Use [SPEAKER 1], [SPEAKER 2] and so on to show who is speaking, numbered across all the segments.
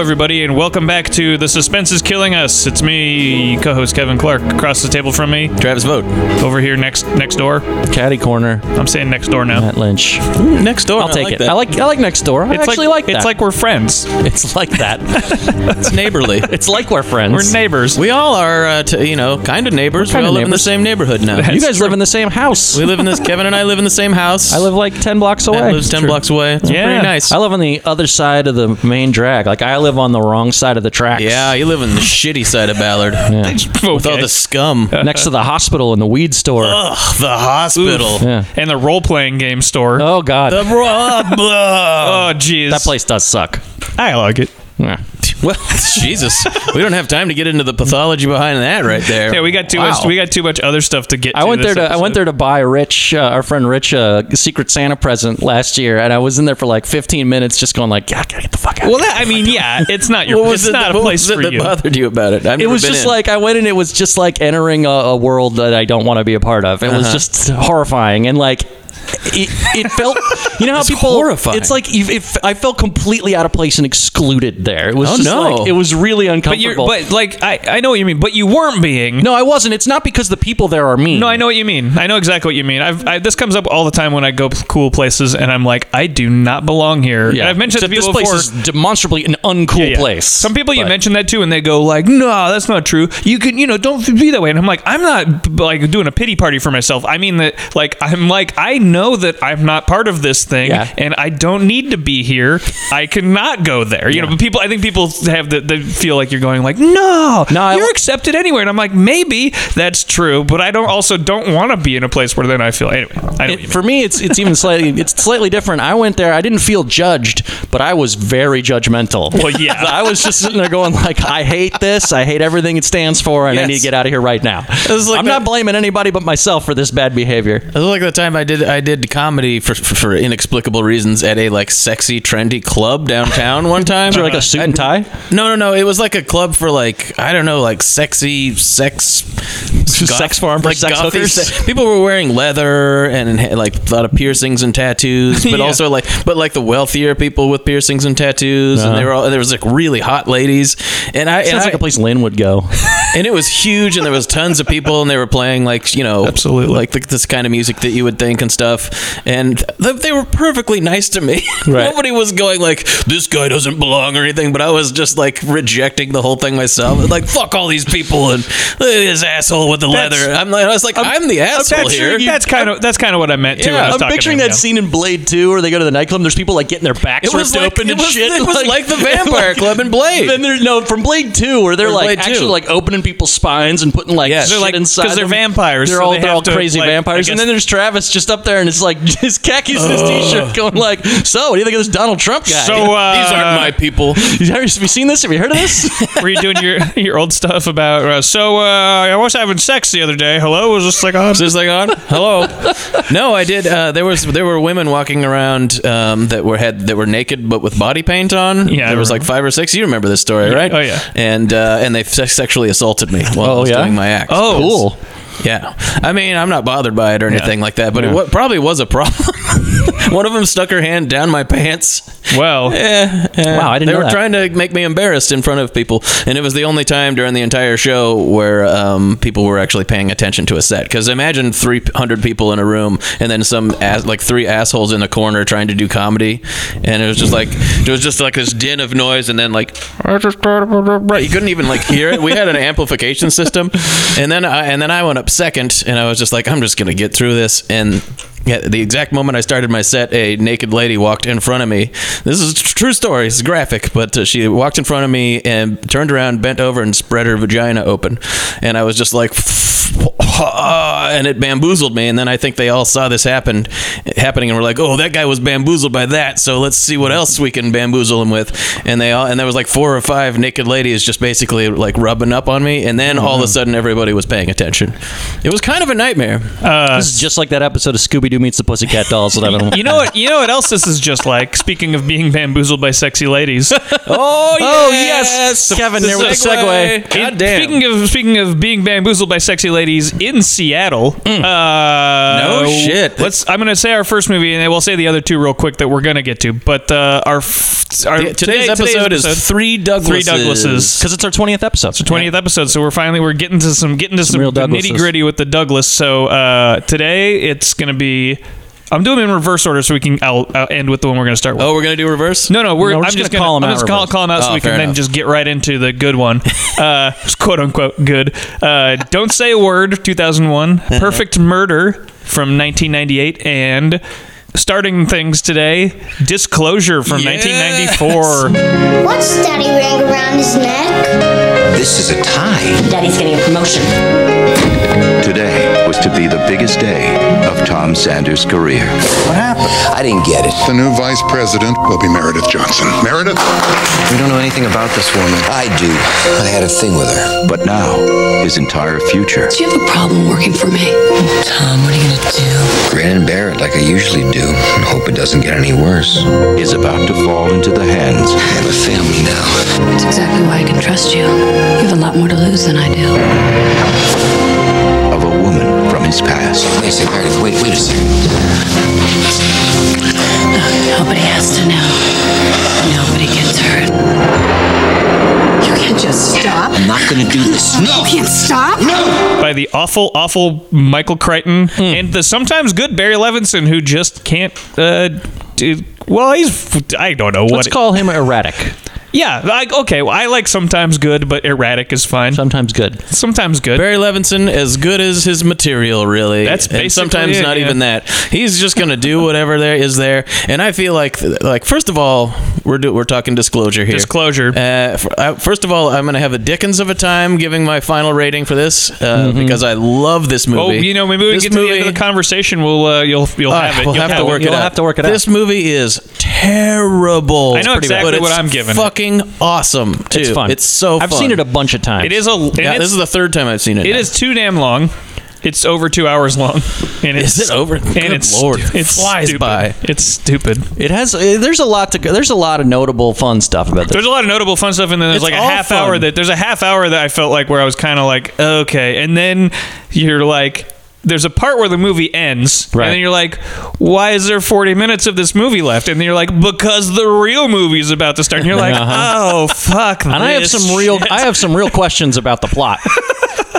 [SPEAKER 1] everybody, and welcome back to The Suspense is Killing Us. It's me, co host Kevin Clark, across the table from me,
[SPEAKER 2] Travis Vote,
[SPEAKER 1] over here next next door.
[SPEAKER 2] Caddy Corner,
[SPEAKER 1] I'm saying next door now.
[SPEAKER 3] Matt Lynch.
[SPEAKER 2] next door.
[SPEAKER 3] I'll
[SPEAKER 2] I
[SPEAKER 3] take
[SPEAKER 2] like
[SPEAKER 3] it.
[SPEAKER 2] that.
[SPEAKER 3] I like I like next door. I actually like, that.
[SPEAKER 1] It's like we're friends.
[SPEAKER 2] It's like that. it's neighborly.
[SPEAKER 3] it's like we're friends.
[SPEAKER 1] We're neighbors.
[SPEAKER 2] We all are, uh, t- you know, kind of neighbors. We
[SPEAKER 3] kinda
[SPEAKER 2] all live in the
[SPEAKER 3] neighbors?
[SPEAKER 2] same neighborhood now.
[SPEAKER 3] you guys live in the same house.
[SPEAKER 2] we live in this. Kevin and I live in the same house.
[SPEAKER 3] I live like ten blocks away.
[SPEAKER 2] Matt lives ten
[SPEAKER 3] True.
[SPEAKER 2] blocks away. It's
[SPEAKER 1] Yeah.
[SPEAKER 2] pretty nice.
[SPEAKER 3] I live on the other side of the main drag. Like I live on the wrong side of the tracks.
[SPEAKER 2] yeah, you live on the shitty side of Ballard
[SPEAKER 3] Yeah. Uh,
[SPEAKER 2] with all
[SPEAKER 1] Okay.
[SPEAKER 2] the scum.
[SPEAKER 3] Next to the hospital and the weed store.
[SPEAKER 2] Ugh, the hospital.
[SPEAKER 3] Yeah.
[SPEAKER 1] And the role playing game store.
[SPEAKER 3] Oh God.
[SPEAKER 2] The raw. blah.
[SPEAKER 1] oh, jeez.
[SPEAKER 3] that place does suck.
[SPEAKER 1] I like it.
[SPEAKER 3] Yeah.
[SPEAKER 2] Well, Jesus, we don't have time to get into the pathology behind that right there.
[SPEAKER 1] Yeah, we got too much.
[SPEAKER 2] Wow.
[SPEAKER 1] We got too much other stuff to get.
[SPEAKER 3] I went there to I went there to buy Rich, uh, our friend Rich, a Secret Santa present last year, and I was in there for like 15 minutes, just going like, "God, I gotta get the fuck out."
[SPEAKER 1] Well, that, I mean, yeah, it's not your.
[SPEAKER 2] What was
[SPEAKER 1] it's
[SPEAKER 2] it
[SPEAKER 1] not
[SPEAKER 2] that-
[SPEAKER 1] a
[SPEAKER 2] what
[SPEAKER 1] place
[SPEAKER 2] was it
[SPEAKER 1] for
[SPEAKER 2] that
[SPEAKER 1] you.
[SPEAKER 2] bothered you about it? I've
[SPEAKER 3] it
[SPEAKER 2] never
[SPEAKER 3] was
[SPEAKER 2] been
[SPEAKER 3] just
[SPEAKER 2] in.
[SPEAKER 3] like I went and it was just like entering a, a world that I don't want to be a part of. It
[SPEAKER 1] Uh-huh.
[SPEAKER 3] was just horrifying and like it, it felt you know how
[SPEAKER 2] It's
[SPEAKER 3] people
[SPEAKER 2] horrifying.
[SPEAKER 3] it's like you- if I felt completely out of place and excluded there. It was
[SPEAKER 2] Oh,
[SPEAKER 3] just
[SPEAKER 2] no.
[SPEAKER 3] like it was really
[SPEAKER 1] But you're,
[SPEAKER 3] uncomfortable.
[SPEAKER 1] but like, I, I know what you mean. But you weren't being.
[SPEAKER 3] no, I wasn't. It's not because the people there are mean.
[SPEAKER 1] No, I know what you mean. I know exactly what you mean. I've, I, this comes up all the time when I go p- cool places, and I'm like, I do not belong here. And I've mentioned
[SPEAKER 3] Except
[SPEAKER 1] to people
[SPEAKER 3] this place
[SPEAKER 1] before.
[SPEAKER 3] is demonstrably an uncool
[SPEAKER 1] Yeah.
[SPEAKER 3] place.
[SPEAKER 1] Some people you
[SPEAKER 3] But-
[SPEAKER 1] mention that to, and they go like, "No, that's not true. You can, you know, don't be that way." And I'm like, I'm not b- like doing a pity party for myself. I mean that, like, I'm like, I know that I'm not part of this thing,
[SPEAKER 3] Yeah.
[SPEAKER 1] and I don't need to be here. I cannot go there. You know, but people, I think people have the, they feel like you're going like, "No,
[SPEAKER 3] No, I-
[SPEAKER 1] you're accepted anywhere." And I'm like, maybe that's true, but I don't also don't want to be in a place where then I feel anyway. I know what you
[SPEAKER 3] It,
[SPEAKER 1] mean.
[SPEAKER 3] for me, it's it's even slightly it's slightly different. I went there. I didn't feel judged, but I was very judgmental.
[SPEAKER 1] Well, yeah.
[SPEAKER 3] I was just sitting there going like, I hate this. I hate everything it stands for, and I
[SPEAKER 2] Yes.
[SPEAKER 3] need to get out of here right now.
[SPEAKER 2] was like
[SPEAKER 3] I'm
[SPEAKER 2] that-
[SPEAKER 3] not blaming anybody but myself for this bad behavior.
[SPEAKER 2] It was like the time I did I did comedy for, for for inexplicable reasons at a like sexy trendy club downtown one time.
[SPEAKER 3] Is there like a suit and tie?
[SPEAKER 2] no, no, no. It was like a club for like I don't know, like sexy sex,
[SPEAKER 3] Sex farm for sex
[SPEAKER 2] gothy
[SPEAKER 3] hookers?
[SPEAKER 2] people were wearing leather and had, like a lot of piercings and tattoos, but
[SPEAKER 1] Yeah.
[SPEAKER 2] also like but like the wealthier people with piercings and tattoos, and they were all there was like really hot ladies, and I and,
[SPEAKER 3] Uh-huh. Sounds
[SPEAKER 2] I,
[SPEAKER 3] like a place Lynn would go.
[SPEAKER 2] and it was huge, and there was tons of people, and they were playing like you know,
[SPEAKER 1] Absolutely.
[SPEAKER 2] like the, this kind of music that you would think and stuff. And th- they were perfectly nice to me.
[SPEAKER 3] Right.
[SPEAKER 2] Nobody was going like this guy doesn't belong or anything, but I was just like rejecting the whole thing myurself. like fuck all these people and "Look at this asshole with the
[SPEAKER 1] That's-
[SPEAKER 2] leather. I'm like I was like I'm, the asshole here.
[SPEAKER 1] That's kind of that's kind of what I meant too. when I was
[SPEAKER 3] I'm
[SPEAKER 1] talking to
[SPEAKER 3] picturing
[SPEAKER 1] him,
[SPEAKER 3] that
[SPEAKER 1] yeah.
[SPEAKER 3] scene in Blade 2 where they go to the nightclub. and There's people like getting their backs
[SPEAKER 2] It was
[SPEAKER 3] ripped
[SPEAKER 2] like-
[SPEAKER 3] open
[SPEAKER 2] it
[SPEAKER 3] and
[SPEAKER 2] was-
[SPEAKER 3] shit.
[SPEAKER 2] it was like the Vampire Club in Blade.
[SPEAKER 3] Then there's no from Blade 2 where they're
[SPEAKER 2] Or
[SPEAKER 3] like
[SPEAKER 2] Blade 2.
[SPEAKER 3] actually like opening people's spines and putting like
[SPEAKER 2] Yes.
[SPEAKER 3] shit
[SPEAKER 2] They're
[SPEAKER 1] like-
[SPEAKER 3] inside
[SPEAKER 1] 'cause they're
[SPEAKER 3] them.
[SPEAKER 1] vampires,
[SPEAKER 3] They're
[SPEAKER 1] so
[SPEAKER 3] all
[SPEAKER 1] they
[SPEAKER 3] they're
[SPEAKER 1] have
[SPEAKER 3] all
[SPEAKER 1] to,
[SPEAKER 3] crazy
[SPEAKER 1] like, I
[SPEAKER 3] vampires. And
[SPEAKER 1] guess-
[SPEAKER 3] then there's Travis just up there and it's like his khakis and his t-shirt going like, so what do you think of this Donald Trump guy?
[SPEAKER 1] So uh,
[SPEAKER 2] These aren't my people.
[SPEAKER 3] have you seen this? Have you heard of this?
[SPEAKER 1] Were you doing your your old stuff about? Uh, so uh, I was having sex the other day. Hello, was this like oh, on?
[SPEAKER 2] Is this thing on? Hello. no, I did. Uh, there was there were women walking around um, that were had that were naked but with body paint on.
[SPEAKER 1] Yeah, I
[SPEAKER 2] there was like
[SPEAKER 1] remember.
[SPEAKER 2] five or six. You remember this story, right?
[SPEAKER 1] oh, yeah.
[SPEAKER 2] And uh, and they se- sexually assaulted me while I
[SPEAKER 3] Oh,
[SPEAKER 2] was
[SPEAKER 3] yeah?
[SPEAKER 2] doing my act.
[SPEAKER 1] Oh,
[SPEAKER 3] cool.
[SPEAKER 2] Yeah. I mean, I'm not bothered by it or anything like that, but it w- probably was a problem. One of them stuck her hand down my pants.
[SPEAKER 1] Well,
[SPEAKER 3] Wow, I
[SPEAKER 2] They
[SPEAKER 3] didn't know
[SPEAKER 2] were
[SPEAKER 3] that.
[SPEAKER 2] trying to make me embarrassed in front of people, and it was the only time during the entire show where um, people were actually paying attention to a set. Because imagine 300 people in a room, and then some ass, like three assholes in the corner trying to do comedy, and it was just like it was just like this din of noise, and then like right, you couldn't even like hear it. We had an amplification system, and then I and then I went up second, and I was just like, I'm just gonna get through this, and. At the exact moment I started my set, a naked lady walked in front of me. This is a tr- true story. It's graphic, but uh, she walked in front of me and turned around, bent over, and spread her vagina open. And I was just like, and it bamboozled me. And then I think they all saw this happen, happening, and were like, "Oh, that guy was bamboozled by that. So let's see what else we can bamboozle him with." And they all, and there was like four or five naked ladies just basically like rubbing up on me. And
[SPEAKER 3] Mm-hmm.
[SPEAKER 2] then all of a sudden, everybody was paying attention. It was kind of a nightmare.
[SPEAKER 3] Oh, This is just like that episode of Scooby Doo Scooby-Doo meets the Pussycat Dolls that I've been
[SPEAKER 1] uh, You know what? You know what else this is just like. Speaking of being bamboozled by sexy ladies.
[SPEAKER 2] Oh,
[SPEAKER 1] Oh,
[SPEAKER 2] yes.
[SPEAKER 3] Kevin, there was a segue.
[SPEAKER 2] God
[SPEAKER 1] In-
[SPEAKER 2] damn.
[SPEAKER 1] Speaking of speaking of being bamboozled by sexy ladies in Seattle, uh,
[SPEAKER 2] Mm. No shit.
[SPEAKER 1] Let's. I'm gonna say our first movie, and then we'll say the other two real quick that we're gonna get to. But uh, our, f- our
[SPEAKER 2] Yeah, today's, episode is three Douglases.
[SPEAKER 1] three Douglases.
[SPEAKER 3] because it's our 20th episode. So
[SPEAKER 1] 20th episode, so we're finally we're getting to some getting to some,
[SPEAKER 3] real Douglases.
[SPEAKER 1] nitty gritty with the Douglas. So uh, today it's gonna be. I'm doing them in reverse order, so we can. I'll, I'll end with the one we're gonna start with.
[SPEAKER 2] Oh, we're gonna do reverse.
[SPEAKER 1] No, no, we're,
[SPEAKER 3] No, we're
[SPEAKER 1] I'm
[SPEAKER 3] just
[SPEAKER 1] just
[SPEAKER 3] gonna
[SPEAKER 1] gonna,
[SPEAKER 3] call 'em
[SPEAKER 1] I'm
[SPEAKER 3] out
[SPEAKER 1] just gonna
[SPEAKER 3] reverse.
[SPEAKER 1] call 'em out so
[SPEAKER 2] Oh,
[SPEAKER 1] we can
[SPEAKER 2] fair
[SPEAKER 1] then
[SPEAKER 2] enough.
[SPEAKER 1] just get right into the good one, uh, quote unquote good. Uh, Don't say a word, 2001, Perfect Murder from 1998, and starting things today, Disclosure from
[SPEAKER 2] Yes.
[SPEAKER 1] 1994.
[SPEAKER 4] What's Daddy wearing around his neck?
[SPEAKER 5] This is a tie.
[SPEAKER 6] Daddy's getting a promotion.
[SPEAKER 7] Today was to be the biggest day of Tom Sanders' career.
[SPEAKER 5] What happened? I didn't get it.
[SPEAKER 8] The new vice president will be Meredith Johnson. Meredith?
[SPEAKER 5] We don't know anything about this woman. I do. I had a thing with her.
[SPEAKER 7] But now, his entire future.
[SPEAKER 6] Do you have a problem working for me? Tom, what are you gonna do?
[SPEAKER 5] Grin and bear it like I usually do, and hope it doesn't get any worse. I
[SPEAKER 7] is about to fall into the hands
[SPEAKER 5] have a family now.
[SPEAKER 6] That's exactly why I can trust you. You have a lot more to lose than I do.
[SPEAKER 7] of a woman from his past.
[SPEAKER 5] Wait a second, Meredith. Wait, wait a second.
[SPEAKER 6] Nobody has to know. Nobody gets hurt. You can't just stop.
[SPEAKER 5] I'm not gonna do this. No.
[SPEAKER 6] can't stop.
[SPEAKER 1] by the awful, awful Michael Crichton
[SPEAKER 2] Hmm.
[SPEAKER 1] and the sometimes good Barry Levinson, who just can't. Uh, do, well, he's I don't know what.
[SPEAKER 3] let's call him erratic.
[SPEAKER 1] yeah, like okay, well, I like sometimes good, but erratic is fine.
[SPEAKER 3] Sometimes good.
[SPEAKER 1] Sometimes good.
[SPEAKER 2] Barry Levinson, as good as his material, really.
[SPEAKER 1] That's
[SPEAKER 2] and
[SPEAKER 1] basically
[SPEAKER 2] sometimes
[SPEAKER 1] it,
[SPEAKER 2] not
[SPEAKER 1] yeah.
[SPEAKER 2] even that. He's just gonna do whatever there is there. And I feel like, like first of all, we're do, we're talking disclosure here.
[SPEAKER 1] Disclosure.
[SPEAKER 2] Uh, f- I- first of all, I'm gonna have a Dickens of a time giving my final rating for this uh, because I love this movie.
[SPEAKER 1] Mm-hmm. Oh, you know, maybe we
[SPEAKER 2] This
[SPEAKER 1] get to the end of the conversation. We'll uh, you'll you'll
[SPEAKER 2] All right,
[SPEAKER 1] have it.
[SPEAKER 2] We'll
[SPEAKER 1] You'll
[SPEAKER 2] have, to
[SPEAKER 1] it.
[SPEAKER 2] work it
[SPEAKER 3] You'll
[SPEAKER 2] out.
[SPEAKER 3] have to work it out.
[SPEAKER 2] This movie is terrible.
[SPEAKER 1] I know
[SPEAKER 2] It's pretty
[SPEAKER 1] exactly
[SPEAKER 2] bad, but
[SPEAKER 1] what
[SPEAKER 2] it's
[SPEAKER 1] I'm giving it.
[SPEAKER 2] Fucking awesome. Too.
[SPEAKER 3] It's fun.
[SPEAKER 2] It's so.
[SPEAKER 3] I've
[SPEAKER 2] fun.
[SPEAKER 3] seen it a bunch of times.
[SPEAKER 1] It is a. and
[SPEAKER 2] Yeah,
[SPEAKER 1] it's-
[SPEAKER 2] this is the third time I've seen it.
[SPEAKER 1] It
[SPEAKER 2] now.
[SPEAKER 1] is too damn long. It's over two hours long, and it's
[SPEAKER 2] Is it over?
[SPEAKER 1] And
[SPEAKER 2] Good
[SPEAKER 1] it's
[SPEAKER 2] Lord.
[SPEAKER 1] it's
[SPEAKER 2] Flies
[SPEAKER 1] stupid.
[SPEAKER 2] by.
[SPEAKER 1] It's stupid.
[SPEAKER 3] It has. eh, There's a lot to. go. There's a lot of notable fun stuff about this.
[SPEAKER 1] There's a lot of notable fun stuff, and then there's
[SPEAKER 2] It's
[SPEAKER 1] like a
[SPEAKER 2] all
[SPEAKER 1] half
[SPEAKER 2] fun.
[SPEAKER 1] hour that there's a half hour that I felt like where I was kind of like okay, and then you're like. There's a part where the movie ends,
[SPEAKER 3] Right.
[SPEAKER 1] and then you're like, "Why is there 40 minutes of this movie left?" And then you're like, "Because the real movie is about to start." And you're like, "Oh fuck!"
[SPEAKER 3] Uh-huh. And I have
[SPEAKER 1] this
[SPEAKER 3] some real. I have some real questions about the plot.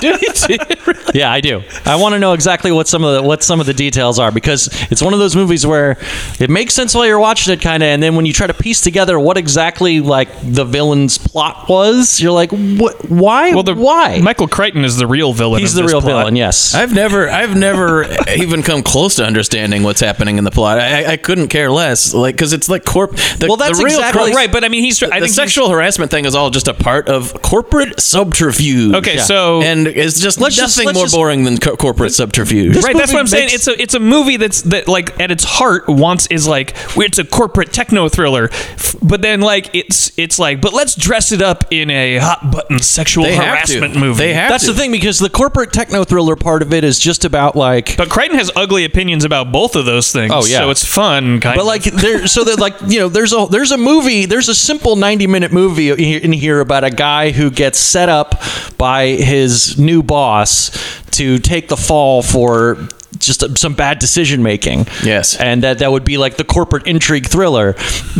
[SPEAKER 3] Yeah, I do. I want to know exactly what some of the what some of the details are because it's one of those movies where it makes sense while you're watching it, kind of, and then when you try to piece together what exactly like the villain's plot was, you're like, what? Why?
[SPEAKER 1] Well, the,
[SPEAKER 3] why?
[SPEAKER 1] Michael Crichton is the real villain.
[SPEAKER 3] He's
[SPEAKER 1] of
[SPEAKER 3] the
[SPEAKER 1] this
[SPEAKER 3] real
[SPEAKER 1] plot.
[SPEAKER 3] villain. Yes.
[SPEAKER 2] I've never, I've never even come close to understanding what's happening in the plot. I, I- I couldn't care less, like because it's like corp. The,
[SPEAKER 3] Well, that's
[SPEAKER 2] the real
[SPEAKER 3] exactly-
[SPEAKER 2] corp-
[SPEAKER 1] Right, but I mean, he's. I
[SPEAKER 2] the
[SPEAKER 1] think
[SPEAKER 2] sexual harassment thing is all just a part of corporate subterfuge.
[SPEAKER 1] Okay, Yeah. so-
[SPEAKER 2] and it's just
[SPEAKER 3] Let's just-
[SPEAKER 2] nothing
[SPEAKER 3] let's
[SPEAKER 2] more
[SPEAKER 3] just-
[SPEAKER 2] boring than co- corporate subterfuge.
[SPEAKER 1] He's, right, that's what I'm
[SPEAKER 3] movie
[SPEAKER 1] saying.
[SPEAKER 3] makes-
[SPEAKER 1] It's a it's a movie that's that like at its heart wants is like it's a corporate techno thriller, F- but then like it's it's like but let's dress it up in a hot button sexual
[SPEAKER 2] They have to.
[SPEAKER 1] harassment movie.
[SPEAKER 2] They have
[SPEAKER 3] That's
[SPEAKER 2] to.
[SPEAKER 3] the thing because the corporate techno thriller part of it is just about like
[SPEAKER 1] But Crichton has ugly opinions about both of those things.
[SPEAKER 3] Oh, yeah.
[SPEAKER 1] so it's fun. Kind
[SPEAKER 3] But
[SPEAKER 1] of.
[SPEAKER 3] like there, so that like you know, there's a there's a movie, there's a simple 90 minute movie in here about a guy who gets set up by his new boss to take the fall for just some bad decision making.
[SPEAKER 2] Yes.
[SPEAKER 3] and that that would be like the corporate intrigue thriller.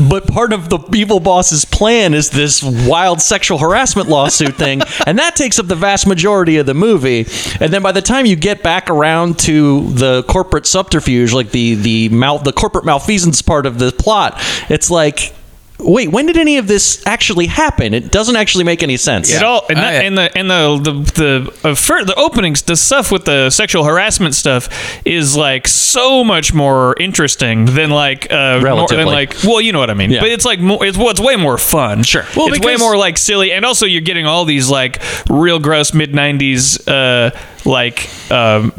[SPEAKER 3] But part of the evil boss's plan is this wild sexual harassment lawsuit thing, and that takes up the vast majority of the movie. And then by the time you get back around to the corporate subterfuge, like the the mal- the corporate malfeasance part of the plot, it's like. Wait, when did any of this actually happen? It doesn't actually make any sense.
[SPEAKER 1] It all and,
[SPEAKER 2] I-
[SPEAKER 1] that, and the and the the the uh, fir- the openings, the stuff with the sexual harassment stuff is like so much more interesting than like uh, more,
[SPEAKER 3] Relatively.
[SPEAKER 1] than like well, you know what I mean.
[SPEAKER 3] Yeah.
[SPEAKER 1] But it's like more, it's what's way more fun. Sure,
[SPEAKER 2] Well,
[SPEAKER 1] it's way
[SPEAKER 2] because-
[SPEAKER 1] more like silly, and also you're getting all these like real gross mid '90s uh, like. Um,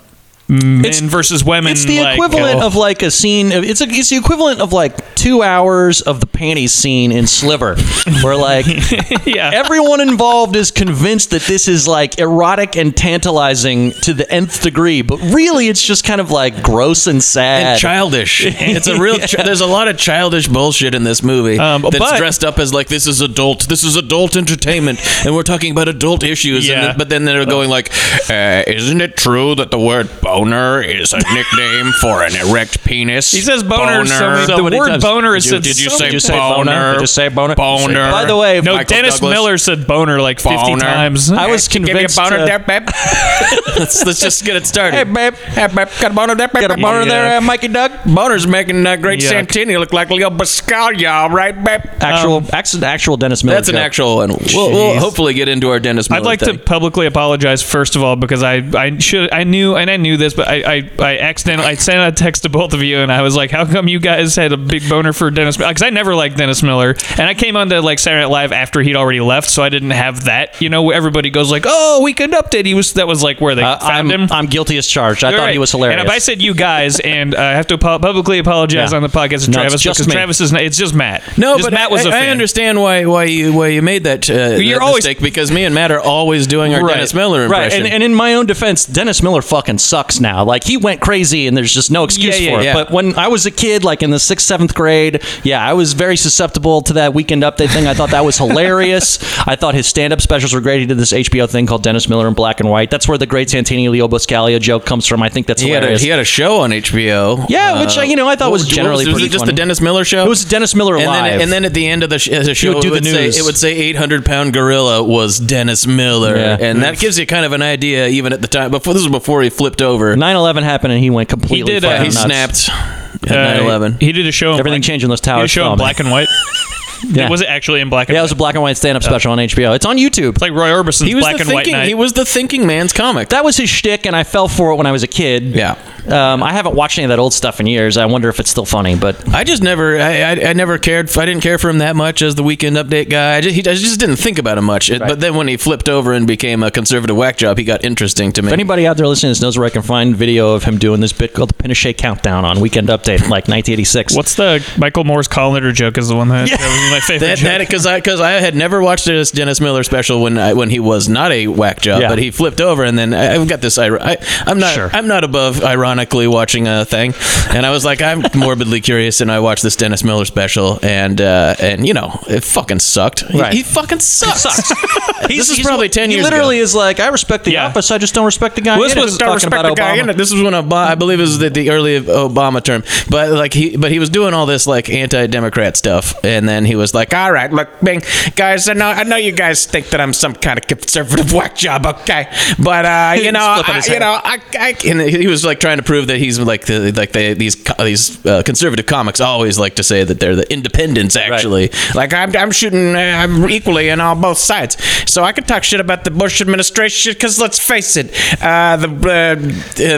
[SPEAKER 1] men versus women.
[SPEAKER 3] It's the
[SPEAKER 1] like,
[SPEAKER 3] equivalent
[SPEAKER 1] oh,
[SPEAKER 3] of like a scene. Of, it's a, it's the equivalent of like two hours of the panties scene in Sliver, where like
[SPEAKER 1] yeah.
[SPEAKER 3] everyone involved is convinced that this is like erotic and tantalizing to the nth degree, but really it's just kind of like gross and sad.
[SPEAKER 2] and childish. It's a real. chi- There's a lot of childish bullshit in this movie
[SPEAKER 1] Um,
[SPEAKER 2] that's
[SPEAKER 1] but-
[SPEAKER 2] dressed up as like this is adult. This is adult entertainment, and we're talking about adult issues. and
[SPEAKER 1] Yeah.
[SPEAKER 2] then- but then they're going like, uh, "Isn't it true that the word boner is a nickname for an erect penis?"
[SPEAKER 1] He says boner so many- the word boner is
[SPEAKER 2] Did you,
[SPEAKER 1] said
[SPEAKER 2] did you
[SPEAKER 1] so
[SPEAKER 2] say
[SPEAKER 1] many- Did you
[SPEAKER 3] say boner?
[SPEAKER 2] boner?
[SPEAKER 3] Did you say boner?
[SPEAKER 2] Boner.
[SPEAKER 3] By the way,
[SPEAKER 1] no,
[SPEAKER 2] Michael
[SPEAKER 1] Dennis
[SPEAKER 2] Douglas.
[SPEAKER 1] Miller said boner like 50
[SPEAKER 2] Boner.
[SPEAKER 1] times.
[SPEAKER 3] I was convinced. uh,
[SPEAKER 2] babe. let's, let's just get it started.
[SPEAKER 3] Hey, babe.
[SPEAKER 2] Hey, babe. Got a boner there, babe.
[SPEAKER 3] Got a boner there, uh, Mikey Doug.
[SPEAKER 2] Boner's making uh, great
[SPEAKER 1] Yuck.
[SPEAKER 2] Santini look like Leo Biscaglia, right, babe?
[SPEAKER 3] Actual,
[SPEAKER 1] um,
[SPEAKER 3] actual, actual Dennis Miller.
[SPEAKER 2] That's an
[SPEAKER 3] joke.
[SPEAKER 2] actual one. We'll, we'll hopefully get into our Dennis Miller
[SPEAKER 1] I'd like
[SPEAKER 2] thing.
[SPEAKER 1] to publicly apologize first of all because I, I should I knew and I knew this but I I, I accidentally I sent a text to both of you and I was like how come you guys had a big boner for Dennis because I never liked Dennis Miller and I came onto like Saturday Night Live after he'd already left so I didn't have that you know everybody goes like oh weekend update he was that was like where they
[SPEAKER 3] Uh,
[SPEAKER 1] found
[SPEAKER 3] I'm,
[SPEAKER 1] him
[SPEAKER 3] I'm guilty as charged. I
[SPEAKER 1] You're
[SPEAKER 3] thought he
[SPEAKER 1] right.
[SPEAKER 3] was hilarious.
[SPEAKER 1] And I said you guys, and uh, I have to apo- publicly apologize
[SPEAKER 3] Yeah.
[SPEAKER 1] on the podcast to
[SPEAKER 3] No, it's
[SPEAKER 1] Travis
[SPEAKER 3] just
[SPEAKER 1] because
[SPEAKER 3] me.
[SPEAKER 1] Travis is not, it's just Matt.
[SPEAKER 2] No,
[SPEAKER 1] Just
[SPEAKER 2] but
[SPEAKER 1] Matt
[SPEAKER 2] I,
[SPEAKER 1] was a
[SPEAKER 2] I-
[SPEAKER 1] fan.
[SPEAKER 2] I understand why why you why you made that, uh,
[SPEAKER 1] You're
[SPEAKER 2] that
[SPEAKER 1] always-
[SPEAKER 2] mistake because me and Matt are always doing our Dennis Miller
[SPEAKER 3] Right,
[SPEAKER 2] impression.
[SPEAKER 3] and, and in my own defense, Dennis Miller fucking sucks now. Like he went crazy, and there's just no excuse
[SPEAKER 1] Yeah, yeah,
[SPEAKER 3] for it.
[SPEAKER 2] yeah.
[SPEAKER 3] But when I was a kid, like in the sixth, seventh grade, yeah, I was very susceptible to that Weekend Update thing. I thought that was hilarious. I thought his stand-up specials were great. He did this HBO thing called Dennis Miller in Black and White. That's where the great Santini Leo Buscaglia joke comes from. I think that's
[SPEAKER 2] he had, a,
[SPEAKER 3] hilarious.
[SPEAKER 2] he had a show on HBO.
[SPEAKER 3] Yeah, which, uh, you know, I thought
[SPEAKER 2] what
[SPEAKER 3] was generally
[SPEAKER 2] was,
[SPEAKER 3] pretty
[SPEAKER 2] it just
[SPEAKER 3] funny.
[SPEAKER 2] the Dennis Miller show.
[SPEAKER 3] It was Dennis Miller
[SPEAKER 2] and
[SPEAKER 3] Live.
[SPEAKER 2] Then, and then at the end of the, sh- the show,
[SPEAKER 3] would do
[SPEAKER 2] it,
[SPEAKER 3] the
[SPEAKER 2] would say,
[SPEAKER 3] news.
[SPEAKER 2] it would say 800 pound gorilla was Dennis Miller,
[SPEAKER 3] Yeah.
[SPEAKER 2] and that gives you kind of an idea even at the time. Before this was before he flipped over.
[SPEAKER 3] 9/11 happened, and he went completely.
[SPEAKER 1] did, uh,
[SPEAKER 3] fucking
[SPEAKER 2] he
[SPEAKER 3] nuts.
[SPEAKER 2] snapped at
[SPEAKER 1] Uh,
[SPEAKER 2] 9/11.
[SPEAKER 1] He did a show. in
[SPEAKER 3] Everything
[SPEAKER 1] black-
[SPEAKER 3] changed in those
[SPEAKER 1] He did a
[SPEAKER 3] towers
[SPEAKER 1] show
[SPEAKER 3] fell,
[SPEAKER 1] in
[SPEAKER 3] man.
[SPEAKER 1] black and white.
[SPEAKER 3] Yeah.
[SPEAKER 1] Was it actually in black and
[SPEAKER 3] Yeah, it
[SPEAKER 1] white?
[SPEAKER 3] was a black and white stand-up special on HBO. It's on YouTube.
[SPEAKER 1] It's like Roy Orbison's
[SPEAKER 2] He was
[SPEAKER 1] Black
[SPEAKER 2] the
[SPEAKER 1] and
[SPEAKER 2] thinking.
[SPEAKER 1] White Night.
[SPEAKER 2] He was the thinking man's comic.
[SPEAKER 3] that was his shtick, and I fell for it when I was a kid.
[SPEAKER 2] Yeah.
[SPEAKER 3] Um, I haven't watched any of that old stuff in years. I wonder if it's still funny, but
[SPEAKER 2] I just never, I, I, I never cared. I didn't care for him that much as the Weekend Update guy. I just, he, I just didn't think about him much. It- But then when he flipped over and became a conservative whack job, he got interesting to me.
[SPEAKER 3] if anybody out there listening to this knows where I can find video of him doing this bit called the Pinochet Countdown on Weekend Update, like 1986.
[SPEAKER 1] What's the Michael Moore's colander joke? Is the one that, that was my favorite.
[SPEAKER 2] that
[SPEAKER 1] joke.
[SPEAKER 2] because I because I had never watched this Dennis Miller special when I, when he was not a whack job,
[SPEAKER 3] Yeah.
[SPEAKER 2] but he flipped over and then I, I've got this. ir- I, I'm not
[SPEAKER 3] Sure.
[SPEAKER 2] I'm not above ironically watching a thing, and I was like I'm morbidly curious, and I watched this Dennis Miller special, and uh, and you know it fucking sucked. He-
[SPEAKER 3] Right.
[SPEAKER 2] He, fucking sucks. this is probably ten
[SPEAKER 3] he
[SPEAKER 2] years.
[SPEAKER 3] literally
[SPEAKER 2] ago.
[SPEAKER 3] is like, I respect the
[SPEAKER 1] Yeah.
[SPEAKER 3] office, I just don't respect the guy.
[SPEAKER 2] Well, this
[SPEAKER 3] in it."
[SPEAKER 2] was
[SPEAKER 3] It's talking about Obama.
[SPEAKER 2] in it. This was when Obama, I believe it was the, the early Obama term, but like he, but he was doing all this like anti-democrat stuff, and then he was like, "All right, look, Bing, guys, I know, I know you guys think that I'm some kind of conservative whack job, okay, but uh, you know,
[SPEAKER 3] flipping
[SPEAKER 2] I,
[SPEAKER 3] his
[SPEAKER 2] you
[SPEAKER 3] hair.
[SPEAKER 2] know, I, I, and he was like trying to prove that he's like the like they these co- these uh, conservative comics always like to say that they're the independents actually, like I'm, I'm shooting, uh, I'm equally in all both sides, so I can talk shit about the Bush administration because let's face it, uh, the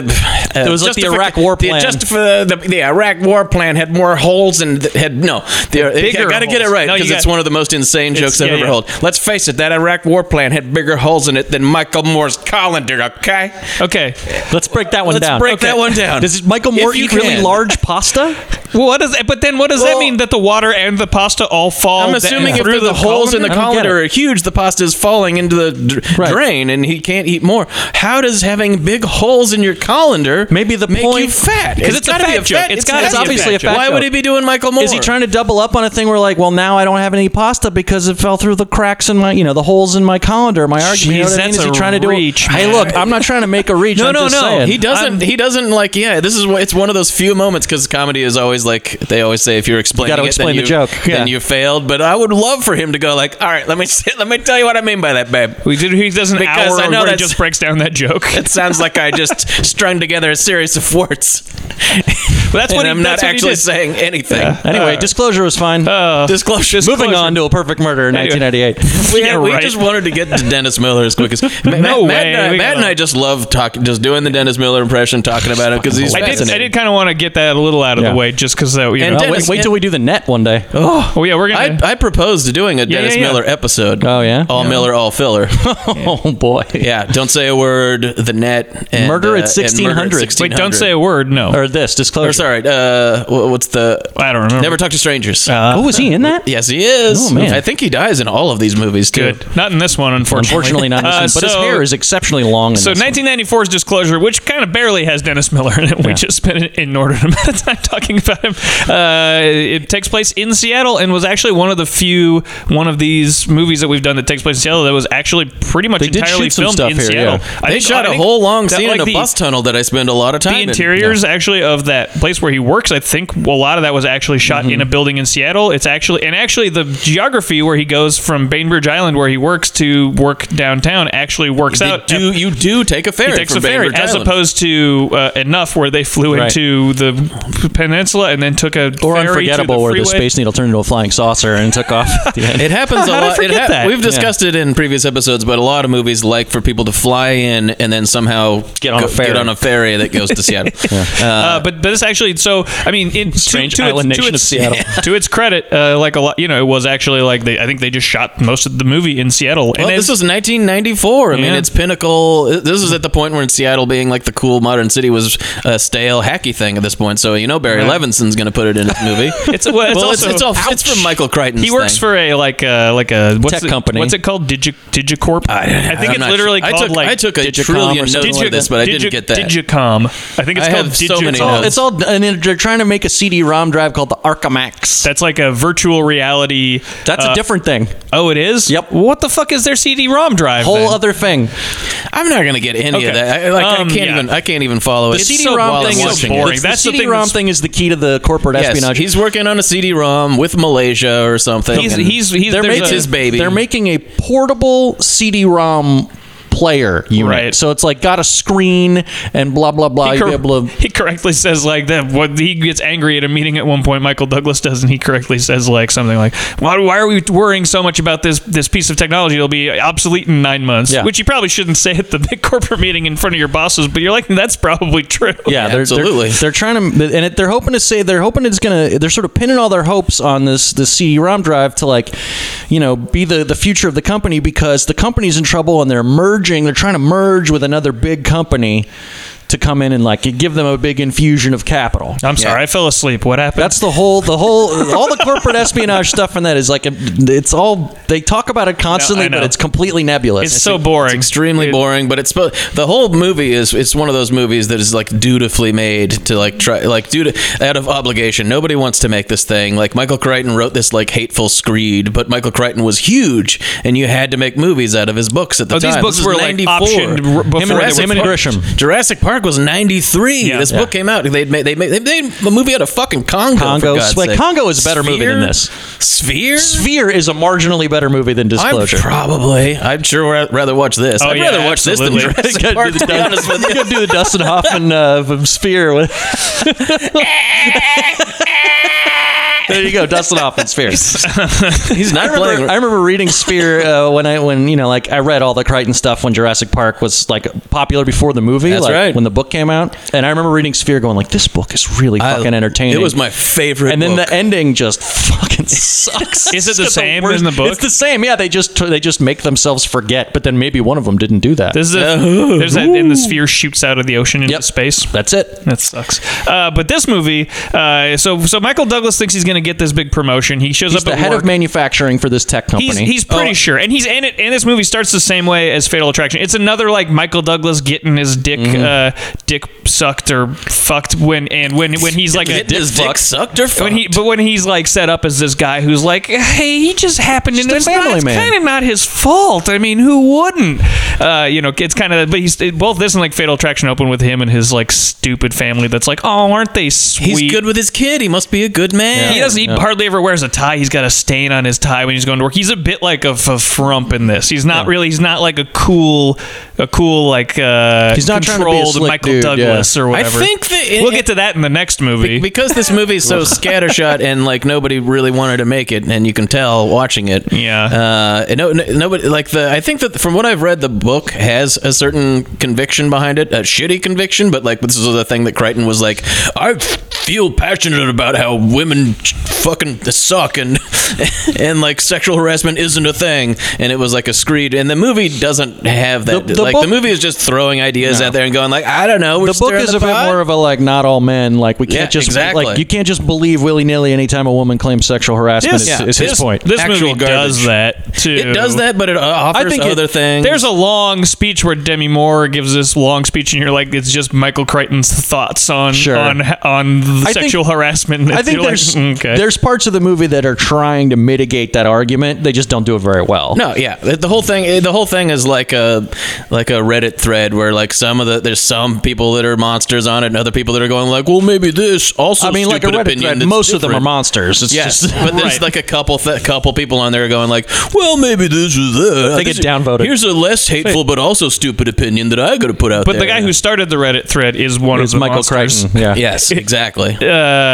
[SPEAKER 2] uh, uh,
[SPEAKER 3] It was like the
[SPEAKER 2] justific-
[SPEAKER 3] Iraq war
[SPEAKER 2] the
[SPEAKER 3] plan.
[SPEAKER 2] justi- uh, the, the Iraq war plan had more holes and th- had no. The,
[SPEAKER 1] Bigger
[SPEAKER 2] I got to get it
[SPEAKER 1] holes.
[SPEAKER 2] right
[SPEAKER 1] No, you
[SPEAKER 2] because it's
[SPEAKER 1] got-
[SPEAKER 2] one of the most insane
[SPEAKER 1] It's-
[SPEAKER 2] jokes I've
[SPEAKER 1] yeah,
[SPEAKER 2] ever
[SPEAKER 1] yeah.
[SPEAKER 2] heard. Let's face it, that Iraq war plan had bigger holes in it than Michael Moore's colander. Okay,
[SPEAKER 1] okay.
[SPEAKER 3] Let's break that one
[SPEAKER 2] let's
[SPEAKER 3] down.
[SPEAKER 2] break that one down.
[SPEAKER 3] Does Michael Moore
[SPEAKER 2] If you
[SPEAKER 3] eat really
[SPEAKER 2] can.
[SPEAKER 3] large pasta?
[SPEAKER 1] Well, what does? But then, what does that
[SPEAKER 2] Well-
[SPEAKER 1] mean that the water and the pasta all fall?
[SPEAKER 2] I'm
[SPEAKER 1] da-
[SPEAKER 2] assuming if
[SPEAKER 1] through
[SPEAKER 2] the, the holes in the
[SPEAKER 1] colander?
[SPEAKER 3] I don't get
[SPEAKER 2] colander are huge, the pasta is falling into the dr-
[SPEAKER 3] Right.
[SPEAKER 2] drain, and he can't eat more. How does having big holes in your colander
[SPEAKER 3] Maybe the
[SPEAKER 2] make you
[SPEAKER 3] point-
[SPEAKER 2] fat?
[SPEAKER 1] 'Cause it's a
[SPEAKER 2] gotta
[SPEAKER 1] fat joke. It's gotta
[SPEAKER 2] gotta
[SPEAKER 1] be a fat
[SPEAKER 3] joke.
[SPEAKER 2] Why would he be doing Michael Moore?
[SPEAKER 3] Is he trying to double up on a thing where like, well, now I don't have any pasta because it fell through the cracks in my, you know, the holes in my colander, my argument. you know
[SPEAKER 1] Jeez,
[SPEAKER 3] what I mean?
[SPEAKER 1] that's
[SPEAKER 3] Is he
[SPEAKER 1] a
[SPEAKER 3] trying to do a-
[SPEAKER 1] reach,
[SPEAKER 3] Hey,
[SPEAKER 1] man.
[SPEAKER 3] look, I'm not trying to make a reach.
[SPEAKER 2] No,
[SPEAKER 3] I'm
[SPEAKER 2] no, no.
[SPEAKER 3] just saying.
[SPEAKER 2] He doesn't. he doesn't like. Yeah, this is. what- It's one of those few moments because comedy is always like they always say if you're explaining,
[SPEAKER 3] gotta
[SPEAKER 2] it,
[SPEAKER 3] explain
[SPEAKER 2] then
[SPEAKER 3] the
[SPEAKER 2] you,
[SPEAKER 3] joke.
[SPEAKER 2] then
[SPEAKER 3] Yeah.
[SPEAKER 2] you failed. But I would love for him to go like, all right, let me say, let me tell you what I mean by that, babe.
[SPEAKER 1] We did. He does an
[SPEAKER 2] Because
[SPEAKER 1] hour
[SPEAKER 2] I
[SPEAKER 1] where
[SPEAKER 2] know
[SPEAKER 1] he
[SPEAKER 2] that's-
[SPEAKER 1] just breaks down that joke.
[SPEAKER 2] It sounds like I just strung together a series of words.
[SPEAKER 1] But that's what
[SPEAKER 2] and
[SPEAKER 1] he-
[SPEAKER 2] I'm
[SPEAKER 1] that's
[SPEAKER 2] not
[SPEAKER 1] what he
[SPEAKER 2] actually
[SPEAKER 1] did.
[SPEAKER 2] saying anything.
[SPEAKER 3] Anyway, disclosure was fine.
[SPEAKER 2] Uh, Disclosure.
[SPEAKER 3] Moving
[SPEAKER 1] Uh, Disclosure.
[SPEAKER 3] on to a perfect murder in
[SPEAKER 1] Anyway.
[SPEAKER 3] 1998.
[SPEAKER 2] We,
[SPEAKER 1] Yeah,
[SPEAKER 2] we
[SPEAKER 1] right.
[SPEAKER 2] just wanted to get to Dennis Miller as quick as. Ma-
[SPEAKER 1] No
[SPEAKER 2] Matt, Matt
[SPEAKER 1] way.
[SPEAKER 2] and I,
[SPEAKER 1] We
[SPEAKER 2] Matt and
[SPEAKER 1] gotta-
[SPEAKER 2] I just love talking, just doing the Dennis Miller impression, talking about it because he's
[SPEAKER 1] I did.
[SPEAKER 2] fascinating.
[SPEAKER 1] I did kind of want to get that a little out of
[SPEAKER 3] Yeah.
[SPEAKER 1] the way, just because that. You
[SPEAKER 2] And
[SPEAKER 1] know,
[SPEAKER 3] Oh, wait,
[SPEAKER 2] Dennis-
[SPEAKER 3] wait till we do the net one day.
[SPEAKER 1] oh yeah, we're
[SPEAKER 2] I,
[SPEAKER 1] gonna.
[SPEAKER 2] I proposed to doing a Dennis
[SPEAKER 1] yeah, yeah.
[SPEAKER 2] Miller episode.
[SPEAKER 3] Oh, yeah?
[SPEAKER 2] all Miller, all filler.
[SPEAKER 3] Oh boy.
[SPEAKER 2] yeah, don't say a word. The net and
[SPEAKER 3] Murder at
[SPEAKER 2] uh, and Murder
[SPEAKER 3] 1600.
[SPEAKER 2] at
[SPEAKER 3] Wait,
[SPEAKER 1] wait, don't say a
[SPEAKER 2] 1600.
[SPEAKER 1] word. No,
[SPEAKER 3] Or this disclosure.
[SPEAKER 2] Or sorry, uh, wh- what's the?
[SPEAKER 1] I don't remember.
[SPEAKER 2] Never talk to strangers.
[SPEAKER 3] oh, was he in that?
[SPEAKER 2] yes, he is.
[SPEAKER 3] Oh, man.
[SPEAKER 2] I think he dies in all of these movies too.
[SPEAKER 1] good. Not in this one, unfortunately.
[SPEAKER 3] Unfortunately, not. in this
[SPEAKER 1] Uh,
[SPEAKER 3] one, but his
[SPEAKER 1] so-
[SPEAKER 3] hair is exceptionally long. in
[SPEAKER 1] So
[SPEAKER 3] this one.
[SPEAKER 1] 1994's disclosure, which kind of barely has Dennis Miller in it, we just spent an inordinate amount of time talking about him. Uh, it takes place in Seattle and was actually one of the few one of these movies that we've done that takes place in Seattle that was actually pretty much
[SPEAKER 3] They did
[SPEAKER 1] entirely
[SPEAKER 3] shoot some
[SPEAKER 1] filmed
[SPEAKER 3] stuff
[SPEAKER 1] in
[SPEAKER 3] here,
[SPEAKER 1] Seattle.
[SPEAKER 3] yeah.
[SPEAKER 1] I
[SPEAKER 2] They
[SPEAKER 1] think-
[SPEAKER 2] shot
[SPEAKER 1] I
[SPEAKER 2] a
[SPEAKER 1] think
[SPEAKER 2] whole long
[SPEAKER 1] that,
[SPEAKER 2] scene
[SPEAKER 1] like,
[SPEAKER 2] in a
[SPEAKER 1] the,
[SPEAKER 2] bus tunnel that I spend a lot of time.
[SPEAKER 1] The
[SPEAKER 2] in.
[SPEAKER 1] interiors actually of that place where he works, I think a lot of that was actually shot
[SPEAKER 2] Mm-hmm.
[SPEAKER 1] in a building in Seattle. It's actually and actually the geography where he goes from Bainbridge Island where he works to work downtown actually works
[SPEAKER 2] They
[SPEAKER 1] out.
[SPEAKER 2] do you do take a ferry
[SPEAKER 1] He takes
[SPEAKER 2] from
[SPEAKER 1] a ferry,
[SPEAKER 2] Bainbridge
[SPEAKER 1] as
[SPEAKER 2] Island.
[SPEAKER 1] opposed to uh, enough where they flew
[SPEAKER 3] Right.
[SPEAKER 1] into the peninsula and then took a
[SPEAKER 3] or
[SPEAKER 1] ferry
[SPEAKER 3] unforgettable,
[SPEAKER 1] to the
[SPEAKER 3] where the
[SPEAKER 1] freeway.
[SPEAKER 3] space needle turned into a flying saucer and took off at the end.
[SPEAKER 2] It happens a
[SPEAKER 1] How did I
[SPEAKER 2] lot. It
[SPEAKER 1] forget that?
[SPEAKER 2] We've discussed it in previous episodes, but a lot of movies like for people to fly in and then somehow
[SPEAKER 3] Get on a ferry.
[SPEAKER 2] get on a ferry that goes to Seattle.
[SPEAKER 1] Uh, but but this actually, so I mean, in
[SPEAKER 3] Strange
[SPEAKER 1] to, to
[SPEAKER 3] island
[SPEAKER 1] its, to
[SPEAKER 3] nation
[SPEAKER 1] its,
[SPEAKER 3] of Seattle.
[SPEAKER 1] to its credit, uh, like a lot, you know, it was actually like they, I think they just shot most of the movie in Seattle.
[SPEAKER 2] Well,
[SPEAKER 1] and
[SPEAKER 2] this
[SPEAKER 1] it's-
[SPEAKER 2] was 1994. I mean,
[SPEAKER 1] Yeah.
[SPEAKER 2] it's pinnacle. uh, This is at the point where in Seattle being like the cool modern city was a stale, hacky thing at this point. So you know Barry
[SPEAKER 1] Right.
[SPEAKER 2] Levinson's going to put it in his movie.
[SPEAKER 1] It's- well, it's also-
[SPEAKER 2] it's, all, it's from Michael Crichton.
[SPEAKER 1] he works for a like a like a what's
[SPEAKER 3] Tech
[SPEAKER 1] it-
[SPEAKER 3] company.
[SPEAKER 1] What's it called? Digi, Digicorp. I, think
[SPEAKER 2] I'm
[SPEAKER 1] it's
[SPEAKER 2] not
[SPEAKER 1] literally
[SPEAKER 2] sure. I
[SPEAKER 1] called
[SPEAKER 2] took-
[SPEAKER 1] like
[SPEAKER 2] I took a
[SPEAKER 1] Digicom
[SPEAKER 2] trillion
[SPEAKER 1] or
[SPEAKER 2] notes
[SPEAKER 1] something
[SPEAKER 2] like this, but I didn't
[SPEAKER 1] Digi-
[SPEAKER 2] get that.
[SPEAKER 1] Digicom. I think it's
[SPEAKER 2] I
[SPEAKER 1] called
[SPEAKER 2] have so many
[SPEAKER 1] Digicom.
[SPEAKER 2] notes.
[SPEAKER 3] it's all, and then they're trying to make a CD-ROM drive called the Arcamax.
[SPEAKER 1] That's like a virtual reality.
[SPEAKER 3] That's
[SPEAKER 1] uh,
[SPEAKER 3] a different thing,
[SPEAKER 1] Oh, it is.
[SPEAKER 3] Yep.
[SPEAKER 1] What the fuck is their CD-ROM drive?
[SPEAKER 3] whole
[SPEAKER 1] then?
[SPEAKER 3] other thing.
[SPEAKER 2] I'm not going to get any
[SPEAKER 1] Okay.
[SPEAKER 2] of that. I, like, I
[SPEAKER 1] Um,
[SPEAKER 2] can't
[SPEAKER 1] yeah.
[SPEAKER 2] even. I can't even follow it.
[SPEAKER 3] The
[SPEAKER 2] It's
[SPEAKER 3] CD-ROM
[SPEAKER 2] while I'm
[SPEAKER 3] thing is
[SPEAKER 2] watching it.
[SPEAKER 1] boring.
[SPEAKER 3] The
[SPEAKER 1] That's the thing
[SPEAKER 3] CD-Rom
[SPEAKER 1] that's-
[SPEAKER 3] thing is the key to the corporate
[SPEAKER 2] Yes,
[SPEAKER 3] espionage.
[SPEAKER 2] he's working on a CD-ROM with Malaysia or something.
[SPEAKER 1] He's
[SPEAKER 2] And
[SPEAKER 1] he's he's
[SPEAKER 2] They're
[SPEAKER 1] there's
[SPEAKER 2] making-
[SPEAKER 1] a-
[SPEAKER 2] his baby.
[SPEAKER 3] They're making a portable CD-ROM player unit.
[SPEAKER 1] Right.
[SPEAKER 3] So it's like got a screen and blah blah blah.
[SPEAKER 1] He,
[SPEAKER 3] You'll
[SPEAKER 1] cor-
[SPEAKER 3] be able to
[SPEAKER 1] he correctly says like that. What he gets angry at a meeting at one point. Michael Douglas does, and he correctly says like something like, "Why, why are we worrying so much about this this piece of technology? It'll be obsolete in nine months."
[SPEAKER 3] Yeah.
[SPEAKER 1] Which you probably shouldn't say at the big corporate meeting in front of your bosses, but you're like, "That's probably true."
[SPEAKER 3] Yeah, they're,
[SPEAKER 2] absolutely.
[SPEAKER 3] They're, they're trying to, and it, they're hoping to say they're hoping it's gonna. They're sort of pinning all their hopes on this this CD-ROM drive to like, you know, be the the future of the company because the company's in trouble and they're merging. They're trying to merge with another big company to come in and like give them a big infusion of capital.
[SPEAKER 2] Uh,
[SPEAKER 1] I'm sorry, I fell asleep. What happened?
[SPEAKER 3] That's the whole, the whole, all the corporate espionage stuff from that is like, it's all, they talk about it constantly,
[SPEAKER 1] know.
[SPEAKER 3] but it's completely nebulous.
[SPEAKER 1] it's so boring.
[SPEAKER 2] extremely
[SPEAKER 1] It-
[SPEAKER 2] boring but it's spo- the whole movie is it's one of those movies that is like dutifully made to like try like due to out of obligation nobody wants to make this thing like michael crichton wrote this like hateful screed but michael crichton was huge and you had to make movies out of his books at the
[SPEAKER 1] Oh,
[SPEAKER 2] time
[SPEAKER 1] these books
[SPEAKER 2] This
[SPEAKER 1] were
[SPEAKER 2] was
[SPEAKER 1] like
[SPEAKER 2] 94.
[SPEAKER 1] optioned r- before
[SPEAKER 3] and-
[SPEAKER 1] they were
[SPEAKER 3] him and
[SPEAKER 1] put-
[SPEAKER 3] Grisham.
[SPEAKER 2] jurassic park was 93
[SPEAKER 1] Yeah.
[SPEAKER 2] this
[SPEAKER 1] Yeah.
[SPEAKER 2] book came out they made they made they made a movie out of fucking congo for
[SPEAKER 3] Congo.
[SPEAKER 2] God's
[SPEAKER 3] Like,
[SPEAKER 2] sake.
[SPEAKER 3] Congo is a better movie than
[SPEAKER 2] Sphere?
[SPEAKER 3] this.
[SPEAKER 2] sphere
[SPEAKER 3] Sphere is a marginally better movie than
[SPEAKER 2] I'm
[SPEAKER 3] Disclosure.
[SPEAKER 2] probably. I'd sure ra- rather watch this.
[SPEAKER 1] Oh,
[SPEAKER 2] I'd
[SPEAKER 1] yeah,
[SPEAKER 2] rather watch this
[SPEAKER 1] absolutely.
[SPEAKER 2] than Jurassic Park. To be honest with you,
[SPEAKER 3] You could do the Dustin Hoffman uh, of Sphere. With there you go, Dustin Hoffman Sphere.
[SPEAKER 2] he's not
[SPEAKER 3] I remember,
[SPEAKER 2] playing.
[SPEAKER 3] I remember reading Sphere uh, when I when you know like I read all the Crichton stuff when Jurassic Park was like popular before the movie.
[SPEAKER 2] That's
[SPEAKER 3] like,
[SPEAKER 2] right.
[SPEAKER 3] When the book came out, and I remember reading Sphere, going like, "This book is really
[SPEAKER 2] I-
[SPEAKER 3] fucking entertaining."
[SPEAKER 2] It was my favorite.
[SPEAKER 3] And then
[SPEAKER 2] book.
[SPEAKER 3] the ending just fucking sucks.
[SPEAKER 1] Is it
[SPEAKER 3] It's
[SPEAKER 1] the
[SPEAKER 3] got
[SPEAKER 1] same
[SPEAKER 3] worst-
[SPEAKER 1] in the book?
[SPEAKER 3] It's the same. Yeah, they just they just make themselves forget. But then maybe one of them didn't do that.
[SPEAKER 1] This is a, there's that, and the sphere shoots out of the ocean into
[SPEAKER 3] Yep.
[SPEAKER 1] space.
[SPEAKER 3] That's it.
[SPEAKER 1] That sucks. Uh, but this movie, uh, so so Michael Douglas thinks he's going to get this big promotion. He shows
[SPEAKER 3] He's
[SPEAKER 1] up
[SPEAKER 3] the
[SPEAKER 1] at
[SPEAKER 3] head
[SPEAKER 1] work.
[SPEAKER 3] of manufacturing for this tech company. Oh.
[SPEAKER 1] He's, he's pretty sure, and he's in it. And this movie starts the same way as Fatal Attraction. It's another like Michael Douglas getting his dick,
[SPEAKER 3] Mm-hmm.
[SPEAKER 1] uh, dick sucked or fucked when and when when he's like a
[SPEAKER 2] Getting his dick sucked or
[SPEAKER 1] When he,
[SPEAKER 2] fucked?
[SPEAKER 1] but when he's like set up as this guy who's like, hey, he just happened, and
[SPEAKER 3] Just a
[SPEAKER 1] it's, not-
[SPEAKER 3] family
[SPEAKER 1] it's
[SPEAKER 3] man.
[SPEAKER 1] kind of not his fault. I mean, who wouldn't? Uh, you know, it's kind of, but he's both this and like Fatal Attraction open with him and his like stupid family that's like, oh, aren't they sweet?
[SPEAKER 2] he's good with his kid. He must be a good man.
[SPEAKER 1] He doesn't doesn't. He hardly ever wears a tie. He's got a stain on his tie when he's going to work. He's a bit like a, f- a frump in this. He's not really. He's not like a cool, a cool like. Uh,
[SPEAKER 3] He's not trying to be a
[SPEAKER 1] controlled
[SPEAKER 3] slick
[SPEAKER 1] Michael
[SPEAKER 3] dude,
[SPEAKER 1] Douglas or whatever.
[SPEAKER 2] think that it-
[SPEAKER 1] we'll get to that in the next movie.
[SPEAKER 2] because this movie's so scattershot and like nobody really wanted to make it, and you can tell watching it.
[SPEAKER 1] Yeah.
[SPEAKER 2] Uh, and no, no, nobody like the. I think that from what I've read, the book has a certain conviction behind it, a shitty conviction, but like this is the thing that Crichton was like, I feel passionate about how women fucking suck and and like sexual harassment isn't a thing, and it was like a screed. And the movie doesn't have that.
[SPEAKER 3] The- the
[SPEAKER 2] like
[SPEAKER 3] book-
[SPEAKER 2] the movie is just throwing ideas out there and going like, I don't know. We're
[SPEAKER 3] the book
[SPEAKER 2] stirring
[SPEAKER 3] is
[SPEAKER 2] the
[SPEAKER 3] a bit
[SPEAKER 2] pot."
[SPEAKER 3] more of a like not all men like we can't
[SPEAKER 2] Yeah,
[SPEAKER 3] just
[SPEAKER 2] exactly.
[SPEAKER 3] like you can't just believe willy nilly anytime a woman claims sexual harassment
[SPEAKER 1] This-
[SPEAKER 3] is,
[SPEAKER 2] yeah,
[SPEAKER 3] is his
[SPEAKER 2] this-
[SPEAKER 3] point.
[SPEAKER 1] this
[SPEAKER 2] Actual
[SPEAKER 1] movie does
[SPEAKER 2] garbage.
[SPEAKER 1] that too.
[SPEAKER 2] It does that, but it uh, offers
[SPEAKER 3] think it-
[SPEAKER 2] other things.
[SPEAKER 1] There's a long speech where Demi Moore gives this long speech, and you're like, it's just Michael Crichton's thoughts on
[SPEAKER 3] Sure.
[SPEAKER 1] on on the
[SPEAKER 3] I think-
[SPEAKER 1] sexual harassment.
[SPEAKER 3] I think
[SPEAKER 1] You're like,
[SPEAKER 3] there's
[SPEAKER 1] "Mm, okay.
[SPEAKER 3] there's parts of the movie that are trying to mitigate that argument. They just don't do it very well.
[SPEAKER 2] no, yeah, the the whole thing. The whole thing is like a like a Reddit thread where like some of the there's some people that are monsters on it, and other people that are going like, well, maybe this also.
[SPEAKER 3] I mean, like a
[SPEAKER 2] stupid
[SPEAKER 3] Reddit
[SPEAKER 2] opinion
[SPEAKER 3] thread,
[SPEAKER 2] that's
[SPEAKER 3] most of them are
[SPEAKER 2] different."
[SPEAKER 3] monsters. It's
[SPEAKER 2] Yes,
[SPEAKER 3] just
[SPEAKER 2] but there's
[SPEAKER 1] Right.
[SPEAKER 2] like a couple th- couple people on there going like, well, maybe this is that.
[SPEAKER 3] They get
[SPEAKER 2] This is-
[SPEAKER 3] downvoted.
[SPEAKER 2] Here's a less hateful but also stupid opinion that I got to put out
[SPEAKER 1] but
[SPEAKER 2] there.
[SPEAKER 1] the guy who started the Reddit thread is one
[SPEAKER 3] it's
[SPEAKER 1] of the
[SPEAKER 3] Michael
[SPEAKER 1] monsters.
[SPEAKER 3] Crichton. Yeah.
[SPEAKER 2] Yes, exactly.
[SPEAKER 1] Uh,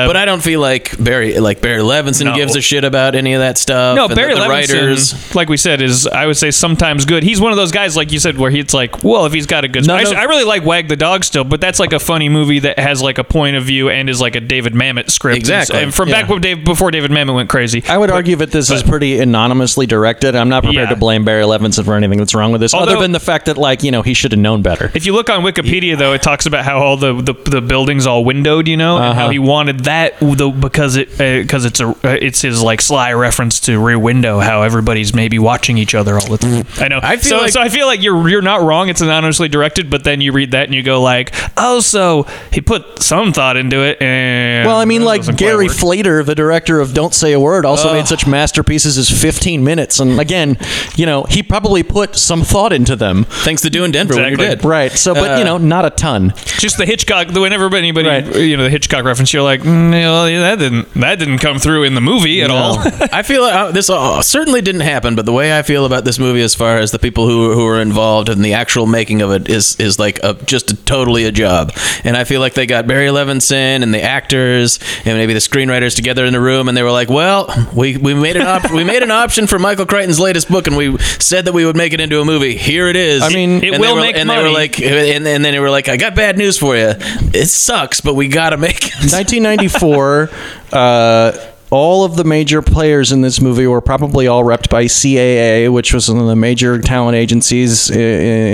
[SPEAKER 2] but I don't feel like Barry like Barry Levinson
[SPEAKER 1] No.
[SPEAKER 2] gives a shit about any of that stuff.
[SPEAKER 1] No,
[SPEAKER 2] and the-
[SPEAKER 1] Barry
[SPEAKER 2] the
[SPEAKER 1] Levinson,
[SPEAKER 2] writers.
[SPEAKER 1] like we said, is I would say sometimes good. He's one of those guys, like you said, where he's like, well, if he's got a good.
[SPEAKER 3] None
[SPEAKER 1] I,
[SPEAKER 3] of-
[SPEAKER 1] I really like Wag the Dog still, but that's like a funny movie that has like a point of view and is like a David Mamet script.
[SPEAKER 2] Exactly.
[SPEAKER 1] And from back
[SPEAKER 3] Yeah.
[SPEAKER 1] when Dave, before David Mamet went crazy.
[SPEAKER 3] I would argue that this is pretty anonymously directed. I'm not prepared
[SPEAKER 1] Yeah.
[SPEAKER 3] to blame Barry Levinson for anything that's wrong with this,
[SPEAKER 1] Although-
[SPEAKER 3] other than the fact that, like, you know, he should have known better.
[SPEAKER 1] If you look on Wikipedia, though, it talks about how all the, the, the buildings all windowed, you know, and
[SPEAKER 3] Uh-huh.
[SPEAKER 1] how he wanted that the, because it because it's a uh, it's his like sly reference to Rear Window, how everybody's maybe watching each other all the time.
[SPEAKER 3] Mm-hmm.
[SPEAKER 1] I know.
[SPEAKER 2] I feel
[SPEAKER 1] so,
[SPEAKER 2] like-
[SPEAKER 1] so I feel like you're you're not wrong. It's anonymously directed, but then you read that and you go like, oh, so he put some thought into it. And
[SPEAKER 3] Well, I mean,
[SPEAKER 1] that
[SPEAKER 3] like
[SPEAKER 1] doesn't quite
[SPEAKER 3] Gary
[SPEAKER 1] work.
[SPEAKER 3] Flater, the director of Don't Say a Word, also made such masterpieces as 15 Minutes. And again, you know, he probably put some thought into them.
[SPEAKER 2] Thanks to doing Denver when
[SPEAKER 1] Exactly.
[SPEAKER 2] you're dead.
[SPEAKER 3] Right. So, but,
[SPEAKER 1] Uh,
[SPEAKER 3] you know, not a ton.
[SPEAKER 1] just the Hitchcock. the- Whenever anybody
[SPEAKER 3] Right.
[SPEAKER 1] you know the Hitchcock reference, you're like, mm, well, yeah, that didn't that didn't come through in the movie at all.
[SPEAKER 2] I feel uh, this uh, certainly didn't happen, but the way I feel about this movie, as far as the people who who are involved in the actual making of it, is is like a, just a, totally a job. And I feel like they got Barry Levinson and the actors and maybe the screenwriters together in a room, and they were like, "Well, we, we made an op- we made an option for Michael Crichton's latest book, and we said that we would make it into a movie. Here it is.
[SPEAKER 3] I mean-
[SPEAKER 1] It
[SPEAKER 2] And they
[SPEAKER 1] will
[SPEAKER 2] were-
[SPEAKER 1] make
[SPEAKER 2] and They
[SPEAKER 1] money.
[SPEAKER 2] were like, and, and then they were like, "I got bad news for you. It sucks, but we gotta make it."
[SPEAKER 3] 1994. uh, all of the major players in this movie were probably all repped by CAA, which was one of the major talent agencies in,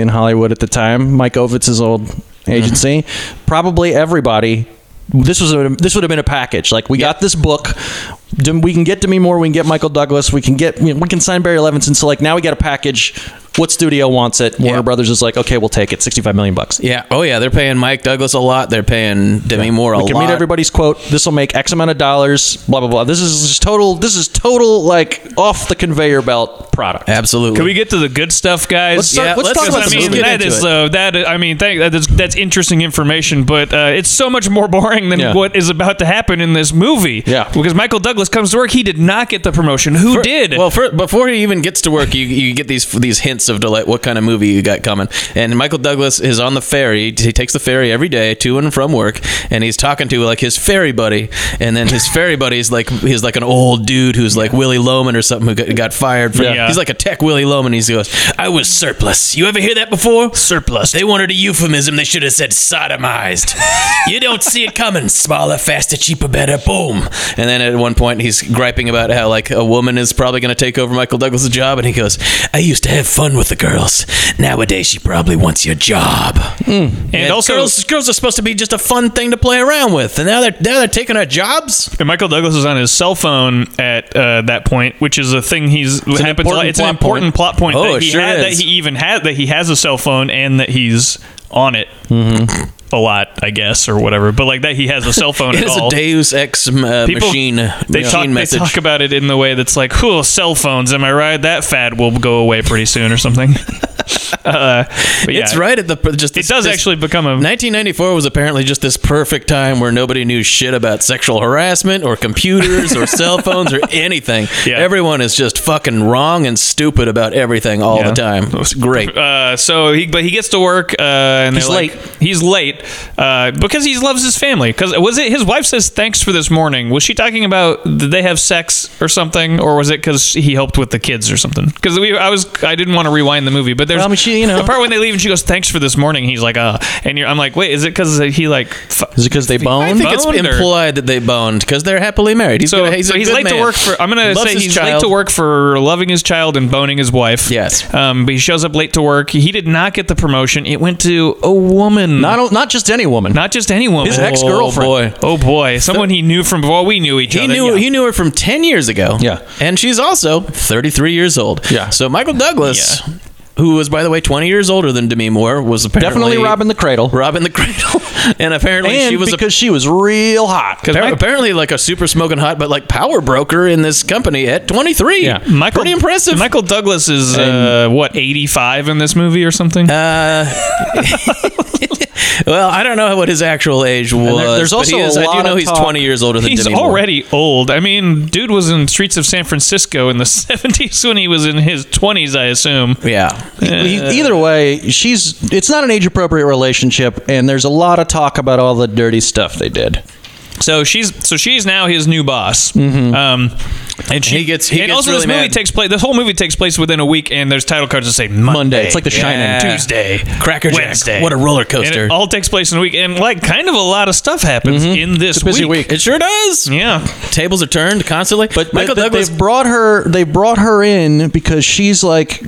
[SPEAKER 3] in Hollywood at the time. Mike Ovitz's old agency. probably everybody. This was a, this would have been a package. Like we got this book. Dem- We can get Demi Moore. We can get Michael Douglas. We can get you know, we can sign Barry Levinson. So like now we got a package. What studio wants it? Warner
[SPEAKER 2] Yeah.
[SPEAKER 3] Brothers is like, okay, we'll take it. Sixty-five million bucks.
[SPEAKER 2] Yeah. Oh, yeah. They're paying Mike Douglas a lot. They're paying Demi Moore a
[SPEAKER 3] we can
[SPEAKER 2] lot.
[SPEAKER 3] meet everybody's quote. This will make X amount of dollars. Blah blah blah. This is just total. This is total like off the conveyor belt product.
[SPEAKER 2] Absolutely.
[SPEAKER 1] Can we get to the good stuff, guys?
[SPEAKER 3] Let's start-
[SPEAKER 2] Yeah,
[SPEAKER 3] let's,
[SPEAKER 2] let's
[SPEAKER 3] talk
[SPEAKER 2] just-
[SPEAKER 3] about
[SPEAKER 1] Because,
[SPEAKER 3] the
[SPEAKER 1] I mean,
[SPEAKER 3] movie.
[SPEAKER 2] get
[SPEAKER 1] that
[SPEAKER 2] into
[SPEAKER 1] is
[SPEAKER 2] it.
[SPEAKER 1] though that I mean, thank that is, that's interesting information, but uh, it's so much more boring than
[SPEAKER 3] Yeah.
[SPEAKER 1] what is about to happen in this movie.
[SPEAKER 3] Yeah.
[SPEAKER 1] because Michael Douglas comes to work, he did not get the promotion. Who did?
[SPEAKER 2] Well, for, before he even gets to work, you, you get these these hints of delight. What kind of movie you got coming? And Michael Douglas is on the ferry. He takes the ferry every day to and from work, and he's talking to like his ferry buddy. And then his ferry buddy's like he's like an old dude who's like Willie Loman or something who got, got fired. From,
[SPEAKER 1] Yeah.
[SPEAKER 2] He's like a tech Willie Loman. He goes, "I was surplus." You ever hear that before? Surplus. They wanted a euphemism. They should have said sodomized. you don't see it coming. Smaller, faster, cheaper, better. Boom. And then at one point, he's griping about how like a woman is probably going to take over Michael Douglas' job, and he goes, "I used to have fun with the girls. Nowadays, she probably wants your job."
[SPEAKER 1] and, Mm.
[SPEAKER 2] And
[SPEAKER 1] also,
[SPEAKER 2] girls, girls are supposed to be just a fun thing to play around with, and now they're now they're taking our jobs.
[SPEAKER 1] and Michael Douglas is on his cell phone at uh, that point, which is a thing he's
[SPEAKER 2] an
[SPEAKER 1] happens. a lot.
[SPEAKER 2] important
[SPEAKER 1] It's an
[SPEAKER 2] plot
[SPEAKER 1] important
[SPEAKER 2] point.
[SPEAKER 1] plot point
[SPEAKER 2] Oh,
[SPEAKER 1] that
[SPEAKER 2] it
[SPEAKER 1] he
[SPEAKER 2] sure
[SPEAKER 1] had,
[SPEAKER 2] is.
[SPEAKER 1] that he even had that he has a cell phone and that he's on it.
[SPEAKER 2] Mm-hmm.
[SPEAKER 1] A lot, I guess, or whatever. But like that, he has a cell phone.
[SPEAKER 2] It
[SPEAKER 1] at
[SPEAKER 2] is
[SPEAKER 1] all.
[SPEAKER 2] a Deus Ex uh,
[SPEAKER 1] People-
[SPEAKER 2] machine.
[SPEAKER 1] They,
[SPEAKER 2] machine
[SPEAKER 1] talk, they
[SPEAKER 2] message.
[SPEAKER 1] talk about it in the way that's like, cool, cell phones, am I right? That fad will go away pretty soon or something. Uh, But yeah,
[SPEAKER 2] It's right at the just.
[SPEAKER 1] It does
[SPEAKER 2] this-
[SPEAKER 1] actually become a
[SPEAKER 2] 1994 was apparently just this perfect time where nobody knew shit about sexual harassment or computers or cell phones or anything.
[SPEAKER 1] Yeah.
[SPEAKER 2] Everyone is just fucking wrong and stupid about everything all
[SPEAKER 1] Yeah.
[SPEAKER 2] the time. It's great.
[SPEAKER 1] Uh, so he, but he gets to work, uh, and he's
[SPEAKER 3] late.
[SPEAKER 1] he's late uh, because he loves his family. Because was it his wife says thanks for this morning? Was she talking about did they have sex or something, or was it because he helped with the kids or something? Because we, I was, I didn't want to rewind the movie, but there's
[SPEAKER 3] Well, I mean, she- you know.
[SPEAKER 1] the part when they leave and she goes thanks for this morning. He's like, uh, and you're, I'm like, wait, is it because he like? F-
[SPEAKER 3] Is it because they
[SPEAKER 2] I
[SPEAKER 3] boned?
[SPEAKER 2] think it's
[SPEAKER 1] boned or-
[SPEAKER 2] implied that they boned because they're happily married. He's
[SPEAKER 1] so,
[SPEAKER 2] gonna- he's,
[SPEAKER 1] so
[SPEAKER 2] a
[SPEAKER 1] he's
[SPEAKER 2] good
[SPEAKER 1] late to
[SPEAKER 2] man.
[SPEAKER 1] work for. I'm gonna
[SPEAKER 2] Loves
[SPEAKER 1] say
[SPEAKER 2] his
[SPEAKER 1] he's late
[SPEAKER 2] child.
[SPEAKER 1] to work for loving his child and boning his wife.
[SPEAKER 2] Yes.
[SPEAKER 1] Um, but he shows up late to work. He did not get the promotion. It went to a woman.
[SPEAKER 3] Not not just any woman.
[SPEAKER 1] Not just any woman.
[SPEAKER 3] His ex- ex-girlfriend.
[SPEAKER 2] Oh, boy.
[SPEAKER 1] Oh boy, someone he knew from before we knew each
[SPEAKER 2] He
[SPEAKER 1] other.
[SPEAKER 2] knew
[SPEAKER 1] Yeah.
[SPEAKER 2] he knew her from ten years ago.
[SPEAKER 3] Yeah.
[SPEAKER 2] and she's also thirty three years old.
[SPEAKER 3] Yeah.
[SPEAKER 2] So Michael Douglas,
[SPEAKER 1] Yeah.
[SPEAKER 2] who was by the way twenty years older than Demi Moore, was apparently
[SPEAKER 3] Definitely robbing the cradle.
[SPEAKER 2] robbing the cradle, and apparently
[SPEAKER 3] and
[SPEAKER 2] she was a-
[SPEAKER 3] because she was real hot.
[SPEAKER 2] appar-
[SPEAKER 1] Mike-
[SPEAKER 2] apparently like a super smoking hot but like power broker in this company at twenty three.
[SPEAKER 3] Yeah.
[SPEAKER 1] Michael,
[SPEAKER 2] pretty impressive.
[SPEAKER 1] Michael Douglas is uh, what eighty five in this movie or something.
[SPEAKER 2] Uh, well, I don't know what his actual age was.
[SPEAKER 3] there's
[SPEAKER 2] but he
[SPEAKER 3] also
[SPEAKER 2] is-
[SPEAKER 3] a
[SPEAKER 2] I
[SPEAKER 3] lot
[SPEAKER 2] do know
[SPEAKER 3] of
[SPEAKER 2] he's
[SPEAKER 3] talk-
[SPEAKER 2] twenty years older than
[SPEAKER 1] He's
[SPEAKER 2] Demi Moore.
[SPEAKER 1] already old. I mean, dude was in streets of San Francisco in the seventies when he was in his twenties, I assume.
[SPEAKER 2] Yeah,
[SPEAKER 3] E- Either way, she's it's not an age appropriate relationship, and there's a lot of talk about all the dirty stuff they did.
[SPEAKER 1] So she's so she's now his new boss. Um, and she
[SPEAKER 2] Mm-hmm. He gets- he
[SPEAKER 1] and
[SPEAKER 2] gets
[SPEAKER 1] also this
[SPEAKER 2] really
[SPEAKER 1] movie
[SPEAKER 2] mad.
[SPEAKER 1] takes place. This whole movie takes place within a week, and there's title cards that say Monday.
[SPEAKER 3] Monday. It's like The Shining.
[SPEAKER 1] Tuesday,
[SPEAKER 2] Cracker Jack.
[SPEAKER 1] Wednesday.
[SPEAKER 2] What a roller
[SPEAKER 1] And
[SPEAKER 2] coaster! Mm-hmm.
[SPEAKER 1] it all takes place in a week, and like kind of a lot of stuff happens in this
[SPEAKER 3] busy
[SPEAKER 1] week.
[SPEAKER 2] it sure does.
[SPEAKER 1] Yeah,
[SPEAKER 2] Tables are turned constantly.
[SPEAKER 3] But
[SPEAKER 2] Michael
[SPEAKER 3] Michael they,
[SPEAKER 2] Douglas
[SPEAKER 3] they brought her they brought her in because she's like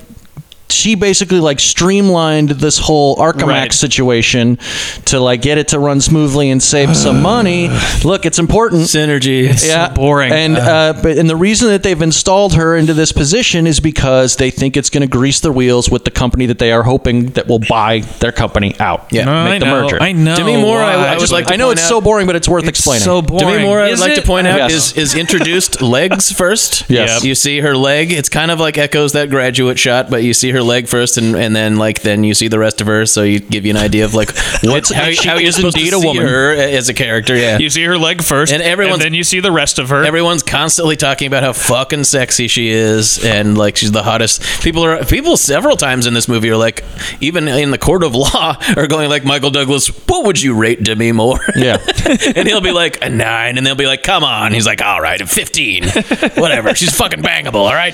[SPEAKER 3] she basically like streamlined this whole Arkham
[SPEAKER 1] Right.
[SPEAKER 3] Act situation to like get it to run smoothly and save some money. Look, it's important.
[SPEAKER 2] synergy.
[SPEAKER 3] yeah,
[SPEAKER 1] boring.
[SPEAKER 3] And uh, but and the reason that they've installed her into this position is because they think it's going to grease their wheels with the company that they are hoping that will buy their company out.
[SPEAKER 2] Yeah.
[SPEAKER 1] I
[SPEAKER 3] make the
[SPEAKER 1] know,
[SPEAKER 3] merger.
[SPEAKER 1] I know.
[SPEAKER 2] Demi Moore, I-
[SPEAKER 1] why.
[SPEAKER 2] I would
[SPEAKER 1] Just-
[SPEAKER 2] like to
[SPEAKER 3] I know
[SPEAKER 2] point
[SPEAKER 3] it's
[SPEAKER 2] out-
[SPEAKER 3] so boring, but it's worth
[SPEAKER 1] It's
[SPEAKER 3] explaining.
[SPEAKER 1] so boring.
[SPEAKER 2] Demi Moore, I'd
[SPEAKER 1] Is
[SPEAKER 2] like to
[SPEAKER 1] it?
[SPEAKER 2] point out,
[SPEAKER 3] Yes.
[SPEAKER 2] is, is introduced legs first.
[SPEAKER 3] Yes. Yep.
[SPEAKER 2] You see her leg. It's kind of like echoes that graduate shot, but you see her leg first, and, and then like then you see the rest of her. So you give you an idea of like what how,
[SPEAKER 3] she
[SPEAKER 2] how you're
[SPEAKER 3] is
[SPEAKER 2] supposed
[SPEAKER 3] indeed
[SPEAKER 2] to
[SPEAKER 3] a
[SPEAKER 2] see
[SPEAKER 3] woman.
[SPEAKER 2] her as a character. Yeah.
[SPEAKER 1] You see her leg first,
[SPEAKER 2] And
[SPEAKER 1] and
[SPEAKER 2] everyone's-
[SPEAKER 1] everyone. Then you see the rest of her.
[SPEAKER 2] Everyone's constantly talking about how fucking sexy she is, and like she's the hottest. People are people several times in this movie are like, even in the court of law, are going like Michael Douglas. What would you rate Demi Moore?
[SPEAKER 3] Yeah.
[SPEAKER 2] and he'll be like a nine, and they'll be like, come on. He's like, all right, a fifteen, whatever. She's fucking bangable, all right.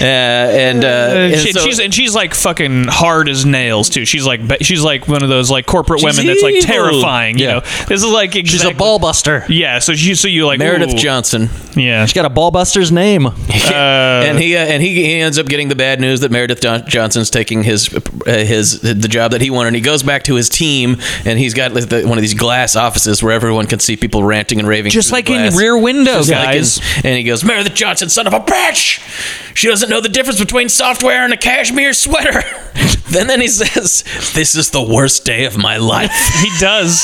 [SPEAKER 2] Uh, and uh, and
[SPEAKER 1] Shit,
[SPEAKER 2] so-
[SPEAKER 1] she's and she's like fucking hard as nails too. She's like ba- she's like one of those like corporate
[SPEAKER 2] She's
[SPEAKER 1] women that's like
[SPEAKER 2] evil.
[SPEAKER 1] terrifying. You
[SPEAKER 3] Yeah.
[SPEAKER 1] know, this is like exactly,
[SPEAKER 3] She's a ball buster.
[SPEAKER 1] Yeah, so she so you like
[SPEAKER 2] Meredith
[SPEAKER 1] ooh,
[SPEAKER 2] Johnson,
[SPEAKER 1] Yeah,
[SPEAKER 3] She's got a ball buster's name.
[SPEAKER 2] and he uh, and he, he ends up getting the bad news that Meredith John- Johnson's taking his uh, his the job that he wanted. And he goes back to his team, and he's got like the, one of these glass offices where everyone can see people ranting and raving,
[SPEAKER 1] Just
[SPEAKER 2] through
[SPEAKER 1] like
[SPEAKER 2] the
[SPEAKER 1] in
[SPEAKER 2] glass.
[SPEAKER 1] Rear Window,
[SPEAKER 2] like in-
[SPEAKER 1] guys.
[SPEAKER 2] and he goes, Meredith Johnson, son of a bitch! She doesn't know the difference between software and a cashmere sweater. then then he says, "This is the worst day of my life."
[SPEAKER 1] he does.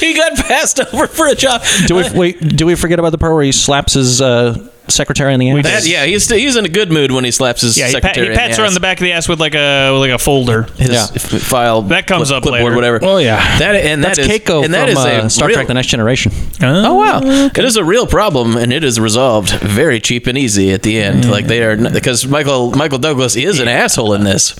[SPEAKER 2] he got passed over for a job. Uh,
[SPEAKER 3] Do we wait? Do we forget about the part where he slaps his uh, secretary in the ass?
[SPEAKER 2] That- yeah, he's he's in a good mood when he slaps his
[SPEAKER 1] Yeah, he, pat,
[SPEAKER 2] secretary.
[SPEAKER 1] he pats
[SPEAKER 2] in
[SPEAKER 1] her on
[SPEAKER 2] ass.
[SPEAKER 1] the back of the ass with like a with like a folder.
[SPEAKER 2] his
[SPEAKER 3] Yeah.
[SPEAKER 2] f- file
[SPEAKER 1] That comes up later.
[SPEAKER 2] whatever.
[SPEAKER 3] Oh, yeah.
[SPEAKER 2] that and
[SPEAKER 3] That's
[SPEAKER 2] that is-
[SPEAKER 3] Keiko
[SPEAKER 2] and that
[SPEAKER 3] from
[SPEAKER 2] is
[SPEAKER 3] uh,
[SPEAKER 2] a
[SPEAKER 3] Star
[SPEAKER 2] real-
[SPEAKER 3] Trek: The Mm-hmm. Next Generation.
[SPEAKER 2] Oh wow, it is a real problem, and it is resolved very cheap and easy at the end. Like they are because Michael Michael Douglas is an asshole in this.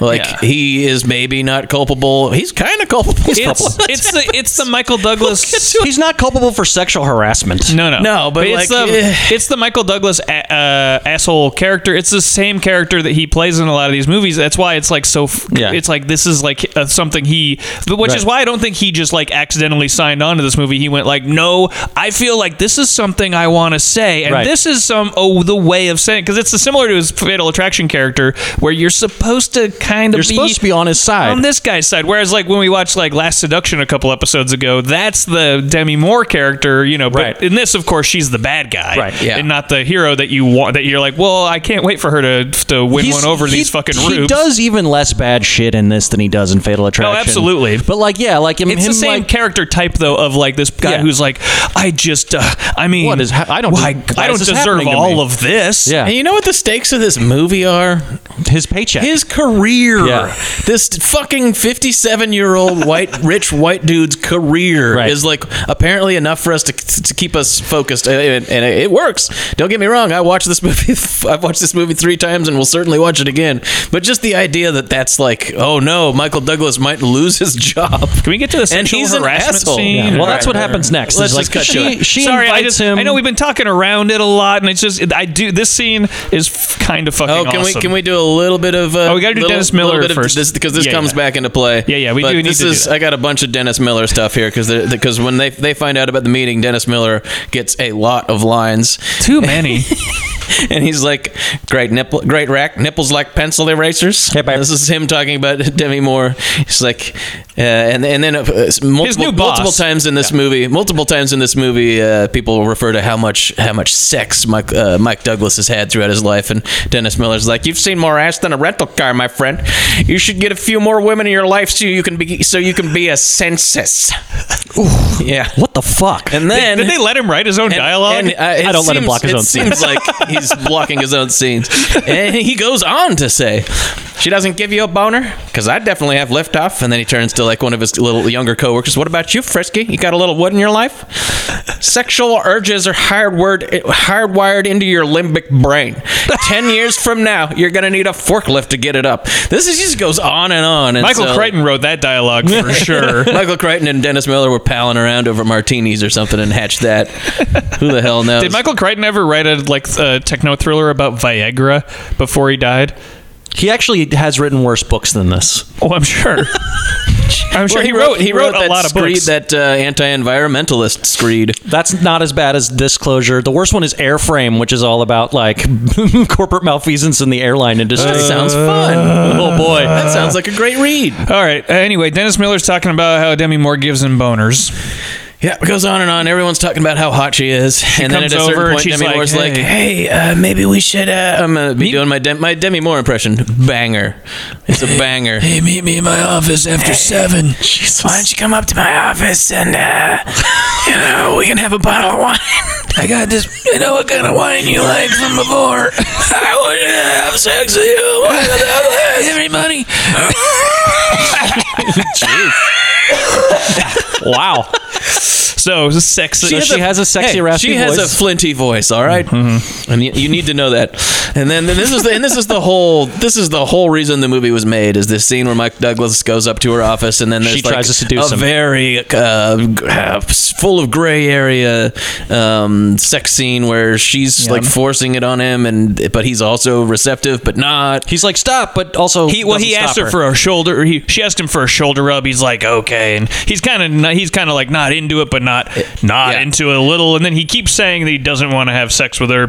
[SPEAKER 2] Like
[SPEAKER 1] Yeah.
[SPEAKER 2] he is maybe not culpable. He's kind of culpable.
[SPEAKER 1] It's, it's the it's the Michael Douglas
[SPEAKER 3] He's not culpable for sexual harassment.
[SPEAKER 1] No, no,
[SPEAKER 2] No, but
[SPEAKER 1] it's
[SPEAKER 2] like,
[SPEAKER 1] the
[SPEAKER 2] eh.
[SPEAKER 1] it's the Michael Douglas a, uh, asshole character. It's the same character that he plays in a lot of these movies. That's why it's like so. F-
[SPEAKER 3] Yeah.
[SPEAKER 1] it's like this is like uh, something he, but which is
[SPEAKER 3] Right.
[SPEAKER 1] why I don't think he just like accidentally signed on to this movie. He went like, no, I feel like this is something I want to say, and
[SPEAKER 3] Right.
[SPEAKER 1] this is some oh the way of saying because it's similar to his Fatal Attraction character where you're supposed to kind of
[SPEAKER 3] You're supposed to be on his side.
[SPEAKER 1] on this guy's side. Whereas, like when we watched like Last Seduction a couple episodes ago, that's the Demi Moore character, you know. But
[SPEAKER 3] Right.
[SPEAKER 1] in this, of course, she's the bad guy,
[SPEAKER 3] Right,
[SPEAKER 2] yeah.
[SPEAKER 1] and not the hero that you want. That you're like, well, I can't wait for her to to win
[SPEAKER 3] He's-
[SPEAKER 1] one over
[SPEAKER 3] he-
[SPEAKER 1] these fucking
[SPEAKER 3] He
[SPEAKER 1] rubes.
[SPEAKER 3] does even less bad shit in this than he does in Fatal Attraction.
[SPEAKER 1] absolutely.
[SPEAKER 3] But like, yeah, like him,
[SPEAKER 1] It's
[SPEAKER 3] him
[SPEAKER 1] the same
[SPEAKER 3] like,
[SPEAKER 1] character type, though, of like this guy
[SPEAKER 3] Yeah.
[SPEAKER 1] who's like, I just, uh, I mean,
[SPEAKER 3] What is ha- I don't
[SPEAKER 1] why,
[SPEAKER 3] de- why
[SPEAKER 1] I don't
[SPEAKER 3] is this
[SPEAKER 1] deserve
[SPEAKER 3] happening to
[SPEAKER 1] all
[SPEAKER 3] me?
[SPEAKER 1] of this.
[SPEAKER 3] Yeah.
[SPEAKER 2] And you know what the stakes of this movie are?
[SPEAKER 3] His his paycheck.
[SPEAKER 2] his career.
[SPEAKER 3] Yeah.
[SPEAKER 2] This fucking 57 year old white, rich white dude's career
[SPEAKER 3] Right.
[SPEAKER 2] is like apparently enough for us to, to keep us focused. And, and it works. Don't get me wrong. I watched this movie. I've watched this movie three times and will certainly watch it again. But just the idea that that's like, oh no, Michael Douglas might lose his job.
[SPEAKER 1] Can we get to the
[SPEAKER 2] And
[SPEAKER 1] sexual
[SPEAKER 2] he's an
[SPEAKER 1] harassment
[SPEAKER 2] asshole.
[SPEAKER 1] scene?
[SPEAKER 2] Yeah.
[SPEAKER 1] Or-
[SPEAKER 3] well, that's what happens next.
[SPEAKER 2] Let's
[SPEAKER 3] is like
[SPEAKER 2] just cut to
[SPEAKER 3] she,
[SPEAKER 2] it.
[SPEAKER 3] she
[SPEAKER 1] Sorry, I
[SPEAKER 3] invites
[SPEAKER 1] just,
[SPEAKER 3] him.
[SPEAKER 1] I know we've been talking around it a lot, and it's just I do. This scene is f- kind of fucking.
[SPEAKER 2] Oh, can we
[SPEAKER 1] awesome.
[SPEAKER 2] can we do a little bit of? Uh,
[SPEAKER 1] Oh, we gotta do
[SPEAKER 2] little-
[SPEAKER 1] Dennis Miller
[SPEAKER 2] little bit of
[SPEAKER 1] first.
[SPEAKER 2] this because this
[SPEAKER 1] Yeah,
[SPEAKER 2] comes
[SPEAKER 1] yeah.
[SPEAKER 2] back into play.
[SPEAKER 1] Yeah, yeah, we
[SPEAKER 2] But
[SPEAKER 1] do need
[SPEAKER 2] this
[SPEAKER 1] to do
[SPEAKER 2] is,
[SPEAKER 1] that.
[SPEAKER 2] I got a bunch of Dennis Miller stuff here because because when they they find out about the meeting, Dennis Miller gets a lot of lines,
[SPEAKER 1] Too many.
[SPEAKER 2] and he's like, "Great nipple, great rack, nipples like pencil erasers."
[SPEAKER 3] Hey, babe.
[SPEAKER 2] this is him talking about Demi Moore. He's like, uh, and and then uh, multiple,
[SPEAKER 1] new boss.
[SPEAKER 2] multiple times in this movie, multiple times in this movie, uh, people refer to how much how much sex Mike uh, Mike Douglas has had throughout his life, and Dennis Miller's like, "You've seen more ass than a rental car, my friend. You should get a few more women in your life so you can be so you can be a census." Yeah,
[SPEAKER 3] what the fuck?
[SPEAKER 2] and then
[SPEAKER 1] Did they let him write his own
[SPEAKER 2] and-
[SPEAKER 1] dialogue?
[SPEAKER 2] and, uh, it
[SPEAKER 3] I don't let him
[SPEAKER 2] seems-
[SPEAKER 3] block his
[SPEAKER 2] it
[SPEAKER 3] own
[SPEAKER 2] seems like he's blocking his own scenes. And he goes on to say, "She doesn't give you a boner because I definitely have left off." And then he turns to like one of his little younger coworkers. What about you, Frisky? You got a little wood in your life? Sexual urges are hardwired hardwired into your limbic brain. Ten years from now, you're gonna need a forklift to get it up. This is, just goes on and on. And
[SPEAKER 1] Michael
[SPEAKER 2] so-
[SPEAKER 1] Crichton wrote that dialogue for sure.
[SPEAKER 2] Michael Crichton and Dennis Miller were palling around over martinis or something and hatched that. Who the hell knows?
[SPEAKER 1] Did Michael Crichton ever write a like a techno thriller about Viagra before he died?
[SPEAKER 3] He actually has written worse books than this.
[SPEAKER 1] Oh, I'm sure. I'm sure
[SPEAKER 2] Well,
[SPEAKER 1] he wrote. He wrote, a
[SPEAKER 2] that
[SPEAKER 1] lot of
[SPEAKER 2] screed,
[SPEAKER 1] books.
[SPEAKER 2] That uh, anti-environmentalist screed.
[SPEAKER 3] That's not as bad as Disclosure. The worst one is Airframe, which is all about like corporate malfeasance in the airline industry.
[SPEAKER 2] That
[SPEAKER 1] Uh.
[SPEAKER 2] sounds fun.
[SPEAKER 3] oh boy.
[SPEAKER 2] That sounds like a great read.
[SPEAKER 1] All right. uh, anyway, Dennis Miller's talking about how Demi Moore gives him boners.
[SPEAKER 2] Yeah, it goes on and on. Everyone's talking about how hot she is, and then
[SPEAKER 1] comes
[SPEAKER 2] at a
[SPEAKER 1] over
[SPEAKER 2] certain
[SPEAKER 1] and
[SPEAKER 2] point,
[SPEAKER 1] she's
[SPEAKER 2] Demi
[SPEAKER 1] like,
[SPEAKER 2] Moore's like, "Hey, uh, maybe we should." Uh, I'm gonna be doing my Dem- my Demi Moore impression. Banger. It's a banger. Hey, meet me in my office after seven. Why don't you come up to my office and uh, you know we can have a bottle of wine. I got this. You know what kind of wine you like from before. I wouldn't have sex with you. Everybody.
[SPEAKER 3] Wow.
[SPEAKER 1] So sexy.
[SPEAKER 3] So she has a sexy,
[SPEAKER 2] Hey,
[SPEAKER 3] raspy
[SPEAKER 2] she has
[SPEAKER 3] voice. Mm-hmm.
[SPEAKER 2] a flinty voice all right? and you, you need to know that and then, then this is the, and this is the whole this is the whole reason the movie was made is this scene where mike douglas goes up to her office and then there's
[SPEAKER 3] She
[SPEAKER 2] like
[SPEAKER 3] tries to seduce
[SPEAKER 2] a
[SPEAKER 3] him.
[SPEAKER 2] very uh, uh, full of gray area um, sex scene where she's like forcing it on him and but he's also receptive but not
[SPEAKER 3] He's like, stop, but also
[SPEAKER 1] He, well,
[SPEAKER 3] doesn't
[SPEAKER 1] he
[SPEAKER 3] stop
[SPEAKER 1] asked her, for a shoulder. He, she asked him for a shoulder rub. He's like, okay, and he's kind of he's kind of like not into it, but not not
[SPEAKER 2] yeah.
[SPEAKER 1] into it a little. And then he keeps saying that he doesn't want to have sex with her,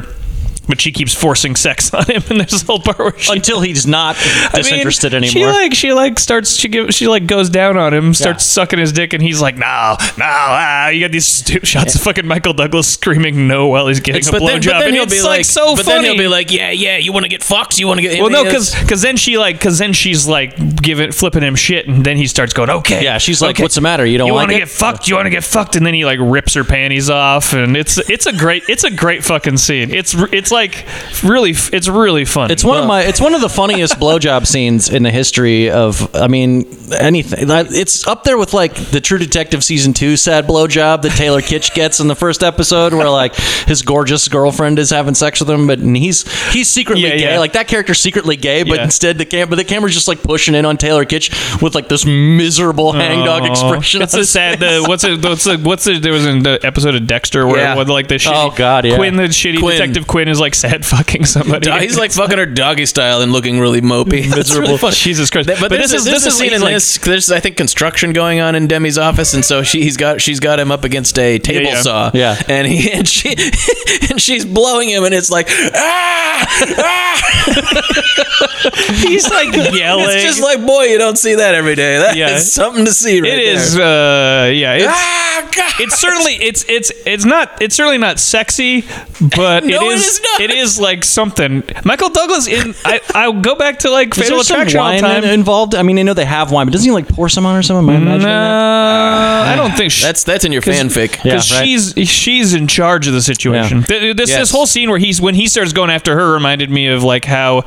[SPEAKER 1] but she keeps forcing sex on him. And there's this whole part
[SPEAKER 2] Oh,
[SPEAKER 1] where she,
[SPEAKER 3] until he's not
[SPEAKER 1] I mean,
[SPEAKER 3] disinterested
[SPEAKER 1] She
[SPEAKER 3] anymore.
[SPEAKER 1] like she like starts she give, she like goes down on him, starts sucking his dick, and he's like, no, no, ah. you got these stu- shots of fucking Michael Douglas screaming no while he's getting a
[SPEAKER 2] but then,
[SPEAKER 1] blowjob,
[SPEAKER 2] but then
[SPEAKER 1] and
[SPEAKER 2] he'll
[SPEAKER 1] it's
[SPEAKER 2] be
[SPEAKER 1] like,
[SPEAKER 2] like
[SPEAKER 1] so
[SPEAKER 2] but
[SPEAKER 1] funny.
[SPEAKER 2] then he'll be like yeah yeah you want to get fucked you want to get
[SPEAKER 1] Well, no, because then she like because then she's like giving flipping him shit, and then he starts going okay.
[SPEAKER 3] yeah, she's like,
[SPEAKER 1] okay.
[SPEAKER 3] what's the matter? You don't
[SPEAKER 1] You
[SPEAKER 3] like
[SPEAKER 1] want to
[SPEAKER 3] it?
[SPEAKER 1] get fucked? You want to get fucked? And then he like rips her panties off, and it's it's a great it's a great fucking scene. It's r- it's like really f- it's really fun.
[SPEAKER 3] It's one of my. It's one of the funniest blowjob scenes in the history of. I mean, anything. Like, It's up there with like the True Detective season two sad blowjob that Taylor Kitsch gets in the first episode, where like his gorgeous girlfriend is having sex with him, but and he's he's secretly
[SPEAKER 1] Yeah,
[SPEAKER 3] gay.
[SPEAKER 1] yeah.
[SPEAKER 3] Like that character's secretly gay, but
[SPEAKER 1] Yeah.
[SPEAKER 3] instead the cam, but the camera's just like pushing in on Taylor Kitsch with like this miserable hangdog
[SPEAKER 1] Aw.
[SPEAKER 3] expression.
[SPEAKER 1] It's
[SPEAKER 3] on
[SPEAKER 1] a
[SPEAKER 3] his
[SPEAKER 1] sad.
[SPEAKER 3] face.
[SPEAKER 1] The, what's it? What's the? What's the? There was in the episode of Dexter where
[SPEAKER 2] Yeah.
[SPEAKER 1] it was like the shitty.
[SPEAKER 3] Oh, God, yeah.
[SPEAKER 1] Quinn, the shitty
[SPEAKER 2] Quinn.
[SPEAKER 1] detective Quinn, is like sad fucking somebody.
[SPEAKER 2] Dog- he's like fucking her doggy style and looking really mopey. That's really
[SPEAKER 1] Miserable.
[SPEAKER 2] funny.
[SPEAKER 1] Jesus Christ.
[SPEAKER 2] Th- But, this, is this is
[SPEAKER 1] when
[SPEAKER 2] seen in
[SPEAKER 1] he's, like-
[SPEAKER 2] this. There's I think construction going on in Demi's office, and so she he's got she's got him up against a table
[SPEAKER 1] yeah.
[SPEAKER 2] saw.
[SPEAKER 3] Yeah.
[SPEAKER 2] and he and she and she's blowing him, and it's like ah, ah!
[SPEAKER 1] he's like yelling.
[SPEAKER 2] it's just like boy, you don't see that every day. That is
[SPEAKER 1] Yeah.
[SPEAKER 2] something to see. Right
[SPEAKER 1] it is.
[SPEAKER 2] there.
[SPEAKER 1] Uh, yeah. It's,
[SPEAKER 2] Ah,
[SPEAKER 1] it's certainly it's it's it's not it's certainly not sexy, but
[SPEAKER 2] No,
[SPEAKER 1] it
[SPEAKER 2] it
[SPEAKER 1] is
[SPEAKER 2] is not.
[SPEAKER 1] it is like something. Michael Douglas in I I'll go back to like
[SPEAKER 3] Is
[SPEAKER 1] Fatal
[SPEAKER 3] there some
[SPEAKER 1] Attraction all the
[SPEAKER 3] wine
[SPEAKER 1] time.
[SPEAKER 3] in- involved? I mean, I know they have wine, but doesn't he like pour some on her? Some? Am I imagining
[SPEAKER 1] no,
[SPEAKER 3] that?
[SPEAKER 1] I don't think she,
[SPEAKER 2] Ah. That's that's in your fanfic.
[SPEAKER 3] Yeah.
[SPEAKER 1] because
[SPEAKER 3] right.
[SPEAKER 1] she's she's in charge of the situation.
[SPEAKER 3] Yeah.
[SPEAKER 1] Th- This this
[SPEAKER 2] Yes.
[SPEAKER 1] whole scene where he's when he starts going after her reminded me of like how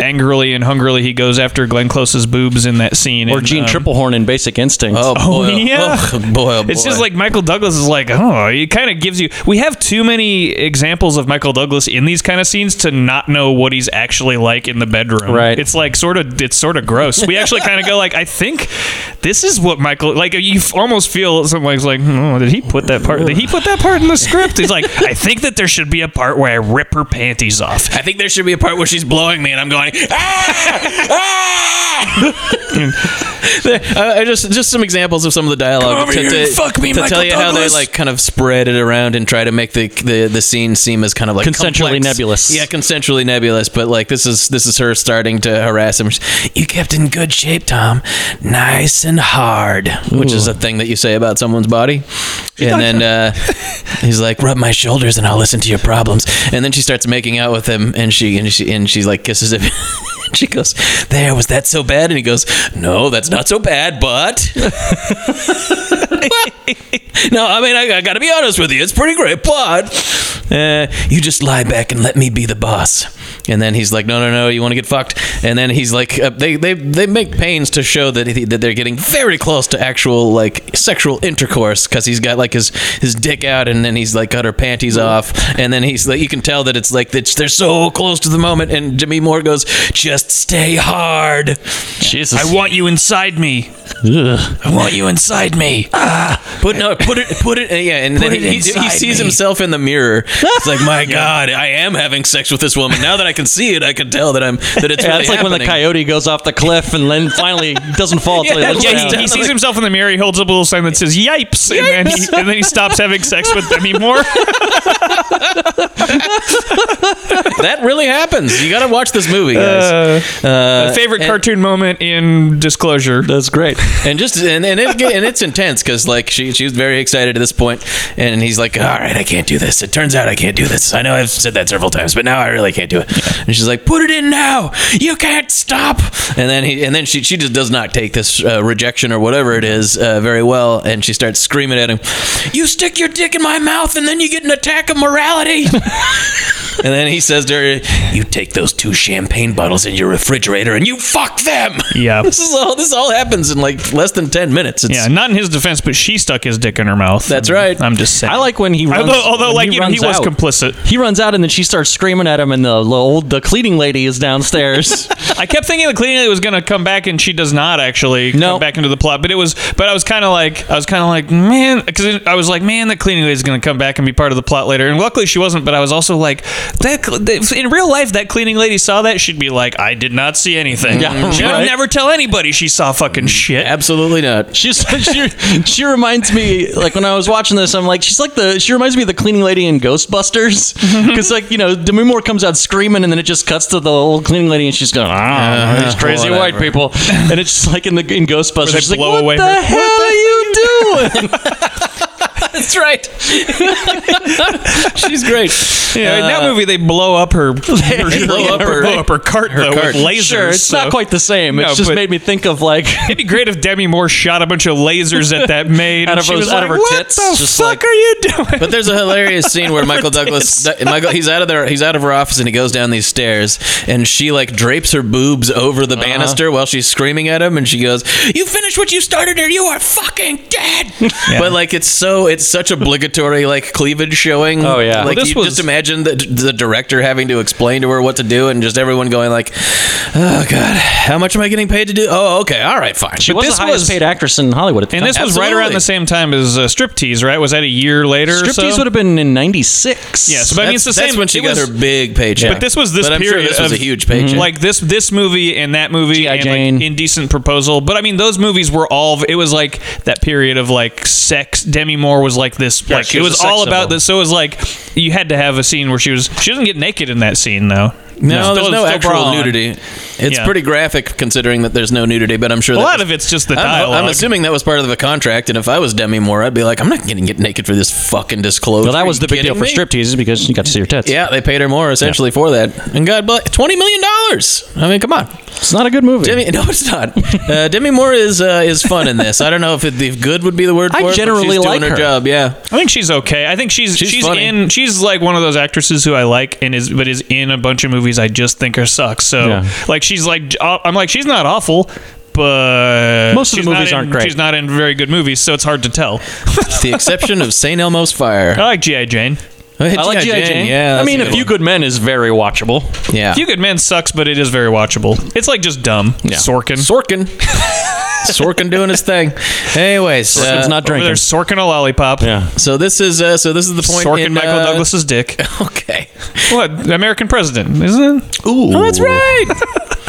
[SPEAKER 1] angrily and hungrily he goes after Glenn Close's boobs in that scene.
[SPEAKER 3] Or
[SPEAKER 1] in,
[SPEAKER 3] Gene
[SPEAKER 1] um,
[SPEAKER 3] Triplehorn in Basic Instinct.
[SPEAKER 2] Oh boy!
[SPEAKER 1] Oh, yeah.
[SPEAKER 2] Oh, boy! oh,
[SPEAKER 1] It's
[SPEAKER 2] boy.
[SPEAKER 1] just like Michael Douglas is like, oh, he kind of gives you. We have too many examples of Michael Douglas in these kind of scenes to not know what he's actually like in the bedroom.
[SPEAKER 3] Right.
[SPEAKER 1] It's like sort of, it's sort of gross. We actually kind of go like, I think this is what Michael like. You f- almost feel something's like, oh, did he put that part? Did he put that part in the script? He's like, I think that there should be a part where I rip her panties off.
[SPEAKER 2] I think there should be a part where she's blowing me and I'm going. "Ah! Ah!" I I uh, just just some examples of some of the dialogue
[SPEAKER 1] Come over here and fuck me,
[SPEAKER 2] to
[SPEAKER 1] Michael
[SPEAKER 2] tell you how they
[SPEAKER 1] Douglas.
[SPEAKER 2] like kind of spread it around and try to make the the, the scene seem as kind of like
[SPEAKER 3] Consensually
[SPEAKER 2] complex.
[SPEAKER 3] nebulous.
[SPEAKER 2] Yeah, consensually nebulous. But like this is this is her starting to harass him. She's, You kept in good shape, Tom. Nice and hard, which is a thing that you say about someone's body. and then uh, he's like, "Rub my shoulders and I'll listen to your problems." And then she starts making out with him, and she and she and she like kisses him. she goes, "There was that so bad?" And he goes, "No, that's not so bad, but." no, I mean, I, I got to be honest with you. It's pretty great, but uh, you just lie back and let me be the boss. And then he's like, no, no, no, you want to get fucked. And then he's like, uh, they, they, they make pains to show that he, that they're getting very close to actual like sexual intercourse because he's got like his his dick out and then he's like got her panties off and then he's like, you can tell that it's like that they're so close to the moment. And Jimmy Moore goes, just stay hard.
[SPEAKER 3] Jesus.
[SPEAKER 1] I want you inside me.
[SPEAKER 2] I want you inside me. put no, put it, put it. Yeah, and then
[SPEAKER 1] it
[SPEAKER 2] he, he,
[SPEAKER 1] inside
[SPEAKER 2] he sees
[SPEAKER 1] me.
[SPEAKER 2] himself in the mirror. It's like, my God, I am having sex with this woman. Now that I can see it, I can tell that I'm that it's.
[SPEAKER 3] yeah,
[SPEAKER 2] really
[SPEAKER 3] it's like when the
[SPEAKER 2] happening.
[SPEAKER 3] coyote goes off the cliff and then finally doesn't fall until he looks
[SPEAKER 1] Yeah,
[SPEAKER 3] down.
[SPEAKER 1] he, he sees himself in the mirror. He holds up a little sign that says "Yipes," and then he, and then he stops having sex with Demi Moore.
[SPEAKER 2] that really happens. You got to watch this movie, guys. Uh,
[SPEAKER 1] My favorite
[SPEAKER 2] and-
[SPEAKER 1] cartoon moment in Disclosure.
[SPEAKER 3] Uh, That's great.
[SPEAKER 2] and just and and, it, and it's intense because like she she was very excited at this point, and he's like, "All right, I can't do this." It turns out I can't do this. I know I've said that several times, but now I really can't do it. And she's like, "Put it in now. You can't stop." And then he and then she she just does not take this uh, rejection or whatever it is uh, very well, and she starts screaming at him, "You stick your dick in my mouth, and then you get an attack of morality." And then he says to her, "You take those two champagne bottles in your refrigerator and you fuck them."
[SPEAKER 1] Yeah.
[SPEAKER 2] this is all. This all happens in like less than ten minutes. It's,
[SPEAKER 1] Yeah, not in his defense, but she stuck his dick in her mouth. Mm,
[SPEAKER 2] That's right.
[SPEAKER 1] I'm just saying.
[SPEAKER 3] I like when he runs.
[SPEAKER 1] although, although
[SPEAKER 3] when
[SPEAKER 1] like you know, he
[SPEAKER 3] runs
[SPEAKER 1] was
[SPEAKER 3] out.
[SPEAKER 1] complicit.
[SPEAKER 3] He runs out and then she starts screaming at him, and the the old the cleaning lady is downstairs.
[SPEAKER 1] I kept thinking the cleaning lady was gonna come back, and she does not actually
[SPEAKER 3] No.
[SPEAKER 1] come back into the plot. But it was, but I was kind of like, I was kind of like, man, because I was like, man, the cleaning lady's gonna come back and be part of the plot later. And luckily, she wasn't. But I was also like, that cl- that- in real life, that cleaning lady saw that, she'd be like, I did not see anything.
[SPEAKER 3] Yeah,
[SPEAKER 1] she
[SPEAKER 3] right.
[SPEAKER 1] would never tell anybody she saw fucking shit.
[SPEAKER 2] absolutely not.
[SPEAKER 3] She's she, she reminds me like when I was watching this, I'm like she's like the she reminds me of the cleaning lady in Ghostbusters because like you know Demi Moore comes out screaming and then it just cuts to the old cleaning lady and she's going ah these crazy white people and it's just like in the in Ghostbusters
[SPEAKER 1] they
[SPEAKER 3] she's like
[SPEAKER 1] blow
[SPEAKER 3] what
[SPEAKER 1] away
[SPEAKER 3] the
[SPEAKER 1] her-
[SPEAKER 3] hell are you doing
[SPEAKER 2] That's right. She's great.
[SPEAKER 1] Yeah, in that movie Uh, they blow up her, her,
[SPEAKER 2] blow up her-
[SPEAKER 1] blow up her cart though,
[SPEAKER 2] cart.
[SPEAKER 1] with lasers.
[SPEAKER 3] sure it's
[SPEAKER 1] so-
[SPEAKER 3] not quite the same
[SPEAKER 1] No,
[SPEAKER 3] it's just
[SPEAKER 1] but-
[SPEAKER 3] made me think of like
[SPEAKER 1] It'd be great if Demi Moore shot a bunch of lasers at that maid
[SPEAKER 3] Out
[SPEAKER 1] and
[SPEAKER 3] of
[SPEAKER 1] she
[SPEAKER 3] her-
[SPEAKER 1] was
[SPEAKER 3] out of
[SPEAKER 1] like,
[SPEAKER 3] her
[SPEAKER 1] "What
[SPEAKER 3] tits,
[SPEAKER 1] the
[SPEAKER 3] just
[SPEAKER 1] fuck
[SPEAKER 3] like-
[SPEAKER 1] are you doing?"
[SPEAKER 2] But there's a hilarious scene where Michael Douglas, that- Michael, he's out of there, he's out of her office, and he goes down these stairs, and she like drapes her boobs over
[SPEAKER 1] Uh-huh.
[SPEAKER 2] the banister while she's screaming at him, and she goes, "You finished what you started, or you are fucking dead." But like, it's so, it's such obligatory like cleavage showing.
[SPEAKER 3] Oh, yeah.
[SPEAKER 2] like
[SPEAKER 1] Well, this
[SPEAKER 2] you
[SPEAKER 1] was-
[SPEAKER 2] just imagine the, the director having to explain to her what to do, and just everyone going like, "Oh God, how much am I getting paid to do?" Oh, okay, all right, fine.
[SPEAKER 3] she was
[SPEAKER 1] this
[SPEAKER 3] the highest
[SPEAKER 1] was-
[SPEAKER 3] paid actress in Hollywood at the
[SPEAKER 1] And
[SPEAKER 3] time.
[SPEAKER 1] this was right around
[SPEAKER 2] Absolutely.
[SPEAKER 1] the same time as uh, Striptease, right? Was that a year later? or so?
[SPEAKER 3] Striptease would have been in '96.
[SPEAKER 1] Yeah, so but I mean, it's the
[SPEAKER 2] That's- that's
[SPEAKER 1] same.
[SPEAKER 2] when she
[SPEAKER 1] it
[SPEAKER 2] got
[SPEAKER 1] was-
[SPEAKER 2] her big paycheck.
[SPEAKER 1] But this was this
[SPEAKER 2] But I'm sure
[SPEAKER 1] period.
[SPEAKER 2] this was
[SPEAKER 1] of- Mhm.
[SPEAKER 2] a huge paycheck.
[SPEAKER 1] Like this this movie and that movie
[SPEAKER 3] G.I.
[SPEAKER 1] and
[SPEAKER 3] Jane.
[SPEAKER 1] like Indecent Proposal. But I mean, those movies were all. It was like that period of like sex. Demi Moore was like this.
[SPEAKER 3] Yeah,
[SPEAKER 1] like
[SPEAKER 3] she
[SPEAKER 1] it
[SPEAKER 3] was
[SPEAKER 1] was
[SPEAKER 3] a sex
[SPEAKER 1] all about
[SPEAKER 3] symbol.
[SPEAKER 1] this. So it was like you had to have a scene where she was. She doesn't get naked in that scene though.
[SPEAKER 2] No, there's
[SPEAKER 1] Still-
[SPEAKER 2] no
[SPEAKER 1] still bra
[SPEAKER 2] actual
[SPEAKER 1] on.
[SPEAKER 2] nudity. It's
[SPEAKER 1] Yeah.
[SPEAKER 2] pretty graphic considering that there's no nudity, but I'm sure
[SPEAKER 1] A
[SPEAKER 2] that
[SPEAKER 1] lot
[SPEAKER 2] was-
[SPEAKER 1] of it's just the
[SPEAKER 2] I'm,
[SPEAKER 1] dialogue.
[SPEAKER 2] I'm assuming that was part of the contract, and if I was Demi Moore, I'd be like, I'm not going to get naked for this fucking disclosure.
[SPEAKER 3] Well, that
[SPEAKER 2] Are
[SPEAKER 3] was
[SPEAKER 2] you
[SPEAKER 3] the big deal
[SPEAKER 2] kidding
[SPEAKER 3] for
[SPEAKER 2] me?
[SPEAKER 3] stripteases because you got to see her tits.
[SPEAKER 2] Yeah, they paid her more essentially for that, and God bless, twenty million dollars. I mean, come on,
[SPEAKER 3] It's not a good movie.
[SPEAKER 2] Demi. No, it's not. Uh, Demi Moore is uh, is fun in this. I don't know if, it, if good would be the word. For
[SPEAKER 3] I
[SPEAKER 2] it, but
[SPEAKER 3] generally
[SPEAKER 2] she's
[SPEAKER 3] like
[SPEAKER 2] doing her.
[SPEAKER 3] her.
[SPEAKER 2] job. Yeah,
[SPEAKER 1] I think she's okay. I think she's
[SPEAKER 2] She's
[SPEAKER 1] she's,
[SPEAKER 2] funny.
[SPEAKER 1] in she's like one of those actresses who I like and is but is in a bunch of movies I just think her sucks. So
[SPEAKER 3] Yeah.
[SPEAKER 1] like she's like I'm like she's not awful, but
[SPEAKER 3] Most of the
[SPEAKER 1] she's not
[SPEAKER 3] movies
[SPEAKER 1] in-
[SPEAKER 3] aren't great.
[SPEAKER 1] She's not in very good movies, so it's hard to tell.
[SPEAKER 2] with the exception of Saint Elmo's Fire.
[SPEAKER 1] I like GI Jane.
[SPEAKER 3] I like G.I. Jane.
[SPEAKER 2] Yeah,
[SPEAKER 3] I
[SPEAKER 2] that's
[SPEAKER 3] mean,
[SPEAKER 2] a
[SPEAKER 3] A
[SPEAKER 2] good
[SPEAKER 3] Few
[SPEAKER 2] one.
[SPEAKER 3] Good Men is very watchable.
[SPEAKER 2] Yeah,
[SPEAKER 1] Few Good Men sucks, but it is very watchable. It's like just dumb. Sorkin.
[SPEAKER 2] Sorkin. Sorkin doing his thing. Anyways, uh,
[SPEAKER 3] Sorkin's not
[SPEAKER 1] Over
[SPEAKER 3] drinking.
[SPEAKER 1] there, Sorkin a lollipop.
[SPEAKER 3] Yeah.
[SPEAKER 2] so this is uh, so this is the point.
[SPEAKER 1] Sorkin
[SPEAKER 2] in,
[SPEAKER 1] Michael
[SPEAKER 2] uh,
[SPEAKER 1] Douglas's dick.
[SPEAKER 2] Okay.
[SPEAKER 1] What? The American president, isn't it?
[SPEAKER 2] Ooh. Oh, that's right.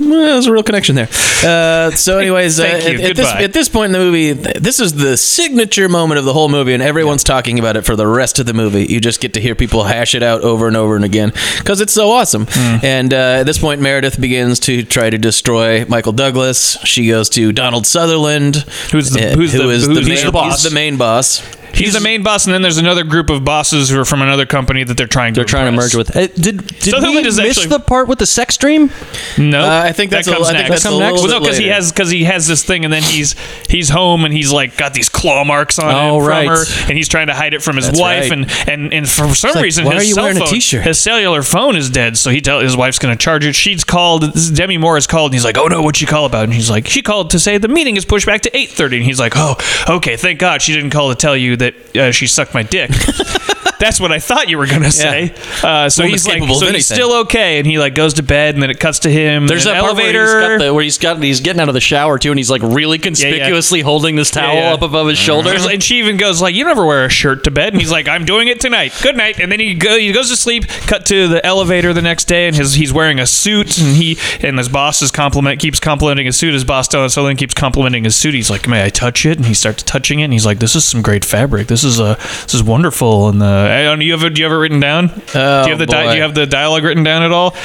[SPEAKER 2] Well, there's a real connection there. Uh, so, anyways, uh,
[SPEAKER 1] Thank you.
[SPEAKER 2] At, at this,
[SPEAKER 1] Goodbye.
[SPEAKER 2] at this point in the movie, th- this is the signature moment of the whole movie, and everyone's talking about it for the rest of the movie. You just get to hear people hash it out over and over and again because it's so awesome.
[SPEAKER 1] Mm.
[SPEAKER 2] And uh, at this point, Meredith begins to try to destroy Michael Douglas. She goes to Donald Sutherland,
[SPEAKER 1] Who's the-
[SPEAKER 2] uh,
[SPEAKER 1] who's
[SPEAKER 2] who
[SPEAKER 1] the-
[SPEAKER 2] is
[SPEAKER 1] who's the
[SPEAKER 2] main,
[SPEAKER 1] boss?
[SPEAKER 2] He's the main boss.
[SPEAKER 1] He's, the main boss, and then there's another group of bosses who are from another company that they're trying
[SPEAKER 3] They're
[SPEAKER 1] to
[SPEAKER 3] trying to
[SPEAKER 1] impress.
[SPEAKER 3] merge with. Uh, did did
[SPEAKER 1] Sutherland
[SPEAKER 3] we
[SPEAKER 1] is
[SPEAKER 3] miss
[SPEAKER 1] actually-
[SPEAKER 3] the part with the sex dream?
[SPEAKER 1] No,
[SPEAKER 2] Uh, I think that's
[SPEAKER 1] that
[SPEAKER 2] a-
[SPEAKER 1] comes
[SPEAKER 2] I think
[SPEAKER 1] next.
[SPEAKER 2] that's a That comes little next?
[SPEAKER 1] Well, no, because he
[SPEAKER 2] later.
[SPEAKER 1] has because he has this thing, and then he's he's home, and he's like got these claw marks on
[SPEAKER 3] Oh,
[SPEAKER 1] him
[SPEAKER 3] right.
[SPEAKER 1] from her, and he's trying to hide it from his
[SPEAKER 2] That's
[SPEAKER 1] wife,
[SPEAKER 2] right.
[SPEAKER 1] and, and and for some
[SPEAKER 2] like,
[SPEAKER 1] reason
[SPEAKER 2] why
[SPEAKER 1] his
[SPEAKER 2] are you
[SPEAKER 1] cell
[SPEAKER 2] wearing a
[SPEAKER 1] phone,
[SPEAKER 2] t-shirt?
[SPEAKER 1] his cellular phone is dead, so he tell his wife's gonna charge it. She's called Demi Moore is called, and he's like, oh no, what'd she call about? And he's like, she called to say the meeting is pushed back to eight thirty, and he's like, oh okay, thank God she didn't call to tell you that uh, she sucked my dick. That's what I thought you were gonna say. Uh, so
[SPEAKER 2] Woman's
[SPEAKER 1] he's like,
[SPEAKER 2] capable of
[SPEAKER 1] so he's
[SPEAKER 2] anything.
[SPEAKER 1] still okay, and he like goes to bed, and then it cuts to him.
[SPEAKER 3] There's
[SPEAKER 1] in
[SPEAKER 3] that
[SPEAKER 1] an elevator.
[SPEAKER 3] elevator where he's, got the, where he's got he's getting out of the shower too, and he's like really conspicuously holding this towel
[SPEAKER 1] yeah. Uh-huh.
[SPEAKER 3] up above his shoulder.
[SPEAKER 1] There's- and she even goes like, "You never wear a shirt to bed," and he's like, "I'm doing it tonight. Good night." And then he go, he goes to sleep. Cut to the elevator the next day, and his he's wearing a suit, and he and his boss is compliment keeps complimenting his suit. His boss Don Sutherland keeps complimenting his suit. He's like, "May I touch it?" And he starts touching it, and he's like, "This is some great fabric. This is a this is wonderful." And uh, I don't know, you have it- do you have it written down? do you have the di-
[SPEAKER 2] boy.
[SPEAKER 1] do you have the dialogue written down at all?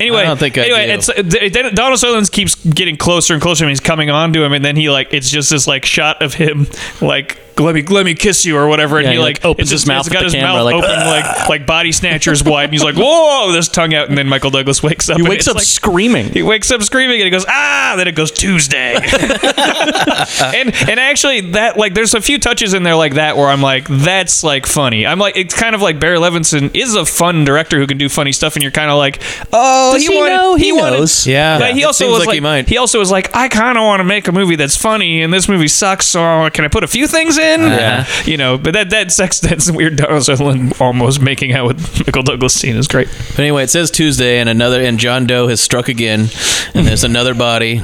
[SPEAKER 1] Anyway,
[SPEAKER 2] I don't think I
[SPEAKER 1] anyway,
[SPEAKER 2] do.
[SPEAKER 1] it's uh, th- then Donald Sutherland keeps getting closer and closer, and he's coming on to him, and then he like it's just this like shot of him like let me let me kiss you or whatever, and
[SPEAKER 3] Yeah,
[SPEAKER 1] he
[SPEAKER 3] he,
[SPEAKER 1] like,
[SPEAKER 3] like, opens
[SPEAKER 1] it's
[SPEAKER 3] his
[SPEAKER 1] just-
[SPEAKER 3] mouth
[SPEAKER 1] it's
[SPEAKER 3] at
[SPEAKER 1] got
[SPEAKER 3] the
[SPEAKER 1] his
[SPEAKER 3] camera,
[SPEAKER 1] mouth
[SPEAKER 3] like,
[SPEAKER 1] open, like like body snatchers wide, and he's like whoa, this tongue out, and then Michael Douglas wakes up.
[SPEAKER 3] he
[SPEAKER 1] and
[SPEAKER 3] wakes
[SPEAKER 1] it's
[SPEAKER 3] up
[SPEAKER 1] like-
[SPEAKER 3] screaming.
[SPEAKER 1] he wakes up screaming and he goes ah then it goes tuesday and and actually that like there's a few touches in there like that where i'm like that's like funny i'm like it's kind of like barry levinson is a fun director who can do funny stuff and you're kind of like oh
[SPEAKER 3] Does he
[SPEAKER 1] wanted-
[SPEAKER 3] know? He
[SPEAKER 1] wanted-
[SPEAKER 3] knows.
[SPEAKER 2] Yeah.
[SPEAKER 1] but he
[SPEAKER 2] It
[SPEAKER 1] also
[SPEAKER 2] seems
[SPEAKER 1] was
[SPEAKER 2] like
[SPEAKER 1] like,
[SPEAKER 2] he might.
[SPEAKER 1] he also was like i kind of want to make a movie that's funny and this movie sucks so can i put a few things in you know but that that sex that's weird donald sutherland almost making out with michael douglas scene is great
[SPEAKER 2] But anyway, it says Tuesday, and another, and John Doe has struck again, and there's another body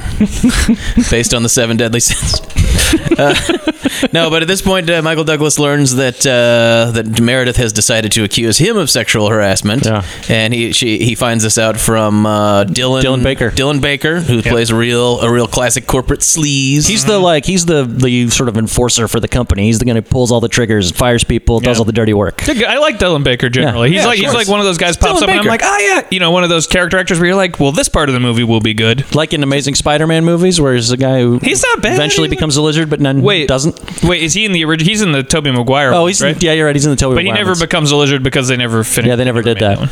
[SPEAKER 2] based on the seven deadly sins. Uh, no, but at this point, uh, Michael Douglas learns that uh, that Meredith has decided to accuse him of sexual harassment,
[SPEAKER 3] Yeah.
[SPEAKER 2] and he she, he finds this out from uh, Dylan
[SPEAKER 3] Dylan Baker.
[SPEAKER 2] Dylan Baker, who plays a real a real classic corporate sleaze.
[SPEAKER 3] He's the like he's the the sort of enforcer for the company. He's the guy who pulls all the triggers, fires people, does
[SPEAKER 1] Yeah.
[SPEAKER 3] all the dirty work.
[SPEAKER 1] Yeah, I like Dylan Baker generally.
[SPEAKER 3] Yeah.
[SPEAKER 1] He's
[SPEAKER 3] Yeah,
[SPEAKER 1] like
[SPEAKER 3] of
[SPEAKER 1] he's
[SPEAKER 3] course.
[SPEAKER 1] like one of those guys pops
[SPEAKER 2] Dylan
[SPEAKER 1] up and I'm
[SPEAKER 2] Baker.
[SPEAKER 1] like, ah, yeah, you know, one of those character actors where you're like, well, this part of the movie will be good.
[SPEAKER 3] Like in Amazing Spider-Man movies, where he's the guy who
[SPEAKER 1] He's not bad.
[SPEAKER 3] eventually becomes a lizard, but then
[SPEAKER 1] Wait,
[SPEAKER 3] doesn't.
[SPEAKER 1] Wait, is he in the original? He's in the Toby Maguire.
[SPEAKER 3] Oh,
[SPEAKER 1] one,
[SPEAKER 3] he's
[SPEAKER 1] right?
[SPEAKER 3] yeah, you're right. He's in the Toby.
[SPEAKER 1] But he never
[SPEAKER 3] Requirements.
[SPEAKER 1] becomes a lizard because they never finished.
[SPEAKER 3] Yeah, they never did
[SPEAKER 1] made
[SPEAKER 3] that.
[SPEAKER 1] one.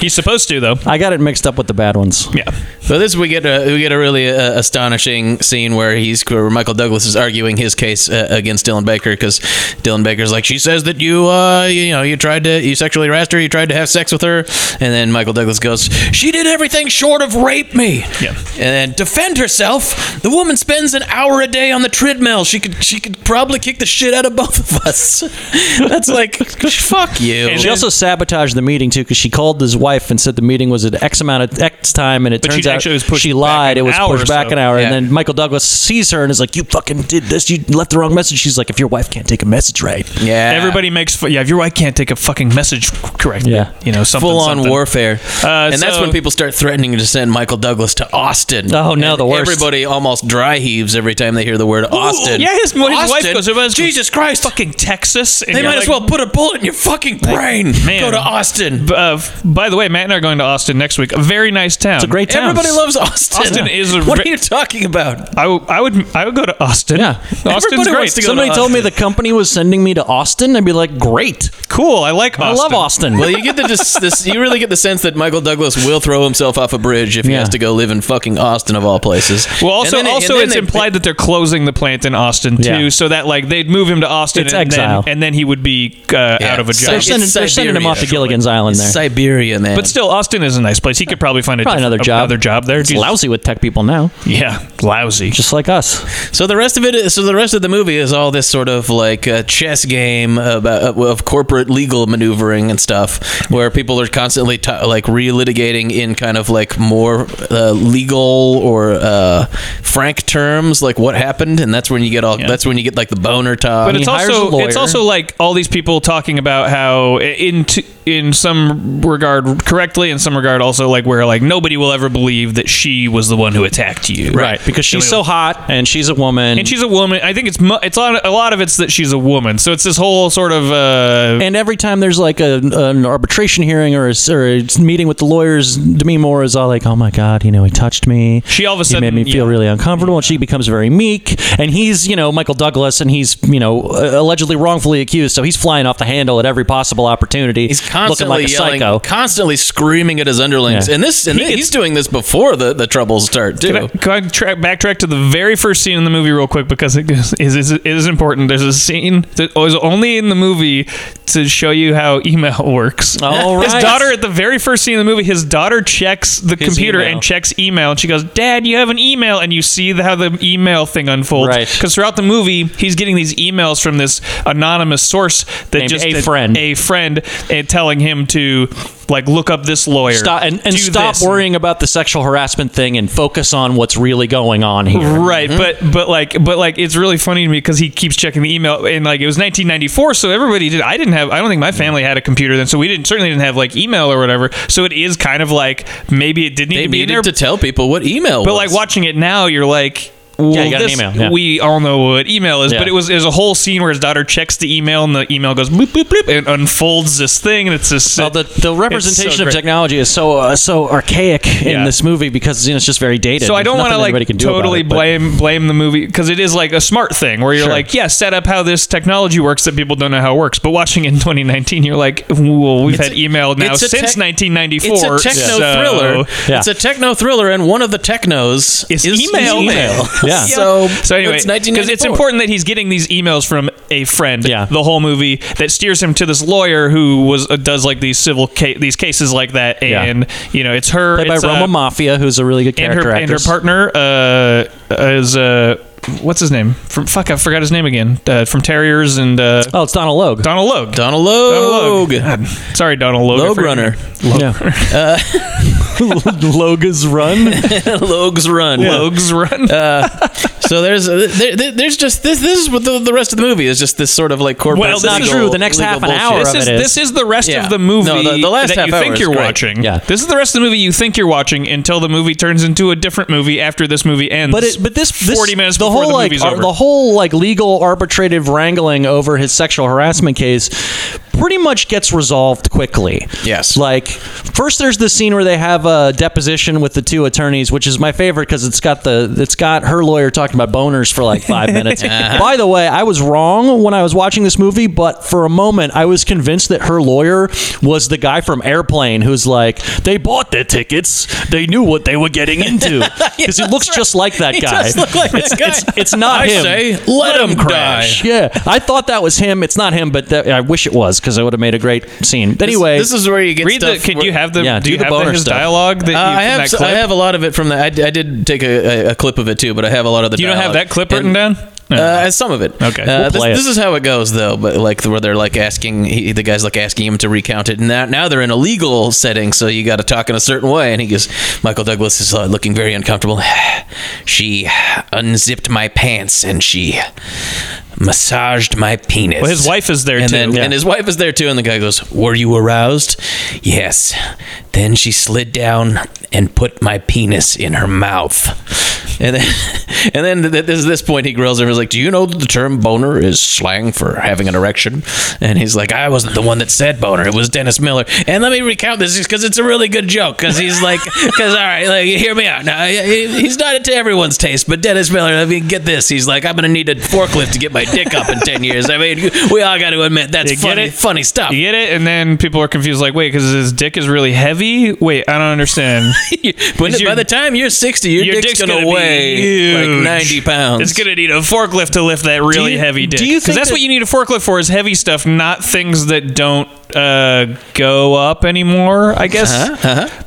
[SPEAKER 1] He's supposed to though.
[SPEAKER 3] I got it mixed up with the bad ones.
[SPEAKER 1] Yeah,
[SPEAKER 2] So this we get a we get a really uh, astonishing scene where he's where Michael Douglas is arguing his case uh, against Dylan Baker because Dylan Baker's like she says that you uh you, know you tried to you sexually harassed her you tried to have sex with her and then Michael Douglas goes she did everything short of rape me
[SPEAKER 1] Yeah.
[SPEAKER 2] and then defend herself the woman spends an hour a day on the treadmill she could she could probably kick the shit out of both of us that's like fuck you
[SPEAKER 1] And
[SPEAKER 3] She
[SPEAKER 1] then-
[SPEAKER 3] also sabotaged the meeting too because she called his wife and said the meeting was at X amount of X time, and it
[SPEAKER 1] But she
[SPEAKER 3] turns out
[SPEAKER 1] actually was pushed
[SPEAKER 3] she
[SPEAKER 1] back
[SPEAKER 3] lied.
[SPEAKER 1] an
[SPEAKER 3] It was
[SPEAKER 1] hour or
[SPEAKER 3] pushed back
[SPEAKER 1] so.
[SPEAKER 3] an hour,
[SPEAKER 2] Yeah.
[SPEAKER 3] and then Michael Douglas sees her and is like, "You fucking did this. You left the wrong message." She's like, "If your wife can't take a message right,
[SPEAKER 2] Yeah.
[SPEAKER 1] Everybody makes fu- yeah. If your wife can't take a fucking message correctly,
[SPEAKER 3] Yeah.
[SPEAKER 1] you know something.
[SPEAKER 2] full on
[SPEAKER 1] something.
[SPEAKER 2] warfare.
[SPEAKER 1] Uh,
[SPEAKER 2] and that's
[SPEAKER 1] so-
[SPEAKER 2] when people start threatening to send Michael Douglas to Austin.
[SPEAKER 3] Oh, no,
[SPEAKER 2] And
[SPEAKER 3] the worst.
[SPEAKER 2] Everybody almost dry heaves every time they hear the word Austin.
[SPEAKER 1] Yeah, his, when his wife
[SPEAKER 2] Austin?
[SPEAKER 1] goes, "Well, it's
[SPEAKER 2] Jesus Christ.
[SPEAKER 1] fucking Texas. And
[SPEAKER 2] They
[SPEAKER 1] you're
[SPEAKER 2] might as
[SPEAKER 1] like,
[SPEAKER 2] well put a bullet in your fucking brain.
[SPEAKER 1] man.
[SPEAKER 2] Go to Austin.
[SPEAKER 1] B- Uh, f- by the way, Matt and I are going to Austin next week. A very nice town. It's
[SPEAKER 3] a great town.
[SPEAKER 2] Everybody loves Austin.
[SPEAKER 1] Austin is a
[SPEAKER 2] What
[SPEAKER 1] ri-
[SPEAKER 2] are you talking about?
[SPEAKER 1] I, w- I would I would go to Austin.
[SPEAKER 3] Yeah.
[SPEAKER 1] Austin's
[SPEAKER 2] Everybody
[SPEAKER 1] great.
[SPEAKER 2] wants to go
[SPEAKER 3] Somebody
[SPEAKER 2] to
[SPEAKER 3] told me the company was sending me to Austin. I'd be like, "Great,
[SPEAKER 1] cool. I like Austin.
[SPEAKER 3] I love Austin."
[SPEAKER 2] well, you get the dis- this, you really get the sense that Michael Douglas will throw himself off a bridge if he
[SPEAKER 3] Yeah.
[SPEAKER 2] has to go live in fucking Austin of all places.
[SPEAKER 1] Well,
[SPEAKER 2] And
[SPEAKER 1] also,
[SPEAKER 2] then it- and
[SPEAKER 1] also,
[SPEAKER 2] then
[SPEAKER 1] it's
[SPEAKER 2] they-
[SPEAKER 1] implied that they're closing the plant in Austin too,
[SPEAKER 3] Yeah.
[SPEAKER 1] so that like they'd move him to Austin
[SPEAKER 3] It's
[SPEAKER 1] and
[SPEAKER 3] exile.
[SPEAKER 1] then and then he would be uh, out of a
[SPEAKER 2] so
[SPEAKER 1] job.
[SPEAKER 3] they're
[SPEAKER 2] It's
[SPEAKER 3] sending, they're sending him
[SPEAKER 2] Siberia,
[SPEAKER 3] off to
[SPEAKER 2] surely.
[SPEAKER 3] Gilligan's Island there.
[SPEAKER 2] Siberia, man.
[SPEAKER 1] but still, Austin is a nice place. He could probably find a
[SPEAKER 3] Probably
[SPEAKER 1] diff-
[SPEAKER 3] another job.
[SPEAKER 1] another job there.
[SPEAKER 3] It's
[SPEAKER 1] Jesus.
[SPEAKER 3] lousy with tech people now,
[SPEAKER 1] Yeah, lousy.
[SPEAKER 3] just like us.
[SPEAKER 2] So the rest of it, so the rest of the movie is all this sort of like a chess game about uh, of corporate legal maneuvering and stuff, where people are constantly t- like relitigating in kind of like more uh, legal or uh, frank terms, like what happened, and that's when you get all that's when you get like the boner talk.
[SPEAKER 1] but it's
[SPEAKER 3] hires a
[SPEAKER 1] also
[SPEAKER 3] lawyer.
[SPEAKER 1] it's also like all these people talking about how in t- in some regard correctly, in some regard also like where like nobody will ever believe that she was the one who attacked you,
[SPEAKER 3] because she's
[SPEAKER 1] Illegal.
[SPEAKER 3] so hot and she's a woman,
[SPEAKER 1] And she's a woman. I think it's mu- it's on, a lot of it's that she's a woman. So it's this whole sort of uh,
[SPEAKER 3] And every time there's like a, an arbitration hearing or a, or a meeting with the lawyers, Demi Moore is all like, "Oh my God, you know, he touched me.
[SPEAKER 1] She all of a
[SPEAKER 3] he
[SPEAKER 1] sudden-
[SPEAKER 3] made me feel
[SPEAKER 1] yeah.
[SPEAKER 3] really uncomfortable." And she becomes very meek. And he's, you know, Michael Douglas, and he's, you know, uh, allegedly wrongfully accused, so he's flying off the handle at every possible opportunity.
[SPEAKER 2] He's constantly
[SPEAKER 3] looking like a
[SPEAKER 2] yelling,
[SPEAKER 3] psycho.
[SPEAKER 2] constantly screaming at his underlings,
[SPEAKER 3] Yeah.
[SPEAKER 2] and this and he's doing this before the, the troubles start too.
[SPEAKER 1] Can I, can I track, backtrack to the very first scene in the movie real quick because it is, is, it is important. There's a scene that was only in the movie to show you how email works.
[SPEAKER 3] All
[SPEAKER 1] His
[SPEAKER 3] right.
[SPEAKER 1] daughter, at the very first scene in the movie, his daughter checks the computer
[SPEAKER 3] email.
[SPEAKER 1] and checks email, and she goes, "Dad, you have an email." And you see the, how the email thing unfolds.
[SPEAKER 3] Right.
[SPEAKER 1] Because throughout the movie, he's getting these emails from this anonymous source that
[SPEAKER 3] Named
[SPEAKER 1] just
[SPEAKER 3] a friend.
[SPEAKER 1] a friend, and telling him to like look up this lawyer
[SPEAKER 3] Stop and, and
[SPEAKER 1] do
[SPEAKER 3] stop
[SPEAKER 1] this.
[SPEAKER 3] worrying about the sexual harassment thing and focus on what's really going on here.
[SPEAKER 1] Right,
[SPEAKER 3] Mm-hmm.
[SPEAKER 1] but but like but like it's really funny to me because he keeps checking the email and like it was 1994, so everybody did. I didn't have. I don't think my family had a computer then, so we didn't certainly didn't have like email or whatever. So it is kind of like maybe it did need
[SPEAKER 2] they
[SPEAKER 1] to be in there,
[SPEAKER 2] needed to tell people what email.
[SPEAKER 1] but
[SPEAKER 2] was.
[SPEAKER 1] like watching it now, you're like. Well,
[SPEAKER 3] you got an
[SPEAKER 1] this-
[SPEAKER 3] email, yeah.
[SPEAKER 1] We all know what email is,
[SPEAKER 3] Yeah.
[SPEAKER 1] but it was there's a whole scene where his daughter checks the email and the email goes bloop bloop bloop and unfolds this thing and it's this.
[SPEAKER 3] Well, the, the representation of
[SPEAKER 1] great.
[SPEAKER 3] technology is so uh, so archaic in
[SPEAKER 1] Yeah.
[SPEAKER 3] this movie because you know, it's just very dated.
[SPEAKER 1] So I
[SPEAKER 3] There's
[SPEAKER 1] don't want to
[SPEAKER 3] nothing anybody
[SPEAKER 1] like
[SPEAKER 3] can do about
[SPEAKER 1] totally
[SPEAKER 3] it, but-
[SPEAKER 1] blame blame the movie because it is like a smart thing where you're
[SPEAKER 3] Sure.
[SPEAKER 1] like, yeah, set up how this technology works that people don't know how it works. But watching it in 2019, you're like, well, we've
[SPEAKER 2] It's
[SPEAKER 1] had
[SPEAKER 2] a-
[SPEAKER 1] email now
[SPEAKER 2] it's a
[SPEAKER 1] since
[SPEAKER 2] tech-
[SPEAKER 1] 1994.
[SPEAKER 2] It's a techno
[SPEAKER 1] so-
[SPEAKER 2] thriller.
[SPEAKER 3] Yeah.
[SPEAKER 2] It's a techno thriller, and one of the technos
[SPEAKER 1] It's email.
[SPEAKER 3] Yeah.
[SPEAKER 2] So,
[SPEAKER 1] So anyway,
[SPEAKER 2] it's
[SPEAKER 1] because it's
[SPEAKER 2] 1994.
[SPEAKER 1] important that he's getting these emails from a friend,
[SPEAKER 3] Yeah.
[SPEAKER 1] the whole movie that steers him to this lawyer who was uh, does like these civil ca- these cases like that,
[SPEAKER 3] Yeah.
[SPEAKER 1] and you know it's her
[SPEAKER 3] played by
[SPEAKER 1] it's, uh,
[SPEAKER 3] Roma Mafia, who's a really good
[SPEAKER 1] and
[SPEAKER 3] character
[SPEAKER 1] her and her
[SPEAKER 3] actress.
[SPEAKER 1] partner uh, is uh, what's his name from fuck I forgot his name again uh, from Terriers and uh,
[SPEAKER 3] oh, it's Donald Logue.
[SPEAKER 1] Donald Logue. Donald
[SPEAKER 2] Donald Logue,
[SPEAKER 1] God. Sorry, Donald Logue. I
[SPEAKER 2] Logue
[SPEAKER 1] forgot-
[SPEAKER 2] Runner,
[SPEAKER 3] Uh, Logue's Run.
[SPEAKER 2] Logue's Run,
[SPEAKER 1] Logue's run.
[SPEAKER 2] Uh, So there's uh, there, there- there's just this this is what the, the rest of the movie is just this sort of like corporate.
[SPEAKER 1] Well, this is
[SPEAKER 2] legal-
[SPEAKER 3] true. The next
[SPEAKER 2] legal
[SPEAKER 3] half an
[SPEAKER 2] bullshit.
[SPEAKER 3] hour
[SPEAKER 1] this
[SPEAKER 3] of
[SPEAKER 1] is
[SPEAKER 3] it is.
[SPEAKER 1] this is the rest
[SPEAKER 2] Yeah.
[SPEAKER 1] of the movie
[SPEAKER 2] No, the- the last
[SPEAKER 1] that
[SPEAKER 2] half
[SPEAKER 1] you
[SPEAKER 2] hour
[SPEAKER 1] think
[SPEAKER 2] is
[SPEAKER 1] you're
[SPEAKER 2] great.
[SPEAKER 1] watching.
[SPEAKER 3] Yeah.
[SPEAKER 1] This is the rest of the movie you think you're watching until the movie turns into a different movie after this movie ends.
[SPEAKER 3] But it, but this, this
[SPEAKER 1] 40 minutes
[SPEAKER 3] the
[SPEAKER 1] before
[SPEAKER 3] whole
[SPEAKER 1] the
[SPEAKER 3] like
[SPEAKER 2] uh,
[SPEAKER 1] movie's
[SPEAKER 3] ar-
[SPEAKER 1] over.
[SPEAKER 3] the whole like legal arbitrative wrangling over his sexual harassment case pretty much gets resolved quickly.
[SPEAKER 2] Yes.
[SPEAKER 3] Like first there's the scene where they have a deposition with the two attorneys, which is my favorite cuz it's got the it's got her lawyer talking about boners for like 5 minutes.
[SPEAKER 2] Uh-huh.
[SPEAKER 3] By the way, I was wrong when I was watching this movie, but for a moment I was convinced that her lawyer was the guy from Airplane who's like they bought their tickets, they knew what they were getting into. Cuz he looks just like that
[SPEAKER 2] He
[SPEAKER 3] guy.
[SPEAKER 2] does look like that
[SPEAKER 3] it's,
[SPEAKER 2] guy.
[SPEAKER 3] It's, it's not
[SPEAKER 2] I
[SPEAKER 3] him.
[SPEAKER 2] say, let him crash.
[SPEAKER 3] Yeah, I thought that was him. It's not him, but that, I wish it was because it would have made a great scene. But anyway,
[SPEAKER 2] this, is where you get
[SPEAKER 1] read the.
[SPEAKER 2] stuff.
[SPEAKER 1] Can
[SPEAKER 2] where-
[SPEAKER 1] you have the?
[SPEAKER 3] Yeah,
[SPEAKER 1] do
[SPEAKER 3] do
[SPEAKER 1] you
[SPEAKER 3] the
[SPEAKER 1] have the,
[SPEAKER 3] boner
[SPEAKER 1] his
[SPEAKER 3] stuff.
[SPEAKER 1] dialogue that you,
[SPEAKER 2] Uh, I
[SPEAKER 1] from
[SPEAKER 2] have
[SPEAKER 1] that
[SPEAKER 2] so-
[SPEAKER 1] clip?
[SPEAKER 2] I have a lot of it from that. I, I did take a, a, a clip of it too, but I have a lot of the.
[SPEAKER 1] you don't have that
[SPEAKER 2] dialogue.
[SPEAKER 1] clip written
[SPEAKER 2] And-
[SPEAKER 1] down.
[SPEAKER 2] Uh, some of it.
[SPEAKER 1] Okay.
[SPEAKER 2] Uh,
[SPEAKER 1] We'll
[SPEAKER 2] this,
[SPEAKER 3] play it.
[SPEAKER 2] this is how it goes, though. But like where they're like asking he, the guys, like asking him to recount it. And now, now they're in a legal setting, so you got to talk in a certain way. And he goes, Michael Douglas is uh, looking very uncomfortable. she unzipped my pants and she massaged my penis.
[SPEAKER 1] Well, his wife is there
[SPEAKER 2] and
[SPEAKER 1] too.
[SPEAKER 2] then-
[SPEAKER 1] Yeah.
[SPEAKER 2] And his wife is there too. And the guy goes, "Were you aroused?" Yes. Then she slid down and put my penis in her mouth. And then, and then th- this is this point he grills him. He's like, "Do you know that the term boner is slang for having an erection?" And he's like, "I wasn't the one that said boner. It was Dennis Miller." And let me recount this because it's a really good joke. Because he's like, "Because all right, like, hear me out. Now he- he's not to everyone's taste, but Dennis Miller. I mean, get this. He's like, I'm gonna need a forklift to get my dick up in ten years. I mean, we all got to admit that's
[SPEAKER 1] You get
[SPEAKER 2] funny,
[SPEAKER 1] it?
[SPEAKER 2] funny stuff."
[SPEAKER 1] You get it? And then people are confused, like, wait, because his dick is really heavy? Wait, I don't understand.
[SPEAKER 2] When,
[SPEAKER 1] Is your-
[SPEAKER 2] by the time you're 60, your,
[SPEAKER 1] Your
[SPEAKER 2] dick's, gonna,
[SPEAKER 1] be
[SPEAKER 2] weigh like
[SPEAKER 1] huge.
[SPEAKER 2] 90 pounds.
[SPEAKER 1] It's gonna need a forklift to lift that really
[SPEAKER 3] you-
[SPEAKER 1] heavy
[SPEAKER 3] do
[SPEAKER 1] dick.
[SPEAKER 3] you
[SPEAKER 1] 'Cause
[SPEAKER 3] think
[SPEAKER 1] that's
[SPEAKER 3] that-
[SPEAKER 1] what you need a forklift for is heavy stuff, not things that don't uh, go up anymore. I guess.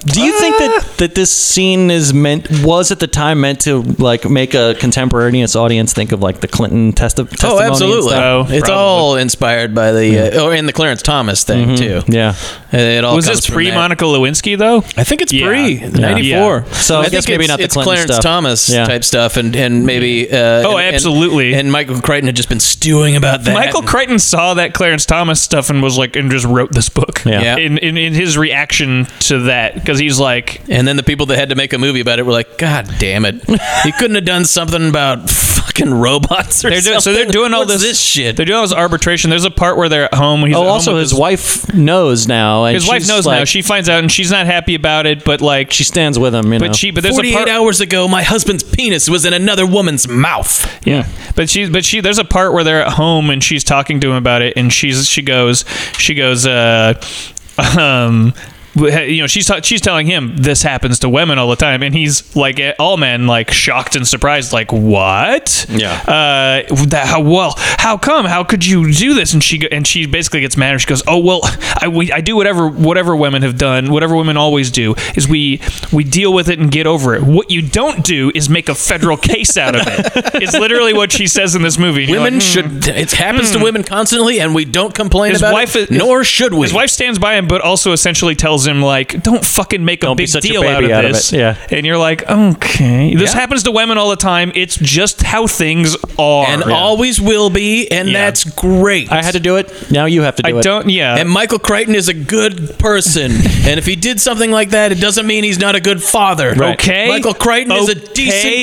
[SPEAKER 3] Do you think
[SPEAKER 2] Ah!
[SPEAKER 3] that that this scene is meant was at the time meant to like make a contemporaneous audience think of like the Clinton testi- testimony?
[SPEAKER 2] Oh,
[SPEAKER 3] and
[SPEAKER 2] absolutely!
[SPEAKER 3] stuff?
[SPEAKER 1] Oh,
[SPEAKER 2] it's
[SPEAKER 1] probably.
[SPEAKER 2] all inspired by the uh, or in the Clarence Thomas thing too.
[SPEAKER 3] Yeah.
[SPEAKER 2] it all
[SPEAKER 1] Mm-hmm. Was
[SPEAKER 2] comes
[SPEAKER 1] this
[SPEAKER 2] from
[SPEAKER 1] pre
[SPEAKER 2] that.
[SPEAKER 1] Monica Lewinsky though?
[SPEAKER 2] I think it's
[SPEAKER 1] Yeah.
[SPEAKER 2] pre
[SPEAKER 1] Yeah.
[SPEAKER 2] '94.
[SPEAKER 1] Yeah.
[SPEAKER 3] So I guess
[SPEAKER 2] think
[SPEAKER 3] maybe
[SPEAKER 2] it's-
[SPEAKER 3] not the
[SPEAKER 2] it's
[SPEAKER 3] Clinton
[SPEAKER 2] Clarence
[SPEAKER 3] stuff.
[SPEAKER 2] Thomas
[SPEAKER 3] Yeah.
[SPEAKER 2] type stuff, and and maybe uh,
[SPEAKER 1] Oh,
[SPEAKER 2] and- and-
[SPEAKER 1] absolutely.
[SPEAKER 2] And, Michael Crichton had just been stewing about that.
[SPEAKER 1] Michael
[SPEAKER 2] and-
[SPEAKER 1] Crichton saw that Clarence Thomas stuff and was like, and just wrote this book.
[SPEAKER 3] Yeah.
[SPEAKER 2] Yeah.
[SPEAKER 1] In, in in his reaction to that, because he's like,
[SPEAKER 2] And then the people that had to make a movie about it were like, God damn it. You couldn't have done something about fucking robots or
[SPEAKER 1] they're doing,
[SPEAKER 2] something.
[SPEAKER 1] so they're doing all
[SPEAKER 2] What's
[SPEAKER 1] this,
[SPEAKER 2] shit.
[SPEAKER 1] They're doing all this arbitration. There's a part where they're at home. He's
[SPEAKER 3] Oh,
[SPEAKER 1] at home
[SPEAKER 3] also
[SPEAKER 1] with
[SPEAKER 3] his wife knows now. And
[SPEAKER 1] His wife
[SPEAKER 3] she's
[SPEAKER 1] knows now.
[SPEAKER 3] like-
[SPEAKER 1] She finds out and she's not happy about it. But like,
[SPEAKER 3] she stands with him. You know.
[SPEAKER 1] but she, but there's a
[SPEAKER 2] 48
[SPEAKER 1] part.
[SPEAKER 2] hours ago, my husband's penis was in another woman's mouth.
[SPEAKER 3] yeah.
[SPEAKER 1] But she, but she, there's a part where they're at home and she's talking to him about it, and she's she goes, she goes, uh, um. You know, she's ta- she's telling him this happens to women all the time, and he's like eh, all men, like shocked and surprised, like what? Yeah. Uh, that how well? How come? How could you do this? And she go- and she basically gets mad. And she goes, "Oh well, I, we, I do whatever whatever women have done, whatever women always do is we we deal with it and get over it. What you don't do is make a federal case out of it. It's literally what she says in this movie. And you're
[SPEAKER 2] Women
[SPEAKER 1] like, hmm.
[SPEAKER 2] should. It happens to women constantly, and we don't complain
[SPEAKER 1] His
[SPEAKER 2] about
[SPEAKER 1] wife
[SPEAKER 2] it.
[SPEAKER 1] is-
[SPEAKER 2] nor should we.
[SPEAKER 1] "Hmm." His wife stands by him, but also essentially tells him like, "Don't fucking make a
[SPEAKER 3] Don't be
[SPEAKER 1] big
[SPEAKER 3] such a
[SPEAKER 1] deal out
[SPEAKER 3] baby
[SPEAKER 1] of
[SPEAKER 3] out of
[SPEAKER 1] this."
[SPEAKER 3] it. Yeah.
[SPEAKER 1] and you're like, "Okay, this
[SPEAKER 2] Yeah.
[SPEAKER 1] happens to women all the time. It's just how things are."
[SPEAKER 2] and always will be, and
[SPEAKER 1] Yeah.
[SPEAKER 2] that's great.
[SPEAKER 3] I had to do it. Now you have to do
[SPEAKER 1] I
[SPEAKER 3] it.
[SPEAKER 1] don't. Yeah,
[SPEAKER 2] And Michael Crichton is a good person. and if he did something like that, it doesn't mean he's not a good father.
[SPEAKER 1] Okay.
[SPEAKER 2] Michael Crichton is a
[SPEAKER 1] Okay.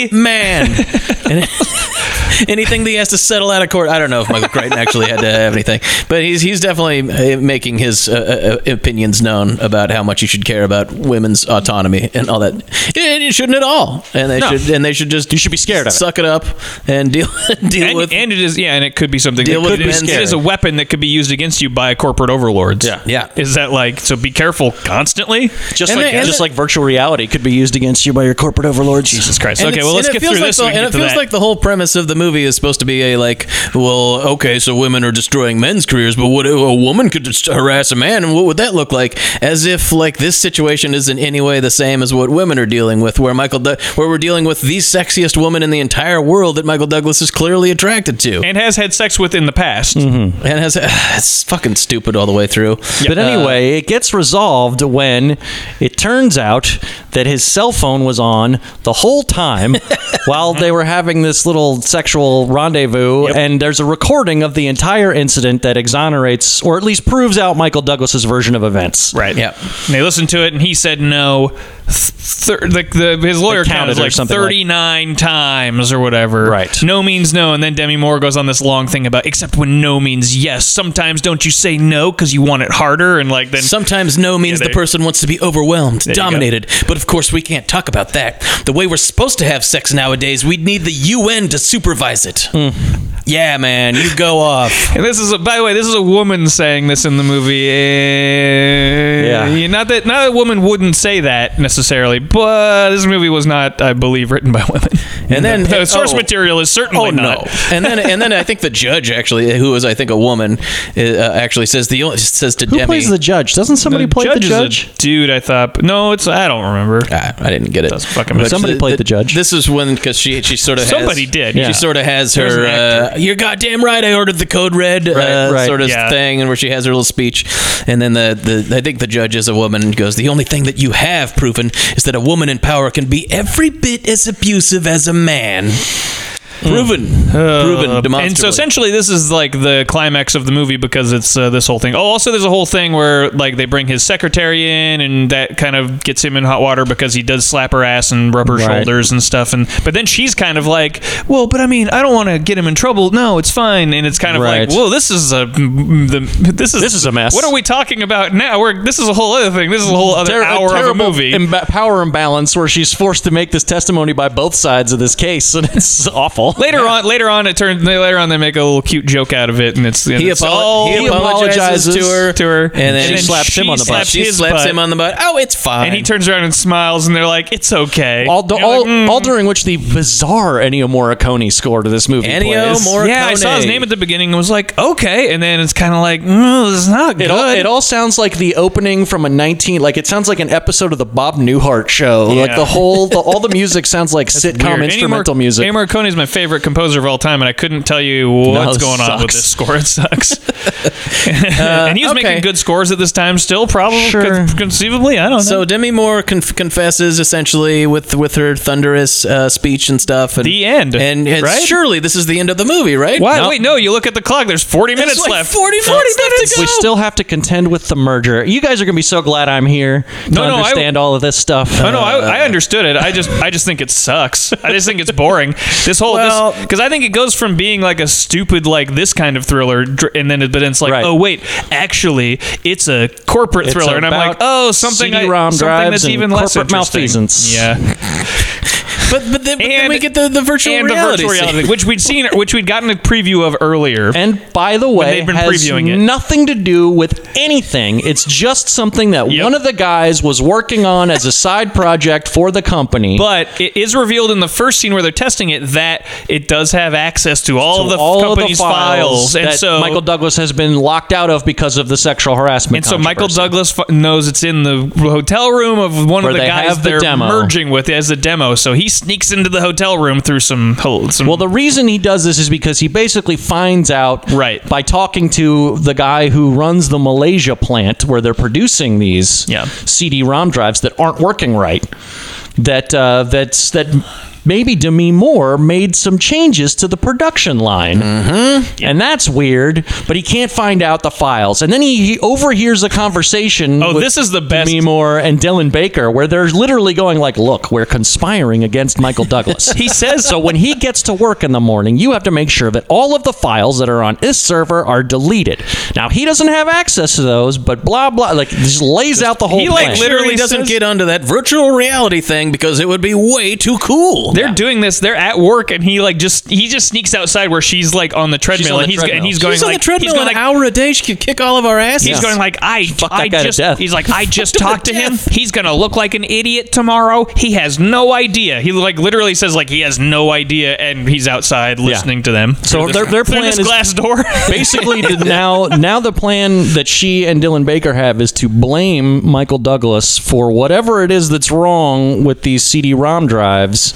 [SPEAKER 2] decent man. And anything that he has to settle out of court, I don't know if Michael Crichton actually had to have anything, but he's he's definitely uh, making his uh, uh, opinions known about how much you should care about women's autonomy and all that. And you shouldn't at all. And they should and they should just you should be
[SPEAKER 3] scared of it.
[SPEAKER 2] Suck it up and deal deal
[SPEAKER 1] and,
[SPEAKER 2] with
[SPEAKER 1] and it is yeah, and it could be something.
[SPEAKER 2] Deal
[SPEAKER 1] that
[SPEAKER 2] with
[SPEAKER 1] could- it is-
[SPEAKER 2] men's
[SPEAKER 1] it is a
[SPEAKER 2] scary.
[SPEAKER 1] weapon that could be used against you by corporate overlords.
[SPEAKER 3] Yeah.
[SPEAKER 2] Yeah.
[SPEAKER 1] Is that like so? Be careful constantly.
[SPEAKER 3] Just
[SPEAKER 2] And
[SPEAKER 3] like
[SPEAKER 2] the- and
[SPEAKER 3] just
[SPEAKER 2] the-
[SPEAKER 3] like virtual reality could be used against you by your corporate overlords.
[SPEAKER 1] Jesus Christ.
[SPEAKER 2] And
[SPEAKER 1] okay,
[SPEAKER 2] it's-
[SPEAKER 1] well let's
[SPEAKER 2] and it
[SPEAKER 1] get
[SPEAKER 2] feels
[SPEAKER 1] through
[SPEAKER 2] like
[SPEAKER 1] this.
[SPEAKER 2] The,
[SPEAKER 1] so we can
[SPEAKER 2] and
[SPEAKER 1] get to
[SPEAKER 2] it feels
[SPEAKER 1] that.
[SPEAKER 2] like the whole premise of the movie is supposed to be a like, well, okay, so women are destroying men's careers, but what a woman could just harass a man, and what would that look like? As if like this situation is in any way the same as what women are dealing with, where Michael, Doug where we're dealing with the sexiest woman in the entire world that Michael Douglas is clearly attracted to, and,
[SPEAKER 1] and has had sex with in the past.
[SPEAKER 2] Mm-hmm. has it's fucking stupid all the way through.
[SPEAKER 3] But anyway, it gets resolved when it turns out that his cell phone was on the whole time while they were having this little sexual rendezvous. And there's a recording of the entire incident that exonerates, or at least proves out Michael Douglas's version of events.
[SPEAKER 1] Right.
[SPEAKER 2] Yep.
[SPEAKER 1] And they listened to it, and he said no. Th- thir- like the, his lawyer
[SPEAKER 3] They counted
[SPEAKER 1] counted
[SPEAKER 3] or
[SPEAKER 1] like
[SPEAKER 3] something like-
[SPEAKER 1] thirty nine times or whatever.
[SPEAKER 3] Right.
[SPEAKER 1] No means no, and then Demi Moore goes on this long thing about except when no means yes. Sometimes don't you say no because you want it harder, and like then
[SPEAKER 2] Sometimes no means
[SPEAKER 1] Yeah,
[SPEAKER 2] the
[SPEAKER 1] they-
[SPEAKER 2] person wants to be overwhelmed,
[SPEAKER 1] you go.
[SPEAKER 2] dominated. But of course, we can't talk about
[SPEAKER 1] Hmm.
[SPEAKER 2] that. The way we're supposed to have sex nowadays, we'd need the UN to supervise it. yeah, man, you go off.
[SPEAKER 1] And this is a, by the way, this is a woman saying this in the movie. Yeah.
[SPEAKER 3] Yeah.
[SPEAKER 1] Not that not that a woman wouldn't say that necessarily, but this movie was not, I believe, written by women.
[SPEAKER 2] And then-
[SPEAKER 1] the source
[SPEAKER 2] oh.
[SPEAKER 1] material is certainly not.
[SPEAKER 2] and then and then I think the judge actually, who was I think a woman, uh, actually says the only says to
[SPEAKER 3] Who
[SPEAKER 2] Demi.
[SPEAKER 3] plays the judge? Doesn't somebody play the
[SPEAKER 1] is a
[SPEAKER 3] judge?
[SPEAKER 1] dude, I thought. but No, it's I don't remember.
[SPEAKER 2] Ah, I didn't get it.
[SPEAKER 1] Doesn't fucking matter.
[SPEAKER 2] But
[SPEAKER 3] Somebody played the judge.
[SPEAKER 2] This is when because she she sort of
[SPEAKER 1] Somebody
[SPEAKER 2] has,
[SPEAKER 1] did,
[SPEAKER 2] She
[SPEAKER 1] yeah.
[SPEAKER 2] sort of has
[SPEAKER 1] There's
[SPEAKER 2] her.
[SPEAKER 1] an actor.
[SPEAKER 2] Uh, You're goddamn right. I ordered the code red
[SPEAKER 3] Right,
[SPEAKER 2] uh,
[SPEAKER 3] right.
[SPEAKER 2] sort of
[SPEAKER 1] Yeah.
[SPEAKER 2] thing, and where she has her little speech, and then the, the I think the judge is a woman and goes. The only thing that you have proven is that a woman in power can be every bit as abusive as a man. Proven,
[SPEAKER 1] Uh,
[SPEAKER 2] proven, demonstrably.
[SPEAKER 1] And so essentially, this is like the climax of the movie because it's uh, this whole thing. Oh, also, there's a whole thing where like they bring his secretary in, and that kind of gets him in hot water because he does slap her ass and rub her
[SPEAKER 3] Right.
[SPEAKER 1] shoulders and stuff. And but then she's kind of like, well, but I mean, I don't want to get him in trouble. No, it's fine. And it's kind of like,
[SPEAKER 3] Right.
[SPEAKER 1] well, this is a mm, the, this is
[SPEAKER 3] This is a mess.
[SPEAKER 1] What are we talking about now? We're this is a whole other thing. This is a whole other
[SPEAKER 3] Ter-
[SPEAKER 1] hour of a
[SPEAKER 3] terrible
[SPEAKER 1] movie.
[SPEAKER 3] imba- power imbalance where she's forced to make this testimony by both sides of this case, and it's awful.
[SPEAKER 1] Later on, later on, it turns. Later on, they make a little cute joke out of it, and it's and
[SPEAKER 2] He,
[SPEAKER 1] it's
[SPEAKER 2] apo-
[SPEAKER 1] all-
[SPEAKER 2] he
[SPEAKER 3] he
[SPEAKER 2] apologizes, to her,
[SPEAKER 1] to her,
[SPEAKER 2] and then
[SPEAKER 1] she slaps him on the butt.
[SPEAKER 2] slaps- She
[SPEAKER 1] his
[SPEAKER 2] slaps
[SPEAKER 1] butt.
[SPEAKER 2] him on the butt. Oh, it's fine.
[SPEAKER 1] and he turns around and smiles, and they're like, "It's okay."
[SPEAKER 3] All,
[SPEAKER 1] You're
[SPEAKER 3] all,
[SPEAKER 1] like, "Mm."
[SPEAKER 3] all during which the bizarre Ennio Morricone score to this movie
[SPEAKER 2] Ennio
[SPEAKER 3] plays.
[SPEAKER 2] Morricone.
[SPEAKER 1] yeah, I saw his name at the beginning and was like, "Okay," and then it's kind of like, mm, "It's not good."
[SPEAKER 3] It all, it all sounds like the opening from a 19 like it sounds like an episode of the Bob Newhart show. Like
[SPEAKER 1] Yeah.
[SPEAKER 3] the whole the, all the music sounds like sitcom
[SPEAKER 1] Weird.
[SPEAKER 3] instrumental
[SPEAKER 1] Ennio Mor-
[SPEAKER 3] music.
[SPEAKER 1] Ennio Morricone is my favorite composer of all time, and I couldn't tell you what's
[SPEAKER 3] it
[SPEAKER 1] going on with
[SPEAKER 3] sucks.
[SPEAKER 1] this score. It sucks. and he was
[SPEAKER 2] okay.
[SPEAKER 1] making good scores at this time, still, probably,
[SPEAKER 3] Sure.
[SPEAKER 1] con- conceivably. I don't know.
[SPEAKER 2] So Demi Moore conf- confesses essentially with with her thunderous uh, speech and stuff. And,
[SPEAKER 1] The end,
[SPEAKER 2] And it's,
[SPEAKER 1] right?
[SPEAKER 2] surely this is the end of the movie, right?
[SPEAKER 1] Why? Wait, no. You look at the clock. There's 40 minutes
[SPEAKER 2] like
[SPEAKER 1] left.
[SPEAKER 2] 40 40 minutes to
[SPEAKER 3] we
[SPEAKER 2] go.
[SPEAKER 3] still have to contend with the merger. You guys are going to be so glad I'm here to
[SPEAKER 1] No, no, I-
[SPEAKER 3] understand all of this stuff. Uh,
[SPEAKER 1] Oh no, I, I understood it. I just, I just think it sucks. I just think it's boring. This whole,
[SPEAKER 2] Well-
[SPEAKER 1] because I think it goes from being like a stupid, like this kind of thriller, dr- and then, it, but it's like,
[SPEAKER 3] Right.
[SPEAKER 1] oh wait, actually, it's a corporate
[SPEAKER 3] It's
[SPEAKER 1] thriller, and I'm like,
[SPEAKER 3] about
[SPEAKER 1] oh, something, I,
[SPEAKER 3] CD-ROM
[SPEAKER 1] something
[SPEAKER 3] drives
[SPEAKER 1] that's
[SPEAKER 3] and
[SPEAKER 1] even less
[SPEAKER 3] corporate
[SPEAKER 1] interesting.
[SPEAKER 3] malfeasance.
[SPEAKER 1] Yeah,
[SPEAKER 2] But, but, then, but then
[SPEAKER 1] And-
[SPEAKER 2] we get the, the virtual
[SPEAKER 1] and the
[SPEAKER 2] reality.
[SPEAKER 1] virtual
[SPEAKER 2] scene.
[SPEAKER 1] reality, which we'd seen, which we'd gotten a preview of earlier.
[SPEAKER 3] and by the way,
[SPEAKER 1] they've been
[SPEAKER 3] has
[SPEAKER 1] previewing it.
[SPEAKER 3] nothing to do with anything. It's just something that
[SPEAKER 1] Yep.
[SPEAKER 3] one of the guys was working on as a side project for the company.
[SPEAKER 1] But it is revealed in the first scene where they're testing it that it does have access to all
[SPEAKER 3] to
[SPEAKER 1] of the
[SPEAKER 3] all of the
[SPEAKER 1] company's files, and
[SPEAKER 3] that
[SPEAKER 1] so
[SPEAKER 3] Michael Douglas has been locked out of because of the sexual harassment.
[SPEAKER 1] and so Michael
[SPEAKER 3] controversy.
[SPEAKER 1] Douglas f- knows it's in the hotel room of one
[SPEAKER 3] Where
[SPEAKER 1] of the
[SPEAKER 3] they
[SPEAKER 1] guys
[SPEAKER 3] have the
[SPEAKER 1] they're
[SPEAKER 3] demo.
[SPEAKER 1] merging with as a demo. So he sneaks into the hotel room through some holes. Some,
[SPEAKER 3] Well, the reason he does this is because he basically finds out
[SPEAKER 1] Right.
[SPEAKER 3] by talking to the guy who runs the Malaysia plant where they're producing these
[SPEAKER 1] Yeah.
[SPEAKER 3] CD-ROM drives that aren't working right. That uh, that's that maybe Demi Moore made some changes to the production line,
[SPEAKER 1] Mm-hmm.
[SPEAKER 3] and that's weird. But he can't find out the files, and then he, he overhears a conversation.
[SPEAKER 1] Oh,
[SPEAKER 3] with
[SPEAKER 1] this is the best-
[SPEAKER 3] Demi Moore and Dylan Baker, where they're literally going like, "Look, we're conspiring against Michael Douglas."
[SPEAKER 1] he says
[SPEAKER 3] So when he gets to work in the morning, you have to make sure that all of the files that are on this server are deleted. Now he doesn't have access to those, but blah blah, like just lays out the whole.
[SPEAKER 1] He, like,
[SPEAKER 3] plan.
[SPEAKER 1] literally-
[SPEAKER 2] Surely doesn't
[SPEAKER 1] says-
[SPEAKER 2] get onto that virtual reality thing because it would be way too cool.
[SPEAKER 1] they're doing this. They're at work, and he like just he just sneaks outside where she's like on the treadmill,
[SPEAKER 3] on the
[SPEAKER 1] and he's
[SPEAKER 3] treadmill.
[SPEAKER 1] and he's
[SPEAKER 3] She's
[SPEAKER 1] going
[SPEAKER 2] She's on
[SPEAKER 1] like
[SPEAKER 2] the treadmill
[SPEAKER 1] he's going
[SPEAKER 2] an
[SPEAKER 1] like
[SPEAKER 2] hour a day. She could kick all of our asses.
[SPEAKER 1] He's going like I,
[SPEAKER 3] Fuck
[SPEAKER 1] I
[SPEAKER 3] that guy to
[SPEAKER 1] just.
[SPEAKER 3] death.
[SPEAKER 1] He's like I just
[SPEAKER 2] him to
[SPEAKER 1] talked to him.
[SPEAKER 2] death.
[SPEAKER 1] He's gonna look like an idiot tomorrow. He has no idea. He like literally says like he has no idea, and he's outside listening to them.
[SPEAKER 3] So
[SPEAKER 1] Through
[SPEAKER 3] their- their
[SPEAKER 1] through
[SPEAKER 3] plan
[SPEAKER 1] this
[SPEAKER 3] is-
[SPEAKER 1] glass door.
[SPEAKER 3] basically the- now now the plan that she and Dylan Baker have is to blame Michael Douglas for whatever it is that's wrong with these CD-ROM drives,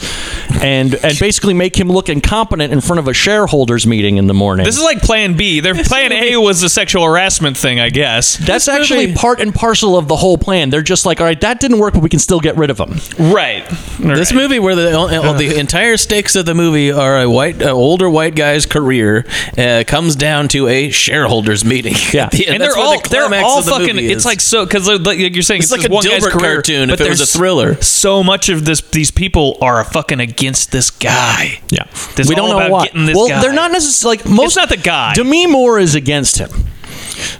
[SPEAKER 3] and and basically make him look incompetent in front of a shareholders meeting in the morning.
[SPEAKER 1] This is like Plan B. Their Plan A was the sexual harassment thing, I guess.
[SPEAKER 3] that's actually part and parcel of the whole plan. They're just like, all right, that didn't work, but we can still get rid of him.
[SPEAKER 1] Right.
[SPEAKER 2] This movie, where the all, all the entire stakes of the movie are a white, uh, older white guy's career, uh, comes down to a shareholders meeting.
[SPEAKER 3] Yeah.
[SPEAKER 2] At the end.
[SPEAKER 1] and
[SPEAKER 2] That's
[SPEAKER 1] they're
[SPEAKER 2] where
[SPEAKER 1] all
[SPEAKER 2] the
[SPEAKER 1] they're
[SPEAKER 2] climax
[SPEAKER 1] all
[SPEAKER 2] of the
[SPEAKER 1] fucking.
[SPEAKER 2] movie
[SPEAKER 1] It's
[SPEAKER 2] is.
[SPEAKER 1] like so because like, like you're saying, it's,
[SPEAKER 2] It's like
[SPEAKER 1] this
[SPEAKER 2] a
[SPEAKER 1] one guy's
[SPEAKER 2] Dilbert
[SPEAKER 1] career,
[SPEAKER 2] cartoon if
[SPEAKER 1] but
[SPEAKER 2] it was a
[SPEAKER 1] there's
[SPEAKER 2] thriller.
[SPEAKER 1] So much of this, these people are fucking against this guy.
[SPEAKER 3] Yeah,
[SPEAKER 1] This is all about getting this
[SPEAKER 3] well,
[SPEAKER 1] guy.
[SPEAKER 3] they're not necessarily like most.
[SPEAKER 1] not the guy.
[SPEAKER 3] Demi Moore is against him.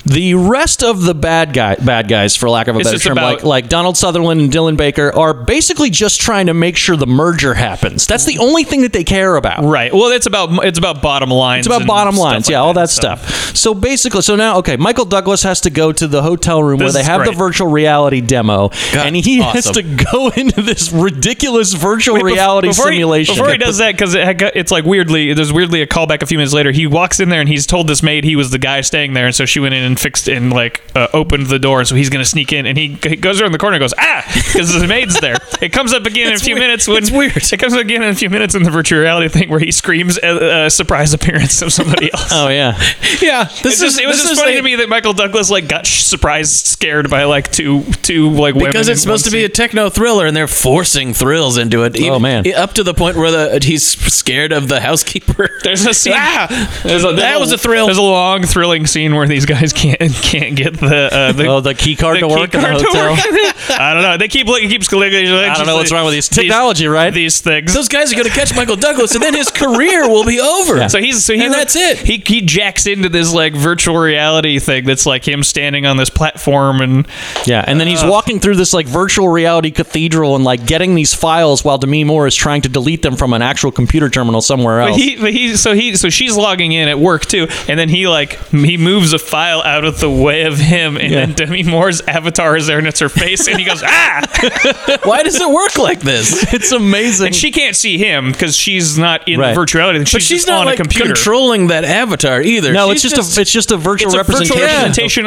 [SPEAKER 3] The rest of the bad guy, bad guys, for lack of a
[SPEAKER 1] It's
[SPEAKER 3] better
[SPEAKER 1] just
[SPEAKER 3] term,
[SPEAKER 1] about-
[SPEAKER 3] like like Donald Sutherland and Dylan Baker, are basically just trying to make sure the merger happens. That's the only thing that they care about.
[SPEAKER 1] Right. Well, it's about it's about bottom lines.
[SPEAKER 3] It's about
[SPEAKER 1] and
[SPEAKER 3] bottom
[SPEAKER 1] stuff
[SPEAKER 3] lines,
[SPEAKER 1] like
[SPEAKER 3] yeah, all that
[SPEAKER 1] so.
[SPEAKER 3] stuff. So basically, so now, okay, Michael Douglas has to go to the hotel room where
[SPEAKER 1] This
[SPEAKER 3] they
[SPEAKER 1] is
[SPEAKER 3] have the
[SPEAKER 1] great.
[SPEAKER 3] virtual reality demo,
[SPEAKER 2] God,
[SPEAKER 3] and he has
[SPEAKER 2] awesome.
[SPEAKER 3] to go into this ridiculous virtual
[SPEAKER 1] Wait, bef-
[SPEAKER 3] reality
[SPEAKER 1] before he-
[SPEAKER 3] simulation.
[SPEAKER 1] before he does that, because it had, got- it's like weirdly, there's weirdly a callback a few minutes later. He walks in there and he's told this maid he was the guy staying there, and so she went in and fixed and like uh, opened the door, so he's gonna sneak in, and he, he goes around the corner and goes ah, because the maid's there. It comes up again in a few
[SPEAKER 2] weird.
[SPEAKER 1] minutes. When,
[SPEAKER 2] It's weird.
[SPEAKER 1] It comes up again in a few minutes in the virtual reality thing where he screams a uh, surprise appearance of somebody else.
[SPEAKER 3] Oh yeah,
[SPEAKER 2] Yeah,
[SPEAKER 1] It's
[SPEAKER 2] this
[SPEAKER 1] just,
[SPEAKER 2] is
[SPEAKER 1] it was
[SPEAKER 2] this
[SPEAKER 1] just
[SPEAKER 2] is
[SPEAKER 1] funny
[SPEAKER 2] a-
[SPEAKER 1] to me that Michael Douglas like got sh- surprised, scared by like two two like women
[SPEAKER 2] because it's
[SPEAKER 1] in one
[SPEAKER 2] supposed to be a
[SPEAKER 1] scene.
[SPEAKER 2] techno thriller, and they're forcing thrills into it. E-
[SPEAKER 3] Oh, man.
[SPEAKER 2] up to the point where the, he's scared of the housekeeper.
[SPEAKER 1] There's a scene.
[SPEAKER 2] Ah!
[SPEAKER 1] There's a- there's
[SPEAKER 2] That
[SPEAKER 1] a-
[SPEAKER 2] was a thrill.
[SPEAKER 1] There's a long, thrilling scene where these guys can't can't get the uh, the,
[SPEAKER 3] Oh, the key card to
[SPEAKER 1] key
[SPEAKER 3] work in the
[SPEAKER 1] card to
[SPEAKER 3] hotel.
[SPEAKER 1] work. I don't know. They keep looking, keeps looking. I
[SPEAKER 3] don't know what's wrong with these- technology, right?
[SPEAKER 1] These things.
[SPEAKER 2] Those guys are going to catch Michael Douglas, and then his career will be over.
[SPEAKER 1] so he's so he
[SPEAKER 2] And that's it.
[SPEAKER 1] He he jacks into this like virtual reality thing that's like him standing on this platform and
[SPEAKER 3] yeah. And then he's
[SPEAKER 2] Uh.
[SPEAKER 3] walking through this like virtual reality cathedral and like getting these files while Demi Moore is trying to delete them from an actual computer terminal somewhere
[SPEAKER 1] But
[SPEAKER 3] else.
[SPEAKER 1] he, but he, so he, so she's logging in at work too, and then he like he moves a file out of the way of him, and then Demi Moore's avatar is there, and it's her face, and he goes ah,
[SPEAKER 2] Why does it work like this?
[SPEAKER 3] it's amazing.
[SPEAKER 1] and she can't see him because she's not in
[SPEAKER 3] Right.
[SPEAKER 1] the virtuality. She's,
[SPEAKER 2] but she's
[SPEAKER 1] just
[SPEAKER 2] not
[SPEAKER 1] on
[SPEAKER 2] like
[SPEAKER 1] a computer.
[SPEAKER 2] controlling that avatar either.
[SPEAKER 3] no,
[SPEAKER 2] She's
[SPEAKER 3] it's just, a it's just a virtual
[SPEAKER 1] it's a virtual
[SPEAKER 3] representation.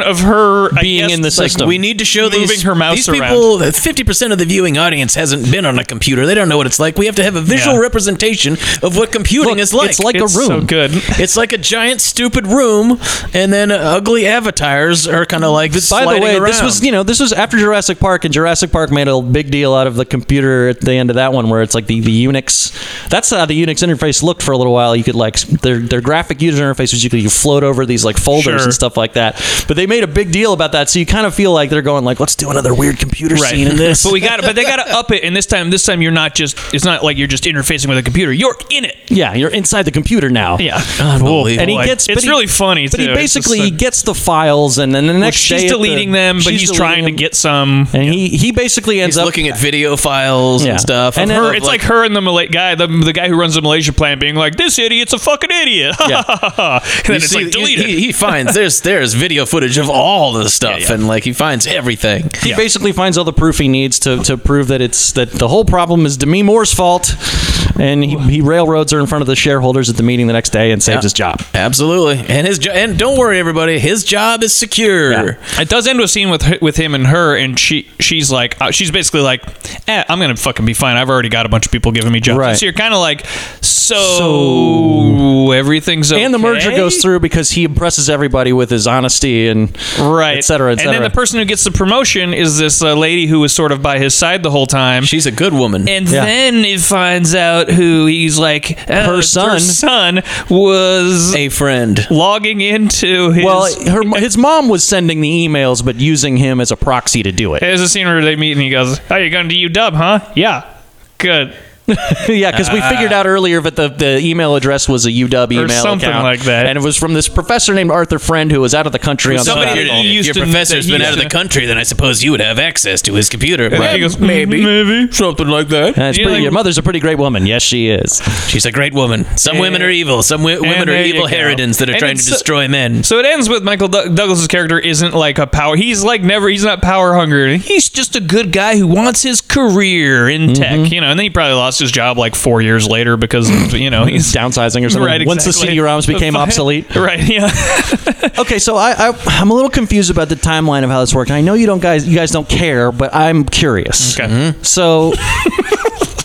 [SPEAKER 1] representation of her I
[SPEAKER 3] Being
[SPEAKER 1] guess,
[SPEAKER 3] in the
[SPEAKER 1] like,
[SPEAKER 3] system.
[SPEAKER 2] We need to show
[SPEAKER 1] Moving
[SPEAKER 2] these
[SPEAKER 1] her mouse
[SPEAKER 2] these people. uh, Fifty percent of the viewing audience hasn't been on a computer. They don't know what it's like. We have to have a visual
[SPEAKER 1] Yeah.
[SPEAKER 2] representation of what computing
[SPEAKER 3] Look,
[SPEAKER 2] is like.
[SPEAKER 3] it's like a
[SPEAKER 1] It's
[SPEAKER 3] room.
[SPEAKER 1] so good.
[SPEAKER 2] It's like a giant stupid room, and then ugly avatars are kind of like.
[SPEAKER 3] By the
[SPEAKER 2] sliding
[SPEAKER 3] way,
[SPEAKER 2] around.
[SPEAKER 3] this was you know this was after Jurassic Park, and Jurassic Park made a big deal out of the computer at the end of that one, where it's like the, the Unix. That's how the Unix interface looked for a little while. You could like s- their their graphic user interface was you could you float over these like folders
[SPEAKER 1] Sure.
[SPEAKER 3] and stuff like that. But they made a big deal about that, so you kind of feel like they're going like, let's do another weird computer scene in this.
[SPEAKER 1] but we got to But they got to up it, and this time, this time you're not just. It's not like you're just interfacing with a computer. You're in it.
[SPEAKER 3] yeah, you're inside the computer now.
[SPEAKER 1] Yeah,
[SPEAKER 2] Unbelievable.
[SPEAKER 3] And he
[SPEAKER 1] Boy.
[SPEAKER 3] gets, but
[SPEAKER 1] It's
[SPEAKER 3] he-
[SPEAKER 1] really funny,
[SPEAKER 3] But
[SPEAKER 1] too.
[SPEAKER 3] he
[SPEAKER 1] It's
[SPEAKER 3] basically
[SPEAKER 1] just
[SPEAKER 3] he
[SPEAKER 1] like-
[SPEAKER 3] gets the files, and then the next
[SPEAKER 1] She's
[SPEAKER 3] day at the-
[SPEAKER 1] deleting them, but
[SPEAKER 3] she's
[SPEAKER 1] he's trying to
[SPEAKER 3] deleting them.
[SPEAKER 1] get some.
[SPEAKER 3] And he he basically ends
[SPEAKER 2] He's
[SPEAKER 3] up
[SPEAKER 2] looking at video files
[SPEAKER 3] Yeah.
[SPEAKER 2] and stuff.
[SPEAKER 3] And
[SPEAKER 2] of
[SPEAKER 3] then-
[SPEAKER 1] her,
[SPEAKER 2] of,
[SPEAKER 1] it's like, her and the Malay guy, the, the guy who runs the Malaysia plant, being like, "This idiot's a fucking idiot."
[SPEAKER 3] Yeah.
[SPEAKER 1] and then
[SPEAKER 2] you
[SPEAKER 1] it's
[SPEAKER 2] see-
[SPEAKER 1] like deleted.
[SPEAKER 2] He, he finds there's there's video footage of all the stuff,
[SPEAKER 1] Yeah, yeah.
[SPEAKER 2] and like he finds everything.
[SPEAKER 3] He basically finds all the proof he needs to, to prove that it's that the whole problem is Demi Moore's fault, and he, he railroads her in front of the shareholders at the meeting the next day and saves his job.
[SPEAKER 2] Absolutely, and his jo- and don't worry, everybody, his job is secure.
[SPEAKER 1] it does end with a scene with her- with him and her, and she she's like, uh, she's basically like, eh, "I'm gonna fucking be fine. I've already got a bunch of people giving me jobs."
[SPEAKER 3] Right.
[SPEAKER 1] So you're kind of like, so,
[SPEAKER 3] So-
[SPEAKER 1] everything's okay?
[SPEAKER 3] And the merger goes through because he impresses everybody with his honesty and
[SPEAKER 1] right,
[SPEAKER 3] et cetera, et cetera.
[SPEAKER 1] And then the person who gets the promotion is this uh, lady who was sort of by his side the whole time.
[SPEAKER 2] She's a good woman.
[SPEAKER 1] And
[SPEAKER 3] Yeah.
[SPEAKER 1] then it finds out who he's like. uh,
[SPEAKER 3] Her son.
[SPEAKER 1] son was
[SPEAKER 2] a friend.
[SPEAKER 1] logging into his.
[SPEAKER 3] well, her his mom was sending the emails, but using him as a proxy to do it.
[SPEAKER 1] there's a scene where they meet and he goes, "How you going to UW, huh? Yeah, good."
[SPEAKER 3] yeah, because we figured out earlier that the, the email address was a UW email
[SPEAKER 1] something
[SPEAKER 3] account,
[SPEAKER 1] like that.
[SPEAKER 3] and it was from this professor named Arthur Friend who was out of the country on
[SPEAKER 1] somebody
[SPEAKER 3] sabbatical.
[SPEAKER 1] that
[SPEAKER 2] Uh, If
[SPEAKER 1] he used
[SPEAKER 2] your
[SPEAKER 1] to-
[SPEAKER 2] professor's
[SPEAKER 1] that he
[SPEAKER 2] been out
[SPEAKER 1] used
[SPEAKER 2] of the
[SPEAKER 1] to-
[SPEAKER 2] country, then I suppose you would have access to his computer.
[SPEAKER 1] And
[SPEAKER 2] Right.
[SPEAKER 1] he goes, "Maybe, maybe."
[SPEAKER 2] something like
[SPEAKER 3] And
[SPEAKER 2] that.
[SPEAKER 3] it's
[SPEAKER 1] Yeah,
[SPEAKER 3] pretty,
[SPEAKER 1] like-
[SPEAKER 3] your mother's a pretty great woman. Yes, she is.
[SPEAKER 2] She's a great woman. Some women
[SPEAKER 1] And-
[SPEAKER 2] are evil. Some wi- women are
[SPEAKER 1] there you
[SPEAKER 2] evil
[SPEAKER 1] go.
[SPEAKER 2] heritance that are
[SPEAKER 1] And
[SPEAKER 2] trying to
[SPEAKER 1] it's-
[SPEAKER 2] destroy men.
[SPEAKER 1] So it ends with Michael Doug- Douglas's character isn't like a power. He's like never. He's not power hungry. He's just a good guy who wants his career in
[SPEAKER 3] Mm-hmm.
[SPEAKER 1] tech. You know, and then he probably lost his job like four years later because of, you know he's
[SPEAKER 3] downsizing or something.
[SPEAKER 1] Right,
[SPEAKER 3] Once the
[SPEAKER 1] exactly.
[SPEAKER 3] CD-ROMs became obsolete.
[SPEAKER 1] right. Yeah.
[SPEAKER 3] Okay, so I, I I'm a little confused about the timeline of how this worked. I know you don't guys you guys don't care, but I'm curious.
[SPEAKER 1] Okay.
[SPEAKER 3] So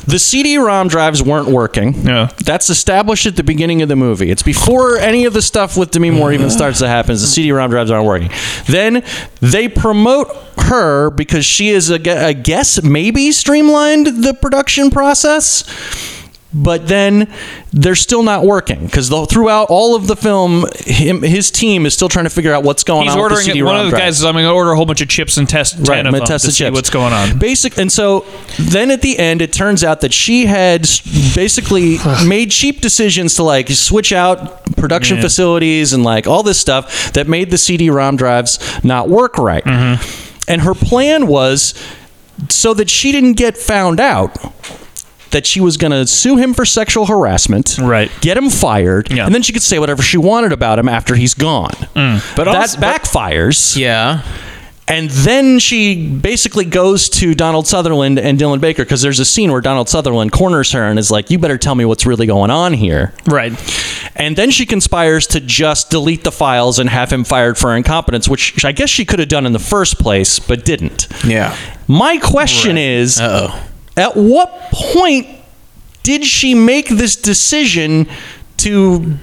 [SPEAKER 3] the CD-ROM drives weren't working.
[SPEAKER 1] Yeah.
[SPEAKER 3] That's established at the beginning of the movie. It's before any of the stuff with Demi Moore even starts to happen. The CD-ROM drives aren't working. Then they promote her because she is a, gue- I guess maybe streamlined the production process. but then they're still not working because throughout all of the film, him, his team is still trying to figure out what's going
[SPEAKER 1] He's
[SPEAKER 3] on. with the
[SPEAKER 1] ordering it.
[SPEAKER 3] CD-ROM
[SPEAKER 1] One of the
[SPEAKER 3] drive.
[SPEAKER 1] guys is, I'm going to order a whole bunch of chips and test 10
[SPEAKER 3] Right,
[SPEAKER 1] of
[SPEAKER 3] I'm
[SPEAKER 1] them
[SPEAKER 3] gonna test
[SPEAKER 1] to
[SPEAKER 3] the
[SPEAKER 1] see
[SPEAKER 3] chips.
[SPEAKER 1] what's going on.
[SPEAKER 3] Basic, and so then at the end, it turns out that she had s- basically made cheap decisions to like switch out production
[SPEAKER 1] Yeah.
[SPEAKER 3] facilities and like all this stuff that made the CD-ROM drives not work right.
[SPEAKER 1] Mm-hmm.
[SPEAKER 3] And her plan was so that she didn't get found out. That she was going to sue him for sexual harassment,
[SPEAKER 1] Right.
[SPEAKER 3] Get him fired,
[SPEAKER 1] Yeah. Mm.
[SPEAKER 3] and then she could say whatever she wanted about him after he's gone. But that
[SPEAKER 2] also- but-
[SPEAKER 3] backfires.
[SPEAKER 2] Yeah.
[SPEAKER 3] And then she basically goes to Donald Sutherland and Dylan Baker because there's a scene where Donald Sutherland corners her and is like, You better tell me what's really going on here.
[SPEAKER 1] Right.
[SPEAKER 3] And then she conspires to just delete the files and have him fired for incompetence, which I guess she could have done in the first place, but didn't.
[SPEAKER 2] Yeah.
[SPEAKER 3] My question is
[SPEAKER 2] Uh-oh.
[SPEAKER 3] at what point did she make this decision to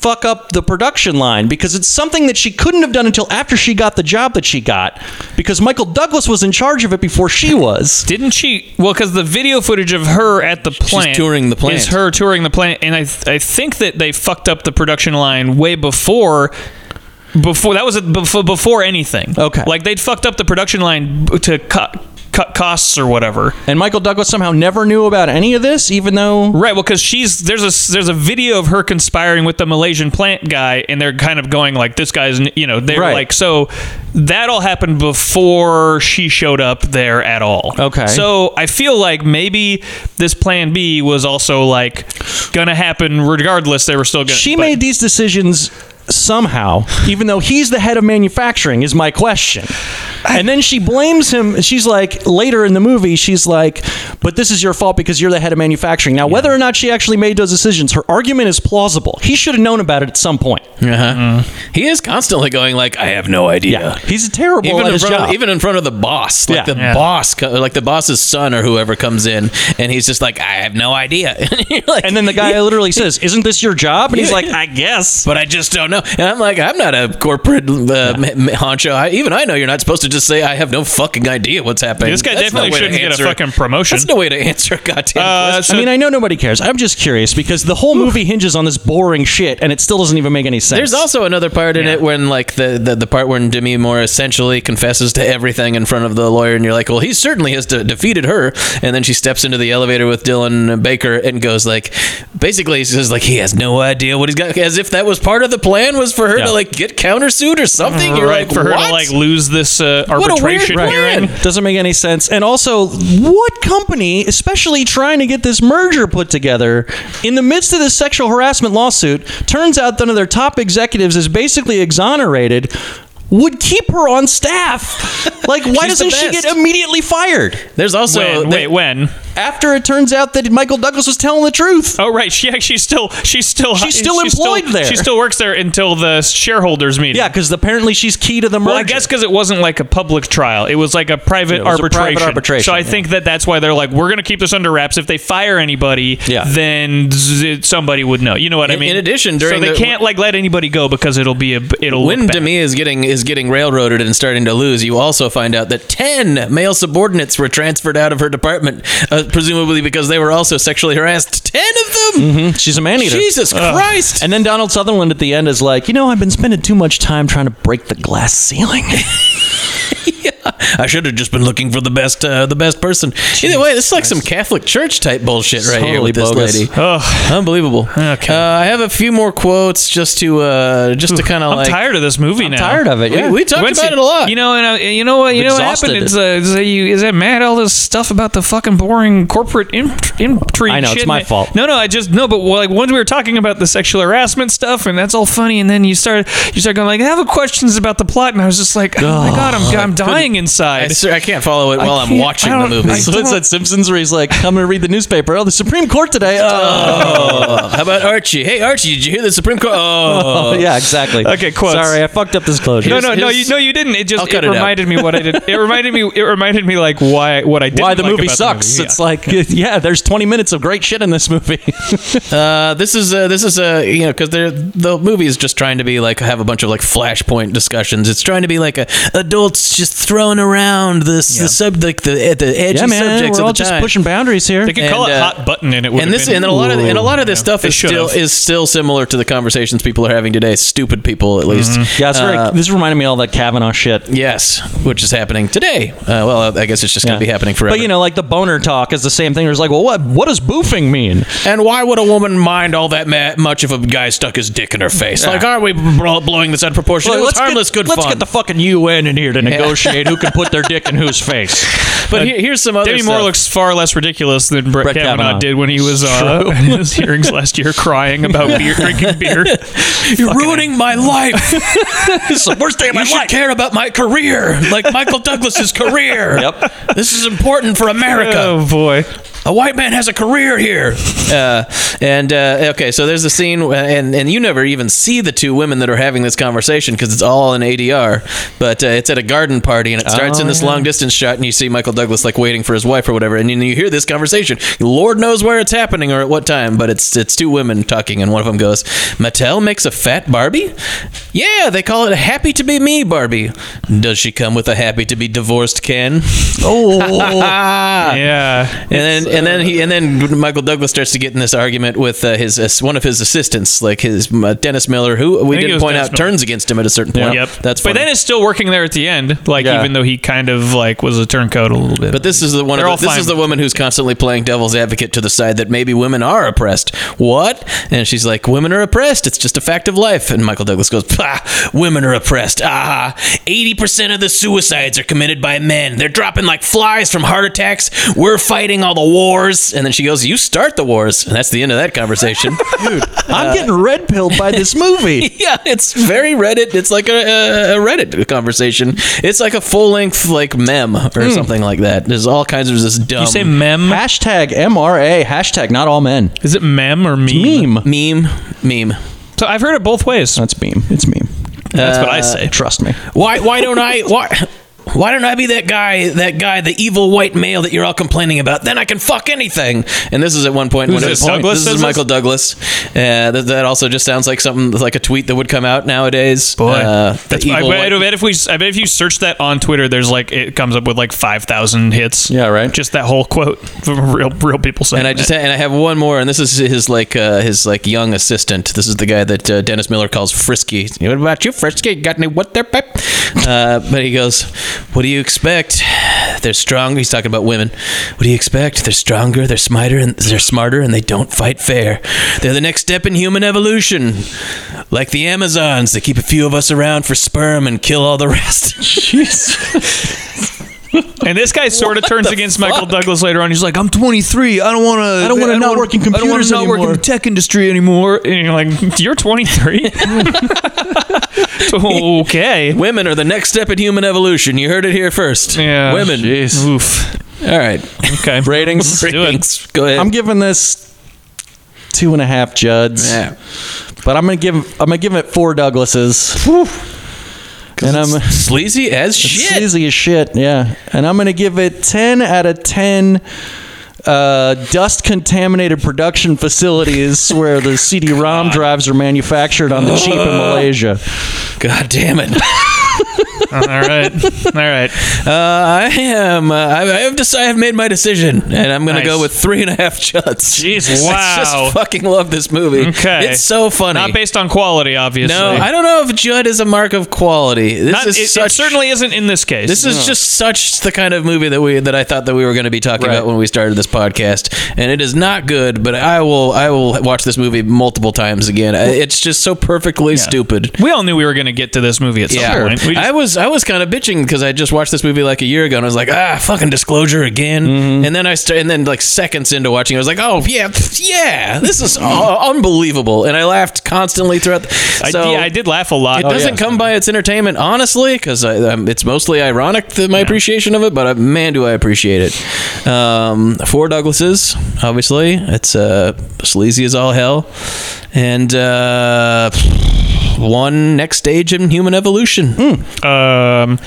[SPEAKER 3] fuck up the production line because it's something that she couldn't have done until after she got the job that she got because Michael Douglas was in charge of it before she was.
[SPEAKER 1] Didn't she? Well, because the video footage of her at the plant,
[SPEAKER 2] touring the plant.
[SPEAKER 1] is her touring the plant, and I, th- I think that they fucked up the production line way before. Before that was before, before anything.
[SPEAKER 3] Okay.
[SPEAKER 1] like they'd fucked up the production line b- to cut cut costs or whatever.
[SPEAKER 3] And Michael Douglas somehow never knew about any of this even though
[SPEAKER 1] Right. Well, because she's there's a there's a video of her conspiring with the Malaysian plant guy, and they're kind of going like this guy's n- you know they're
[SPEAKER 3] Right.
[SPEAKER 1] like so that all happened before she showed up there at all.
[SPEAKER 3] Okay.
[SPEAKER 1] So I feel like maybe this Plan B was also like gonna happen regardless. They were still gonna.
[SPEAKER 3] she
[SPEAKER 1] but-
[SPEAKER 3] made these decisions somehow even though he's the head of manufacturing is my question and then she blames him she's like later in the movie she's like but this is your fault because you're the head of manufacturing now whether or not she actually made those decisions her argument is plausible he should have known about it at some point
[SPEAKER 2] Uh-huh. He is constantly going like, I have no idea.
[SPEAKER 3] he's terrible
[SPEAKER 2] Even
[SPEAKER 3] at
[SPEAKER 2] in,
[SPEAKER 3] his
[SPEAKER 2] front
[SPEAKER 3] job
[SPEAKER 2] of, even in front of the boss, like
[SPEAKER 3] Yeah.
[SPEAKER 2] the
[SPEAKER 1] Yeah.
[SPEAKER 2] boss, co- like the boss's son or whoever comes in, and he's just like, "I have no idea." and, you're like,
[SPEAKER 3] and then the guy literally says isn't this your job and he's
[SPEAKER 2] Yeah.
[SPEAKER 3] like i guess
[SPEAKER 2] but I just don't know. And I'm like, I'm not a corporate uh, m- m- honcho. I, even I know you're not supposed to just say, "I have no fucking idea what's happening."
[SPEAKER 1] This guy
[SPEAKER 2] That's no
[SPEAKER 1] definitely
[SPEAKER 2] way to
[SPEAKER 1] shouldn't get a
[SPEAKER 2] answer-
[SPEAKER 1] fucking promotion.
[SPEAKER 2] That's no way to answer a goddamn
[SPEAKER 1] Uh,
[SPEAKER 2] question.
[SPEAKER 1] so
[SPEAKER 3] I mean, I know nobody cares. I'm just curious because the whole movie hinges on this boring shit, and it still doesn't even make any sense.
[SPEAKER 2] There's also another part in it when, like, the, the, the part when Demi Moore essentially confesses to everything in front of the lawyer, and you're like, well, he certainly has de- defeated her. And then she steps into the elevator with Dylan Baker and goes, like, basically, she says, like, he has no idea what he's got, as if that was part of the plan was for her
[SPEAKER 3] Yeah.
[SPEAKER 2] to, like, get countersued or something. You're
[SPEAKER 1] right
[SPEAKER 2] like,
[SPEAKER 1] for her
[SPEAKER 2] what?
[SPEAKER 1] to like lose this uh,
[SPEAKER 2] What a weird
[SPEAKER 1] arbitration
[SPEAKER 2] plan.
[SPEAKER 1] hearing.
[SPEAKER 3] Doesn't make any sense. And also, what company, especially trying to get this merger put together, in the midst of this sexual harassment lawsuit, turns out that one of their top executives is basically exonerated, would keep her on staff? Like, why
[SPEAKER 2] She's the
[SPEAKER 3] doesn't she
[SPEAKER 2] best.
[SPEAKER 3] get immediately fired?
[SPEAKER 2] There's also.
[SPEAKER 1] When? wait,
[SPEAKER 2] they-
[SPEAKER 1] when?
[SPEAKER 3] After it turns out that Michael Douglas was telling the truth.
[SPEAKER 1] Oh right, she actually still she's still
[SPEAKER 3] She's still employed there.
[SPEAKER 1] She still works there until the shareholders meeting.
[SPEAKER 3] Yeah, because apparently she's key to the merger.
[SPEAKER 1] Well, I guess because it wasn't like a public trial, it was like a private
[SPEAKER 3] It was a private
[SPEAKER 1] arbitration.
[SPEAKER 3] arbitration,
[SPEAKER 1] So I
[SPEAKER 3] yeah.
[SPEAKER 1] think that that's why they're like, we're going to keep this under wraps. If they fire anybody,
[SPEAKER 3] Yeah.
[SPEAKER 1] then z- somebody would know. You know what I
[SPEAKER 2] In-
[SPEAKER 1] mean?
[SPEAKER 2] in addition, during
[SPEAKER 1] so they
[SPEAKER 2] the-
[SPEAKER 1] can't like let anybody go because it'll be a it'll look
[SPEAKER 2] When
[SPEAKER 1] bad.
[SPEAKER 2] Demi is getting is getting railroaded and starting to lose, you also find out that ten male subordinates were transferred out of her department, uh, presumably because they were also sexually harassed. Ten of them.
[SPEAKER 3] she's Mm-hmm. a man-eater.
[SPEAKER 2] Jesus Christ!
[SPEAKER 3] And then Donald Sutherland at the end is like, you know, I've been spending too much time trying to break the glass ceiling.
[SPEAKER 2] I should have just been looking for the best uh, the best person. Either way, this is like some Catholic Church type bullshit right here with
[SPEAKER 3] Totally bogus.
[SPEAKER 2] this lady. Unbelievable.
[SPEAKER 1] Okay.
[SPEAKER 2] Uh, I have a few more quotes just to uh, just to kind of
[SPEAKER 1] I'm
[SPEAKER 2] like.
[SPEAKER 1] tired of this movie now.
[SPEAKER 3] Tired of it.
[SPEAKER 2] We,
[SPEAKER 3] Yeah.
[SPEAKER 2] we talked
[SPEAKER 1] Once
[SPEAKER 2] about
[SPEAKER 1] you-
[SPEAKER 2] it a lot.
[SPEAKER 1] You know, and uh, you know what? You know what
[SPEAKER 3] Exhausted.
[SPEAKER 1] happened? It's, uh, is that you is that mad all this stuff about the fucking boring corporate int- intrigue?
[SPEAKER 3] I know,
[SPEAKER 1] shit
[SPEAKER 3] it's my
[SPEAKER 1] and-
[SPEAKER 3] fault.
[SPEAKER 1] No, no, I just no. But well, like once we were talking about the sexual harassment stuff, and that's all funny, and then you start you start going like, I have questions about the plot, and I was just like, oh, my god, I'm, I'm dying
[SPEAKER 2] I,
[SPEAKER 1] inside.
[SPEAKER 2] sir, I can't follow it while I'm
[SPEAKER 1] can't-
[SPEAKER 2] watching
[SPEAKER 1] I
[SPEAKER 2] the
[SPEAKER 1] don't-
[SPEAKER 2] movie.
[SPEAKER 1] I
[SPEAKER 3] So it's that Simpsons where he's like, "Come and read the newspaper." Oh, the Supreme Court today. Oh,
[SPEAKER 2] Oh, how about Archie? Hey, Archie, did you hear the Supreme Court? Oh,
[SPEAKER 3] yeah, exactly.
[SPEAKER 1] Okay, quotes.
[SPEAKER 3] Sorry, I fucked up this closure.
[SPEAKER 1] no, no, no,
[SPEAKER 2] here's-
[SPEAKER 1] you, no, you didn't. It
[SPEAKER 2] I'll
[SPEAKER 1] just it
[SPEAKER 2] cut it out.
[SPEAKER 1] reminded me what I did. It reminded me. It reminded me like why what I did.
[SPEAKER 3] Why the
[SPEAKER 1] like
[SPEAKER 3] movie
[SPEAKER 1] about
[SPEAKER 3] sucks?
[SPEAKER 1] The movie.
[SPEAKER 3] It's like, yeah, there's 20 minutes of great shit in this movie.
[SPEAKER 2] Uh, this is uh, this is uh, you know because the movie is just trying to be like have a bunch of like flashpoint discussions. It's trying to be like a uh, adults just throw thrown around the s-
[SPEAKER 1] Yeah.
[SPEAKER 2] the sub like the at the edgy
[SPEAKER 3] yeah, man,
[SPEAKER 2] subjects
[SPEAKER 3] we're
[SPEAKER 2] of
[SPEAKER 3] all
[SPEAKER 2] the
[SPEAKER 3] just
[SPEAKER 2] time.
[SPEAKER 3] pushing boundaries here.
[SPEAKER 1] They could call
[SPEAKER 2] And,
[SPEAKER 1] it
[SPEAKER 2] uh,
[SPEAKER 1] hot button, and it would.
[SPEAKER 2] and this
[SPEAKER 1] been,
[SPEAKER 2] and a lot of and a lot of this
[SPEAKER 1] Yeah.
[SPEAKER 2] stuff
[SPEAKER 1] They
[SPEAKER 2] is still
[SPEAKER 1] should've.
[SPEAKER 2] is still similar to the conversations people are having today. Stupid people, at least.
[SPEAKER 3] yeah, it's very,
[SPEAKER 2] Uh,
[SPEAKER 3] this reminded me of all that Kavanaugh shit.
[SPEAKER 2] Yes, which is happening today. Uh, well, I guess it's just going to be happening forever.
[SPEAKER 3] But you know, like the boner talk is the same thing. It's like, well, what what does boofing mean?
[SPEAKER 2] and why would a woman mind all that ma- much if a guy stuck his dick in her face? Like, are we bl- blowing this out of proportion?
[SPEAKER 3] Like,
[SPEAKER 2] it was harmless,
[SPEAKER 3] get,
[SPEAKER 2] good
[SPEAKER 3] let's
[SPEAKER 2] fun.
[SPEAKER 3] get the fucking UN in here to negotiate who can put their dick in whose face.
[SPEAKER 2] but here- here's some other
[SPEAKER 1] Demi
[SPEAKER 2] stuff.
[SPEAKER 1] Moore looks far less ridiculous than Brett,
[SPEAKER 3] Brett
[SPEAKER 1] Kavanaugh,
[SPEAKER 3] Kavanaugh.
[SPEAKER 1] did when he was uh, in his hearings last year, crying about beer, drinking beer.
[SPEAKER 2] You're ruining my life.
[SPEAKER 3] This is the worst day of my
[SPEAKER 2] you should
[SPEAKER 3] life.
[SPEAKER 2] care about my career, like Michael Douglas's career.
[SPEAKER 3] Yep.
[SPEAKER 2] This is important for America.
[SPEAKER 1] Oh boy!
[SPEAKER 2] a white man has a career here. Uh, and uh, okay, so there's a scene, uh, and and you never even see the two women that are having this conversation because it's all in ADR. But uh, it's at a garden party, and it starts in this long distance shot, and you see Michael Douglas like waiting for his wife or whatever, and then you hear this conversation. Lord knows where it's happening or at what time, but it's it's two women talking, and one of them goes, "Mattel makes a fat Barbie." Yeah, they call it a happy to be me Barbie. Does she come with a happy to be divorced Ken? Oh.
[SPEAKER 1] Yeah,
[SPEAKER 2] And then, and then he, and then Michael Douglas starts to get in this argument with uh, his uh, one of his assistants, like his uh, Dennis Miller, who we
[SPEAKER 1] think it
[SPEAKER 2] didn't
[SPEAKER 1] was
[SPEAKER 2] point
[SPEAKER 1] Dennis
[SPEAKER 2] out
[SPEAKER 1] Miller.
[SPEAKER 2] turns against him at a certain point.
[SPEAKER 1] yep.
[SPEAKER 2] that's
[SPEAKER 1] but
[SPEAKER 2] funny.
[SPEAKER 1] then it's still working there at the end. Like
[SPEAKER 3] Yeah.
[SPEAKER 1] even though he kind of like was a turncoat a little bit.
[SPEAKER 2] but this is the one.
[SPEAKER 1] They're all
[SPEAKER 2] Of the, this
[SPEAKER 1] fine.
[SPEAKER 2] is the woman who's constantly playing devil's advocate to the side that maybe women are oppressed. What? And she's like, "Women are oppressed. It's just a fact of life." And Michael Douglas goes, "Pah, "Women are oppressed. Ah, eighty percent of the suicides are committed by men. They're dropping like flies from heart attacks. We're fighting all the wars." And then she goes, "You start the wars." And that's the end of that conversation.
[SPEAKER 3] I'm getting red pilled by this movie.
[SPEAKER 2] yeah, it's very Reddit. It's like a, a, a Reddit conversation. It's like a full length like mem or something like that. There's all kinds of this dumb
[SPEAKER 1] Hmm. you say mem?
[SPEAKER 3] hashtag MRA. Hashtag not all men.
[SPEAKER 1] Is it mem or meme?
[SPEAKER 3] Meme.
[SPEAKER 2] meme Uh, meme.
[SPEAKER 1] So I've heard it both ways.
[SPEAKER 3] That's meme. It's meme.
[SPEAKER 1] That's what I say.
[SPEAKER 3] Trust me.
[SPEAKER 2] Why why don't I why why don't I be that guy that guy the evil white male that you're all complaining about? Then I can fuck anything. And this is at one point
[SPEAKER 1] Who's
[SPEAKER 2] when it
[SPEAKER 1] this,
[SPEAKER 2] was-
[SPEAKER 1] Douglas
[SPEAKER 2] this
[SPEAKER 1] says
[SPEAKER 2] is Michael Douglas. Uh, that, that also just sounds like something like a tweet that would come out nowadays.
[SPEAKER 1] Boy,
[SPEAKER 2] Uh, the
[SPEAKER 1] that's I,
[SPEAKER 2] evil
[SPEAKER 1] bet,
[SPEAKER 2] white-
[SPEAKER 1] I bet if we, I bet if you search that on Twitter, there's like it comes up with like five thousand hits.
[SPEAKER 3] Yeah, right.
[SPEAKER 1] Just that whole quote from real, real people saying.
[SPEAKER 2] And I
[SPEAKER 1] that.
[SPEAKER 2] just ha- and I have one more, and this is his like uh, his like young assistant. This is the guy that uh, Dennis Miller calls Frisky. What about you, Frisky? Got any what there, pep? Uh, but he goes, "What do you expect? They're strong." He's talking about women. What do you expect? They're stronger. They're smarter, and they're smarter, and they don't fight fair. They're the next step in human evolution. Like the Amazons, they keep a few of us around for sperm and kill all the rest.
[SPEAKER 1] And this guy sort of turns against Michael Douglas later on. He's like, "I'm 23. I don't want to. I
[SPEAKER 3] don't wanna not
[SPEAKER 1] wanna-
[SPEAKER 3] work in
[SPEAKER 1] I don't wanna
[SPEAKER 3] computers
[SPEAKER 1] not work in
[SPEAKER 3] anymore."
[SPEAKER 1] the tech industry anymore." And you're like, "You're 23. okay.
[SPEAKER 2] women are the next step in human evolution. You heard it here first.
[SPEAKER 1] Yeah.
[SPEAKER 2] Women.
[SPEAKER 1] Oof.
[SPEAKER 2] All right.
[SPEAKER 1] Okay.
[SPEAKER 3] Ratings.
[SPEAKER 1] Let's do it.
[SPEAKER 2] Ratings. Go ahead.
[SPEAKER 3] I'm giving this two and a half Juds,
[SPEAKER 2] Yeah.
[SPEAKER 3] but I'm gonna give I'm gonna give it four Douglases. And I'm
[SPEAKER 2] Sleazy as
[SPEAKER 3] It's
[SPEAKER 2] shit.
[SPEAKER 3] Sleazy as shit, yeah. And I'm gonna give it ten out of ten. Uh, dust contaminated production facilities where the CD-ROM drives are manufactured on the cheap in Malaysia.
[SPEAKER 2] God damn it.
[SPEAKER 1] All right. All right.
[SPEAKER 2] Uh, I am. Uh, I, I have just. I have made my decision, and I'm gonna
[SPEAKER 1] Nice.
[SPEAKER 2] go with three and a half chuds.
[SPEAKER 1] Jesus.
[SPEAKER 2] I
[SPEAKER 1] Wow.
[SPEAKER 2] just fucking love this movie.
[SPEAKER 1] Okay.
[SPEAKER 2] It's so funny.
[SPEAKER 1] Not based on quality, obviously.
[SPEAKER 2] no, I don't know if Judd is a mark of quality. This
[SPEAKER 1] Not,
[SPEAKER 2] is
[SPEAKER 1] it, it
[SPEAKER 2] such,
[SPEAKER 1] certainly isn't in this case.
[SPEAKER 2] This is just such the kind of movie that we that I thought that we were going to be talking about when we started this podcast, and it is not good. But I will I will watch this movie multiple times again. I- It's just so perfectly stupid.
[SPEAKER 1] we all knew we were going to get to this movie at some point. We just-
[SPEAKER 2] I was I was kind of bitching because I just watched this movie like a year ago, and I was like, ah, fucking disclosure again.
[SPEAKER 1] Mm-hmm.
[SPEAKER 2] And then I st- and then like seconds into watching, I was like, oh yeah, pff, yeah, this is uh, unbelievable, and I laughed constantly throughout. The-
[SPEAKER 1] I,
[SPEAKER 2] so
[SPEAKER 1] yeah, I did Oh, laugh a lot.
[SPEAKER 2] It doesn't come by its entertainment, honestly, because um, it's mostly ironic the, my appreciation of it. But uh, man, do I appreciate it. Um, four Douglases, obviously. It's uh, sleazy as all hell, and uh, one next stage in human evolution.
[SPEAKER 1] Um,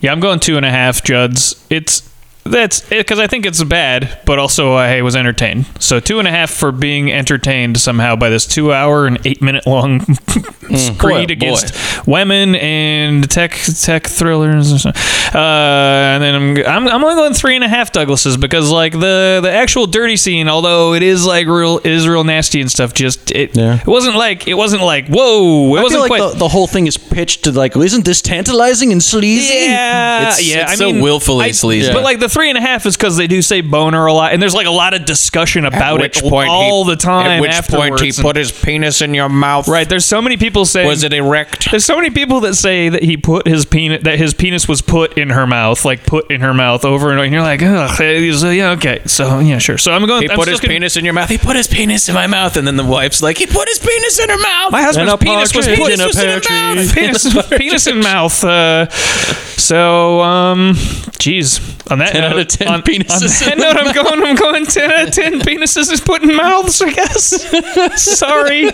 [SPEAKER 1] yeah, I'm going two and a half Juds. It's That's because I think it's bad, but also I was entertained. So two and a half for being entertained somehow by this two-hour and eight-minute-long
[SPEAKER 3] Hmm.
[SPEAKER 1] screed
[SPEAKER 2] Boy,
[SPEAKER 1] against women and tech tech thrillers. And, stuff. Uh, and then I'm I'm I'm only going three and a half Douglases because like the the actual dirty scene, although it is like real it is real nasty and stuff. Just it
[SPEAKER 3] Yeah.
[SPEAKER 1] it wasn't like it wasn't like whoa. It
[SPEAKER 3] I
[SPEAKER 1] wasn't
[SPEAKER 3] feel like
[SPEAKER 1] quite.
[SPEAKER 3] the, the whole thing is pitched to like, isn't this tantalizing and sleazy?
[SPEAKER 1] Yeah,
[SPEAKER 2] It's-
[SPEAKER 1] yeah.
[SPEAKER 2] it's
[SPEAKER 1] I
[SPEAKER 2] so
[SPEAKER 1] mean,
[SPEAKER 2] willfully
[SPEAKER 1] I-
[SPEAKER 2] sleazy.
[SPEAKER 1] But like the three and a half is because they do say boner a lot, and there's like a lot of discussion about
[SPEAKER 2] which
[SPEAKER 1] it
[SPEAKER 2] point
[SPEAKER 1] all
[SPEAKER 2] he,
[SPEAKER 1] the time.
[SPEAKER 2] At which
[SPEAKER 1] afterwards
[SPEAKER 2] point he
[SPEAKER 1] and-
[SPEAKER 2] put his penis in your mouth.
[SPEAKER 1] right. There's so many people saying
[SPEAKER 2] Was it erect?
[SPEAKER 1] There's so many people that say that he put his penis that his penis was put in her mouth, like put in her mouth over and over. And you're like, ugh, he's, uh, yeah, okay, so yeah, sure. So I'm going.
[SPEAKER 2] He
[SPEAKER 1] I'm
[SPEAKER 2] put
[SPEAKER 1] still
[SPEAKER 2] his
[SPEAKER 1] gonna-
[SPEAKER 2] penis in your mouth. He put his penis in my mouth, and then the wife's like, "He put his penis in her mouth."
[SPEAKER 3] My husband's
[SPEAKER 2] And a
[SPEAKER 3] penis was
[SPEAKER 2] partridge
[SPEAKER 3] put
[SPEAKER 2] in
[SPEAKER 3] in
[SPEAKER 2] a
[SPEAKER 3] a
[SPEAKER 2] pear
[SPEAKER 3] pear
[SPEAKER 2] tree.
[SPEAKER 1] Penis, penis in mouth. Uh, so, um, jeez. On that
[SPEAKER 3] 10
[SPEAKER 1] note,
[SPEAKER 3] out of 10
[SPEAKER 1] on,
[SPEAKER 3] penises
[SPEAKER 1] On that
[SPEAKER 3] in
[SPEAKER 1] note, I'm going. I'm going ten out of ten penises is put in mouths. I guess. Sorry,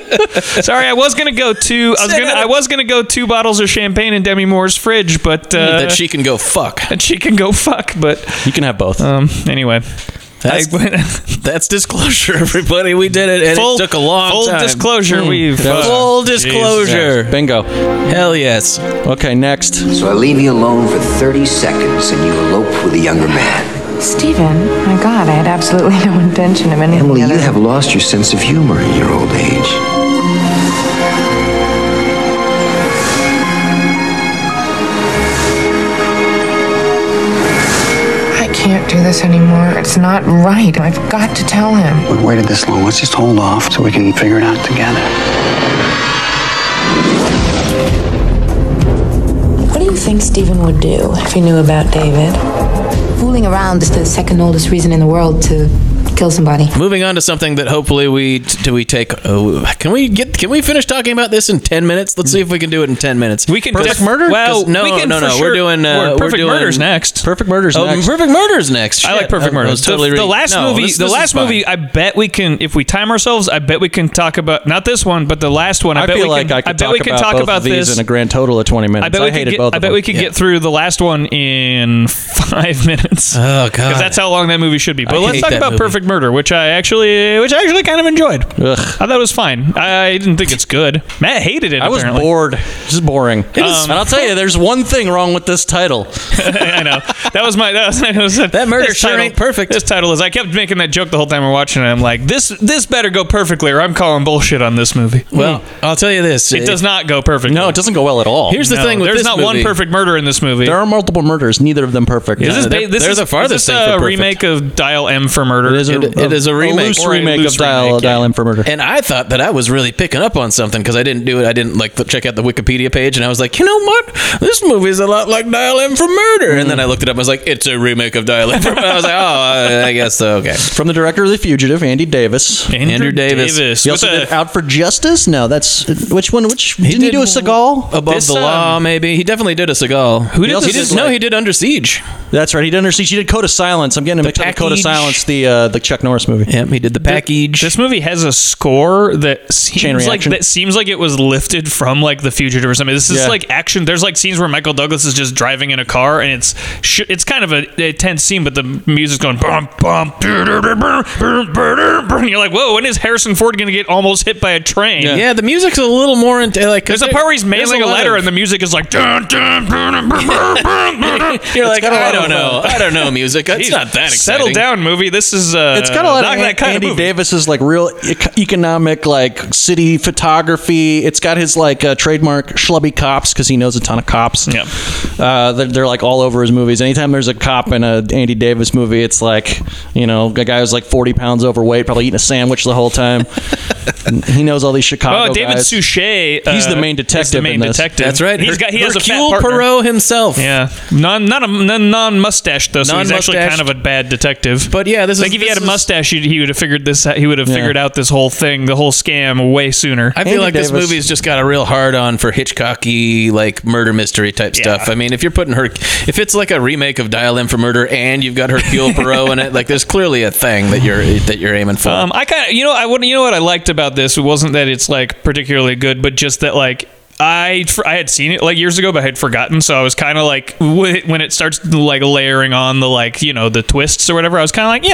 [SPEAKER 1] sorry. I was gonna go two. I was gonna. I was gonna go two bottles of champagne in Demi Moore's fridge, but uh,
[SPEAKER 2] that she can go fuck.
[SPEAKER 1] that she can go fuck. But
[SPEAKER 3] You can have both.
[SPEAKER 1] um, anyway. I,
[SPEAKER 2] That's- That's disclosure, everybody. We did it, and it took a long
[SPEAKER 1] full
[SPEAKER 2] time. Hmm.
[SPEAKER 1] disclosure. We've uh,
[SPEAKER 2] full disclosure.
[SPEAKER 3] Bingo.
[SPEAKER 2] Hell yes.
[SPEAKER 3] Okay, next.
[SPEAKER 5] So I leave you alone for 30 seconds and you elope with a younger man.
[SPEAKER 9] Stephen, my God, I had absolutely no intention of anything.
[SPEAKER 5] Emily,
[SPEAKER 9] other
[SPEAKER 5] you have lost your sense of humor in your old age.
[SPEAKER 9] I can't do this anymore. It's not right. I've got to tell him.
[SPEAKER 10] We've waited this long. Let's just hold off so we can figure it out together.
[SPEAKER 9] What do you think Stephen would do if he knew about David?
[SPEAKER 6] Fooling around is the second oldest reason in the world to kill somebody.
[SPEAKER 2] Moving on to something that hopefully we do we take. Oh, can we get? Can we finish talking about this in ten minutes? Let's see if we can do it in ten minutes.
[SPEAKER 1] we can
[SPEAKER 2] perfect
[SPEAKER 1] def-
[SPEAKER 2] murder.
[SPEAKER 1] Well,
[SPEAKER 2] 'Cause- no,
[SPEAKER 1] we can
[SPEAKER 2] no,
[SPEAKER 1] for
[SPEAKER 2] no.
[SPEAKER 1] sure-
[SPEAKER 2] We're doing. Uh,
[SPEAKER 1] we're-
[SPEAKER 2] we're
[SPEAKER 1] perfect
[SPEAKER 2] doing-
[SPEAKER 1] murders next.
[SPEAKER 3] Perfect murders
[SPEAKER 2] Oh,
[SPEAKER 3] next.
[SPEAKER 2] perfect murders next.
[SPEAKER 1] I like
[SPEAKER 2] Shit.
[SPEAKER 1] Perfect
[SPEAKER 2] I
[SPEAKER 1] Murder.
[SPEAKER 2] was totally
[SPEAKER 1] the, the
[SPEAKER 2] reading-
[SPEAKER 1] last
[SPEAKER 2] No,
[SPEAKER 1] movie,
[SPEAKER 2] this-
[SPEAKER 1] the
[SPEAKER 2] this is
[SPEAKER 1] last movie.
[SPEAKER 2] fine.
[SPEAKER 1] I bet we can, if we time ourselves, I bet we can talk about not this one, but the last one. I,
[SPEAKER 3] I,
[SPEAKER 1] bet
[SPEAKER 3] feel
[SPEAKER 1] we
[SPEAKER 3] like
[SPEAKER 1] can,
[SPEAKER 3] I could
[SPEAKER 1] bet
[SPEAKER 3] talk
[SPEAKER 1] we can
[SPEAKER 3] about
[SPEAKER 1] talk
[SPEAKER 3] both
[SPEAKER 1] about
[SPEAKER 3] of these
[SPEAKER 1] this
[SPEAKER 3] in a grand total of 20 minutes.
[SPEAKER 1] I
[SPEAKER 3] I,
[SPEAKER 1] bet we could
[SPEAKER 3] hated
[SPEAKER 1] get.
[SPEAKER 3] both
[SPEAKER 1] I
[SPEAKER 3] of
[SPEAKER 1] bet
[SPEAKER 3] them.
[SPEAKER 1] we could get through the last one in five minutes.
[SPEAKER 2] Oh god.
[SPEAKER 1] because that's how long that movie should be. But let's
[SPEAKER 2] hate
[SPEAKER 1] talk
[SPEAKER 2] that
[SPEAKER 1] about
[SPEAKER 2] movie.
[SPEAKER 1] Perfect Murder, which I actually, which I actually kind of enjoyed.
[SPEAKER 3] Ugh.
[SPEAKER 1] I thought it was fine. I, I didn't think it's good. Matt hated it.
[SPEAKER 3] I was
[SPEAKER 1] apparently.
[SPEAKER 3] bored. This is boring. and I'll tell you, there's one thing wrong with this title.
[SPEAKER 1] I know. That was my that, was,
[SPEAKER 2] That murder
[SPEAKER 1] this
[SPEAKER 2] sure ain't perfect.
[SPEAKER 1] This title is. I kept making that joke the whole time we're watching it. I'm like, this this better go perfectly, or I'm calling bullshit on this movie. Hmm.
[SPEAKER 2] well, I'll tell you this.
[SPEAKER 1] it does not go perfectly.
[SPEAKER 3] No, it doesn't go well at all.
[SPEAKER 2] Here's the
[SPEAKER 1] No,
[SPEAKER 2] thing. With
[SPEAKER 1] there's
[SPEAKER 2] this
[SPEAKER 1] not one
[SPEAKER 2] movie.
[SPEAKER 1] perfect murder in this movie.
[SPEAKER 3] there are multiple murders, neither of them perfect.
[SPEAKER 1] Is this
[SPEAKER 2] they're-
[SPEAKER 1] ba- this
[SPEAKER 2] they're
[SPEAKER 1] is,
[SPEAKER 2] the farthest
[SPEAKER 1] is this
[SPEAKER 2] thing for
[SPEAKER 1] a
[SPEAKER 2] perfect.
[SPEAKER 1] remake of Dial M for Murder?
[SPEAKER 3] It is a,
[SPEAKER 2] It- it is a remake.
[SPEAKER 3] loose
[SPEAKER 2] Or a
[SPEAKER 3] remake
[SPEAKER 1] loose
[SPEAKER 3] of Dial,
[SPEAKER 1] remake, yeah.
[SPEAKER 3] Dial M for Murder.
[SPEAKER 2] And I thought that I was really picking up on something because I didn't do it. I didn't like check out the Wikipedia page, and I was like, you know what? This movie is a lot like Dial M for Murder. And then I looked it up. I was like, it's a remake of Dial M for Murder. I was like, oh, I, I guess so. Okay.
[SPEAKER 3] From the director of The Fugitive, Andy Davis.
[SPEAKER 1] Andrew,
[SPEAKER 2] Andrew Davis.
[SPEAKER 1] Davis.
[SPEAKER 3] He
[SPEAKER 1] with
[SPEAKER 3] also
[SPEAKER 1] a-
[SPEAKER 3] did Out for Justice. No, that's which one? Which didn't he do a Seagal?
[SPEAKER 2] Above
[SPEAKER 1] This,
[SPEAKER 2] the Law,
[SPEAKER 1] um,
[SPEAKER 2] maybe. He definitely did a Seagal.
[SPEAKER 1] Who did
[SPEAKER 2] he
[SPEAKER 1] this-
[SPEAKER 2] did,
[SPEAKER 1] this,
[SPEAKER 2] No,
[SPEAKER 1] like-
[SPEAKER 2] he did Under Siege.
[SPEAKER 3] That's right. He did Under Siege. He did Code of Silence. I'm getting him mixed up. with Code of
[SPEAKER 2] Package.
[SPEAKER 3] Silence, the uh, the Chuck Norris movie.
[SPEAKER 2] Yep, he did the package.
[SPEAKER 1] This movie has a score that seems like
[SPEAKER 3] reaction.
[SPEAKER 1] that seems like it was lifted from like The Fugitive or something. This is
[SPEAKER 3] Yeah.
[SPEAKER 1] like action. There's like scenes where Michael Douglas is just driving in a car, and it's sh- it's kind of a, a tense scene, but the music's going bum bum. And you're like, whoa, when is Harrison Ford gonna get almost hit by a train?
[SPEAKER 2] yeah. the music's a little more into like.
[SPEAKER 1] There's a part where he's
[SPEAKER 2] there's
[SPEAKER 1] mailing a,
[SPEAKER 2] lot
[SPEAKER 1] letter,
[SPEAKER 2] of-
[SPEAKER 1] and the music is like. Dun, dun, dun, dun, dun, dun, dun.
[SPEAKER 2] you're like,
[SPEAKER 3] got a lot
[SPEAKER 2] I don't know,
[SPEAKER 3] of,
[SPEAKER 2] I don't know music. It's
[SPEAKER 1] Jeez,
[SPEAKER 2] not that exciting.
[SPEAKER 1] Settle down, movie. This is uh,
[SPEAKER 3] It's got a lot
[SPEAKER 1] not
[SPEAKER 3] of
[SPEAKER 1] that kind
[SPEAKER 3] Andy
[SPEAKER 1] of movie.
[SPEAKER 3] Davis's like real e- economic like city photography. It's got his like uh, trademark schlubby cops because he knows a ton of cops.
[SPEAKER 1] Yeah.
[SPEAKER 3] uh, they're, they're like all over his movies. Anytime there's a cop in a Andy Davis movie, it's like you know a guy who's like forty pounds overweight, probably eating a sandwich the whole time. And he knows all these Chicago.
[SPEAKER 1] Oh, David
[SPEAKER 3] guys.
[SPEAKER 1] Suchet. uh,
[SPEAKER 3] He's the main
[SPEAKER 1] is The
[SPEAKER 3] detective
[SPEAKER 1] main
[SPEAKER 3] in this.
[SPEAKER 1] detective.
[SPEAKER 2] That's right.
[SPEAKER 1] He's
[SPEAKER 2] Her-
[SPEAKER 1] got. He has a fat
[SPEAKER 2] Hercule
[SPEAKER 1] partner.
[SPEAKER 2] Poirot himself.
[SPEAKER 1] Yeah, non not a non, non mustache though, so he's actually
[SPEAKER 2] Non-mustached.
[SPEAKER 1] kind of a bad detective.
[SPEAKER 2] But yeah, this
[SPEAKER 1] like
[SPEAKER 2] is-
[SPEAKER 1] if he had
[SPEAKER 2] this
[SPEAKER 1] a
[SPEAKER 2] is-
[SPEAKER 1] mustache, he'd, he would have figured this. out- He would have
[SPEAKER 3] Yeah.
[SPEAKER 1] figured out this whole thing, the whole scam, way sooner.
[SPEAKER 2] I feel
[SPEAKER 3] Andy
[SPEAKER 2] like this
[SPEAKER 3] Davis.
[SPEAKER 2] movie's just got a real hard on for Hitchcocky like murder mystery type stuff. I mean, if you're putting her, if it's like a remake of Dial M for Murder and you've got Hercule Poirot in it, like there's clearly a thing that you're that you're aiming for.
[SPEAKER 1] Um, I kind of, you know, I wouldn't, you know, what I liked about this wasn't that it's like particularly good, but just that like I fr- I had seen it like years ago, but I had forgotten. So I was kind of like wh- when it starts like layering on the like you know the twists or whatever. I was kind of like,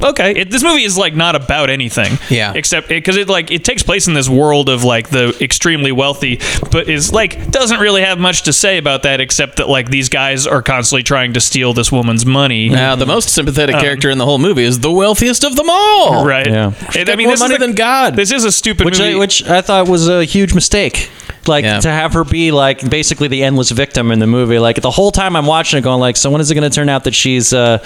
[SPEAKER 1] yeah, okay. It, this movie is like not about anything.
[SPEAKER 2] Yeah.
[SPEAKER 1] Except because it like it takes place in this world of like the extremely wealthy, but is like doesn't really have much to say about that except that like these guys are constantly trying to steal this woman's money.
[SPEAKER 2] Now, the most sympathetic character in the whole movie is the wealthiest of them all.
[SPEAKER 1] um, Right.
[SPEAKER 3] Yeah.
[SPEAKER 1] And, I
[SPEAKER 2] got
[SPEAKER 1] mean,
[SPEAKER 2] more
[SPEAKER 1] this is
[SPEAKER 2] money
[SPEAKER 1] a-
[SPEAKER 2] than God.
[SPEAKER 1] This is a stupid
[SPEAKER 3] which
[SPEAKER 1] movie.
[SPEAKER 3] I, which I thought was a huge mistake. Like
[SPEAKER 2] Yeah.
[SPEAKER 3] to have her be like basically the endless victim in the movie. Like the whole time I'm watching it, going like, so when is it going to turn out that she's uh,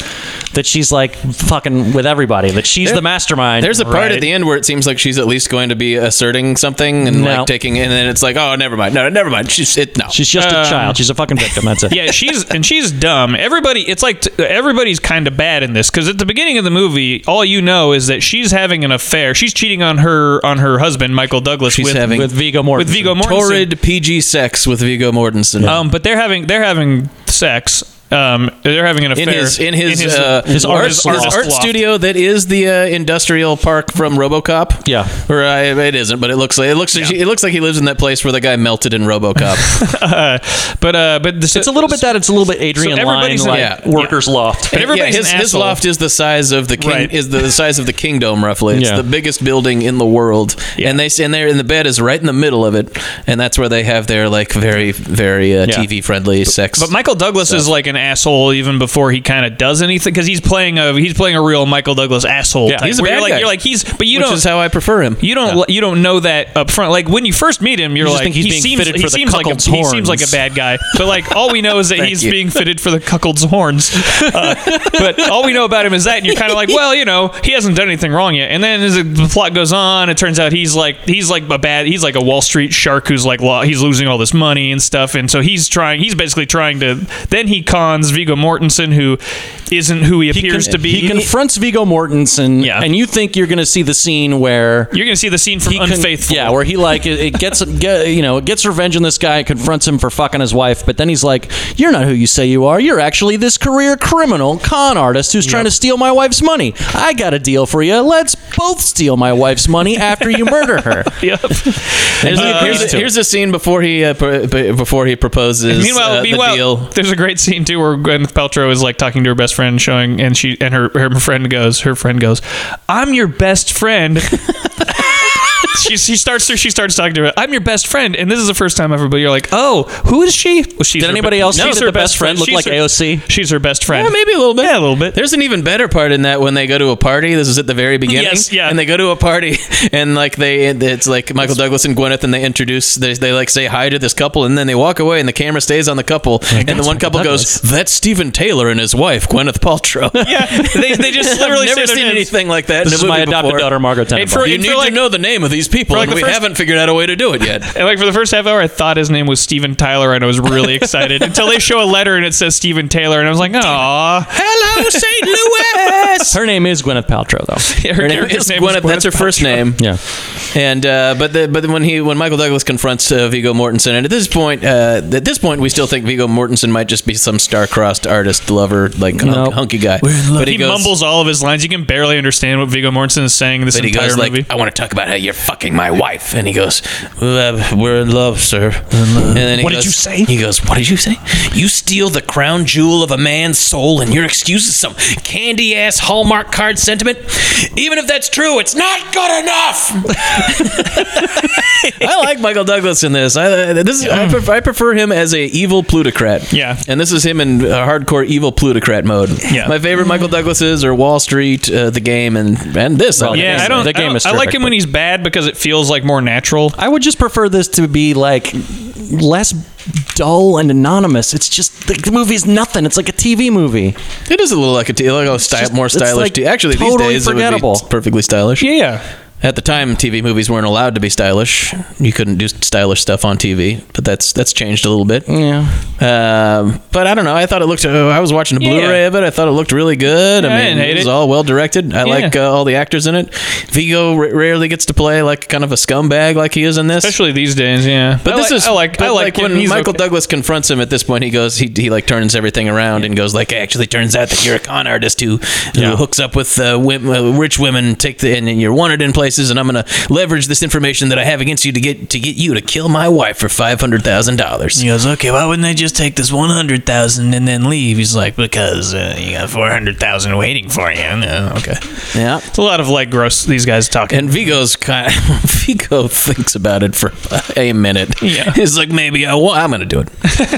[SPEAKER 3] that she's like fucking with everybody? That she's
[SPEAKER 2] There-
[SPEAKER 3] the mastermind.
[SPEAKER 2] There's a part
[SPEAKER 1] Right.
[SPEAKER 2] at the end where it seems like she's at least going to be asserting something and
[SPEAKER 3] No.
[SPEAKER 2] like taking, and then it's like, oh, never mind. No, never mind. She's it. No.
[SPEAKER 3] she's just
[SPEAKER 1] Um,
[SPEAKER 3] a child. She's a fucking victim. That's it.
[SPEAKER 1] yeah, she's and she's dumb. Everybody, it's like t- everybody's kind of bad in this because at the beginning of the movie, all you know is that she's having an affair. She's cheating on her on her husband, Michael Douglas.
[SPEAKER 2] She's
[SPEAKER 1] with,
[SPEAKER 2] having
[SPEAKER 3] with Viggo Mortensen.
[SPEAKER 1] with Viggo Mortensen.
[SPEAKER 2] torrid PG sex with Vigo Mortensen.
[SPEAKER 1] Um, but they're having they're having sex. Um, they're having an affair
[SPEAKER 2] in his in his uh,
[SPEAKER 3] his
[SPEAKER 2] art,
[SPEAKER 3] artist
[SPEAKER 2] his
[SPEAKER 3] loft.
[SPEAKER 2] art studio that is the uh, industrial park from RoboCop.
[SPEAKER 3] Yeah.
[SPEAKER 2] or uh, it isn't, but it looks like it looks it looks like he lives in that place where the guy melted in RoboCop.
[SPEAKER 1] Uh, but uh, but
[SPEAKER 3] it's a little bit that. It's a little bit Adrian
[SPEAKER 1] So
[SPEAKER 3] Lyne,
[SPEAKER 1] everybody's-
[SPEAKER 3] like
[SPEAKER 2] yeah.
[SPEAKER 3] workers loft.
[SPEAKER 1] But everybody's
[SPEAKER 2] his,
[SPEAKER 1] an
[SPEAKER 2] his
[SPEAKER 1] asshole.
[SPEAKER 2] loft is the size of the king,
[SPEAKER 1] Right.
[SPEAKER 2] is the size of the kingdom roughly. It's
[SPEAKER 3] Yeah.
[SPEAKER 2] the biggest building in the world, and they and there in the bed is right in the middle of it, and that's where they have their like very very uh,
[SPEAKER 3] Yeah.
[SPEAKER 2] TV friendly sex.
[SPEAKER 1] But Michael Douglas is like an asshole even before he kind of does anything because he's playing a he's playing a real Michael Douglas asshole.
[SPEAKER 2] Yeah,
[SPEAKER 1] type,
[SPEAKER 2] he's a
[SPEAKER 1] where
[SPEAKER 2] bad
[SPEAKER 1] you're like,
[SPEAKER 2] guy.
[SPEAKER 1] You're like he's but you
[SPEAKER 2] which
[SPEAKER 1] don't
[SPEAKER 2] is how I prefer him.
[SPEAKER 1] You don't you don't know that up front. Like when you first meet him, you're
[SPEAKER 3] You just
[SPEAKER 1] like
[SPEAKER 3] think he's
[SPEAKER 1] he
[SPEAKER 3] being
[SPEAKER 1] seems
[SPEAKER 3] fitted
[SPEAKER 1] he
[SPEAKER 3] for the
[SPEAKER 1] seems like a,
[SPEAKER 3] cuckold's
[SPEAKER 1] he seems
[SPEAKER 3] horns.
[SPEAKER 1] like a bad guy. But like all we know is that he's
[SPEAKER 2] you.
[SPEAKER 1] being fitted for the cuckold's horns. Uh, but all we know about him is that, and you're kind of like, well, you know, he hasn't done anything wrong yet. And then as the- the plot goes on, it turns out he's like he's like a bad he's like a Wall Street shark who's like lo- he's losing all this money and stuff. And so he's trying he's basically trying to then he cons Vigo Mortensen who isn't who he appears
[SPEAKER 3] con-
[SPEAKER 1] to be.
[SPEAKER 3] He confronts Vigo Mortensen,
[SPEAKER 1] Yeah.
[SPEAKER 3] and you think you're going to see the scene where
[SPEAKER 1] you're gonna see the scene from
[SPEAKER 3] he con-
[SPEAKER 1] Unfaithful.
[SPEAKER 3] yeah, where he like it, it gets get, you know it gets revenge on this guy, confronts him for fucking his wife, but then he's like, "You're not who you say you are. You're actually this career criminal con artist who's trying to steal my wife's money. I got a deal for you. Let's both steal my wife's money after you murder her."
[SPEAKER 1] Yep.
[SPEAKER 2] Here's, a,
[SPEAKER 1] agrees
[SPEAKER 2] Uh, here's,
[SPEAKER 1] to
[SPEAKER 2] a,
[SPEAKER 1] it.
[SPEAKER 2] here's a scene before he uh, pr- b- before he proposes.
[SPEAKER 1] meanwhile,
[SPEAKER 2] uh, the
[SPEAKER 1] meanwhile,
[SPEAKER 2] deal.
[SPEAKER 1] there's a great scene too where Gwyneth Paltrow is like talking to her best friend, showing, and she and her her friend goes, her friend goes, "I'm your best friend." she, she starts she starts talking to her. I'm your best friend, and this is the first time ever. But you're like, oh, who is she? Well, she's
[SPEAKER 3] Did
[SPEAKER 1] her
[SPEAKER 3] anybody
[SPEAKER 1] be-
[SPEAKER 3] else
[SPEAKER 1] No,
[SPEAKER 3] think
[SPEAKER 1] she's
[SPEAKER 3] that the best friend looked
[SPEAKER 1] She's
[SPEAKER 3] like
[SPEAKER 1] her-
[SPEAKER 3] AOC?
[SPEAKER 1] She's her best friend.
[SPEAKER 2] Yeah, maybe a little bit.
[SPEAKER 1] Yeah, a little bit.
[SPEAKER 2] There's an even better part in that when they go to a party. This is at the very beginning.
[SPEAKER 1] Yes, yeah.
[SPEAKER 2] And they go to a party, and like they, it's like Michael Douglas and Gwyneth, and they introduce, they, they like say hi to this couple, and then they walk away, and the camera stays on the couple, and the one couple
[SPEAKER 3] Douglas.
[SPEAKER 2] goes, "That's Stephen Taylor and his wife, Gwyneth Paltrow."
[SPEAKER 1] Yeah, they, they just
[SPEAKER 2] I've
[SPEAKER 1] literally
[SPEAKER 2] never
[SPEAKER 1] say their
[SPEAKER 2] seen
[SPEAKER 1] names.
[SPEAKER 2] anything like that.
[SPEAKER 3] This
[SPEAKER 2] in a
[SPEAKER 3] is my
[SPEAKER 2] movie
[SPEAKER 3] adopted
[SPEAKER 2] before.
[SPEAKER 3] daughter, Margot Tenenbaum.
[SPEAKER 1] for-
[SPEAKER 2] You
[SPEAKER 1] and
[SPEAKER 2] need
[SPEAKER 1] like-
[SPEAKER 2] to know the name of these people,
[SPEAKER 1] like,
[SPEAKER 2] and
[SPEAKER 1] the
[SPEAKER 2] we
[SPEAKER 1] first-
[SPEAKER 2] haven't figured out a way to do it yet.
[SPEAKER 1] And like for the first half hour, I thought his name was Steven Tyler, and I was really excited until they show a letter and it says Steven Taylor, and I was like, "Aw,
[SPEAKER 2] Hello, St. Louis.
[SPEAKER 3] her name is Gwyneth Paltrow, though.
[SPEAKER 1] Her
[SPEAKER 2] Her name
[SPEAKER 1] character's
[SPEAKER 2] is
[SPEAKER 1] name was
[SPEAKER 2] Gwyneth- That's her
[SPEAKER 1] Gwyneth
[SPEAKER 2] first
[SPEAKER 1] Paltrow.
[SPEAKER 2] name.
[SPEAKER 3] Yeah.
[SPEAKER 2] And uh, but the, but when he when Michael Douglas confronts uh, Vigo Mortensen, and at this point uh, at this point we still think Vigo Mortensen might just be some star-crossed artist lover like hunk-
[SPEAKER 3] Nope.
[SPEAKER 2] hunky guy. But
[SPEAKER 1] he, mumbles all of his lines. You can barely understand what Viggo Mortensen is saying this
[SPEAKER 2] But he
[SPEAKER 1] entire
[SPEAKER 2] goes like,
[SPEAKER 1] movie.
[SPEAKER 2] "I want to talk about how you're fucking my wife," and he goes, "Uh, "We're in love, sir." And then he
[SPEAKER 1] What did
[SPEAKER 2] goes-
[SPEAKER 1] you say?
[SPEAKER 2] He goes, "What did you say? You steal the crown jewel of a man's soul, and your excuse is some candy ass Hallmark card sentiment. Even if that's true, it's not good enough." I like Michael Douglas in this. I, this is, I, prefer, I prefer him as a evil plutocrat.
[SPEAKER 1] Yeah.
[SPEAKER 2] and this is him in uh, hardcore evil plutocrat mode.
[SPEAKER 1] Yeah.
[SPEAKER 2] my favorite Michael Douglases are Wall Street, uh, The Game, and and this.
[SPEAKER 3] Well,
[SPEAKER 1] yeah,
[SPEAKER 3] Amazing.
[SPEAKER 1] I don't.
[SPEAKER 3] The game
[SPEAKER 1] I, don't-
[SPEAKER 3] is
[SPEAKER 1] I like
[SPEAKER 3] terrific,
[SPEAKER 1] him when
[SPEAKER 3] but-
[SPEAKER 1] he's bad because it feels like more natural.
[SPEAKER 3] I would just prefer this to be like less dull and anonymous. It's just the, the movie is nothing. It's like a TV movie.
[SPEAKER 2] It is a little like a, t- like a sty-
[SPEAKER 3] just-
[SPEAKER 2] more
[SPEAKER 3] it's
[SPEAKER 2] stylish.
[SPEAKER 3] like
[SPEAKER 2] t- Actually,
[SPEAKER 3] totally
[SPEAKER 2] these days
[SPEAKER 3] forgettable.
[SPEAKER 2] it would be perfectly stylish.
[SPEAKER 1] Yeah,
[SPEAKER 2] At the time, TV movies weren't allowed to be stylish. You couldn't do stylish stuff on TV, but that's that's changed a little bit.
[SPEAKER 3] Yeah.
[SPEAKER 2] Um, but I don't know. I thought it looked. Uh, I was watching a
[SPEAKER 1] Yeah.
[SPEAKER 2] Blu-ray of it. I thought it looked really good.
[SPEAKER 1] Yeah, I
[SPEAKER 2] I mean,
[SPEAKER 1] didn't hate
[SPEAKER 2] it was
[SPEAKER 1] it.
[SPEAKER 2] all well directed. I like uh, all the actors in it. Vigo r- rarely gets to play like kind of a scumbag like he is in this.
[SPEAKER 1] especially these days. Yeah,
[SPEAKER 2] But
[SPEAKER 1] I
[SPEAKER 2] this
[SPEAKER 1] like-
[SPEAKER 2] is
[SPEAKER 1] I like.
[SPEAKER 2] but,
[SPEAKER 1] I like, him.
[SPEAKER 2] when
[SPEAKER 1] He's
[SPEAKER 2] Michael
[SPEAKER 1] okay.
[SPEAKER 2] Douglas confronts him at this point. He goes, he, he like turns everything around and goes like, actually, turns out that you're a con artist who, who hooks up with uh, wim, uh, rich women, take the and, and you're wanted in places, and I'm going to leverage this information that I have against you to get to get you to kill my wife for five hundred thousand dollars.
[SPEAKER 11] He goes, okay, why wouldn't they just take this 100,000 and then leave? He's like, because uh, you got 400,000 waiting for you. No, okay.
[SPEAKER 2] Yeah,
[SPEAKER 1] it's a lot of like gross. These guys talking.
[SPEAKER 2] And Vigo's kind. Vigo thinks about it for a minute.
[SPEAKER 1] Yeah.
[SPEAKER 2] he's like, maybe I wa- I'm going to do it.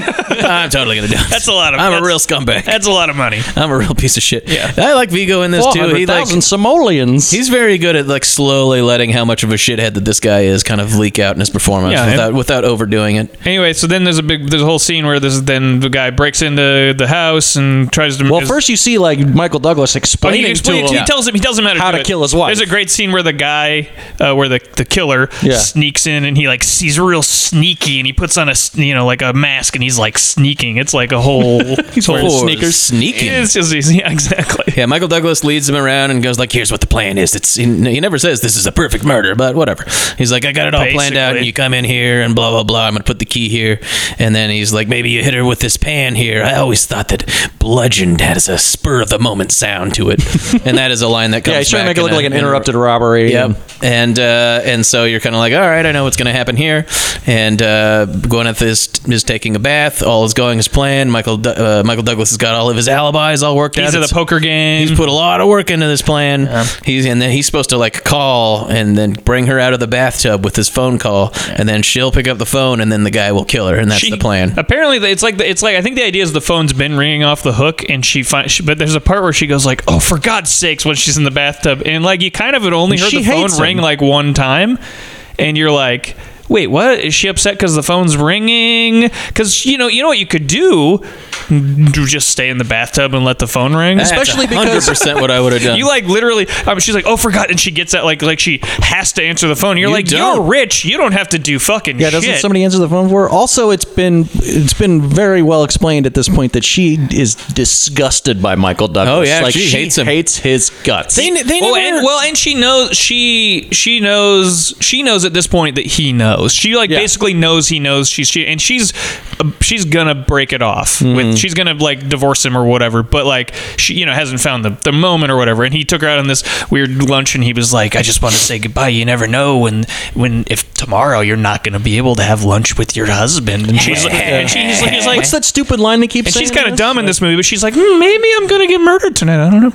[SPEAKER 2] I'm totally going to do it.
[SPEAKER 1] That's a lot of.
[SPEAKER 2] I'm
[SPEAKER 1] that's-
[SPEAKER 2] a real scumbag.
[SPEAKER 1] That's a lot of money.
[SPEAKER 2] I'm a real piece of shit.
[SPEAKER 1] Yeah.
[SPEAKER 2] I like Vigo in this too. He like
[SPEAKER 3] 400,000 Simoleons.
[SPEAKER 2] he's very good at like slowly letting how much of a shithead that this guy is kind of leak out in his performance
[SPEAKER 1] Yeah, and-
[SPEAKER 2] without without overdoing it.
[SPEAKER 1] Anyway, so then there's a big, there's a whole scene where this then the guy breaks into the house and tries to.
[SPEAKER 3] Well, first you see like Michael Douglas
[SPEAKER 1] Oh,
[SPEAKER 3] explaining
[SPEAKER 1] he, explains,
[SPEAKER 3] to
[SPEAKER 1] he
[SPEAKER 3] him.
[SPEAKER 1] tells him he tells him how to,
[SPEAKER 3] How
[SPEAKER 1] do
[SPEAKER 3] to
[SPEAKER 1] it.
[SPEAKER 3] kill his wife.
[SPEAKER 1] There's a great scene where the guy, uh, where the the killer
[SPEAKER 3] Yeah.
[SPEAKER 1] sneaks in and he like he's real sneaky and he puts on a s- you know like a mask and he's like sneaking. It's like a whole he's
[SPEAKER 2] wearing sneakers. Sneaking.
[SPEAKER 1] It's just yeah, exactly.
[SPEAKER 2] Yeah, Michael Douglas leads him around and goes like, "Here's what the plan is." It's he, he never says this is a perfect murder, but whatever. He's like, "I got it all planned out. And
[SPEAKER 1] Basically.
[SPEAKER 2] you come in here and blah blah blah. I'm gonna put the key here." And then he's like, "Maybe you hit her with this pan here." I always thought that bludgeoned has a spur of the moment sound to it, and that is a line that comes.
[SPEAKER 3] yeah, he's trying to
[SPEAKER 2] back
[SPEAKER 3] make it look
[SPEAKER 2] in a-
[SPEAKER 3] like an
[SPEAKER 2] in a-
[SPEAKER 3] interrupted robbery.
[SPEAKER 2] Yep. And uh, and so you're kind of like, all right, I know what's going to happen here. And uh, Gwyneth is is taking a bath. All is going as planned. Michael Du- uh, Michael Douglas has got all of his alibis all worked out.
[SPEAKER 1] He's at
[SPEAKER 2] It's-
[SPEAKER 1] the poker game.
[SPEAKER 2] He's put a lot of work into this plan. He's and then he's supposed to like call and then bring her out of the bathtub with his phone call, and then she'll pick up the phone, and then the guy will kill her, and that's
[SPEAKER 1] She-
[SPEAKER 2] the plan.
[SPEAKER 1] Apparently, the- it's like the, it's like I think the idea is the phone's been ringing off the hook, and she finds. But there's a part where she goes like, "Oh, for God's sakes!" when she's in the bathtub, and like you kind of had only heard
[SPEAKER 3] She
[SPEAKER 1] the phone
[SPEAKER 3] hates him.
[SPEAKER 1] ring like one time, and you're like. Wait, what? Is she upset because the phone's ringing? Because you know, you know what you could do, do just stay in the bathtub and let the phone ring.
[SPEAKER 2] Eh.
[SPEAKER 3] especially because-
[SPEAKER 2] 100% what I would have done.
[SPEAKER 1] You like literally. Um, she's like, "Oh, forgot," and she gets that like like she has to answer the phone. You're
[SPEAKER 2] You
[SPEAKER 1] like,
[SPEAKER 2] don't.
[SPEAKER 1] "You're rich. You don't have to do fucking
[SPEAKER 3] Yeah,
[SPEAKER 1] shit."
[SPEAKER 3] doesn't somebody answer the phone for? her? Also, it's been it's been very well explained at this point that she is disgusted by Michael Douglas.
[SPEAKER 2] Oh, yeah,
[SPEAKER 3] like
[SPEAKER 2] she hates him.
[SPEAKER 3] hates his guts.
[SPEAKER 2] They- they
[SPEAKER 1] well,
[SPEAKER 2] never-
[SPEAKER 1] and, well, and she knows she she knows she knows at this point that he knows. She like
[SPEAKER 3] Yeah.
[SPEAKER 1] basically knows he knows she's she and she's uh, she's gonna break it off with she's gonna like divorce him or whatever. But like she you know hasn't found the the moment or whatever. And he took her out on this weird lunch and he was like, I just want to say goodbye. You never know when when if tomorrow you're not gonna be able to have lunch with your husband. And she's like, and she's like, he's like
[SPEAKER 3] What's that stupid line they keep
[SPEAKER 1] and
[SPEAKER 3] saying?
[SPEAKER 1] she's kind
[SPEAKER 3] in
[SPEAKER 1] of
[SPEAKER 3] this?
[SPEAKER 1] dumb in this movie, but she's like, "Hmm, maybe I'm gonna get murdered tonight. I don't know.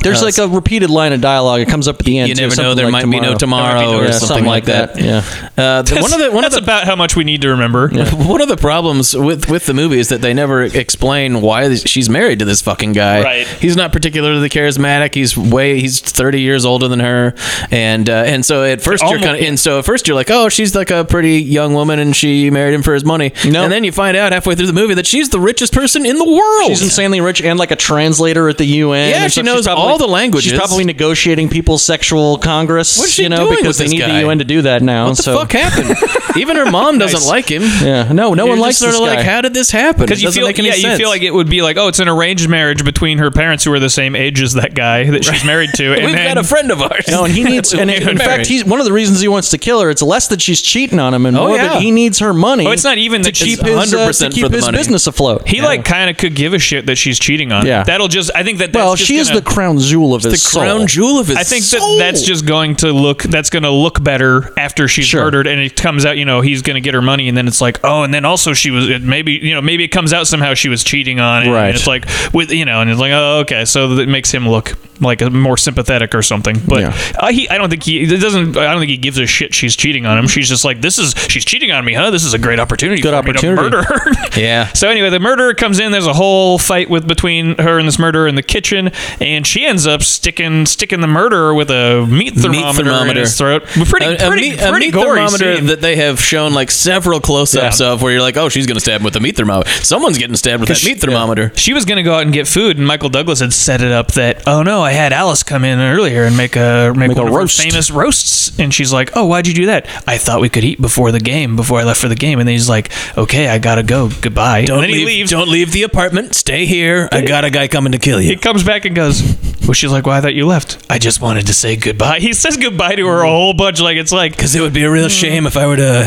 [SPEAKER 3] There's like a repeated line of dialogue. It comes up at the end.
[SPEAKER 2] you
[SPEAKER 3] too,
[SPEAKER 2] never know.
[SPEAKER 3] something
[SPEAKER 2] There
[SPEAKER 3] like
[SPEAKER 2] might be no tomorrow, or
[SPEAKER 3] Yeah,
[SPEAKER 2] something, like that.
[SPEAKER 3] Yeah.
[SPEAKER 2] Uh, the- one of the one of
[SPEAKER 1] that's
[SPEAKER 2] the
[SPEAKER 1] about how much we need to remember.
[SPEAKER 2] One of the problems with with the movie is that they never explain why she's married to this fucking guy.
[SPEAKER 1] Right.
[SPEAKER 2] He's not particularly charismatic. He's way he's thirty years older than her, and uh, and so at first you're
[SPEAKER 1] almost-
[SPEAKER 2] kind of and so at first you're like, oh, she's like a pretty young woman, and she married him for his money.
[SPEAKER 3] No.
[SPEAKER 2] And then you find out halfway through the movie that she's the richest person in the world.
[SPEAKER 3] She's insanely rich and like a translator at the UN.
[SPEAKER 2] Oh, Yeah,
[SPEAKER 3] and
[SPEAKER 2] she
[SPEAKER 3] stuff.
[SPEAKER 2] knows
[SPEAKER 3] She's probably-
[SPEAKER 2] all the languages.
[SPEAKER 3] She's probably negotiating people's sexual congress.
[SPEAKER 2] What's she
[SPEAKER 3] you know,
[SPEAKER 2] doing
[SPEAKER 3] because
[SPEAKER 2] with
[SPEAKER 3] they
[SPEAKER 2] this
[SPEAKER 3] need
[SPEAKER 2] guy?
[SPEAKER 3] the UN to do that now.
[SPEAKER 2] what the
[SPEAKER 3] so.
[SPEAKER 2] fuck happened? Even her mom doesn't like him.
[SPEAKER 3] Yeah, no, no
[SPEAKER 2] You're
[SPEAKER 3] one
[SPEAKER 2] just
[SPEAKER 3] likes
[SPEAKER 2] sort
[SPEAKER 3] this
[SPEAKER 2] of like,
[SPEAKER 3] guy.
[SPEAKER 2] how did this happen? It
[SPEAKER 1] Because you
[SPEAKER 2] doesn't
[SPEAKER 1] feel,
[SPEAKER 2] make any
[SPEAKER 1] yeah, you
[SPEAKER 2] sense.
[SPEAKER 1] feel like it would be like, oh, it's an arranged marriage between her parents who are the same age as that guy that she's married to. And
[SPEAKER 2] we've
[SPEAKER 1] then,
[SPEAKER 2] got a friend of ours.
[SPEAKER 3] No, and he needs. and in fact, he's one of the reasons he wants to kill her. It's less that she's cheating on him, and
[SPEAKER 2] Oh,
[SPEAKER 3] more
[SPEAKER 2] yeah.
[SPEAKER 3] that he needs her money.
[SPEAKER 1] Oh, it's not even
[SPEAKER 3] to
[SPEAKER 1] that she's
[SPEAKER 3] keep his, uh, to
[SPEAKER 2] 100% for
[SPEAKER 3] keep
[SPEAKER 2] the
[SPEAKER 3] his
[SPEAKER 2] money.
[SPEAKER 3] business afloat.
[SPEAKER 1] He like kind of could give a shit that she's cheating on. him.
[SPEAKER 3] Yeah.
[SPEAKER 1] that'll just. I think that. That's
[SPEAKER 3] well,
[SPEAKER 1] just
[SPEAKER 3] she is
[SPEAKER 1] gonna-
[SPEAKER 3] the crown jewel of
[SPEAKER 2] the
[SPEAKER 3] his
[SPEAKER 2] crown
[SPEAKER 3] soul.
[SPEAKER 2] jewel of his
[SPEAKER 1] I think
[SPEAKER 2] soul.
[SPEAKER 1] that that's just going to look. That's going to look better after she's
[SPEAKER 3] Sure.
[SPEAKER 1] murdered, and it comes out. You know, he's going to get her money, and then it's like, oh, and then also she was it maybe. You know, maybe it comes out somehow she was cheating on, it,
[SPEAKER 3] Right.
[SPEAKER 1] And it's like with you know, and it's like, oh, okay, so that makes him look like a more sympathetic or something. But
[SPEAKER 3] Yeah.
[SPEAKER 1] uh, he, I don't think he it doesn't. I don't think he gives a shit. She's cheating on him. She's just like, this is she's cheating on me, huh? This is a great opportunity.
[SPEAKER 3] Good
[SPEAKER 1] for
[SPEAKER 3] opportunity.
[SPEAKER 1] Me to murder her.
[SPEAKER 2] Yeah.
[SPEAKER 1] So anyway, the murderer comes in. There's a whole fight with between her and this murderer in the kitchen, and she ends up sticking sticking the murderer with a meat thermometer, in
[SPEAKER 2] thermometer.
[SPEAKER 1] his throat. Pretty
[SPEAKER 2] a, a
[SPEAKER 1] pretty
[SPEAKER 2] meat, a
[SPEAKER 1] pretty
[SPEAKER 2] meat
[SPEAKER 1] gory
[SPEAKER 2] thermometer
[SPEAKER 1] scene.
[SPEAKER 2] that they have shown like several close-ups
[SPEAKER 1] Yeah.
[SPEAKER 2] of where you're like, oh, she's gonna stab him with a meat thermometer. Someone's getting stabbed with that meat thermometer.
[SPEAKER 1] she was gonna go out and get food, and Michael Douglas had set it up that oh no, I had Alice come in earlier and make a make,
[SPEAKER 3] Make a
[SPEAKER 1] one of her
[SPEAKER 3] roast.
[SPEAKER 1] famous roasts, and she's like, oh, why'd you do that? I thought we could eat before the game, before I left for the game, and then he's like, okay, I gotta go, goodbye.
[SPEAKER 2] Don't
[SPEAKER 1] and then
[SPEAKER 2] leave,
[SPEAKER 1] he leaves.
[SPEAKER 2] Don't leave the apartment. Stay here. I got a guy coming to kill
[SPEAKER 1] He
[SPEAKER 2] you.
[SPEAKER 1] comes back and goes, Well, she's like, Well, I thought you left. I just wanted to say goodbye. He says goodbye to her a whole bunch. Like, it's like,
[SPEAKER 2] Because it would be a real shame if I were to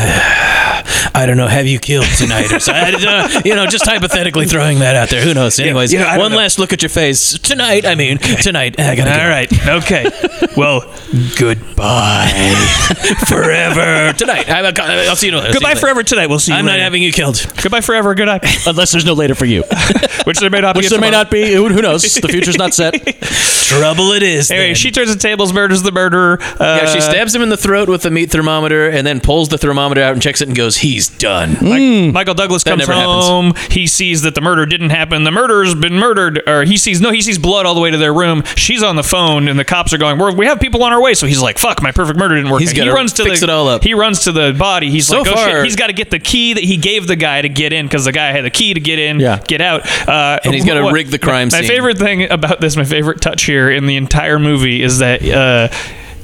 [SPEAKER 2] I don't know, have you killed tonight? Or so, I don't know, you know, just hypothetically throwing that out there. Who knows? Anyways,
[SPEAKER 1] you know, I don't
[SPEAKER 2] one
[SPEAKER 1] know.
[SPEAKER 2] last look at your face tonight. I mean, tonight. I gotta
[SPEAKER 1] All right. Okay. well, goodbye
[SPEAKER 2] forever tonight. I, will see you later.
[SPEAKER 1] Goodbye forever tonight. We'll see you
[SPEAKER 2] I'm not
[SPEAKER 1] later.
[SPEAKER 2] having you killed.
[SPEAKER 1] Goodbye forever. Good night.
[SPEAKER 3] Unless there's no later for you,
[SPEAKER 1] Which there may not be.
[SPEAKER 3] which
[SPEAKER 1] a
[SPEAKER 3] there may
[SPEAKER 1] tomorrow.
[SPEAKER 3] not be. Who, who knows? The future's not set.
[SPEAKER 2] Trouble it is.
[SPEAKER 1] Anyway,
[SPEAKER 2] then.
[SPEAKER 1] she turns the tables, murders the murderer. Uh,
[SPEAKER 2] Yeah, she stabs him in the throat with the meat thermometer and then pulls the thermometer out and checks it and goes, he's
[SPEAKER 1] Mm,
[SPEAKER 2] done.
[SPEAKER 1] Michael Douglas
[SPEAKER 2] Hmm. That
[SPEAKER 1] comes
[SPEAKER 2] never happens.
[SPEAKER 1] home. He sees that the murder didn't happen. The murderer's been murdered, or he sees no, he sees blood all the way to their room. She's on the phone, and the cops are going, We're, "We have people on our way." So he's like, "Fuck, my perfect murder didn't work."
[SPEAKER 2] He's
[SPEAKER 1] out." he
[SPEAKER 2] gotta
[SPEAKER 1] runs to
[SPEAKER 2] fix
[SPEAKER 1] the,
[SPEAKER 2] it all up.
[SPEAKER 1] He runs to the body. He's
[SPEAKER 2] So
[SPEAKER 1] like, "Oh
[SPEAKER 2] far-
[SPEAKER 1] shit!" He's got to get the key that he gave the guy to get in because the guy had the key to get in,
[SPEAKER 3] Yeah.
[SPEAKER 1] get out, uh,
[SPEAKER 2] And he's gotta
[SPEAKER 1] what-
[SPEAKER 2] rig the crime
[SPEAKER 1] My
[SPEAKER 2] scene.
[SPEAKER 1] favorite thing about this, my favorite touch here in the entire movie, is that. Uh,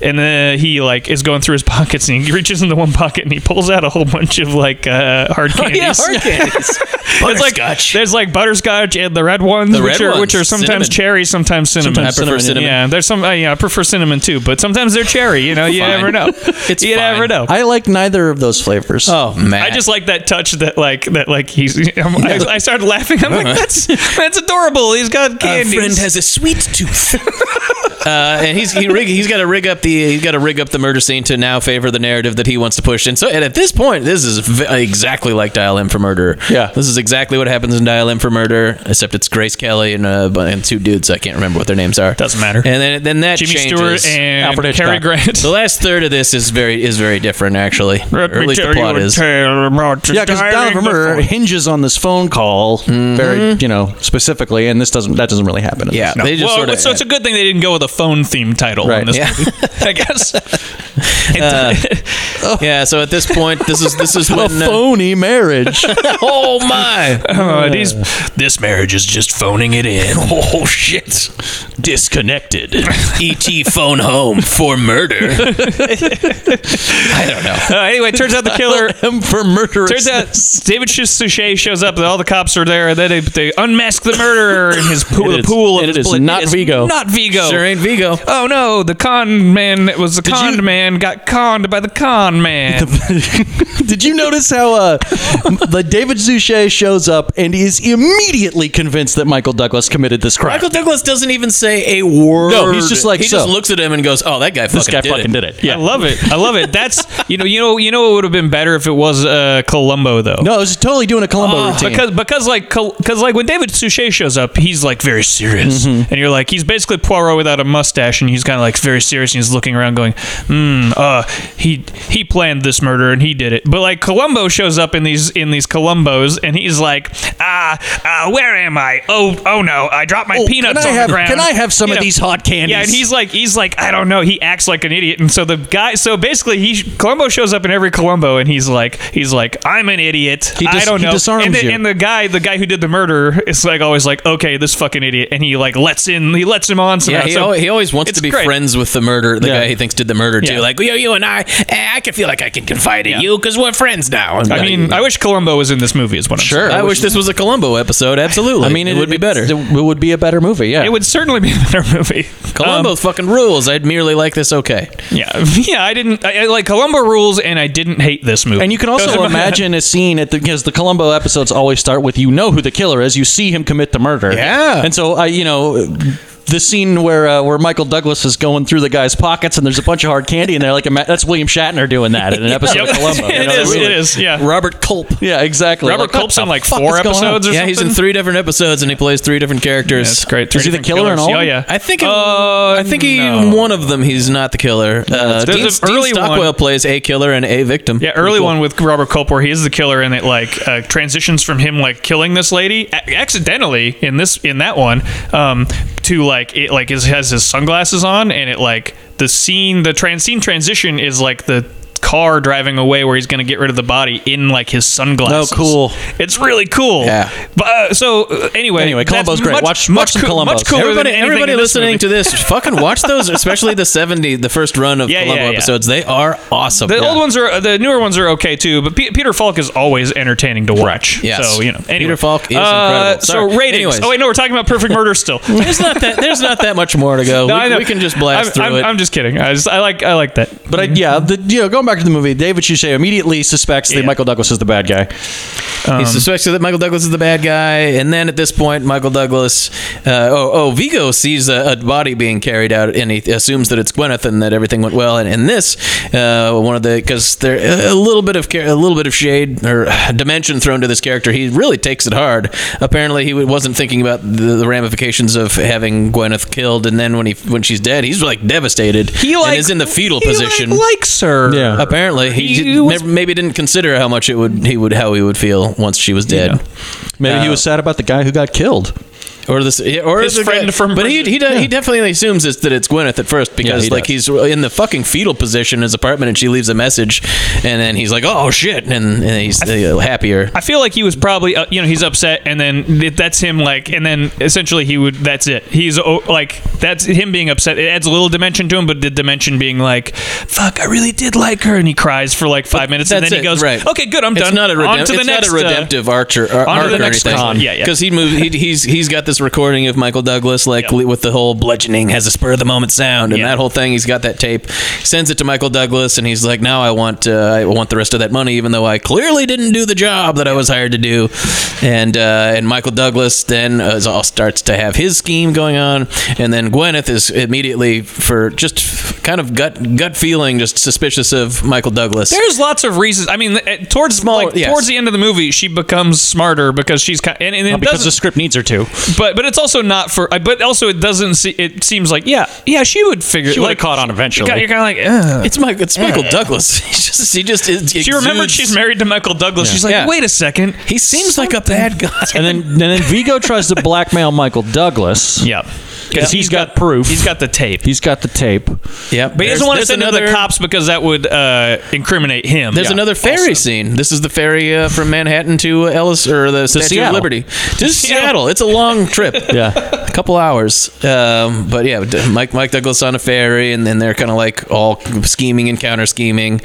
[SPEAKER 1] and then he like is going through his pockets and he reaches into one pocket and he pulls out a whole bunch of like uh, hard candies. It's like
[SPEAKER 2] Butterscotch.
[SPEAKER 1] there's like butterscotch and the red ones,
[SPEAKER 2] The
[SPEAKER 1] which
[SPEAKER 2] red
[SPEAKER 1] are
[SPEAKER 2] ones,
[SPEAKER 1] which are sometimes
[SPEAKER 2] cinnamon.
[SPEAKER 1] cherry, sometimes cinnamon.
[SPEAKER 2] Sometimes I prefer cinnamon, yeah.
[SPEAKER 1] Yeah, there's some. Uh, yeah, I prefer cinnamon too, but sometimes they're cherry. You know, you
[SPEAKER 2] Fine.
[SPEAKER 1] never know.
[SPEAKER 2] It's
[SPEAKER 1] you
[SPEAKER 2] fine.
[SPEAKER 1] never know. I,
[SPEAKER 3] I like neither of those flavors.
[SPEAKER 2] Oh, man.
[SPEAKER 1] just like that touch that like that like he's. I'm, I, I started laughing. I'm like, that's that's adorable. He's got candy.
[SPEAKER 2] a sweet tooth. Uh, and he's he rig, he's got to rig up the he's got to rig up the murder scene to now favor the narrative that he wants to push. And so, and at this point, this is v- exactly like Dial M for Murder.
[SPEAKER 3] Yeah.
[SPEAKER 2] this is exactly what happens in Dial M for Murder, except it's Grace Kelly and uh, bu- and two dudes I can't remember what their names are.
[SPEAKER 1] Doesn't matter.
[SPEAKER 2] And then then that
[SPEAKER 1] Jimmy
[SPEAKER 2] changes.
[SPEAKER 1] Stewart and
[SPEAKER 3] Alfred Hitchcock.
[SPEAKER 1] Cary Grant.
[SPEAKER 2] the last third of this is very is very different actually. Or at least the plot is.
[SPEAKER 3] Yeah, because Down for Murder hinges on this phone call, very you know specifically, and this doesn't that doesn't really happen. in
[SPEAKER 2] Mm-hmm. Yeah,
[SPEAKER 3] this.
[SPEAKER 2] they just
[SPEAKER 1] well,
[SPEAKER 2] sort of.
[SPEAKER 1] so it's a good thing they didn't go with a phone theme title on
[SPEAKER 3] Right,
[SPEAKER 1] this
[SPEAKER 2] yeah. Uh,
[SPEAKER 1] movie, I guess.
[SPEAKER 2] yeah, so at this point, this is this is
[SPEAKER 3] a
[SPEAKER 2] when. uh,
[SPEAKER 3] phony marriage.
[SPEAKER 2] oh my!
[SPEAKER 1] Uh, these
[SPEAKER 11] This marriage is just phoning it in.
[SPEAKER 2] Oh shit! Disconnected. ET E phone home for murder. I don't know.
[SPEAKER 1] Uh, anyway, turns out the killer.
[SPEAKER 3] M for murderous.
[SPEAKER 1] Turns out David Suchet shows up, and all the cops are there, and then they, they unmask the murderer in his pool,
[SPEAKER 3] It
[SPEAKER 1] the
[SPEAKER 3] is-
[SPEAKER 1] pool of
[SPEAKER 3] it
[SPEAKER 1] his
[SPEAKER 3] is
[SPEAKER 1] blood.
[SPEAKER 3] not Vigo.
[SPEAKER 1] Not Vigo.
[SPEAKER 2] Oh. Sure ain't Vigo.
[SPEAKER 1] Oh no, the con man that was the con man got conned by the con man.
[SPEAKER 3] Did you notice how uh, the David Suchet shows up and is immediately convinced that Michael Douglas committed this crime?
[SPEAKER 2] Michael Douglas doesn't even say a word.
[SPEAKER 3] No, he's just like,
[SPEAKER 2] he
[SPEAKER 3] so.
[SPEAKER 2] just looks at him and goes, "Oh, that guy fucking
[SPEAKER 3] this guy
[SPEAKER 2] did
[SPEAKER 3] fucking
[SPEAKER 2] it."
[SPEAKER 3] did it. Yeah.
[SPEAKER 1] I love it. I love it. That's you know, you know, you know, it would have been better if it was uh, Columbo though.
[SPEAKER 3] no, he's totally doing a Columbo
[SPEAKER 1] Oh,
[SPEAKER 3] routine.
[SPEAKER 1] Because because like because like when David Suchet shows up, he's like very serious,
[SPEAKER 3] Mm-hmm.
[SPEAKER 1] and you're like he's basically Poirot without a mustache, and he's kind of like very serious, and he's looking around going, hmm, uh, he he planned this murder and he did it. But like Columbo shows up in these in these Columbos, and he's like, ah, uh, where am I? Oh oh no, I dropped my
[SPEAKER 3] Oh,
[SPEAKER 1] peanuts
[SPEAKER 3] can I
[SPEAKER 1] on
[SPEAKER 3] have-
[SPEAKER 1] the ground.
[SPEAKER 3] can I have some of these hot candies?
[SPEAKER 1] Yeah, and he's like he's like I don't know. He acts like an idiot, and so the guy so basically he Columbo shows up in every Columbo, and he's like he's like I'm an idiot.
[SPEAKER 3] He dis-
[SPEAKER 1] I don't
[SPEAKER 3] he
[SPEAKER 1] know.
[SPEAKER 3] disarms
[SPEAKER 1] and, the,
[SPEAKER 3] you.
[SPEAKER 1] and the guy, the guy who did the murder, is like always like, okay, this fucking idiot, and he like lets in, he lets him on.
[SPEAKER 2] Yeah,
[SPEAKER 1] Somehow.
[SPEAKER 2] he,
[SPEAKER 1] so
[SPEAKER 2] al- he always wants
[SPEAKER 1] it's
[SPEAKER 2] to be
[SPEAKER 1] great.
[SPEAKER 2] friends with the murderer, the
[SPEAKER 3] Yeah.
[SPEAKER 2] guy he thinks did the murder too.
[SPEAKER 1] Yeah.
[SPEAKER 2] Like, yo, you and I, eh, I can feel like I can confide in you because we're friends now.
[SPEAKER 1] I mean, I wish Columbo was in this movie. Is what I'm saying.
[SPEAKER 2] I wish this was a Columbo episode. Absolutely,
[SPEAKER 3] I mean,
[SPEAKER 2] it, would be better.
[SPEAKER 3] It would be a better movie. Yeah.
[SPEAKER 1] It would certainly be a better movie.
[SPEAKER 2] Columbo
[SPEAKER 1] Um,
[SPEAKER 2] fucking rules. I'd merely like this. Okay,
[SPEAKER 1] yeah, yeah. I didn't I, I like Columbo rules, and I didn't hate this movie.
[SPEAKER 3] And you can
[SPEAKER 1] Those are
[SPEAKER 3] also
[SPEAKER 1] my-
[SPEAKER 3] imagine a scene at the because the Columbo episodes always start with you know who the killer is, you see him commit the murder.
[SPEAKER 2] Yeah.
[SPEAKER 3] And so I, you know, the scene where uh, where Michael Douglas is going through the guy's pockets and there's a bunch of hard candy in there, like ima- that's William Shatner doing that in an episode
[SPEAKER 1] Yep.
[SPEAKER 3] of Columbo. you
[SPEAKER 1] it
[SPEAKER 3] know,
[SPEAKER 1] is.
[SPEAKER 3] really-
[SPEAKER 1] It is. Yeah.
[SPEAKER 2] Robert Culp.
[SPEAKER 3] Yeah, exactly.
[SPEAKER 1] Robert
[SPEAKER 3] what
[SPEAKER 1] Culp's in
[SPEAKER 3] the
[SPEAKER 1] like
[SPEAKER 3] fuck
[SPEAKER 1] four
[SPEAKER 3] is going on?
[SPEAKER 1] episodes or
[SPEAKER 2] Yeah, he's in
[SPEAKER 1] something?
[SPEAKER 2] three different episodes and he plays three different characters.
[SPEAKER 1] That's great.
[SPEAKER 3] Is he the
[SPEAKER 1] different
[SPEAKER 3] killer in
[SPEAKER 1] killers.
[SPEAKER 3] all of
[SPEAKER 1] Yeah,
[SPEAKER 3] them?
[SPEAKER 1] yeah.
[SPEAKER 2] I think in,
[SPEAKER 1] Uh,
[SPEAKER 2] I think in
[SPEAKER 1] no.
[SPEAKER 2] one of them he's not the killer. Uh,
[SPEAKER 1] There's
[SPEAKER 2] Dean,
[SPEAKER 1] an early
[SPEAKER 2] Dean Stockwell
[SPEAKER 1] one.
[SPEAKER 2] plays a killer and a victim.
[SPEAKER 1] Yeah, early one with Robert Culp where he is the killer and it like uh, transitions from him like killing this lady a- accidentally in this in that one um, to like it like is, has his sunglasses on and it like the scene the trans scene transition is like the car driving away where he's going to get rid of the body in like his sunglasses.
[SPEAKER 3] Oh, cool.
[SPEAKER 1] It's really cool.
[SPEAKER 2] Yeah.
[SPEAKER 1] But uh, so uh, anyway,
[SPEAKER 3] Anyway,
[SPEAKER 1] that's
[SPEAKER 3] Columbo's great.
[SPEAKER 1] much-
[SPEAKER 3] Watch-
[SPEAKER 1] much
[SPEAKER 3] watch some
[SPEAKER 1] coo-
[SPEAKER 3] Columbo.
[SPEAKER 1] Much cooler
[SPEAKER 2] Everybody,
[SPEAKER 1] than anything
[SPEAKER 2] everybody
[SPEAKER 1] in this
[SPEAKER 2] listening
[SPEAKER 1] movie.
[SPEAKER 2] to this, fucking watch those, especially the seventy, the first run of
[SPEAKER 1] Yeah,
[SPEAKER 2] Columbo
[SPEAKER 1] yeah, yeah.
[SPEAKER 2] episodes. They are awesome.
[SPEAKER 1] The old ones are the newer ones are okay too, but P- Peter Falk is always entertaining to watch.
[SPEAKER 2] Yes.
[SPEAKER 1] So you know, anyway. Uh,
[SPEAKER 2] Peter Falk is incredible. Sorry.
[SPEAKER 1] So ratings.
[SPEAKER 2] Anyways.
[SPEAKER 1] Oh wait, no, we're talking about Perfect Murder still. no,
[SPEAKER 2] There's not that. There's not that much more to go. we,
[SPEAKER 1] I know.
[SPEAKER 2] we can just blast
[SPEAKER 1] I'm,
[SPEAKER 2] through
[SPEAKER 1] I'm,
[SPEAKER 2] it.
[SPEAKER 1] I'm just kidding. I, just, I like I like that.
[SPEAKER 3] But I, yeah, the, you know, going back to the movie, David Suchet immediately suspects that Michael Douglas is the bad guy.
[SPEAKER 2] he
[SPEAKER 1] Um,
[SPEAKER 2] suspects that Michael Douglas is the bad guy, and then at this point, Michael Douglas, uh, oh, oh, Vigo sees a, a body being carried out, and he assumes that it's Gwyneth, and that everything went well. And in this, uh, one of the because there a little bit of cha- a little bit of shade or dimension thrown to this character, he really takes it hard. Apparently, he wasn't thinking about the, the ramifications of having Gwyneth killed, and then when he when she's dead, he's like devastated. He
[SPEAKER 1] like-
[SPEAKER 2] and is in the fetal
[SPEAKER 1] he, like,
[SPEAKER 2] position.
[SPEAKER 1] likes her.
[SPEAKER 3] Yeah.
[SPEAKER 2] Apparently, he,
[SPEAKER 1] He
[SPEAKER 2] did-
[SPEAKER 1] was-
[SPEAKER 2] never- maybe didn't consider how much it would he would how he would feel once she was dead,
[SPEAKER 3] Maybe he was sad about the guy who got killed.
[SPEAKER 2] or this yeah, or
[SPEAKER 1] His
[SPEAKER 2] the guy-
[SPEAKER 1] friend from
[SPEAKER 2] But he he, does, he definitely assumes it's, that it's Gwyneth at first because
[SPEAKER 3] he
[SPEAKER 2] like
[SPEAKER 3] does.
[SPEAKER 2] he's in the fucking fetal position in his apartment and she leaves a message, and then he's like oh shit, and, and he's uh, happier.
[SPEAKER 1] I feel like he was probably, uh, you know, he's upset, and then th- that's him, like, and then essentially he would, that's it. He's oh, like, that's him being upset. It adds a little dimension to him, but the dimension being like, fuck, I really did like her, and he cries for like five minutes, and
[SPEAKER 2] That's
[SPEAKER 1] then he
[SPEAKER 2] it,
[SPEAKER 1] goes,
[SPEAKER 2] right.
[SPEAKER 1] okay, good, I'm
[SPEAKER 2] it's
[SPEAKER 1] done.
[SPEAKER 2] Not a
[SPEAKER 1] On
[SPEAKER 2] redemp-
[SPEAKER 1] to the
[SPEAKER 2] it's
[SPEAKER 1] next,
[SPEAKER 2] not a
[SPEAKER 1] uh,
[SPEAKER 2] redemptive archer or,
[SPEAKER 1] on to
[SPEAKER 2] arc
[SPEAKER 1] the
[SPEAKER 2] or
[SPEAKER 1] next
[SPEAKER 2] anything.
[SPEAKER 1] con. Yeah, yeah.
[SPEAKER 2] Because he moved, he, he's he's got this recording of Michael Douglas, like li- with the whole bludgeoning has a spur of the moment sound and
[SPEAKER 1] Yeah.
[SPEAKER 2] that whole thing. He's got that tape, sends it to Michael Douglas, and he's like, now I want uh, I want the rest of that money, even though I clearly didn't do the job that I was hired to do. And uh, and Michael Douglas then uh, is all starts to have his scheme going on, and then Gwyneth is immediately for just kind of gut gut feeling, just suspicious of Michael Douglas.
[SPEAKER 1] There's lots of reasons. I mean, uh, towards like,
[SPEAKER 2] yes.
[SPEAKER 1] towards the end of the movie, she becomes smarter because she's kind, and, and it
[SPEAKER 3] Because the
[SPEAKER 1] doesn't.
[SPEAKER 3] script needs her to.
[SPEAKER 1] But but it's also not for. I- But also, it doesn't. See, it seems like yeah, yeah. She would figure.
[SPEAKER 3] She would
[SPEAKER 1] like
[SPEAKER 3] have caught on eventually.
[SPEAKER 1] You're kind of like. Ugh.
[SPEAKER 2] It's Michael. It's Michael Douglas. He just. He just. It,
[SPEAKER 1] She remembered she's married to Michael Douglas. She's like,
[SPEAKER 2] Yeah.
[SPEAKER 1] wait a second.
[SPEAKER 2] He seems like a bad guy.
[SPEAKER 3] and then and then Vigo tries to blackmail Michael Douglas.
[SPEAKER 1] Yeah,
[SPEAKER 3] Because he's got proof.
[SPEAKER 1] He's got the tape.
[SPEAKER 3] He's got the tape.
[SPEAKER 2] Yeah,
[SPEAKER 1] but he doesn't want to send it to the cops because that would uh, incriminate him.
[SPEAKER 2] There's
[SPEAKER 1] Yeah.
[SPEAKER 2] another ferry scene. This is the ferry uh, from Manhattan to Ellis or the Statue
[SPEAKER 3] Seattle.
[SPEAKER 2] of Liberty to Seattle. It's a long trip.
[SPEAKER 3] Yeah.
[SPEAKER 2] a couple hours. Um, but yeah, D- Mike Mike Douglas on a ferry, and then they're kind of like all scheming and counter scheming,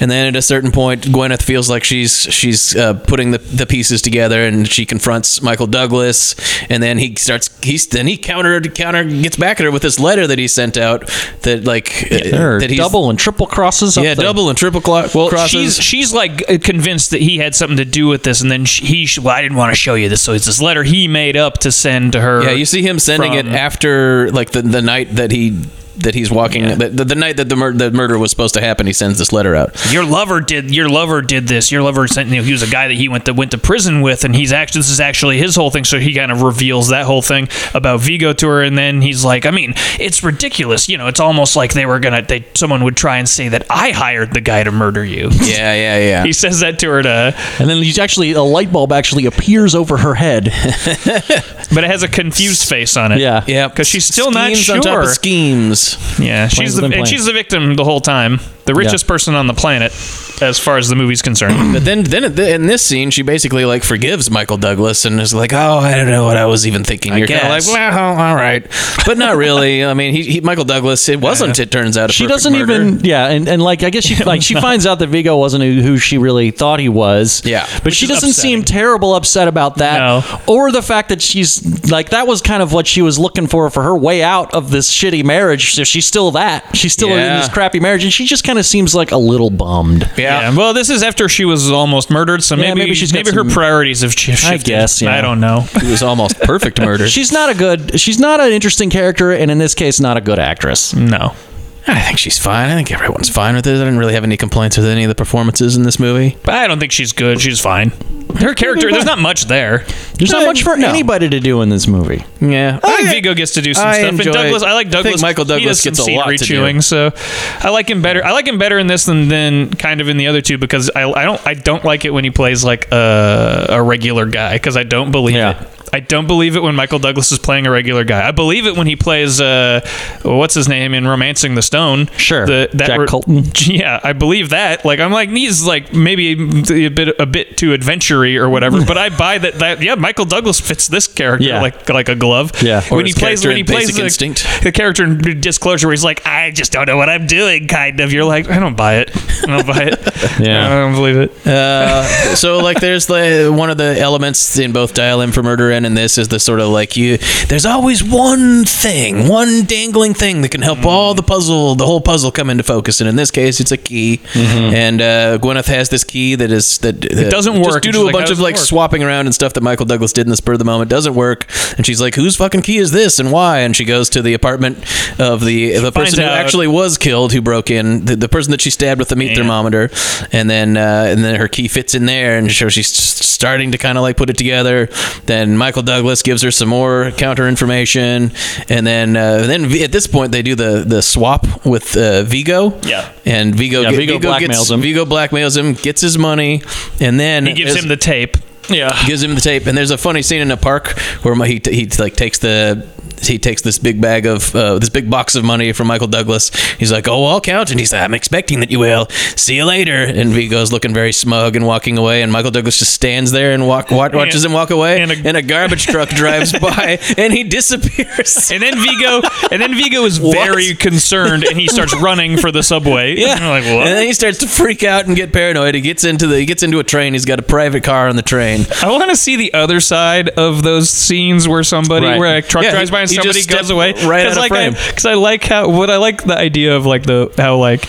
[SPEAKER 2] and then at a certain point, Gwyneth feels like she's she's uh, putting the, the pieces together, and she confronts Michael Douglas, and then he starts he's then he counter counter gets back at her with this letter that he sent out that like uh,
[SPEAKER 3] There are
[SPEAKER 2] that he's
[SPEAKER 3] double and triple crosses. up
[SPEAKER 2] yeah
[SPEAKER 3] there.
[SPEAKER 2] double and triple clock well, crosses.
[SPEAKER 1] She's she's like uh, convinced that he had something to do with this, and then she, he she, well, I didn't want to show you this, so it's this letter he made up to send to her.
[SPEAKER 2] Yeah, you see him sending it
[SPEAKER 1] from-
[SPEAKER 2] after like the, the night that he that he's walking the, the, the night that the, mur- the murder was supposed to happen. He sends this letter out.
[SPEAKER 1] your lover did your lover did this. Your lover sent you know, he was a guy that he went to went to prison with, and he's actually this is actually his whole thing. So he kind of reveals that whole thing about Vigo to her, and then he's like, I mean, it's ridiculous. You know, it's almost like they were gonna they someone would try and say that I hired the guy to murder you.
[SPEAKER 2] Yeah, yeah, yeah.
[SPEAKER 1] He says that to her to,
[SPEAKER 3] And then he's actually a light bulb actually appears over her head.
[SPEAKER 1] but it has a confused face on it.
[SPEAKER 3] Yeah.
[SPEAKER 2] yeah,
[SPEAKER 1] because she's still not
[SPEAKER 2] schemes on top
[SPEAKER 1] sure.
[SPEAKER 2] of schemes.
[SPEAKER 1] Yeah, she's the
[SPEAKER 3] within
[SPEAKER 1] and
[SPEAKER 3] plans.
[SPEAKER 1] she's the victim the whole time, the richest person on the planet, as far as the movie's concerned.
[SPEAKER 2] But then, then at the- in this scene, she basically like forgives Michael Douglas and is like, "Oh, I don't know what I was even thinking." You're kind of like,
[SPEAKER 1] guess.
[SPEAKER 2] "Well, all right," but not really. I mean, he, he Michael Douglas. It wasn't. It turns out a
[SPEAKER 3] She
[SPEAKER 2] perfect
[SPEAKER 3] doesn't
[SPEAKER 2] murder.
[SPEAKER 3] even yeah, and, and like I guess she like she finds out that Vigo wasn't who who she really thought he was.
[SPEAKER 2] Yeah.
[SPEAKER 3] But she
[SPEAKER 1] is
[SPEAKER 3] doesn't seem terrible upset about that
[SPEAKER 1] No.
[SPEAKER 3] or the fact that she's like that was kind of what she was looking for for her way out of this shitty marriage. So she's still that. She's still in
[SPEAKER 2] Yeah.
[SPEAKER 3] this crappy marriage and she just kind of seems like a little bummed.
[SPEAKER 2] Yeah.
[SPEAKER 1] Well, this is after she was almost murdered, so
[SPEAKER 3] Yeah,
[SPEAKER 1] maybe
[SPEAKER 3] maybe she's got
[SPEAKER 1] maybe her
[SPEAKER 3] some-
[SPEAKER 1] priorities have shi- shifted.
[SPEAKER 3] guess, yeah.
[SPEAKER 1] I don't know.
[SPEAKER 2] It was almost perfect murder.
[SPEAKER 3] She's not a good she's not an interesting character and in this case not a good actress.
[SPEAKER 2] Mm.
[SPEAKER 1] No.
[SPEAKER 2] I think she's fine. I think everyone's fine with it. I didn't really have any complaints with any of the performances in this movie.
[SPEAKER 1] But I don't think she's good. She's fine. Her character, there's not much there.
[SPEAKER 3] There's not much for
[SPEAKER 2] No.
[SPEAKER 3] anybody to do in this movie.
[SPEAKER 2] Yeah,
[SPEAKER 1] I think Vigo gets to do some
[SPEAKER 2] I
[SPEAKER 1] stuff,
[SPEAKER 2] enjoy-
[SPEAKER 1] and Douglas. I like
[SPEAKER 2] I think
[SPEAKER 1] Douglas.
[SPEAKER 2] Michael
[SPEAKER 1] he does
[SPEAKER 2] Douglas
[SPEAKER 1] some
[SPEAKER 2] gets a lot
[SPEAKER 1] scenery
[SPEAKER 2] to do.
[SPEAKER 1] chewing, so I like him better. I like him better in this than than kind of in the other two because I, I don't I don't like it when he plays like a a regular guy because I don't believe
[SPEAKER 3] Yeah.
[SPEAKER 1] it. I don't believe it when Michael Douglas is playing a regular guy. I believe it when he plays uh, what's his name in *Romancing the Stone*.
[SPEAKER 3] Sure.
[SPEAKER 1] the, that
[SPEAKER 3] Jack
[SPEAKER 1] re-
[SPEAKER 3] Colton.
[SPEAKER 1] Yeah, I believe that. Like, I'm like he's like maybe a bit a bit too adventury or whatever. but I buy that that yeah, Michael Douglas fits this character
[SPEAKER 3] Yeah.
[SPEAKER 1] like like a glove
[SPEAKER 3] Yeah.
[SPEAKER 2] Or
[SPEAKER 1] when he
[SPEAKER 2] his
[SPEAKER 1] plays
[SPEAKER 2] character
[SPEAKER 1] when he
[SPEAKER 2] in
[SPEAKER 1] plays
[SPEAKER 2] Basic
[SPEAKER 1] the,
[SPEAKER 2] Instinct.
[SPEAKER 1] the character in Disclosure, where he's like, I just don't know what I'm doing, kind of. You're like, I don't buy it. I don't buy it. I don't believe it.
[SPEAKER 2] Uh, so like there's the one of the elements in both Dial M for Murder and in this is the sort of like you there's always one thing, one dangling thing that can help
[SPEAKER 1] Mm-hmm.
[SPEAKER 2] all the puzzle, the whole puzzle come into focus. And in this case, it's a key, and uh, Gwyneth has this key that is that it
[SPEAKER 1] Mm-hmm. doesn't work.
[SPEAKER 2] just due
[SPEAKER 1] She's
[SPEAKER 2] to a
[SPEAKER 1] like, "How
[SPEAKER 2] bunch
[SPEAKER 1] does
[SPEAKER 2] of
[SPEAKER 1] it
[SPEAKER 2] like
[SPEAKER 1] work?"
[SPEAKER 2] swapping around and stuff that Michael Douglas did in the spur of the moment doesn't work. And she's like, "Whose fucking key is this and why?" And she goes to the apartment of the the
[SPEAKER 1] Finds
[SPEAKER 2] person who
[SPEAKER 1] out.
[SPEAKER 2] actually was killed, who broke in, the, the person that she stabbed with the meat
[SPEAKER 1] Yeah.
[SPEAKER 2] thermometer, and then uh, and then her key fits in there, and so she's s- starting to kind of like put it together. Then Michael Douglas gives her some more counter information, and then uh, then V- at this point they do the the swap with uh, Vigo,
[SPEAKER 1] Yeah.
[SPEAKER 2] and Vigo
[SPEAKER 3] Yeah,
[SPEAKER 2] get-
[SPEAKER 3] Vigo blackmails
[SPEAKER 2] gets,
[SPEAKER 3] him.
[SPEAKER 2] Vigo blackmails him, gets his money, and then
[SPEAKER 1] He gives
[SPEAKER 2] there's-
[SPEAKER 1] him the tape. Yeah.
[SPEAKER 2] gives him the tape and there's a funny scene in a park where my- he, he like takes the he takes this big bag of uh, this big box of money from Michael Douglas. He's like, "Oh, I'll count," and he's like, "I'm expecting that you will. See you later." And Vigo's looking very smug and walking away, and Michael Douglas just stands there and walk, wa- watches him walk away,
[SPEAKER 1] and
[SPEAKER 2] and
[SPEAKER 1] a-
[SPEAKER 2] a, garbage truck drives by, and he disappears.
[SPEAKER 1] And then Vigo, and then Vigo is very concerned, and he starts running for the subway.
[SPEAKER 2] Yeah,
[SPEAKER 1] And I'm like what?
[SPEAKER 2] and then he starts to freak out and get paranoid. He gets into the he gets into a train. He's got a private car on the train.
[SPEAKER 1] I want to see the other side of those scenes where somebody,
[SPEAKER 3] Right.
[SPEAKER 1] where a truck
[SPEAKER 2] Yeah,
[SPEAKER 1] drives
[SPEAKER 2] he-
[SPEAKER 1] by and
[SPEAKER 2] he just
[SPEAKER 1] somebody
[SPEAKER 2] stepped
[SPEAKER 1] goes away.
[SPEAKER 2] right out of
[SPEAKER 1] like
[SPEAKER 2] frame.
[SPEAKER 1] Because I like how, what I like the idea of like the how like.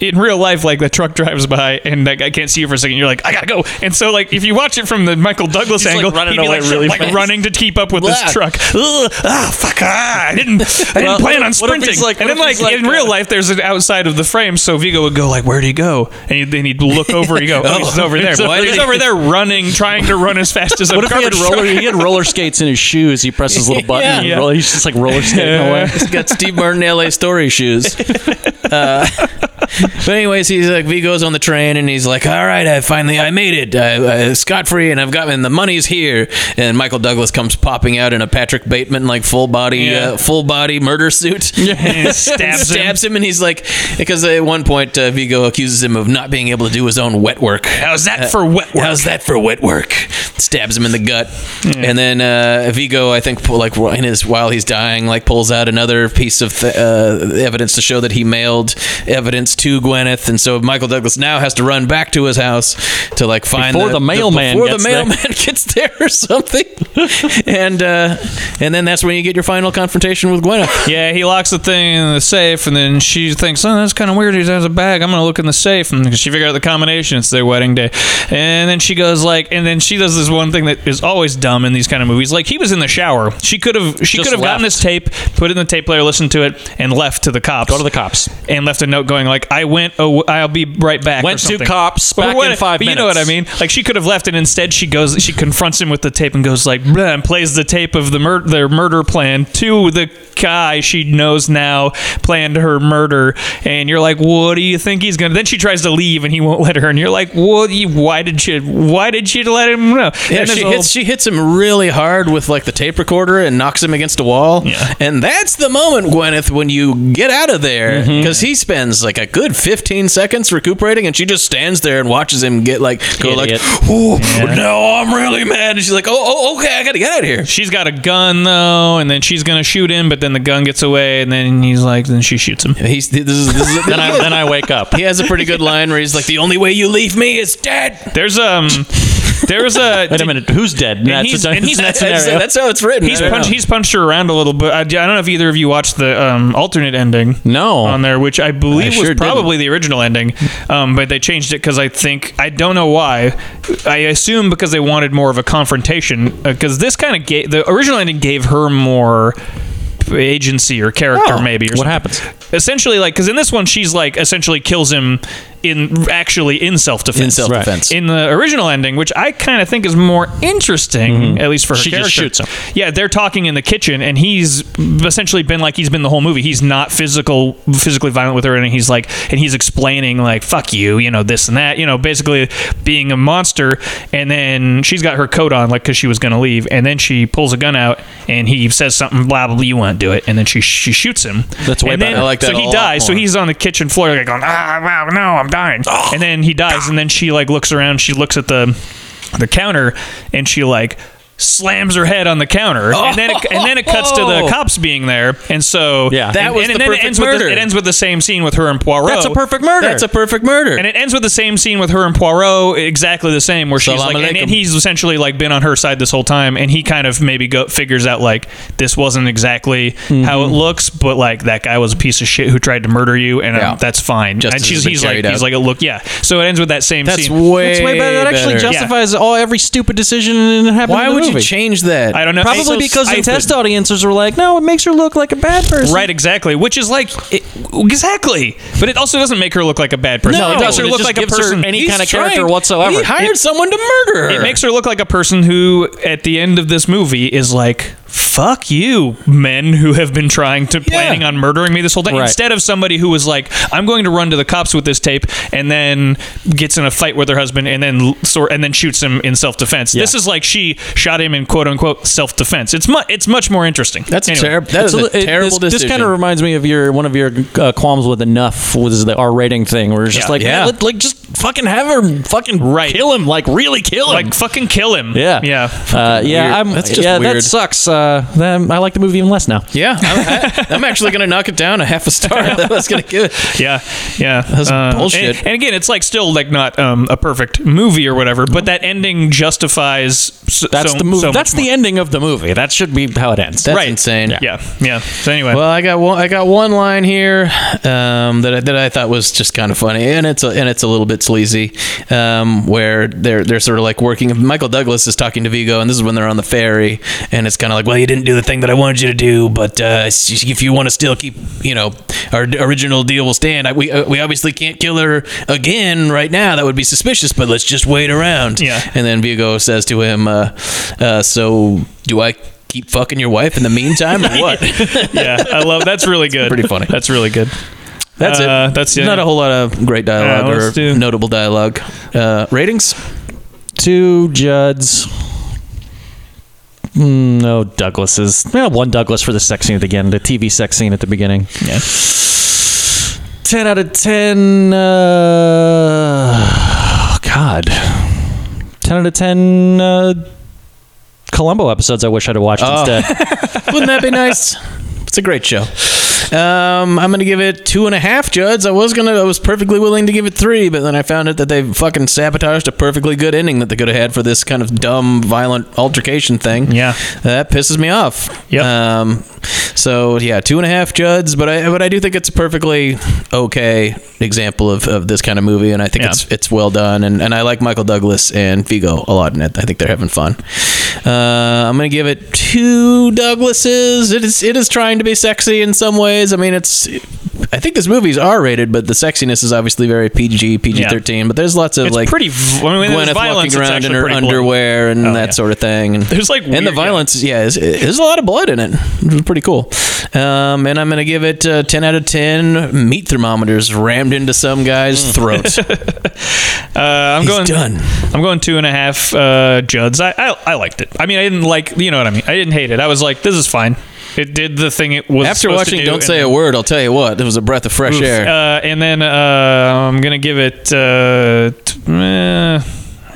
[SPEAKER 1] In real life, like the truck drives by and that guy can't see you for a second, you're like, I gotta go. And so, like, if you watch it from the Michael Douglas
[SPEAKER 2] He's, like,
[SPEAKER 1] angle,
[SPEAKER 2] running
[SPEAKER 1] he'd be
[SPEAKER 2] away
[SPEAKER 1] like,
[SPEAKER 2] really
[SPEAKER 1] like,
[SPEAKER 2] fast.
[SPEAKER 1] running to keep up with
[SPEAKER 2] Blah.
[SPEAKER 1] this truck. Ugh, ah, fuck! Ah, I didn't, I didn't
[SPEAKER 2] Well,
[SPEAKER 1] plan
[SPEAKER 2] what
[SPEAKER 1] on
[SPEAKER 2] if- what if he's
[SPEAKER 1] sprinting.
[SPEAKER 2] like-
[SPEAKER 1] and
[SPEAKER 2] what
[SPEAKER 1] then,
[SPEAKER 2] if
[SPEAKER 1] like,
[SPEAKER 2] he's like,
[SPEAKER 1] in real
[SPEAKER 2] uh,
[SPEAKER 1] life, there's an outside of the frame, so Vigo would go like, "Where'd he go?" And he'd, then he'd look over. He go, "Oh, he's over there."
[SPEAKER 2] he's over
[SPEAKER 1] He's
[SPEAKER 2] there.
[SPEAKER 1] over there running, trying to run as fast as a
[SPEAKER 3] What if he
[SPEAKER 1] garbage
[SPEAKER 3] had roller?
[SPEAKER 1] truck.
[SPEAKER 3] He had roller skates in his shoes. He presses his little button.
[SPEAKER 2] Yeah.
[SPEAKER 3] and
[SPEAKER 1] Yeah.
[SPEAKER 3] roll- he's just like roller skating away.
[SPEAKER 2] He's got Steve Martin LA story shoes. Uh, but anyways, he's like Vigo's on the train, and he's like, "All right, I finally I made it, I, I, scot free, and I've got and the money's here." And Michael Douglas comes popping out in a Patrick Bateman like full body
[SPEAKER 1] Yeah.
[SPEAKER 2] uh, full body murder suit.
[SPEAKER 1] And stabs, him.
[SPEAKER 2] him. and he's like, because at one point uh, Vigo accuses him of not being able to do his own wet work.
[SPEAKER 1] How's
[SPEAKER 3] Uh,
[SPEAKER 1] that for wet work?
[SPEAKER 2] Uh, How's that for wet work? Stabs him in the gut,
[SPEAKER 3] Mm.
[SPEAKER 2] and then uh, Vigo, I think, pull- like in his while he's dying, like pulls out another piece of th- uh, evidence to show that he mailed evidence to Gwyneth, and so Michael Douglas now has to run back to his house to like find
[SPEAKER 3] Before the mailman
[SPEAKER 2] before
[SPEAKER 3] gets
[SPEAKER 2] the
[SPEAKER 3] there.
[SPEAKER 2] mailman gets there or something, and uh, and then that's when you get your final confrontation with Gwyneth.
[SPEAKER 1] Yeah, he locks the thing in the safe, and then she thinks, "Oh, that's kind of weird. He has a bag. I'm gonna look in the safe." And she figures out the combination. It's their wedding day, and then she goes like, and then she does this one thing that is always dumb in these kind of movies. Like he was in the shower. She could have, she
[SPEAKER 3] Just
[SPEAKER 1] could have gotten
[SPEAKER 3] left.
[SPEAKER 1] this tape, put it in the tape player, listened to it, and left to the cops.
[SPEAKER 3] Go to the cops.
[SPEAKER 1] and left a note going like, "I went. Oh, I'll be right back." or
[SPEAKER 3] Went to
[SPEAKER 1] something.
[SPEAKER 3] cops,
[SPEAKER 1] But
[SPEAKER 3] back
[SPEAKER 1] what-
[SPEAKER 3] in five
[SPEAKER 1] but You know what I
[SPEAKER 3] minutes.
[SPEAKER 1] mean? Like she could have left, and instead she goes, she confronts him with the tape and goes like, "Bleh," and plays the tape of the mur- their murder plan to the guy she knows now planned her murder. And you're like, "What do you think he's gonna?" Then she tries to leave, and he won't let her. And you're like, "What? You, why did you? Why did you let him know?"
[SPEAKER 2] Yeah,
[SPEAKER 1] And
[SPEAKER 2] she
[SPEAKER 1] there's a
[SPEAKER 2] hits, she hits him really hard with like the tape recorder and knocks him against a wall.
[SPEAKER 1] Yeah.
[SPEAKER 2] And that's the moment, Gwyneth, when you get out of there
[SPEAKER 3] Mm-hmm.
[SPEAKER 2] because he spends like a good 15 seconds recuperating and she just stands there and watches him get like, go like,
[SPEAKER 3] Idiot.
[SPEAKER 2] oh, no, I'm really mad. And she's like, oh, oh, okay, I got to get out of here.
[SPEAKER 1] She's got a gun though, and then she's gonna shoot him, but then the gun gets away, and then he's like, then she shoots him.
[SPEAKER 2] He's, this is, this is,
[SPEAKER 3] Then I then I wake up.
[SPEAKER 2] he has a pretty good line where he's like, the only way you leave me is dead.
[SPEAKER 1] There's um, there's a
[SPEAKER 3] Wait a minute. Who's dead? And that's
[SPEAKER 1] he's-
[SPEAKER 3] a,
[SPEAKER 1] and he's-
[SPEAKER 3] that
[SPEAKER 1] and
[SPEAKER 2] That's,
[SPEAKER 3] scenario.
[SPEAKER 2] that's how it's written.
[SPEAKER 1] He's
[SPEAKER 2] I don't
[SPEAKER 1] punched,
[SPEAKER 2] know.
[SPEAKER 1] he's punched her around a little bit. I, I don't know if either of you watched the um, alternate ending.
[SPEAKER 3] No.
[SPEAKER 1] On there, which I believe
[SPEAKER 2] sure
[SPEAKER 1] was
[SPEAKER 2] didn't.
[SPEAKER 1] probably the original ending, um, but they changed it because I think I don't know why. I assume because they wanted more of a confrontation. Because this kind of gave the original ending gave her more agency or character, maybe. Or
[SPEAKER 3] what
[SPEAKER 1] something.
[SPEAKER 3] happens?
[SPEAKER 1] Essentially, like because in this one she's like essentially kills him in actually in self defense.
[SPEAKER 2] In self-defense.
[SPEAKER 1] In the original ending, which I kind of think is more interesting, at least for her
[SPEAKER 3] Mm-hmm. She
[SPEAKER 1] character.
[SPEAKER 3] just shoots him.
[SPEAKER 1] Yeah, they're talking in the kitchen, and he's essentially been like he's been the whole movie. He's not physical, physically violent with her, and he's like, and he's explaining like "fuck you," you know, this and that, you know, basically being a monster. And then she's got her coat on, like because she was gonna leave, and then she pulls a gun out, and he says something, blah blah, blah you won't do it, and then she she shoots him.
[SPEAKER 3] That's way
[SPEAKER 1] And then-
[SPEAKER 3] better.
[SPEAKER 2] I like that
[SPEAKER 1] So
[SPEAKER 2] a
[SPEAKER 1] he
[SPEAKER 2] lot
[SPEAKER 1] dies. So
[SPEAKER 2] more. Oh.
[SPEAKER 1] he's on the kitchen floor, like going, ah, wow, no, I'm dying. And then he dies, and then she like looks around. She looks at the the counter, and she like slams her head on the counter, and then it, and then it cuts to the cops being there, and so
[SPEAKER 2] Oh. Yeah. That
[SPEAKER 1] and,
[SPEAKER 2] was
[SPEAKER 1] and,
[SPEAKER 2] the
[SPEAKER 1] then it
[SPEAKER 2] perfect
[SPEAKER 1] ends with the,
[SPEAKER 2] murder.
[SPEAKER 1] it ends with the same scene with her and Poirot.
[SPEAKER 3] Oh. That's a perfect murder.
[SPEAKER 2] That's a perfect murder.
[SPEAKER 1] And it ends with the same scene with her and Poirot, exactly the same, where she's
[SPEAKER 2] Salaam
[SPEAKER 1] like, and, and
[SPEAKER 2] alaikum.
[SPEAKER 1] he's essentially like been on her side this whole time, and he kind of maybe go, figures out like this wasn't exactly how
[SPEAKER 3] Mm-hmm.
[SPEAKER 1] it looks, but like that guy was a piece of shit who tried to murder you, and um,
[SPEAKER 2] Yeah.
[SPEAKER 1] that's fine.
[SPEAKER 2] Justice
[SPEAKER 1] and
[SPEAKER 2] has
[SPEAKER 1] she's
[SPEAKER 2] been
[SPEAKER 1] he's like
[SPEAKER 2] carried out.
[SPEAKER 1] he's like look yeah. So it ends with that same
[SPEAKER 2] That's
[SPEAKER 1] scene.
[SPEAKER 2] way,
[SPEAKER 3] That's way better. That actually
[SPEAKER 2] better.
[SPEAKER 3] justifies all every stupid decision that happened.
[SPEAKER 2] Why
[SPEAKER 3] in the
[SPEAKER 2] would you
[SPEAKER 3] movie.
[SPEAKER 2] change that?
[SPEAKER 1] I don't know. It's so
[SPEAKER 3] Probably because the
[SPEAKER 1] stifled.
[SPEAKER 3] test audiences were like, no, it makes her look like a bad person.
[SPEAKER 1] Right, exactly. Which is like it, exactly, but it also doesn't make her look like a bad person.
[SPEAKER 3] No,
[SPEAKER 1] it makes her
[SPEAKER 3] it
[SPEAKER 1] look
[SPEAKER 3] just
[SPEAKER 1] like a
[SPEAKER 3] gives her
[SPEAKER 1] person.
[SPEAKER 3] any
[SPEAKER 1] He's
[SPEAKER 3] kind of
[SPEAKER 1] trying-
[SPEAKER 3] character whatsoever.
[SPEAKER 2] He hired someone to murder her.
[SPEAKER 1] It makes her look like a person who, at the end of this movie, is like, "Fuck you, men who have been trying to planning on murdering me this whole day."
[SPEAKER 3] Right.
[SPEAKER 1] Instead of somebody who was like, "I'm going to run to the cops with this tape," and then gets in a fight with her husband, and then l- sort and then shoots him in self defense. This is like she shot him in quote unquote self defense. It's much it's much more interesting.
[SPEAKER 2] That's
[SPEAKER 1] Anyway.
[SPEAKER 2] a terrible. That is
[SPEAKER 3] It's
[SPEAKER 2] a,
[SPEAKER 3] li- it-
[SPEAKER 2] terrible
[SPEAKER 3] this,
[SPEAKER 2] decision.
[SPEAKER 3] This kind of reminds me of your one of your uh, qualms with enough was the R rating thing, where it's just
[SPEAKER 1] Yeah.
[SPEAKER 3] like,
[SPEAKER 2] Yeah.
[SPEAKER 3] yeah, let, like just fucking have her fucking
[SPEAKER 1] Right.
[SPEAKER 3] kill him, like really kill him.
[SPEAKER 1] Like fucking kill him.
[SPEAKER 3] yeah,
[SPEAKER 1] yeah.
[SPEAKER 3] uh,
[SPEAKER 2] weird.
[SPEAKER 3] yeah. I'm,
[SPEAKER 2] That's just
[SPEAKER 3] yeah, that
[SPEAKER 2] weird.
[SPEAKER 3] sucks. Uh, then I like the movie even less now.
[SPEAKER 2] yeah, I'm, I, am actually gonna knock it down a half a star. That's gonna give it.
[SPEAKER 1] Yeah, yeah, uh,
[SPEAKER 2] That's bullshit.
[SPEAKER 1] And, and again, it's like still like not um, a perfect movie or whatever, but that ending justifies. So,
[SPEAKER 3] That's
[SPEAKER 1] so,
[SPEAKER 3] the movie.
[SPEAKER 1] so
[SPEAKER 3] That's
[SPEAKER 1] much
[SPEAKER 3] the ending of the movie. That should be how it ends.
[SPEAKER 2] That's
[SPEAKER 1] Right.
[SPEAKER 2] insane.
[SPEAKER 1] more. Yeah, yeah. So anyway,
[SPEAKER 2] Well, I got one. I got one line here um, that I, that I thought was just kind of funny, and it's a, and it's a little bit sleazy, um, where they're they're sort of like working. Michael Douglas is talking to Vigo, and this is when they're on the ferry, and it's kind of like, well, you didn't do the thing that I wanted you to do, but uh, if you want to still keep, you know, our original deal will stand. I, we uh, we obviously can't kill her again right now. That would be suspicious, but let's just wait around.
[SPEAKER 1] Yeah.
[SPEAKER 2] And then Vigo says to him, uh, uh, so do I? Keep fucking your wife in the meantime, or what?
[SPEAKER 1] yeah, I love. That's really good.
[SPEAKER 2] pretty funny.
[SPEAKER 1] That's really good.
[SPEAKER 2] That's
[SPEAKER 1] Uh,
[SPEAKER 2] it.
[SPEAKER 1] that's- yeah.
[SPEAKER 2] not a whole lot of great dialogue
[SPEAKER 1] Yeah,
[SPEAKER 2] or
[SPEAKER 1] let's do-
[SPEAKER 2] notable dialogue. Uh, ratings?
[SPEAKER 3] Two Judds. Mm, no Douglases. Yeah, one Douglas for the sex scene at the end, the TV sex scene at the beginning.
[SPEAKER 1] Yeah.
[SPEAKER 3] 10 out of 10 uh, god 10 out of 10 uh, columbo episodes i wish i'd have watched instead
[SPEAKER 2] Wouldn't that be nice? It's a great show. Um, I'm gonna give it two and a half Judds. I was gonna, I was perfectly willing to give it three, but then I found out that they fucking sabotaged a perfectly good ending that they could have had for this kind of dumb, violent altercation thing.
[SPEAKER 1] Yeah.
[SPEAKER 2] that pisses me off.
[SPEAKER 1] Yep.
[SPEAKER 2] Um, so yeah, two and a half Judds, but I, but I do think it's a perfectly okay example of, of this kind of movie, and I think
[SPEAKER 1] Yeah.
[SPEAKER 2] it's it's well done, and, and I like Michael Douglas and Vigo a lot in it. I think they're having fun. Uh, I'm gonna give it two Douglases. It is it is trying to be sexy in some ways. I mean, it's I think this movie's R-rated, but the sexiness is obviously very PG PG-13. But there's lots of
[SPEAKER 1] It's
[SPEAKER 2] like
[SPEAKER 1] pretty. v- I mean, there's
[SPEAKER 2] Gwyneth
[SPEAKER 1] violence,
[SPEAKER 2] walking
[SPEAKER 1] it's
[SPEAKER 2] around in
[SPEAKER 1] actually
[SPEAKER 2] her
[SPEAKER 1] pretty blunt.
[SPEAKER 2] underwear and
[SPEAKER 1] Oh,
[SPEAKER 2] that
[SPEAKER 1] yeah.
[SPEAKER 2] sort of thing. And
[SPEAKER 1] There's, like,
[SPEAKER 2] and the
[SPEAKER 1] weird-
[SPEAKER 2] violence, yeah, is, there's a lot of blood in it. It was pretty cool. Um, and I'm gonna give it uh, 10 out of 10 meat thermometers rammed into some
[SPEAKER 1] Hmm.
[SPEAKER 2] guy's throat.
[SPEAKER 1] Uh, I'm
[SPEAKER 2] He's
[SPEAKER 1] going
[SPEAKER 2] done.
[SPEAKER 1] I'm going two and a half uh, Judds. I, I I liked it. I mean, I didn't like. You know what I mean? I didn't hate it. I was like, this is fine. It did the thing it was
[SPEAKER 2] After
[SPEAKER 1] supposed to
[SPEAKER 2] watching,
[SPEAKER 1] do,
[SPEAKER 2] don't
[SPEAKER 1] and
[SPEAKER 2] say a word. I'll tell you what, it was a breath of fresh air.
[SPEAKER 1] Uh, and then uh, I'm gonna give it. Uh, t- eh,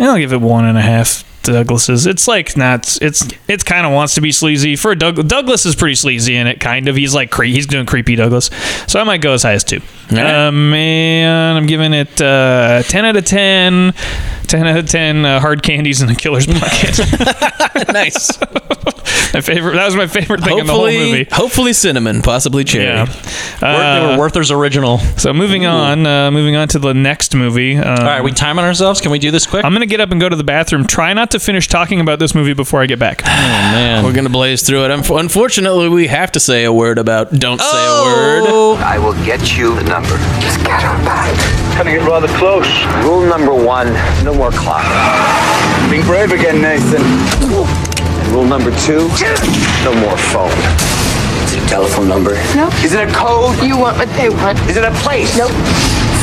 [SPEAKER 1] I'll give it one and a half Douglases. It's like not. It's it's kind of wants to be sleazy for a Doug, Douglas is pretty sleazy in it. Kind of. He's like cre- he's doing creepy Douglas. So I might go as high as two. Um, and I'm giving it uh, ten out of ten. 10 out of 10 uh, hard candies in a killer's pocket.
[SPEAKER 2] nice.
[SPEAKER 1] my favorite. That was my favorite thing in the whole
[SPEAKER 2] Hopefully,
[SPEAKER 1] movie.
[SPEAKER 2] hopefully cinnamon, possibly cherry.
[SPEAKER 1] Yeah.
[SPEAKER 3] they
[SPEAKER 1] Uh,
[SPEAKER 3] were werther's original
[SPEAKER 1] so moving on, uh, moving on to the next movie. Um,
[SPEAKER 3] all right we timing ourselves can we do this quick
[SPEAKER 1] I'm gonna get up and go to the bathroom. Try not to finish talking about this movie before I get back.
[SPEAKER 3] man
[SPEAKER 2] We're gonna blaze through it. Unf- Unfortunately, we have to say a word about don't say a
[SPEAKER 3] Oh.
[SPEAKER 2] word.
[SPEAKER 5] I will get you the number.
[SPEAKER 4] Just get her back.
[SPEAKER 10] Coming it rather close.
[SPEAKER 5] Rule number one, no more clock.
[SPEAKER 10] Being brave again, Nathan.
[SPEAKER 5] And rule number two, no more phone. Is it a telephone number?
[SPEAKER 4] No.
[SPEAKER 5] Is it a code?
[SPEAKER 4] You want what they want.
[SPEAKER 5] Is it a place?
[SPEAKER 4] Nope.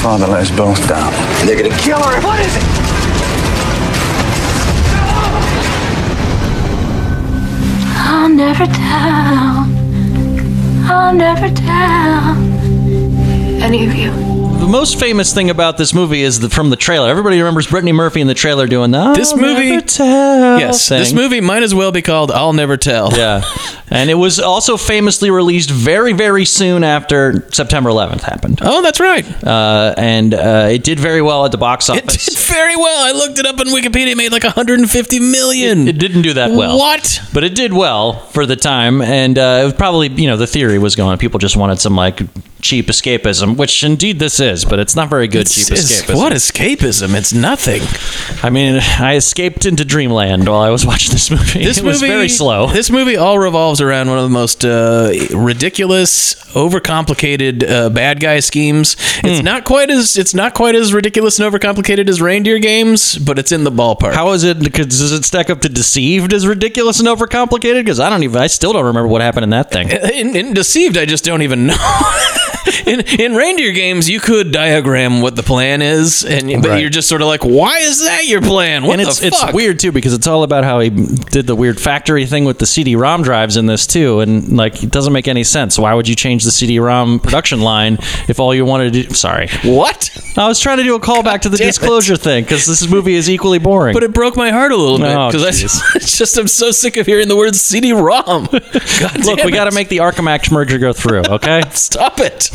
[SPEAKER 10] Father let us both down.
[SPEAKER 5] And they're gonna kill her. What is it?
[SPEAKER 4] I'll never tell. I'll never tell. Any of you.
[SPEAKER 3] the most famous thing about this movie is the, from the trailer. Everybody remembers Brittany Murphy in the trailer doing that.
[SPEAKER 2] This movie- Yes, this movie might as well be called "I'll Never Tell."
[SPEAKER 3] Yeah, and it was also famously released very, very soon after September 11th happened.
[SPEAKER 2] Oh, that's right.
[SPEAKER 3] Uh, and uh, it did very well at the box office.
[SPEAKER 2] Did very well. I looked it up on Wikipedia. It made like 150 million.
[SPEAKER 3] It didn't do that well.
[SPEAKER 2] What?
[SPEAKER 3] But it did well for the time, and uh, it was probably you know the theory was going. People just wanted some like cheap escapism, which indeed this is, but it's not very good cheap
[SPEAKER 2] It's-
[SPEAKER 3] escapism.
[SPEAKER 2] What escapism? It's nothing.
[SPEAKER 3] I mean, I escaped into dreamland while I was watching this movie.
[SPEAKER 2] This
[SPEAKER 3] it
[SPEAKER 2] movie
[SPEAKER 3] was very slow.
[SPEAKER 2] This movie all revolves around one of the most uh, ridiculous, overcomplicated uh, bad guy schemes. It's
[SPEAKER 3] Hmm.
[SPEAKER 2] not quite as it's not quite as ridiculous and overcomplicated as Reindeer Games, but it's in the ballpark.
[SPEAKER 3] How is it? Cause does it stack up to deceived as ridiculous and overcomplicated? Because I don't even. I still don't remember what happened in that thing.
[SPEAKER 2] in, in deceived i just don't even know in, in reindeer games you could diagram what the plan is and but
[SPEAKER 3] Right.
[SPEAKER 2] you're just sort of like why is that your plan what
[SPEAKER 3] and
[SPEAKER 2] the
[SPEAKER 3] it's
[SPEAKER 2] fuck?
[SPEAKER 3] it's weird too because it's all about how he did the weird factory thing with the CD-ROM drives in this too, and like it doesn't make any sense. Why would you change the CD-ROM production line if all you wanted to do? Sorry,
[SPEAKER 2] what
[SPEAKER 3] I was trying to do a callback to the
[SPEAKER 2] damn it.
[SPEAKER 3] disclosure thing because this movie is equally boring.
[SPEAKER 2] but it broke my heart a little bit
[SPEAKER 3] Oh,
[SPEAKER 2] because I it's just I'm so sick of hearing the word CD-ROM. God
[SPEAKER 3] Look,
[SPEAKER 2] damn
[SPEAKER 3] we got
[SPEAKER 2] it.
[SPEAKER 3] to make the Arkham Axe merger go through, okay?
[SPEAKER 2] stop it.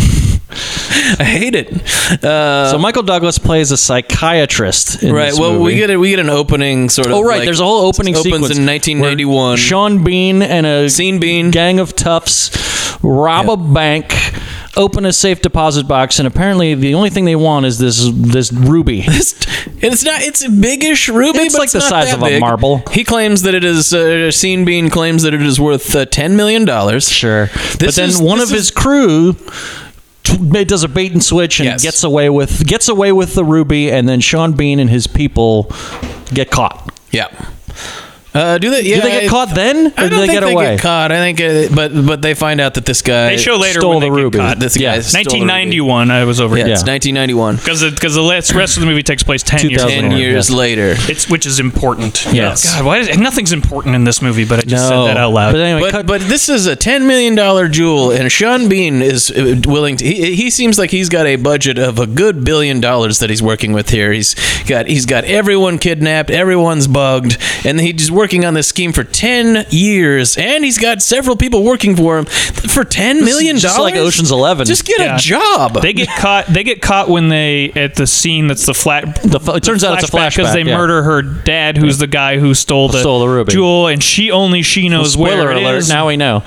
[SPEAKER 2] I hate it. Uh,
[SPEAKER 3] so Michael Douglas plays a psychiatrist. In
[SPEAKER 2] right.
[SPEAKER 3] this
[SPEAKER 2] Well, we
[SPEAKER 3] movie.
[SPEAKER 2] get a, we get an opening sort of.
[SPEAKER 3] Oh right,
[SPEAKER 2] like-
[SPEAKER 3] there's a whole opening
[SPEAKER 2] opens
[SPEAKER 3] sequence
[SPEAKER 2] in 1991.
[SPEAKER 3] where Sean Bean and a
[SPEAKER 2] Scene Bean.
[SPEAKER 3] gang of toughs rob a bank, open a safe deposit box, and apparently the only thing they want is this this ruby.
[SPEAKER 2] It's- it's not. It's a biggish ruby.
[SPEAKER 3] It's
[SPEAKER 2] but
[SPEAKER 3] like the
[SPEAKER 2] not
[SPEAKER 3] size
[SPEAKER 2] that
[SPEAKER 3] of a
[SPEAKER 2] big.
[SPEAKER 3] marble.
[SPEAKER 2] He claims that it is. Uh, Scene Bean claims that it is worth uh, ten million dollars.
[SPEAKER 3] sure, but
[SPEAKER 2] This
[SPEAKER 3] then
[SPEAKER 2] is-
[SPEAKER 3] one
[SPEAKER 2] this
[SPEAKER 3] of
[SPEAKER 2] is-
[SPEAKER 3] his crew. t- ma- Does a bait and switch and
[SPEAKER 2] Yes.
[SPEAKER 3] gets away with gets away with the ruby, and then Sean Bean and his people get caught.
[SPEAKER 2] Yeah. Uh, do they? Yeah,
[SPEAKER 3] do they get
[SPEAKER 2] I-
[SPEAKER 3] caught then,
[SPEAKER 2] I
[SPEAKER 3] or
[SPEAKER 2] don't
[SPEAKER 3] do they
[SPEAKER 2] think
[SPEAKER 3] get
[SPEAKER 2] they
[SPEAKER 3] away?
[SPEAKER 2] get caught. I think, uh, but but they find out that this guy
[SPEAKER 1] They show later
[SPEAKER 3] stole
[SPEAKER 1] when
[SPEAKER 3] the
[SPEAKER 1] they get
[SPEAKER 3] ruby.
[SPEAKER 1] caught.
[SPEAKER 2] This
[SPEAKER 3] Yeah.
[SPEAKER 2] guy stole the ruby.
[SPEAKER 1] 1991, I was over
[SPEAKER 2] Yeah,
[SPEAKER 1] here.
[SPEAKER 2] it's
[SPEAKER 3] Yeah.
[SPEAKER 2] 1991.
[SPEAKER 1] Because because the last- rest of the movie takes place 10 years
[SPEAKER 2] Ten
[SPEAKER 3] 2001.
[SPEAKER 1] later.
[SPEAKER 2] years
[SPEAKER 3] Yeah.
[SPEAKER 2] later.
[SPEAKER 1] It's which is important.
[SPEAKER 3] Yes.
[SPEAKER 1] God, why is, nothing's important in this movie, but I just said that out loud.
[SPEAKER 3] But anyway,
[SPEAKER 2] But
[SPEAKER 3] cut-
[SPEAKER 2] but this is a ten million dollar jewel, and Sean Bean is uh, willing to. He, he seems like he's got a budget of a good billion dollars that he's working with here. He's got he's got everyone kidnapped, everyone's bugged, and he's working on this scheme for ten years, and he's got several people working for him for ten million
[SPEAKER 3] just
[SPEAKER 2] dollars.
[SPEAKER 3] like Ocean's 11.
[SPEAKER 2] Just get
[SPEAKER 1] Yeah.
[SPEAKER 2] a job.
[SPEAKER 1] They get caught. They get caught when they at the scene that's the flat.
[SPEAKER 3] The fl- it turns out it's a
[SPEAKER 1] because
[SPEAKER 3] flashback,
[SPEAKER 1] they
[SPEAKER 3] yeah.
[SPEAKER 1] murder her dad, who's the guy who stole the,
[SPEAKER 3] Stole the ruby.
[SPEAKER 1] jewel, and she only she knows
[SPEAKER 3] spoiler
[SPEAKER 1] where it
[SPEAKER 3] alert!
[SPEAKER 1] is.
[SPEAKER 3] Now we know.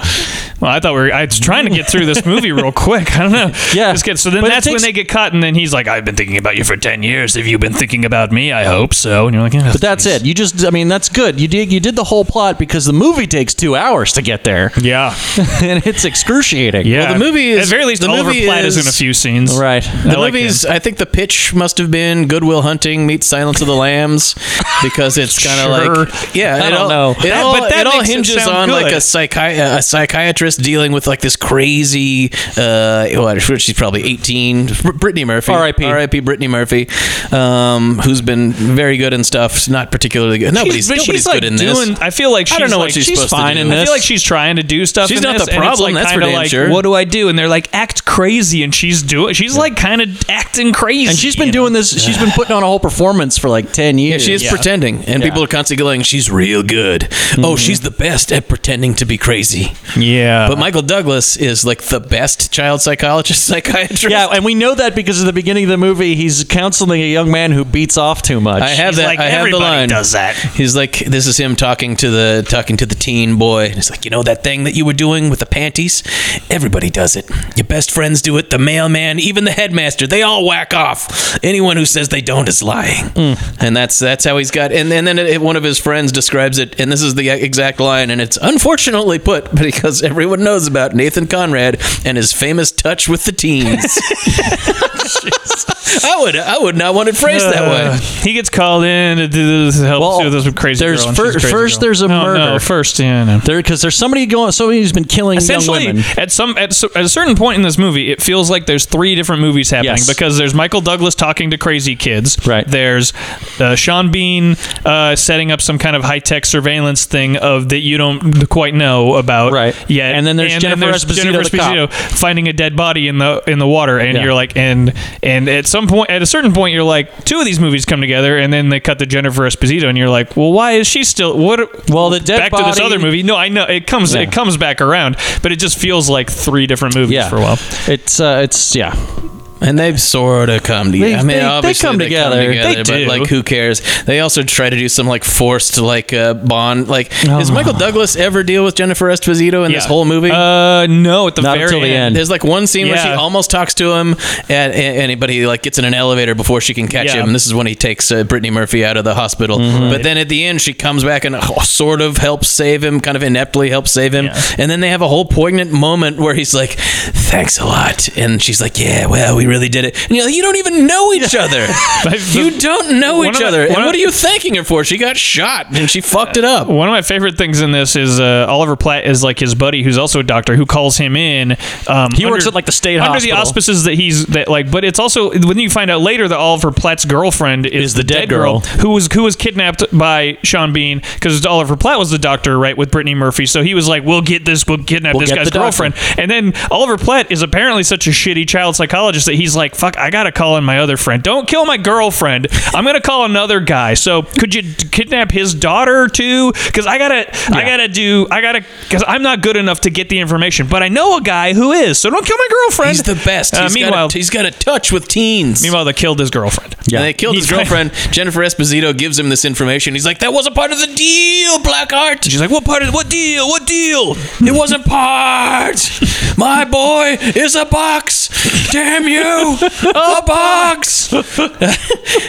[SPEAKER 1] well, I thought we were. I was trying to get through this movie real quick. I don't know.
[SPEAKER 3] Yeah.
[SPEAKER 1] Just get, so then
[SPEAKER 3] But it
[SPEAKER 1] that's when
[SPEAKER 3] takes-
[SPEAKER 1] they get caught, and then he's like, "I've been thinking about you for ten years. Have you been thinking about me? I hope so." And you're like, "Yeah."
[SPEAKER 3] But that's it. You just, I mean, that's good. You did, you did the whole plot because the movie takes two hours to get there,
[SPEAKER 1] Yeah.
[SPEAKER 3] and it's excruciating.
[SPEAKER 1] Yeah.
[SPEAKER 2] the movie is-
[SPEAKER 1] at very least
[SPEAKER 2] the
[SPEAKER 1] Oliver
[SPEAKER 2] movie
[SPEAKER 1] Platt is,
[SPEAKER 2] is-
[SPEAKER 1] in a few scenes.
[SPEAKER 3] Right.
[SPEAKER 2] The
[SPEAKER 1] I like
[SPEAKER 2] movies, I think the pitch must have been Goodwill Hunting meets Silence of the Lambs because it's kind of
[SPEAKER 1] Sure.
[SPEAKER 2] like yeah,
[SPEAKER 3] I
[SPEAKER 2] it
[SPEAKER 3] don't
[SPEAKER 2] all,
[SPEAKER 3] know.
[SPEAKER 2] It all,
[SPEAKER 1] but that
[SPEAKER 2] it all
[SPEAKER 1] makes it
[SPEAKER 2] hinges
[SPEAKER 1] sound
[SPEAKER 2] on like
[SPEAKER 1] good.
[SPEAKER 2] a, psychi- a psychiatrist dealing with like this crazy uh what she's probably 18 Br- Brittany Murphy
[SPEAKER 3] R.I.P..
[SPEAKER 2] R.I.P. Brittany Murphy um who's been very good in stuff not particularly good nobody's
[SPEAKER 1] but
[SPEAKER 2] nobody's
[SPEAKER 1] like
[SPEAKER 2] good in this
[SPEAKER 1] doing, I feel like she's
[SPEAKER 2] I don't know what
[SPEAKER 1] like,
[SPEAKER 2] she's supposed to
[SPEAKER 1] fine
[SPEAKER 2] do.
[SPEAKER 1] in this. I feel like she's trying to do stuff.
[SPEAKER 2] She's
[SPEAKER 1] in
[SPEAKER 2] not
[SPEAKER 1] this,
[SPEAKER 2] the
[SPEAKER 1] and it's,
[SPEAKER 2] problem,
[SPEAKER 1] like,
[SPEAKER 2] that's for
[SPEAKER 1] kinda
[SPEAKER 2] damn
[SPEAKER 1] like,
[SPEAKER 2] sure.
[SPEAKER 1] What do I do? And they're like, act crazy, and she's doing. She's like kind of acting crazy,
[SPEAKER 3] And she's
[SPEAKER 1] you
[SPEAKER 3] been
[SPEAKER 1] know?
[SPEAKER 3] doing this. She's been putting on a whole performance for like ten
[SPEAKER 2] Yeah,
[SPEAKER 3] years.
[SPEAKER 2] she is pretending, and people are constantly going, "She's real good.
[SPEAKER 1] Mm-hmm.
[SPEAKER 2] Oh, she's the best at pretending to be crazy."
[SPEAKER 1] Yeah,
[SPEAKER 2] But Michael Douglas is like the best child psychologist, psychiatrist.
[SPEAKER 3] Yeah, and we know that because at the beginning of the movie, he's counseling a young man who beats off too much.
[SPEAKER 2] I have
[SPEAKER 1] He's
[SPEAKER 2] that.
[SPEAKER 1] like,
[SPEAKER 2] I have the
[SPEAKER 1] "Everybody
[SPEAKER 2] line.
[SPEAKER 1] does that.
[SPEAKER 2] He's like, this is him talking to the talking to the teen boy. And he's like, you know that thing that you were doing with the panties? Everybody does it. Your best friends do it. The mailman, even the headmaster, they all whack off. Anyone who says they don't is lying.
[SPEAKER 1] Hmm.
[SPEAKER 2] And that's that's how he's got. And, and then it, one of his friends describes it, and this is the exact line, and it's unfortunately put because everyone knows about Nathan Conrad and his famous touch with the teens. I would I would not want it phrased that
[SPEAKER 1] Uh,
[SPEAKER 2] way.
[SPEAKER 1] He gets called in to do this help
[SPEAKER 3] Well,
[SPEAKER 1] well, this crazy
[SPEAKER 3] there's
[SPEAKER 1] girl, and
[SPEAKER 3] fir-
[SPEAKER 1] she's a crazy
[SPEAKER 3] first
[SPEAKER 1] girl. Oh,
[SPEAKER 3] there's a
[SPEAKER 1] No,
[SPEAKER 3] murder.
[SPEAKER 1] No, first, yeah, no.
[SPEAKER 3] There, because there's somebody going, somebody who's been killing young
[SPEAKER 1] Essentially,
[SPEAKER 3] women.
[SPEAKER 1] at some at, so- at a certain point in this movie, it feels like there's three different movies happening
[SPEAKER 3] Yes.
[SPEAKER 1] because there's Michael Douglas talking to crazy kids.
[SPEAKER 3] Right.
[SPEAKER 1] There's uh, Sean Bean uh, setting up some kind of high tech surveillance thing of that you don't quite know about.
[SPEAKER 3] Right.
[SPEAKER 1] Yet.
[SPEAKER 3] And then there's Jennifer Esposito, the cop.
[SPEAKER 1] finding a dead body in the in the water, and
[SPEAKER 3] Yeah.
[SPEAKER 1] you're like, and and at some point, at a certain point, you're like, two of these movies come together, and then they cut the Jennifer Esposito, and you're like, well, why is she still what?
[SPEAKER 3] Well, the dead
[SPEAKER 1] back to this
[SPEAKER 3] body-
[SPEAKER 1] other movie. No, I know it comes
[SPEAKER 3] Yeah.
[SPEAKER 1] it comes back around, but it just feels like three different movies
[SPEAKER 3] yeah,
[SPEAKER 1] for a while.
[SPEAKER 3] It's uh, it's yeah.
[SPEAKER 2] And they've sort of come together.
[SPEAKER 3] They-
[SPEAKER 2] I mean,
[SPEAKER 3] they- they
[SPEAKER 2] obviously
[SPEAKER 3] come together.
[SPEAKER 1] They
[SPEAKER 2] but
[SPEAKER 1] do.
[SPEAKER 2] like, who cares? They also try to do some like forced like uh, bond. Like, does
[SPEAKER 3] Oh.
[SPEAKER 2] Michael Douglas ever deal with Jennifer Esposito in this
[SPEAKER 1] Yeah.
[SPEAKER 2] whole movie?
[SPEAKER 1] Uh, no, at the
[SPEAKER 3] Not
[SPEAKER 1] very
[SPEAKER 3] until the end.
[SPEAKER 2] There's like one scene where she
[SPEAKER 1] Yeah.
[SPEAKER 2] almost talks to him, and anybody like gets in an elevator before she can catch
[SPEAKER 1] Yeah. Mm-hmm.
[SPEAKER 2] him. This is when he takes uh, Brittany Murphy out of the hospital. But then at the end, she comes back and oh, sort of helps save him, kind of ineptly helps save him.
[SPEAKER 1] Yeah.
[SPEAKER 2] And then they have a whole poignant moment where he's like, "Thanks a lot," and she's like, "Yeah, well, we really did it." And you're like, "You don't even know each other. you don't know
[SPEAKER 1] One
[SPEAKER 2] each
[SPEAKER 1] of the- one
[SPEAKER 2] other. and
[SPEAKER 1] of- Uh,
[SPEAKER 2] what are you thanking her for? She got shot and she fucked it up."
[SPEAKER 1] One of my favorite things in this is uh, Oliver Platt is like his buddy, who's also a doctor, who calls him in. Um,
[SPEAKER 3] He works at, like, the state
[SPEAKER 1] under
[SPEAKER 3] hospital.
[SPEAKER 1] the auspices that he's that like. But it's also when you find out later that Oliver Platt's girlfriend is,
[SPEAKER 3] Is the dead girl.
[SPEAKER 1] who was who was kidnapped by Sean Bean because Oliver Platt was the doctor, right, with Brittany Murphy. So he was like, "We'll get this, we'll kidnap
[SPEAKER 3] We'll
[SPEAKER 1] this
[SPEAKER 3] get
[SPEAKER 1] guy's
[SPEAKER 3] the doctor.
[SPEAKER 1] girlfriend." And then Oliver Platt is apparently such a shitty child psychologist that he's like, "Fuck, I gotta call in my other friend. Don't kill my girlfriend. I'm gonna call another guy. So could you d- kidnap his daughter too? Because I gotta, I gotta do, I gotta, because I'm not good enough to get the information, but I know a guy who is. So don't kill my girlfriend.
[SPEAKER 2] He's the best.
[SPEAKER 1] Uh,
[SPEAKER 2] He's
[SPEAKER 1] meanwhile,
[SPEAKER 2] got a, he's got a touch with teens.
[SPEAKER 1] meanwhile, they killed his girlfriend.
[SPEAKER 2] And they killed his
[SPEAKER 1] He's-
[SPEAKER 2] girlfriend. Jennifer Esposito gives him this information. He's like, "That wasn't part of the deal, Blackheart." She's like, "What part of what deal? What deal? It wasn't part. My boy is a box. Damn you, a box."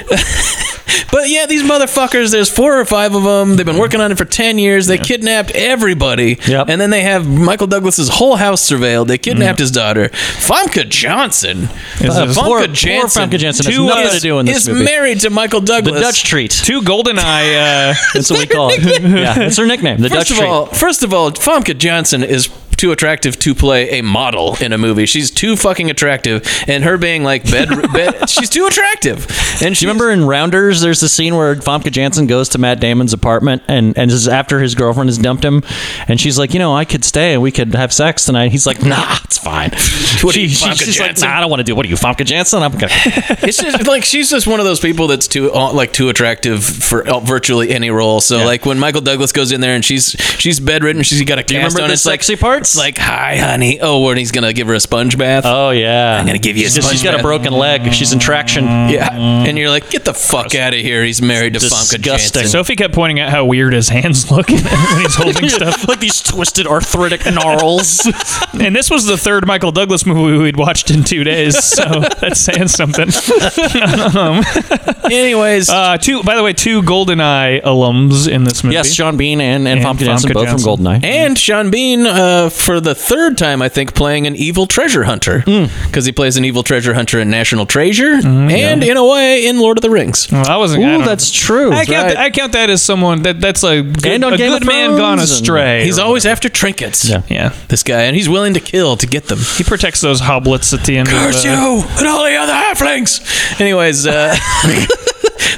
[SPEAKER 2] but yeah, these motherfuckers. There's four or five of them. They've been working on it for ten years. They kidnapped everybody,
[SPEAKER 3] Yep. Mm.
[SPEAKER 2] and then they have Michael Douglas's whole house surveilled. They kidnapped his daughter, Famke Johnson.
[SPEAKER 3] Uh,
[SPEAKER 2] Famke
[SPEAKER 3] poor- poor
[SPEAKER 2] Janssen.
[SPEAKER 3] Famke Janssen has
[SPEAKER 2] Two
[SPEAKER 3] nothing
[SPEAKER 2] is-
[SPEAKER 3] to do in this
[SPEAKER 2] is
[SPEAKER 3] movie.
[SPEAKER 2] married to Michael
[SPEAKER 3] The
[SPEAKER 2] Douglas.
[SPEAKER 3] Dutch treat.
[SPEAKER 1] Two golden eye. Uh,
[SPEAKER 3] That's what we call it. yeah, that's her nickname. The
[SPEAKER 2] First
[SPEAKER 3] Dutch
[SPEAKER 2] of
[SPEAKER 3] treat.
[SPEAKER 2] all, first of all, Famke Johnson is too attractive to play a model in a movie. She's too fucking attractive, and her being like bed, bed she's too attractive. And
[SPEAKER 3] Do
[SPEAKER 2] she
[SPEAKER 3] you remember in Rounders, there's the scene where Vomka Jansen goes to Matt Damon's apartment and, and this is after his girlfriend has dumped him. And she's like, you know, I could stay and we could have sex tonight. He's like, nah, it's fine.
[SPEAKER 2] What are you,
[SPEAKER 3] She-
[SPEAKER 2] Famke
[SPEAKER 3] she's like,
[SPEAKER 2] Jansen?
[SPEAKER 3] nah, I don't want to do it. What are you, Vomka Jansen? I'm going to.
[SPEAKER 2] it's just like she's just one of those people that's too uh, like too attractive for uh, virtually any role. So like when Michael Douglas goes in there and she's she's bedridden, she's got a cast
[SPEAKER 3] you remember
[SPEAKER 2] on.
[SPEAKER 3] the
[SPEAKER 2] it's
[SPEAKER 3] sexy
[SPEAKER 2] like,
[SPEAKER 3] parts?
[SPEAKER 2] It's like hi, honey. Oh, and he's gonna give her a sponge bath.
[SPEAKER 3] Oh, yeah. I'm
[SPEAKER 2] gonna give you a Mm.
[SPEAKER 3] She's
[SPEAKER 2] sponge
[SPEAKER 3] got a
[SPEAKER 2] bath.
[SPEAKER 3] broken leg. She's in traction.
[SPEAKER 2] Yeah, and you're like, get the fuck out of here. He's married to Famke
[SPEAKER 3] Disgusting.
[SPEAKER 2] Janssen.
[SPEAKER 1] Sophie kept pointing out how weird his hands look when he's holding stuff.
[SPEAKER 3] like these twisted arthritic gnarls.
[SPEAKER 1] And this was the third Michael Douglas movie we'd watched in two days, so that's saying something.
[SPEAKER 2] Anyways,
[SPEAKER 1] Uh, two, by the way, two GoldenEye alums in this movie.
[SPEAKER 3] yes, Sean Bean and, and,
[SPEAKER 1] And
[SPEAKER 3] Vomka Jansen,
[SPEAKER 1] Famke
[SPEAKER 3] both
[SPEAKER 1] Janssen.
[SPEAKER 3] from Goldeneye.
[SPEAKER 2] and Sean Bean uh, for the third time, I think, playing an evil treasure hunter because he plays an evil treasure hunter in National Treasure and in a way in Lord of the Rings.
[SPEAKER 1] Well, I wasn't. I don't
[SPEAKER 3] Ooh,
[SPEAKER 1] know.
[SPEAKER 3] that's true.
[SPEAKER 1] I count,
[SPEAKER 2] right.
[SPEAKER 1] I count that as someone that that's a good,
[SPEAKER 3] And on
[SPEAKER 1] a
[SPEAKER 3] Game
[SPEAKER 1] good
[SPEAKER 3] of
[SPEAKER 1] man
[SPEAKER 3] Thrones
[SPEAKER 1] gone
[SPEAKER 3] and-
[SPEAKER 1] astray.
[SPEAKER 2] He's always after trinkets.
[SPEAKER 3] Yeah.
[SPEAKER 1] yeah.
[SPEAKER 2] This guy, and he's willing to kill to get them.
[SPEAKER 1] He protects those hoblets at the end.
[SPEAKER 2] Curse
[SPEAKER 1] of, uh,
[SPEAKER 2] you and all the other halflings. Anyways, uh,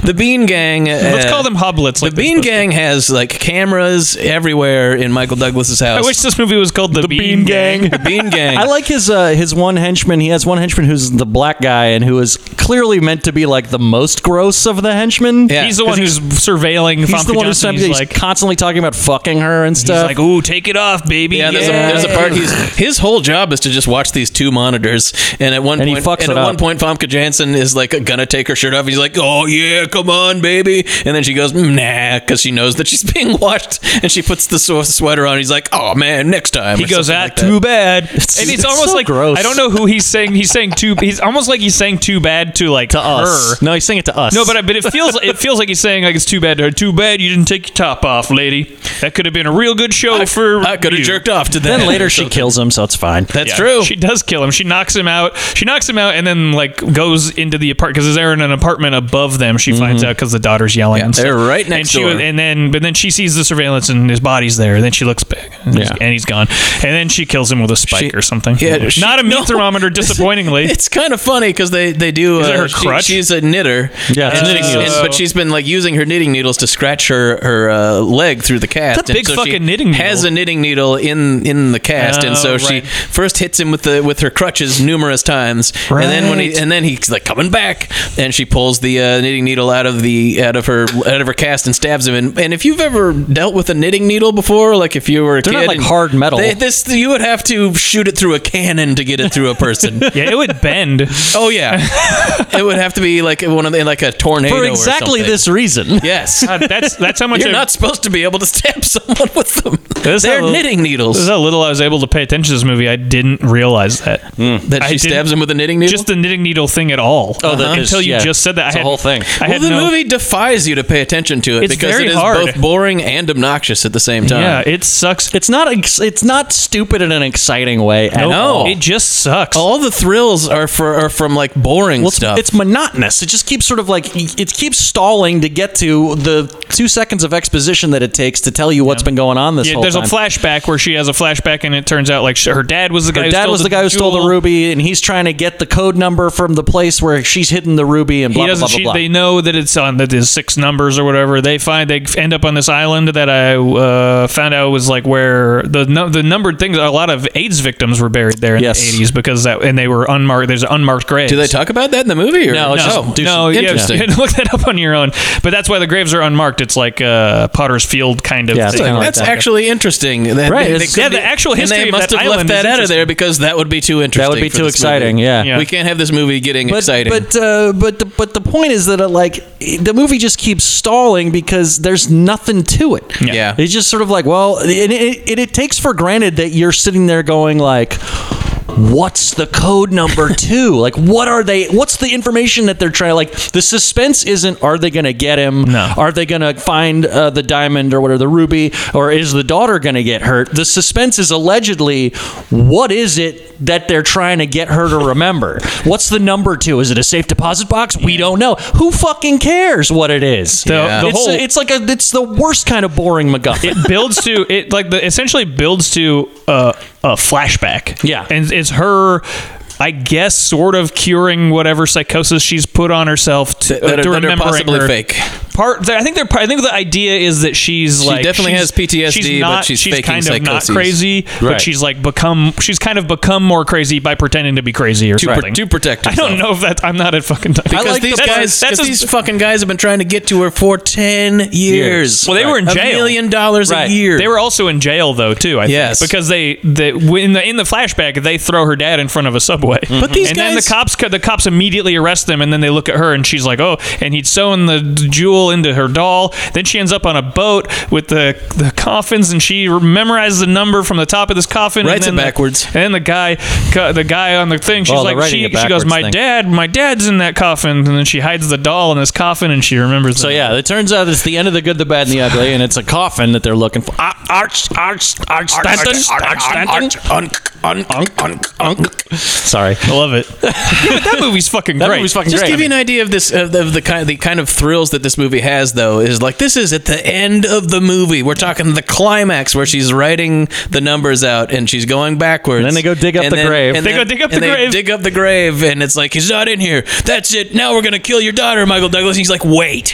[SPEAKER 2] the Bean Gang. Uh,
[SPEAKER 1] Let's call them hoblets.
[SPEAKER 2] The
[SPEAKER 1] like they're
[SPEAKER 2] Bean
[SPEAKER 1] supposed to.
[SPEAKER 2] Gang has like cameras everywhere in Michael Douglas's house.
[SPEAKER 1] I wish this movie was called the, Bean, Gang.
[SPEAKER 2] the Bean Gang.
[SPEAKER 3] I like his uh, his one henchman. He has one henchman who's the black guy and who is clearly meant to be like the most gross of the henchmen.
[SPEAKER 2] Yeah.
[SPEAKER 1] He's the one who's surveilling.
[SPEAKER 3] He's
[SPEAKER 1] Famke
[SPEAKER 3] the one who's,
[SPEAKER 1] Janssen. he's
[SPEAKER 3] he's
[SPEAKER 1] like,
[SPEAKER 3] constantly talking about fucking her and
[SPEAKER 1] he's
[SPEAKER 3] stuff.
[SPEAKER 1] like, ooh, take it off, baby.
[SPEAKER 2] Yeah, there's, A, there's a part. He's, his whole job is to just watch these two monitors, and at one
[SPEAKER 3] And he
[SPEAKER 2] point,
[SPEAKER 3] fucks
[SPEAKER 2] and
[SPEAKER 3] it
[SPEAKER 2] at one
[SPEAKER 3] up.
[SPEAKER 2] point, Famke Janssen is like gonna take her shirt off. He's like, "Oh yeah, come on, baby. And then she goes, "Mm, nah, because she knows that she's being watched. And she puts the sw- sweater on. He's like, oh, man, next time.
[SPEAKER 1] He
[SPEAKER 2] or
[SPEAKER 1] goes,
[SPEAKER 2] something
[SPEAKER 1] ah,
[SPEAKER 2] like that.
[SPEAKER 1] too bad.
[SPEAKER 2] It's-
[SPEAKER 1] and it's,
[SPEAKER 2] it's
[SPEAKER 1] almost
[SPEAKER 2] so
[SPEAKER 1] like
[SPEAKER 2] gross.
[SPEAKER 1] I don't know who he's saying. He's saying too. He's almost like he's saying too bad to like to
[SPEAKER 3] us.
[SPEAKER 1] Her.
[SPEAKER 3] No, he's saying it to us.
[SPEAKER 1] No, but I- but it feels it feels like he's saying like it's too bad to her. Too bad you didn't take your top off, lady. That could have been a real good show for.
[SPEAKER 2] I could have
[SPEAKER 1] you.
[SPEAKER 2] jerked off to that.
[SPEAKER 3] then later she
[SPEAKER 2] So-
[SPEAKER 3] kills him, so it's fine.
[SPEAKER 2] That's
[SPEAKER 1] Yeah,
[SPEAKER 2] true.
[SPEAKER 1] She does kill him. She knocks him out. She knocks him out and then like goes into the apartment because they're in an apartment above them. She finds out because the daughter's yelling.
[SPEAKER 2] Mm-hmm. Yeah,
[SPEAKER 1] and stuff.
[SPEAKER 2] they're right
[SPEAKER 1] and
[SPEAKER 2] next
[SPEAKER 1] she,
[SPEAKER 2] door.
[SPEAKER 1] was- And then but then she sees the surveillance and his body's there. And then she looks back. And, he's-
[SPEAKER 2] Yeah.
[SPEAKER 1] and he's gone. And then she kills him with a spike
[SPEAKER 2] She-
[SPEAKER 1] or something.
[SPEAKER 2] Yeah, she-
[SPEAKER 1] not a meat
[SPEAKER 2] no.
[SPEAKER 1] thermometer, disappointingly.
[SPEAKER 2] It's kind of funny because they they do. uh,
[SPEAKER 1] Is it her
[SPEAKER 2] she-
[SPEAKER 1] crutch?
[SPEAKER 2] she's a knitter.
[SPEAKER 3] Yeah, it's
[SPEAKER 2] and
[SPEAKER 3] knitting
[SPEAKER 2] she's-
[SPEAKER 3] needles.
[SPEAKER 2] and- but she's been like using her knitting needles to scratch her her uh, leg through the cast.
[SPEAKER 1] It's a
[SPEAKER 2] and
[SPEAKER 1] big
[SPEAKER 2] so she
[SPEAKER 1] fucking knitting needle.
[SPEAKER 2] Has a knitting needle in in the cast, and so
[SPEAKER 1] Oh,
[SPEAKER 2] she
[SPEAKER 1] right.
[SPEAKER 2] first hits him with the with her crutches numerous times, and then when he
[SPEAKER 1] Right.
[SPEAKER 2] and then he's like coming back, and she pulls the uh, knitting needle out of the out of her out of her cast and stabs him. And, and if you've ever dealt with a knitting needle before, like if you were a
[SPEAKER 3] They're not,
[SPEAKER 2] kid,
[SPEAKER 3] like,
[SPEAKER 2] and
[SPEAKER 3] hard metal.
[SPEAKER 2] they- this you would have to shoot it through a cannon to get it through a person.
[SPEAKER 1] yeah, it would bend.
[SPEAKER 2] Oh yeah, it would have to be like one of the, like a tornado
[SPEAKER 3] for
[SPEAKER 2] or
[SPEAKER 3] exactly
[SPEAKER 2] something.
[SPEAKER 3] this reason.
[SPEAKER 2] Yes,
[SPEAKER 1] God, that's that's how much
[SPEAKER 2] you're
[SPEAKER 1] I-
[SPEAKER 2] not supposed to be able to stab someone with them.
[SPEAKER 1] This is
[SPEAKER 2] They're
[SPEAKER 1] how-
[SPEAKER 2] knitting
[SPEAKER 1] This is
[SPEAKER 2] needles.
[SPEAKER 1] how little I was able to pay attention to this movie. I didn't realize that.
[SPEAKER 2] That
[SPEAKER 1] I
[SPEAKER 2] she
[SPEAKER 1] didn't-
[SPEAKER 2] stabs him with a knitting needle.
[SPEAKER 1] Just the knitting needle thing at all.
[SPEAKER 3] Oh, that
[SPEAKER 1] Uh-huh.
[SPEAKER 3] is-
[SPEAKER 1] until you
[SPEAKER 3] yeah.
[SPEAKER 1] just said that.
[SPEAKER 3] It's
[SPEAKER 1] I
[SPEAKER 3] a
[SPEAKER 1] had,
[SPEAKER 3] whole thing.
[SPEAKER 1] I
[SPEAKER 2] well,
[SPEAKER 1] had
[SPEAKER 2] the
[SPEAKER 1] no,
[SPEAKER 2] movie defies you to pay attention to it
[SPEAKER 1] It's
[SPEAKER 2] because
[SPEAKER 1] very
[SPEAKER 2] it is
[SPEAKER 1] hard.
[SPEAKER 2] both boring and obnoxious at the same time.
[SPEAKER 1] Yeah, it sucks.
[SPEAKER 3] It's not ex- it's not stupid in an exciting way at
[SPEAKER 1] Nope.
[SPEAKER 3] all.
[SPEAKER 1] It just sucks.
[SPEAKER 2] All the thrills are for are from like boring
[SPEAKER 3] Well, it's,
[SPEAKER 2] stuff.
[SPEAKER 3] it's monotonous. It just keeps sort of like it keeps stalling to get to the two seconds of exposition that it takes to tell you what's been going on this
[SPEAKER 1] Yeah,
[SPEAKER 3] whole
[SPEAKER 1] there's
[SPEAKER 3] time.
[SPEAKER 1] a flashback where she has a flashback, and it turns out like sh- her dad was the guy.
[SPEAKER 3] Her
[SPEAKER 1] who
[SPEAKER 3] dad
[SPEAKER 1] stole
[SPEAKER 3] was the guy who stole the
[SPEAKER 1] jewel.
[SPEAKER 3] ruby, and he's trying to get the code number from the place where she's hidden the ruby, and
[SPEAKER 1] He
[SPEAKER 3] blah blah
[SPEAKER 1] doesn't.
[SPEAKER 3] blah blah.
[SPEAKER 1] she,
[SPEAKER 3] blah.
[SPEAKER 1] They know that it's on that there's six numbers or whatever. They find they end up on this island that I uh, found out was like where the nu- the numbered things. A lot of AIDS victims were buried there in
[SPEAKER 3] Yes.
[SPEAKER 1] the 80s because that and they were unmarked. There's unmarked graves.
[SPEAKER 2] Do they talk about that in the movie? Or?
[SPEAKER 3] No, it's
[SPEAKER 1] No,
[SPEAKER 3] just do
[SPEAKER 1] no,
[SPEAKER 3] some-
[SPEAKER 1] yeah,
[SPEAKER 2] Interesting.
[SPEAKER 1] you can look that up on your own. But that's why the graves are unmarked. It's like uh, Potter's Field kind of
[SPEAKER 3] Yeah, it's
[SPEAKER 1] thing.
[SPEAKER 3] kinda like
[SPEAKER 2] That's
[SPEAKER 3] that.
[SPEAKER 2] actually interesting. That-
[SPEAKER 3] Right,
[SPEAKER 2] they-
[SPEAKER 3] it's-
[SPEAKER 2] they
[SPEAKER 1] Yeah,
[SPEAKER 2] could
[SPEAKER 1] the actual history
[SPEAKER 2] And they
[SPEAKER 1] of
[SPEAKER 2] must
[SPEAKER 1] that
[SPEAKER 2] have left
[SPEAKER 1] island
[SPEAKER 2] that
[SPEAKER 1] is
[SPEAKER 2] out of there
[SPEAKER 1] interesting.
[SPEAKER 2] because that would be too interesting.
[SPEAKER 3] be
[SPEAKER 2] for
[SPEAKER 3] too
[SPEAKER 2] this
[SPEAKER 3] exciting,
[SPEAKER 2] movie.
[SPEAKER 3] yeah. Yeah.
[SPEAKER 2] we can't have this movie getting
[SPEAKER 3] but,
[SPEAKER 2] exciting.
[SPEAKER 3] But uh, but the, but the point is that uh, like the movie just keeps stalling because there's nothing to it.
[SPEAKER 2] Yeah. Yeah.
[SPEAKER 3] it's just sort of like well, and it, it, it takes for granted that you're sitting there going like. What's the code number two? Like, what are they? What's the information that they're trying? Like, the suspense isn't: Are they going to get him?
[SPEAKER 1] No.
[SPEAKER 3] Are they going to find uh, the diamond or whatever the ruby? Or is the daughter going to get hurt? The suspense is allegedly: What is it that they're trying to get her to remember? What's the number to? Is it a safe deposit box? We don't know. Who fucking cares what it is?
[SPEAKER 1] The-
[SPEAKER 2] Yeah.
[SPEAKER 1] the
[SPEAKER 3] it's,
[SPEAKER 1] whole-
[SPEAKER 3] it's like a, it's the worst kind of boring MacGuffin.
[SPEAKER 1] it builds to it like the essentially builds to a, a flashback.
[SPEAKER 3] Yeah.
[SPEAKER 1] and it's her. I guess sort of curing whatever psychosis she's put on herself to,
[SPEAKER 2] That- that
[SPEAKER 1] to
[SPEAKER 2] are- that are
[SPEAKER 1] remembering
[SPEAKER 2] possibly
[SPEAKER 1] her.
[SPEAKER 2] fake.
[SPEAKER 1] Part I think they're. I think the idea is that she's
[SPEAKER 2] She
[SPEAKER 1] like
[SPEAKER 2] definitely
[SPEAKER 1] she's-
[SPEAKER 2] has PTSD,
[SPEAKER 1] She's
[SPEAKER 2] but
[SPEAKER 1] not,
[SPEAKER 2] she's faking
[SPEAKER 1] kind of
[SPEAKER 2] psychoses.
[SPEAKER 1] not crazy,
[SPEAKER 2] Right.
[SPEAKER 1] but she's like become. She's kind of become more crazy by pretending to be crazy or
[SPEAKER 2] To pr-
[SPEAKER 1] something
[SPEAKER 2] to protect
[SPEAKER 1] I don't
[SPEAKER 2] herself.
[SPEAKER 1] know if that's. I'm not a fucking.
[SPEAKER 2] because these guys,
[SPEAKER 1] That's,
[SPEAKER 2] 'cause
[SPEAKER 1] that's
[SPEAKER 2] these
[SPEAKER 1] as-
[SPEAKER 2] fucking guys have been trying to get to her for ten years.
[SPEAKER 1] Well, they were in
[SPEAKER 2] A
[SPEAKER 1] jail.
[SPEAKER 2] million dollars
[SPEAKER 3] Right.
[SPEAKER 2] a year.
[SPEAKER 1] They were also in jail though too. I
[SPEAKER 2] Yes.
[SPEAKER 1] think because they they in the in the flashback they throw her dad in front of a subway. But
[SPEAKER 2] these
[SPEAKER 1] and then the
[SPEAKER 2] guys-
[SPEAKER 1] cops co- the cops immediately arrest them and then they look at her and she's like oh and he'd sewn the jewel into her doll. Then she ends up on a boat with the the coffins and she memorizes the number from the top of this coffin.
[SPEAKER 2] Writes it
[SPEAKER 1] and then the-
[SPEAKER 2] backwards.
[SPEAKER 1] and then the guy co- the guy on the thing she's
[SPEAKER 3] Oh, the
[SPEAKER 1] like
[SPEAKER 3] writing
[SPEAKER 1] she,
[SPEAKER 3] it
[SPEAKER 1] she goes
[SPEAKER 3] backwards
[SPEAKER 1] my
[SPEAKER 3] thing.
[SPEAKER 1] dad my dad's in that coffin and then she hides the doll in this coffin and she remembers.
[SPEAKER 3] So
[SPEAKER 1] the-
[SPEAKER 3] yeah, it turns out it's the end of the good, the bad, and the ugly, and it's a coffin that they're looking for. Ah, Arch, Arch, Arch, Stanton, Arch, Stanton. Sorry,
[SPEAKER 1] I love it. yeah, but that movie's fucking
[SPEAKER 3] that
[SPEAKER 1] great.
[SPEAKER 3] movie's fucking
[SPEAKER 2] Just
[SPEAKER 3] great.
[SPEAKER 2] give you an idea of this of the, of the kind the kind of thrills that this movie has though is like this is at the end of the movie. We're talking the climax where she's writing the numbers out and she's going backwards.
[SPEAKER 3] And then they go dig up
[SPEAKER 2] And
[SPEAKER 3] the grave.
[SPEAKER 2] and
[SPEAKER 1] They go dig up
[SPEAKER 2] and
[SPEAKER 1] the
[SPEAKER 2] they
[SPEAKER 1] grave.
[SPEAKER 2] Dig up the grave and it's like he's not in here. That's it. Now we're gonna kill your daughter, Michael Douglas. And he's like, wait,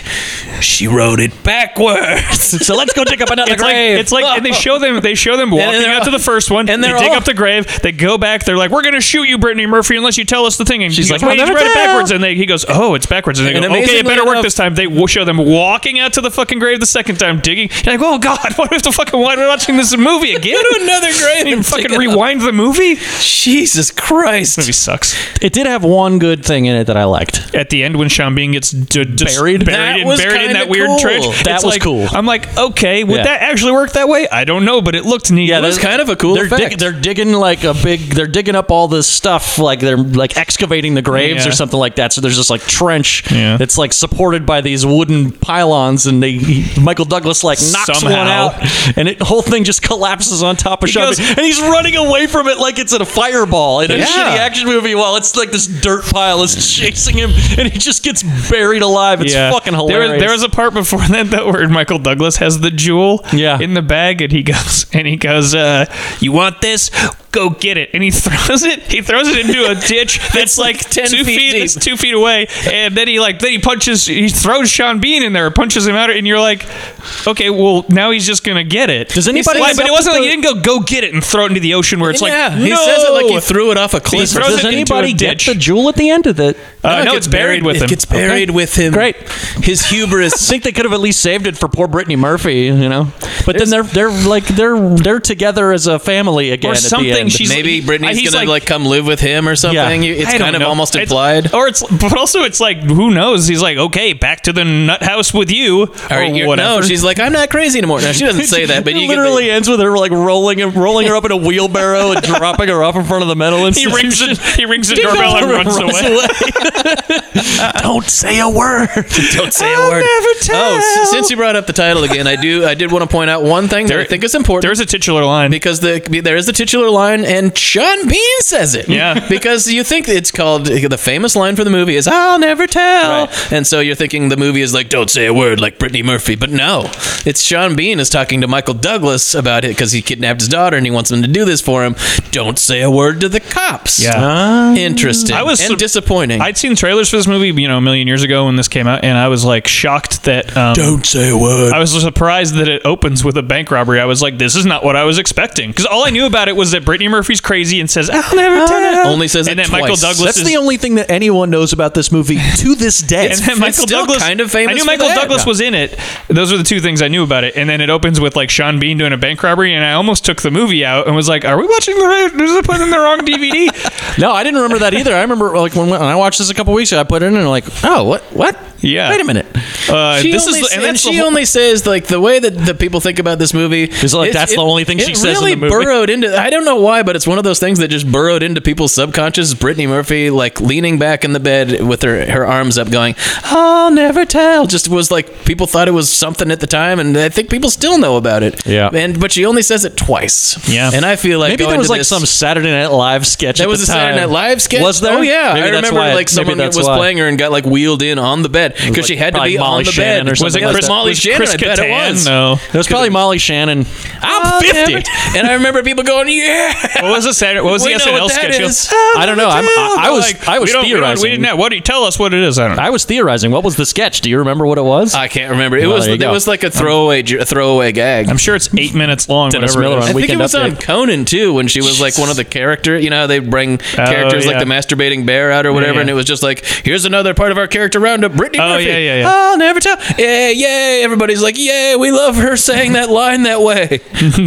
[SPEAKER 11] She wrote it backwards.
[SPEAKER 3] So let's go dig up another
[SPEAKER 1] It's like it's like and they show them they show them
[SPEAKER 2] then
[SPEAKER 1] walking
[SPEAKER 2] they're
[SPEAKER 1] out to
[SPEAKER 2] all-
[SPEAKER 1] the first one
[SPEAKER 2] and
[SPEAKER 1] and they
[SPEAKER 2] they're
[SPEAKER 1] dig
[SPEAKER 2] all-
[SPEAKER 1] up the grave they go back they're like we're gonna shoot you Brittany Murphy unless you tell us the thing and she's
[SPEAKER 2] like,
[SPEAKER 1] wait
[SPEAKER 2] "I'll
[SPEAKER 1] you
[SPEAKER 2] never
[SPEAKER 1] read it
[SPEAKER 2] tell."
[SPEAKER 1] backwards and they, he goes oh it's backwards and they
[SPEAKER 2] And
[SPEAKER 1] go okay it
[SPEAKER 2] amazingly
[SPEAKER 1] better work
[SPEAKER 2] enough-
[SPEAKER 1] this time they will show them walking out to the fucking grave the second time digging You're like oh god what if the fucking why are we watching this movie again
[SPEAKER 2] Go to another grave
[SPEAKER 1] and
[SPEAKER 2] and
[SPEAKER 1] fucking
[SPEAKER 2] dig it up.
[SPEAKER 1] rewind the movie
[SPEAKER 2] Jesus Christ.
[SPEAKER 1] this movie sucks
[SPEAKER 3] It did have one good thing in it that I liked.
[SPEAKER 1] at the end when Sean Bean gets d- just
[SPEAKER 3] Buried?
[SPEAKER 1] buried,
[SPEAKER 2] That
[SPEAKER 1] and
[SPEAKER 2] was
[SPEAKER 1] buried in
[SPEAKER 2] kinda
[SPEAKER 1] that weird
[SPEAKER 2] cool.
[SPEAKER 1] trench.
[SPEAKER 3] That
[SPEAKER 1] it's
[SPEAKER 3] was
[SPEAKER 1] like-
[SPEAKER 3] cool.
[SPEAKER 1] I'm like, okay, would
[SPEAKER 3] Yeah.
[SPEAKER 1] that actually work that way? I don't know, but it looked neat.
[SPEAKER 2] was
[SPEAKER 3] they're-
[SPEAKER 2] kind of a cool
[SPEAKER 3] They're,
[SPEAKER 2] effect.
[SPEAKER 3] they're digging like a big. They're digging up all this stuff, like they're like excavating the graves
[SPEAKER 1] Yeah.
[SPEAKER 3] or something like that. So there's this like trench
[SPEAKER 1] Yeah.
[SPEAKER 3] that's like supported by these wooden pylons, and they he- Michael Douglas like knocks one
[SPEAKER 1] Somehow.
[SPEAKER 3] out, and it the whole thing just collapses on top of
[SPEAKER 1] He
[SPEAKER 3] Sean,
[SPEAKER 1] goes-
[SPEAKER 3] Bean. and he's running away from it like it's in a fireball in a
[SPEAKER 2] Yeah.
[SPEAKER 3] shitty action movie. While it's like this dirt pile is chasing him, and he just gets buried alive. It's fucking
[SPEAKER 1] There was-
[SPEAKER 3] hilarious.
[SPEAKER 1] There, was a part before that though where Michael Douglas has the jewel
[SPEAKER 3] Yeah.
[SPEAKER 1] in the bag and he goes and he goes, uh, you want this? Go get it. And he throws it he throws it into a ditch that's like,
[SPEAKER 2] like 10
[SPEAKER 1] two
[SPEAKER 2] feet
[SPEAKER 1] feet,
[SPEAKER 2] deep.
[SPEAKER 1] that's two feet away. And then he like then he punches he throws Sean Bean in there, punches him out, and you're like, Okay, well now he's just gonna get it.
[SPEAKER 3] Does anybody
[SPEAKER 1] Why,
[SPEAKER 3] accept
[SPEAKER 1] but it wasn't like
[SPEAKER 3] the-
[SPEAKER 1] he didn't go go get it and throw it into the ocean where it's
[SPEAKER 2] yeah,
[SPEAKER 1] like
[SPEAKER 2] he
[SPEAKER 1] no!
[SPEAKER 2] says it like he threw it off a
[SPEAKER 1] He
[SPEAKER 2] cliff. or
[SPEAKER 1] throws
[SPEAKER 2] something.
[SPEAKER 3] Does
[SPEAKER 1] it into
[SPEAKER 3] anybody
[SPEAKER 1] a
[SPEAKER 3] get
[SPEAKER 1] ditch.
[SPEAKER 3] the jewel at the end of it?
[SPEAKER 1] Uh,
[SPEAKER 2] it
[SPEAKER 1] no,
[SPEAKER 2] gets
[SPEAKER 1] it's buried, with
[SPEAKER 2] It
[SPEAKER 1] him.
[SPEAKER 2] gets buried with him.
[SPEAKER 3] Great.
[SPEAKER 2] His hubris.
[SPEAKER 3] think they could have at least saved it for poor Brittany Murphy, you know. But then they're they're like they're they're together as a family again.
[SPEAKER 1] Or
[SPEAKER 3] at the
[SPEAKER 1] something
[SPEAKER 3] end.
[SPEAKER 1] she's-
[SPEAKER 2] Maybe
[SPEAKER 1] he-
[SPEAKER 2] Brittany's
[SPEAKER 1] he's
[SPEAKER 2] gonna like,
[SPEAKER 1] like-
[SPEAKER 2] come live with him or something.
[SPEAKER 3] Yeah.
[SPEAKER 2] You- It's
[SPEAKER 1] I don't
[SPEAKER 2] kind of
[SPEAKER 1] know.
[SPEAKER 2] almost
[SPEAKER 1] It's- oh,
[SPEAKER 2] implied.
[SPEAKER 1] or it's, but also it's like, who knows? He's like, okay, back to the nut house with you,
[SPEAKER 2] Or
[SPEAKER 1] or
[SPEAKER 2] you're-
[SPEAKER 1] whatever.
[SPEAKER 2] no, she's like, I'm not crazy anymore. Now she doesn't say that, but
[SPEAKER 3] it
[SPEAKER 2] you
[SPEAKER 3] literally
[SPEAKER 2] get
[SPEAKER 3] ends with her like rolling and rolling her up in a wheelbarrow and dropping her off in front of the mental
[SPEAKER 1] he
[SPEAKER 3] institution.
[SPEAKER 1] rings the he rings the doorbell and runs away.
[SPEAKER 3] Don't say a word.
[SPEAKER 2] the, don't say a word. Oh, s- since you brought up the title again, I do. I did want to point out one thing that I think is important.
[SPEAKER 1] There's a titular line.
[SPEAKER 2] because the there is the titular line and Sean Bean says it.
[SPEAKER 1] Yeah.
[SPEAKER 2] Because you think it's called the famous line from the movie is I'll never tell. And so you're thinking the movie is like don't say a word like Brittany Murphy, but no. It's Sean Bean is talking to Michael Douglas about it cuz he kidnapped his daughter and he wants him to do this for him. Don't say a word to the cops. Ah.
[SPEAKER 1] Yeah.
[SPEAKER 2] Interesting.
[SPEAKER 1] I was
[SPEAKER 2] and
[SPEAKER 1] sur-
[SPEAKER 2] disappointing.
[SPEAKER 1] I'd seen trailers for this movie, you know, a million years ago when this came out, and I was like shocked that. Um,
[SPEAKER 2] don't say a word.
[SPEAKER 1] I was surprised that it opens with a bank robbery. I was like, this is not what I was expecting. Because all I knew about it was that Brittany Murphy's crazy and says, I'll never tell.
[SPEAKER 2] Only says
[SPEAKER 1] and
[SPEAKER 2] it
[SPEAKER 1] then Michael
[SPEAKER 2] twice.
[SPEAKER 1] Douglas
[SPEAKER 3] That's
[SPEAKER 1] is
[SPEAKER 3] the only thing that anyone knows about this movie to this day.
[SPEAKER 1] and then
[SPEAKER 2] it's
[SPEAKER 1] Michael
[SPEAKER 2] still
[SPEAKER 1] Douglas
[SPEAKER 2] kind of famous
[SPEAKER 1] I knew
[SPEAKER 2] for
[SPEAKER 1] Michael
[SPEAKER 2] that.
[SPEAKER 1] Douglas
[SPEAKER 2] Yeah.
[SPEAKER 1] was in it. Those are the two things I knew about it. And then it opens with like Sean Bean doing a bank robbery, and I almost took the movie out and was like, "Are we watching the right? Is it putting in the wrong DVD?"
[SPEAKER 3] No, I didn't remember that either. I remember like when, when I watched this a couple weeks ago, I put it in and like, oh, what, what?
[SPEAKER 1] Yeah.
[SPEAKER 3] Wait a minute.
[SPEAKER 1] Uh,
[SPEAKER 2] She
[SPEAKER 1] this
[SPEAKER 2] only,
[SPEAKER 1] is the-
[SPEAKER 2] sa-
[SPEAKER 1] and
[SPEAKER 2] and,
[SPEAKER 1] that's the
[SPEAKER 2] she
[SPEAKER 1] whole-
[SPEAKER 2] only says like the way that the people think about this movie
[SPEAKER 3] It's like, that's the only thing she
[SPEAKER 2] it
[SPEAKER 3] says in
[SPEAKER 2] really
[SPEAKER 3] the movie.
[SPEAKER 2] burrowed into I don't know why but it's one of those things that just burrowed into people's subconscious Brittany Murphy like leaning back in the bed with her her arms up going I'll never tell just was like people thought it was something at the time and I think people still know about it
[SPEAKER 3] Yeah.
[SPEAKER 2] and but she only says it twice
[SPEAKER 1] Yeah.
[SPEAKER 2] and I feel like
[SPEAKER 3] Maybe
[SPEAKER 2] going
[SPEAKER 3] there was
[SPEAKER 2] to
[SPEAKER 3] like
[SPEAKER 2] this-
[SPEAKER 3] some Saturday Night Live sketch.
[SPEAKER 2] that
[SPEAKER 3] at
[SPEAKER 2] was
[SPEAKER 3] the
[SPEAKER 2] a Saturday Night
[SPEAKER 3] time.
[SPEAKER 2] Live sketch.
[SPEAKER 3] Was there?
[SPEAKER 2] Oh yeah,
[SPEAKER 3] Maybe
[SPEAKER 2] I
[SPEAKER 3] that's
[SPEAKER 2] remember
[SPEAKER 3] why-
[SPEAKER 2] like
[SPEAKER 3] maybe
[SPEAKER 2] someone
[SPEAKER 3] that's
[SPEAKER 2] was
[SPEAKER 3] why.
[SPEAKER 2] playing her and got like wheeled in on the bed because
[SPEAKER 3] like
[SPEAKER 2] she had to
[SPEAKER 3] probably
[SPEAKER 2] be
[SPEAKER 3] Molly
[SPEAKER 2] on the
[SPEAKER 3] Shannon
[SPEAKER 2] bed.
[SPEAKER 3] or
[SPEAKER 1] was it
[SPEAKER 3] something like
[SPEAKER 1] Chris,
[SPEAKER 3] that.
[SPEAKER 2] Molly Shannon?
[SPEAKER 1] Chris
[SPEAKER 2] I bet it
[SPEAKER 1] Kattan?
[SPEAKER 2] was.
[SPEAKER 1] No.
[SPEAKER 3] It was probably Molly Shannon.
[SPEAKER 2] Oh,
[SPEAKER 3] I'm
[SPEAKER 2] damn
[SPEAKER 3] 50.
[SPEAKER 2] it. and I remember people going, "Yeah."
[SPEAKER 1] What was the Saturday? What was
[SPEAKER 2] We
[SPEAKER 1] the
[SPEAKER 2] know
[SPEAKER 1] SNL
[SPEAKER 2] what that
[SPEAKER 1] sketch?
[SPEAKER 2] is.
[SPEAKER 3] I don't know. I'm, I, I was
[SPEAKER 1] Like,
[SPEAKER 3] I was
[SPEAKER 1] we don't- we don't-
[SPEAKER 3] theorizing.
[SPEAKER 1] We didn't know. What do you tell us? What it is? I don't know.
[SPEAKER 3] I was theorizing. What was the sketch? Do you remember what it was?
[SPEAKER 2] I can't remember. It
[SPEAKER 3] Well,
[SPEAKER 2] was
[SPEAKER 3] there
[SPEAKER 2] it
[SPEAKER 3] you go.
[SPEAKER 2] was like a throwaway j- a throwaway gag.
[SPEAKER 1] I'm sure it's eight minutes long.
[SPEAKER 3] Dennis
[SPEAKER 1] whatever it
[SPEAKER 3] Miller
[SPEAKER 1] is.
[SPEAKER 3] on
[SPEAKER 2] I think it
[SPEAKER 3] Weekend
[SPEAKER 2] was on
[SPEAKER 3] Update.
[SPEAKER 2] Conan too when she was like one of the character. You know how they bring characters
[SPEAKER 1] Oh, yeah.
[SPEAKER 2] like the masturbating bear out or whatever,
[SPEAKER 1] yeah.
[SPEAKER 2] and it was just like, "Here's another part of our character roundup." Brittany
[SPEAKER 1] Oh,
[SPEAKER 2] Murphy.
[SPEAKER 1] yeah, yeah, yeah.
[SPEAKER 2] I'll never tell. Yeah, yay! Everybody's like, "Yay! We love her saying that line that way."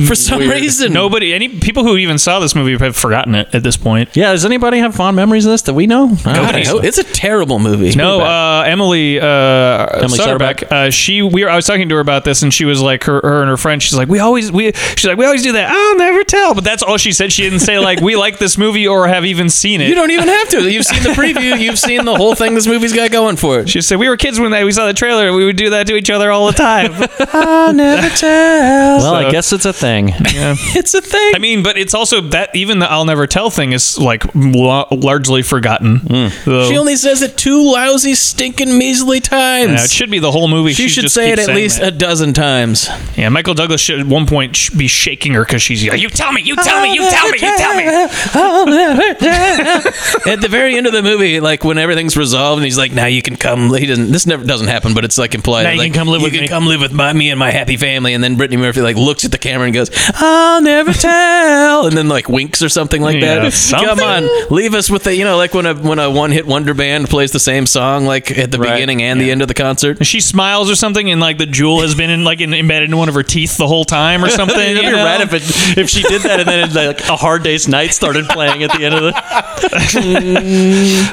[SPEAKER 2] For some reason,
[SPEAKER 1] Nobody, any people who even saw this movie have forgotten it at this point.
[SPEAKER 3] yeah. Does anybody have fond memories of this that we know? I don't
[SPEAKER 2] God, I
[SPEAKER 3] think so.
[SPEAKER 2] hope- it's a terrible movie.
[SPEAKER 1] No, uh, Emily, uh, Emily
[SPEAKER 3] Soderbeck.
[SPEAKER 1] Soderbeck. Uh, she, we were, I was talking to her about this, and she was like, her, her and her friend. She's like, we always, we, she's like, we always do that. I'll never tell. But that's all she said. She didn't say like, we like this movie or have even seen it.
[SPEAKER 2] you don't even have to. You've seen the preview. You've seen the whole thing. This movie's got going for it.
[SPEAKER 1] she said we were kids when they, we saw the trailer. We would do that to each other all the time.
[SPEAKER 2] I'll never tell.
[SPEAKER 3] Well,
[SPEAKER 1] So-
[SPEAKER 3] I guess it's a thing.
[SPEAKER 2] it's a thing.
[SPEAKER 1] I mean, but it's also that even the I'll never tell thing is like lo- largely forgotten. Though,
[SPEAKER 2] Hmm. She only says it two lousy, stinking, measly times.
[SPEAKER 1] Yeah, uh, it should be the whole movie.
[SPEAKER 2] she
[SPEAKER 1] She
[SPEAKER 2] should
[SPEAKER 1] just
[SPEAKER 2] say it
[SPEAKER 1] keeps
[SPEAKER 2] at
[SPEAKER 1] saying
[SPEAKER 2] least
[SPEAKER 1] that.
[SPEAKER 2] a dozen times.
[SPEAKER 1] yeah, Michael Douglas should at one point sh- be shaking her because she's like, "You tell me, you tell me, you tell me, you tell me."
[SPEAKER 2] at the very end of the movie, like when everything's resolved, and he's like, "Now you can come." He he doesn't. This never doesn't happen, but it's like implied.
[SPEAKER 11] Now you
[SPEAKER 2] like,
[SPEAKER 11] can come live with
[SPEAKER 2] can
[SPEAKER 11] me.
[SPEAKER 2] come live with my, me and my happy family. And then Brittany Murphy like looks at the camera and goes, "I'll never tell," and then like winks or something like
[SPEAKER 11] Yeah,
[SPEAKER 2] that. Come
[SPEAKER 11] something.
[SPEAKER 2] on, leave us with the you know like when a when a one hit wonder band plays the same song like at the beginning and the end of the concert.
[SPEAKER 1] She smiles or something, and like the jewel has been in like in, embedded in one of her teeth the whole time or something.
[SPEAKER 3] It'd
[SPEAKER 1] you
[SPEAKER 3] be
[SPEAKER 1] know?
[SPEAKER 3] rad if, it, if she did that and then like a hard day's night started playing at the end of the.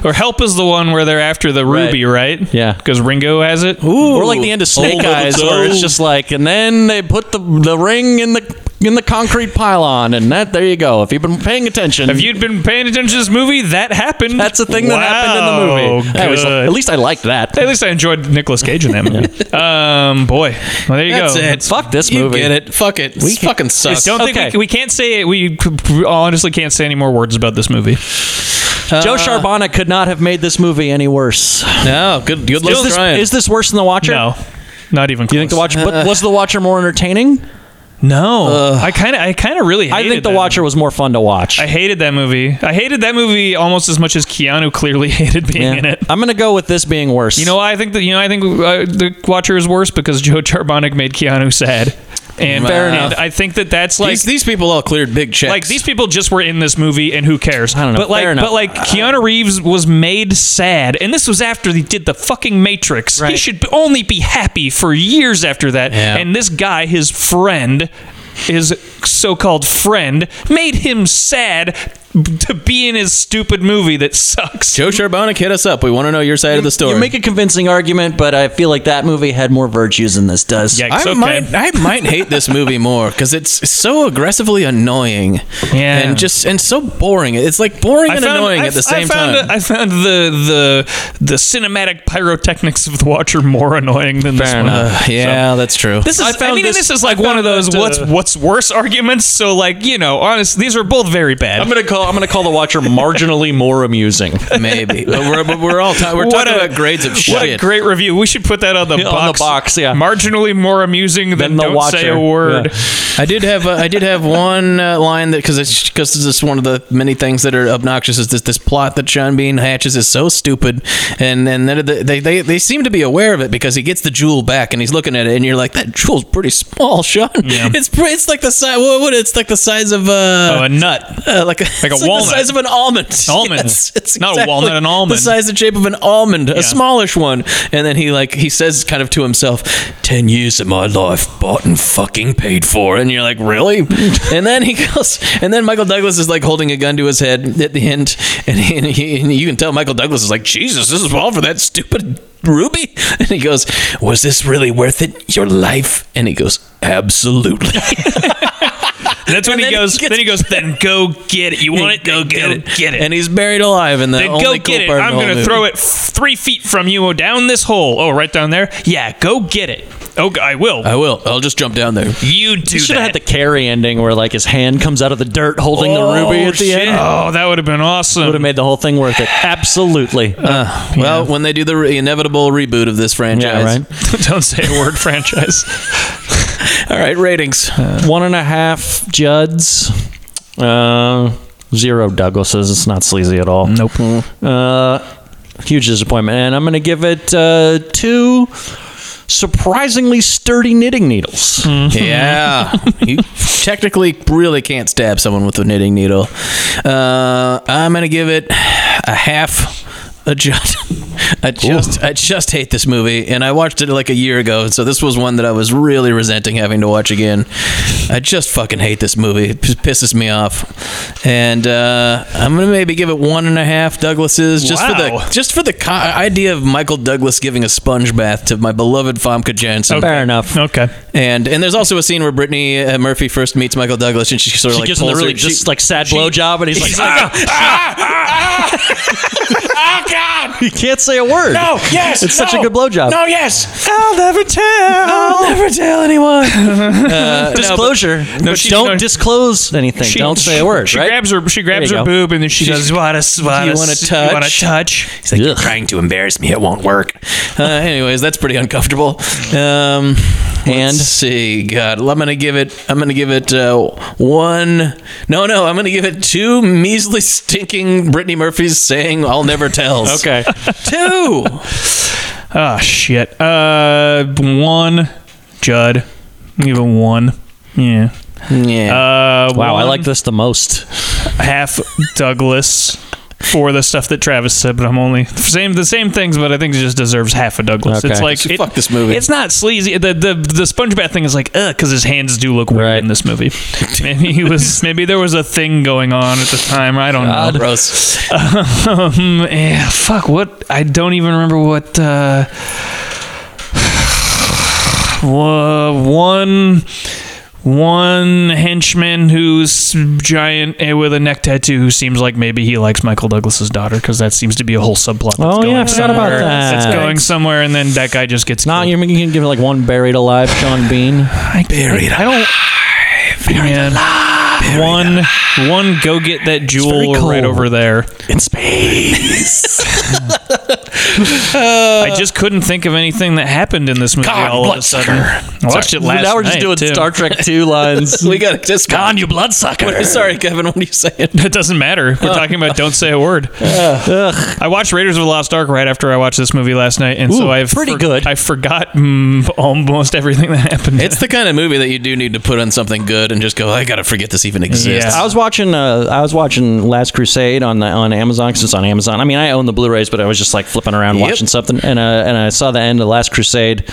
[SPEAKER 1] or help is the one where they're after the ruby, right?
[SPEAKER 3] Yeah,
[SPEAKER 1] because Ringo has it.
[SPEAKER 3] Ooh, or like the end of Snake Eyes, where it's just like, and then they put the the ring in the in the concrete pylon, and that there you go. If you've been paying attention,
[SPEAKER 1] If you'd been paying attention to this movie, that happened. That's
[SPEAKER 3] the thing that happened in the movie. That was- at least I liked that.
[SPEAKER 1] At least I enjoyed Nicolas Cage in that movie. um, boy, well there you
[SPEAKER 2] That's
[SPEAKER 1] go.
[SPEAKER 2] it.
[SPEAKER 3] Fuck this
[SPEAKER 2] You movie. get it. Fuck it. This
[SPEAKER 1] can-
[SPEAKER 2] fucking sucks.
[SPEAKER 1] I don't
[SPEAKER 2] Okay.
[SPEAKER 1] think we, we can't say we honestly can't say any more words about this movie.
[SPEAKER 3] Joe
[SPEAKER 1] Uh,
[SPEAKER 3] Charbonnet could not have made this movie any worse.
[SPEAKER 2] No, good good luck
[SPEAKER 3] is this,
[SPEAKER 2] trying.
[SPEAKER 3] is this worse than The Watcher?
[SPEAKER 1] No, not even.
[SPEAKER 3] Do you think The Watcher?
[SPEAKER 2] Uh.
[SPEAKER 3] But was The Watcher more entertaining?
[SPEAKER 1] No, I kind of, I kind of really.
[SPEAKER 3] I
[SPEAKER 1] hated
[SPEAKER 3] think The
[SPEAKER 1] that
[SPEAKER 3] Watcher was more fun to watch.
[SPEAKER 1] I hated that movie. I hated that movie almost as much as Keanu clearly hated being
[SPEAKER 3] Yeah.
[SPEAKER 1] in it.
[SPEAKER 3] I'm gonna go with this being worse.
[SPEAKER 1] You know, why I think that you know, I think uh, the Watcher is worse because Joe Charbonic made Keanu sad, and,
[SPEAKER 2] Fair
[SPEAKER 1] and
[SPEAKER 2] enough.
[SPEAKER 1] I think that that's like
[SPEAKER 2] these, these people all cleared big checks.
[SPEAKER 1] like these people just were in this movie, and who cares? I
[SPEAKER 3] don't know.
[SPEAKER 1] But like,
[SPEAKER 3] Fair enough.
[SPEAKER 1] but like,
[SPEAKER 2] Uh,
[SPEAKER 1] Keanu Reeves was made sad, and this was after he did the fucking Matrix. He
[SPEAKER 3] Right.
[SPEAKER 1] should b- only be happy for years after that.
[SPEAKER 2] Yeah.
[SPEAKER 1] And this guy, his friend, his so-called friend, made him sad b- to be in his stupid movie that sucks.
[SPEAKER 2] Joe Charbonic, hit us up. We want to know your side of the story.
[SPEAKER 3] You make a convincing argument, but I feel like that movie had more virtues than this does.
[SPEAKER 1] Yikes.
[SPEAKER 2] I
[SPEAKER 1] okay.
[SPEAKER 2] might I might hate this movie more because it's so aggressively annoying.
[SPEAKER 1] Yeah.
[SPEAKER 2] and just and so boring. It's like boring and annoying
[SPEAKER 1] I
[SPEAKER 2] at the
[SPEAKER 1] f- I
[SPEAKER 2] same
[SPEAKER 1] found-
[SPEAKER 2] time.
[SPEAKER 1] I found the the the cinematic pyrotechnics of the Watcher more annoying than this one.
[SPEAKER 2] Uh, yeah, that's true.
[SPEAKER 1] This is, I,
[SPEAKER 3] found
[SPEAKER 1] mean,
[SPEAKER 3] this-
[SPEAKER 1] this, is like one of those
[SPEAKER 2] uh,
[SPEAKER 1] what's what's worse arguments. So, like, you know, honest, these are both very bad.
[SPEAKER 3] I'm gonna call. I'm gonna call The Watcher marginally more amusing.
[SPEAKER 2] maybe, but we're, but we're all ta- we're
[SPEAKER 1] What
[SPEAKER 2] talking
[SPEAKER 1] a-
[SPEAKER 2] about grades of
[SPEAKER 1] what a
[SPEAKER 2] shit.
[SPEAKER 1] great review! We should put that on the
[SPEAKER 3] Yeah,
[SPEAKER 1] box.
[SPEAKER 3] on the box, yeah.
[SPEAKER 1] marginally more amusing than,
[SPEAKER 3] Than The
[SPEAKER 1] don't say
[SPEAKER 3] Watcher,
[SPEAKER 1] a word.
[SPEAKER 2] I did have uh, I did have one uh, line that because it's because this is one of the many things that are obnoxious is this this plot that Sean Bean hatches is so stupid and and then the- they they, they seem to be aware of it because he gets the jewel back and he's looking at it and you're like that jewel's pretty small Sean it's pre- it's like the size what, what it's like the size of uh,
[SPEAKER 1] Oh, a nut.
[SPEAKER 2] uh, like a,
[SPEAKER 1] Like a
[SPEAKER 2] it's
[SPEAKER 1] walnut.
[SPEAKER 2] the size of an almond.
[SPEAKER 1] Almond.
[SPEAKER 2] it's
[SPEAKER 1] Not a walnut, an almond.
[SPEAKER 2] The size and shape of an almond,
[SPEAKER 1] Yeah.
[SPEAKER 2] a smallish one. And then he like he says kind of to himself, 10 years of my life bought and fucking paid for." And you're like, "Really?" and then he goes and then Michael Douglas is like holding a gun to his head at the end and, he, and, he, and you can tell Michael Douglas is like, "Jesus, this is all for that stupid Ruby?" And he goes, "Was this really worth it? Your life?" And he goes, "Absolutely."
[SPEAKER 1] That's when
[SPEAKER 2] And
[SPEAKER 1] he
[SPEAKER 2] then he
[SPEAKER 1] goes.
[SPEAKER 2] gets-
[SPEAKER 1] then he goes. Then go get it. You want it? Go get it. Get it.
[SPEAKER 2] And he's buried alive in the
[SPEAKER 1] Then
[SPEAKER 2] only
[SPEAKER 1] go
[SPEAKER 2] cool
[SPEAKER 1] get it.
[SPEAKER 2] part of
[SPEAKER 1] I'm
[SPEAKER 2] the whole
[SPEAKER 1] going to
[SPEAKER 2] movie.
[SPEAKER 1] throw it f- three feet from you down this hole. Oh, right down there? Yeah, go get it. Oh, g- I will.
[SPEAKER 2] I will. I'll just jump down there.
[SPEAKER 1] you do
[SPEAKER 3] You should
[SPEAKER 1] that.
[SPEAKER 3] have had the carry ending where like his hand comes out of the dirt holding the ruby at the
[SPEAKER 1] shit.
[SPEAKER 3] end.
[SPEAKER 1] Oh, that would have been awesome.
[SPEAKER 3] Would have made the whole thing worth it. Absolutely.
[SPEAKER 2] Well, when they do the re- inevitable reboot of this franchise.
[SPEAKER 3] yeah, right.
[SPEAKER 1] Don't say a word franchise.
[SPEAKER 2] All right, ratings.
[SPEAKER 3] One and a half Judds. Uh, zero Douglases. It's not sleazy at all.
[SPEAKER 1] Nope.
[SPEAKER 3] Uh, huge disappointment. And I'm going to give it uh, two surprisingly sturdy knitting needles.
[SPEAKER 1] Mm-hmm.
[SPEAKER 2] yeah. You technically really can't stab someone with a knitting needle. Uh, I'm going to give it a half a jut. I just I just hate this movie and I watched it like a year ago so this was one that I was really resenting having to watch again. I just fucking hate this movie. It just pisses me off. And uh, I'm gonna maybe give it one and a half Douglases just for
[SPEAKER 1] Wow.
[SPEAKER 2] the just for the co- idea of Michael Douglas giving a sponge bath to my beloved Famke Janssen.
[SPEAKER 3] Fair enough.
[SPEAKER 1] Okay.
[SPEAKER 2] And and there's also a scene where Brittany uh, Murphy first meets Michael Douglas, and she sort of
[SPEAKER 3] She
[SPEAKER 2] like
[SPEAKER 3] gives him the
[SPEAKER 2] pulls
[SPEAKER 3] really
[SPEAKER 2] her-
[SPEAKER 3] just
[SPEAKER 2] she-
[SPEAKER 3] like sad blowjob, and he's like, ah,
[SPEAKER 11] God!
[SPEAKER 3] he can't say a word.
[SPEAKER 11] No! Oh, Yes!
[SPEAKER 3] It's such a
[SPEAKER 11] no,
[SPEAKER 3] good blowjob.
[SPEAKER 11] No! Yes!
[SPEAKER 3] I'll never tell. I'll never tell anyone.
[SPEAKER 2] Uh,
[SPEAKER 3] Disclosure.
[SPEAKER 1] no, she-
[SPEAKER 3] don't
[SPEAKER 1] no,
[SPEAKER 3] disclose anything. don't say a word.
[SPEAKER 1] She
[SPEAKER 3] right?
[SPEAKER 1] grabs her. She grabs
[SPEAKER 3] you
[SPEAKER 1] her
[SPEAKER 3] go.
[SPEAKER 1] boob and then she goes, "What a, what
[SPEAKER 2] you
[SPEAKER 1] a,
[SPEAKER 2] wanna
[SPEAKER 1] You want
[SPEAKER 2] touch?"
[SPEAKER 1] to touch?"
[SPEAKER 2] He's like, "You're trying to embarrass me. It won't work." Uh, anyways, that's pretty uncomfortable. Um, and see, God, I'm gonna give it. I'm gonna give it uh, one. No, no, I'm gonna give it two measly, stinking Brittany Murphy's saying "I'll never tell."
[SPEAKER 3] Okay.
[SPEAKER 2] two.
[SPEAKER 1] Oh shit. Uh, one. Judd, give it one. Yeah.
[SPEAKER 2] Yeah.
[SPEAKER 1] Uh,
[SPEAKER 3] Wow, I
[SPEAKER 1] one-
[SPEAKER 3] like this the most.
[SPEAKER 1] half Douglas for the stuff that Travis said, but I'm only same the same things, but I think it just deserves half a Douglas.
[SPEAKER 2] Okay.
[SPEAKER 1] It's like
[SPEAKER 2] Fuck this movie.
[SPEAKER 1] It's not sleazy. The the the SpongeBob thing is like uh because his hands do look weird in this movie. Maybe he was maybe there was a thing going on at the time. I don't
[SPEAKER 3] Uh,
[SPEAKER 1] know.
[SPEAKER 2] Oh, Gross.
[SPEAKER 1] Um, yeah, fuck. What I don't even remember what. Uh, wa- one one henchman who's giant and with a neck tattoo who seems like maybe he likes Michael Douglas's daughter because that seems to be a whole subplot. That's
[SPEAKER 3] Oh,
[SPEAKER 1] going
[SPEAKER 3] yeah, I forgot about
[SPEAKER 1] somewhere.
[SPEAKER 3] that.
[SPEAKER 1] That's going somewhere, and then that guy just gets
[SPEAKER 3] Not you're making you give it like one buried alive, Sean Bean.
[SPEAKER 1] buried. I don't. Man, one one go get that jewel right over there.
[SPEAKER 3] In space. Uh,
[SPEAKER 1] I just couldn't think of anything that happened in this movie all of a sudden. I watched it last
[SPEAKER 3] now we're just
[SPEAKER 1] night,
[SPEAKER 3] doing
[SPEAKER 1] too.
[SPEAKER 3] Star Trek two lines.
[SPEAKER 2] we got to just
[SPEAKER 11] On you bloodsucker.
[SPEAKER 2] What- Sorry, Kevin. What are you saying?
[SPEAKER 1] It doesn't matter.
[SPEAKER 3] Uh,
[SPEAKER 1] We're talking about don't say a word. I watched Raiders of the Lost Ark right after I watched this movie last night, and so
[SPEAKER 3] Ooh,
[SPEAKER 1] I've
[SPEAKER 3] pretty good.
[SPEAKER 1] I forgot mm, almost everything that happened.
[SPEAKER 2] It's the kind of movie that you do need to put on something good and just go. I gotta forget this even exists.
[SPEAKER 1] Yeah.
[SPEAKER 3] I was watching. Uh, I was watching Last Crusade on the on Amazon because it's on Amazon. I mean, I own the Blu-rays, but I was just like flipping around
[SPEAKER 2] Yep.
[SPEAKER 3] watching something, and uh, and I saw the end of Last Crusade,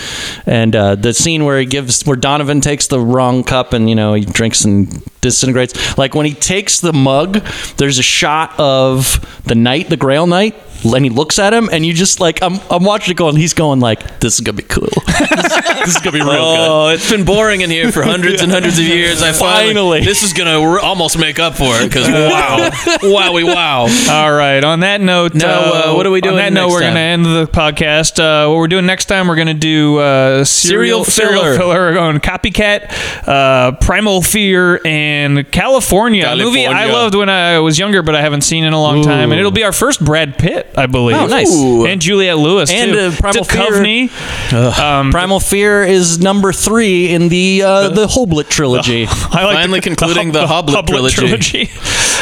[SPEAKER 3] and uh, the scene where he gives where Donovan takes the wrong cup, and you know he drinks and disintegrates. Like when he takes the mug, there's a shot of the knight, the Grail Knight. And he looks at him, and you just like I'm. I'm watching it going. He's going like, "This is gonna be cool. this is gonna be real good."
[SPEAKER 2] Oh, it's been boring in here for hundreds and hundreds of years. I finally,
[SPEAKER 3] Finally.
[SPEAKER 2] this is gonna r- almost make up for it because wow, wowie, wow.
[SPEAKER 1] All right. On that note,
[SPEAKER 2] Now, uh, what are we doing
[SPEAKER 1] On that note,
[SPEAKER 2] next
[SPEAKER 1] we're going
[SPEAKER 2] time?
[SPEAKER 1] to end the podcast. Uh, what we're doing next time, we're going to do uh, serial
[SPEAKER 2] Serial
[SPEAKER 1] serial
[SPEAKER 2] filler.
[SPEAKER 1] filler on Copycat, uh, Primal Fear, and California. A movie I
[SPEAKER 2] California.
[SPEAKER 1] loved when I was younger, but I haven't seen in a long time. And it'll be our first Brad Pitt, I believe.
[SPEAKER 3] Oh, nice. Ooh.
[SPEAKER 1] And Juliette Lewis
[SPEAKER 3] And,
[SPEAKER 1] too.
[SPEAKER 3] uh, Primal
[SPEAKER 1] Duchovny. Um,
[SPEAKER 3] Primal Fear is number three in the uh, the Hoblet trilogy.
[SPEAKER 1] I like
[SPEAKER 2] Finally
[SPEAKER 1] the-
[SPEAKER 2] concluding the
[SPEAKER 1] Hob-
[SPEAKER 2] Hoblet trilogy.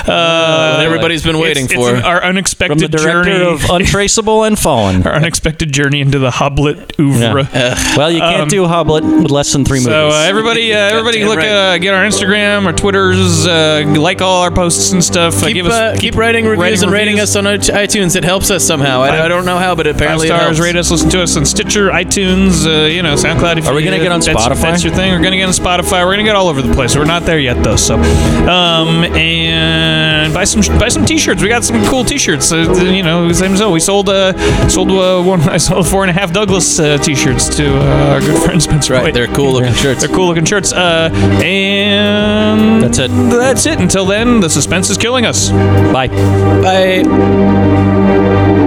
[SPEAKER 1] Uh,
[SPEAKER 2] that everybody's been waiting
[SPEAKER 1] it's-
[SPEAKER 2] for.
[SPEAKER 1] it's an- our
[SPEAKER 3] from
[SPEAKER 1] unexpected
[SPEAKER 3] the director
[SPEAKER 1] journey
[SPEAKER 2] uh,
[SPEAKER 3] of Untraceable and Fallen.
[SPEAKER 1] our unexpected journey into the Hoblet
[SPEAKER 3] Yeah.
[SPEAKER 1] oeuvre.
[SPEAKER 3] Well, you can't do Hoblet with less than three movies.
[SPEAKER 1] Um, So uh, everybody, uh, everybody,
[SPEAKER 2] Goddamn
[SPEAKER 1] look,
[SPEAKER 2] right.
[SPEAKER 1] uh, get our Instagram, our Twitters, uh, like all our posts and stuff. uh,
[SPEAKER 2] Keep,
[SPEAKER 1] give us
[SPEAKER 2] uh, keep writing reviews and rating
[SPEAKER 1] reviews.
[SPEAKER 2] us on iTu- iTunes. It helps us somehow. I, I don't know how, but
[SPEAKER 1] Five
[SPEAKER 2] apparently it
[SPEAKER 1] stars,
[SPEAKER 2] helps.
[SPEAKER 1] rate us, listen to us on Stitcher, iTunes, uh, you know, SoundCloud. If
[SPEAKER 3] Are we gonna
[SPEAKER 1] you-
[SPEAKER 3] get on
[SPEAKER 1] that's-
[SPEAKER 3] Spotify?
[SPEAKER 1] That's your thing. We're gonna get on Spotify. We're gonna get all over the place. We're not there yet though. So, um, and buy some buy some t-shirts. We got some cool t-shirts. Uh, you know, same as though we sold uh sold uh, one. I sold four and a half Douglas uh, t-shirts to uh, our good friend Spencer.
[SPEAKER 2] Right,
[SPEAKER 1] White.
[SPEAKER 2] they're cool looking shirts.
[SPEAKER 1] They're cool looking shirts. Uh, and
[SPEAKER 3] That's it.
[SPEAKER 1] That's it. Until then, the suspense is killing us.
[SPEAKER 3] Bye.
[SPEAKER 2] Bye.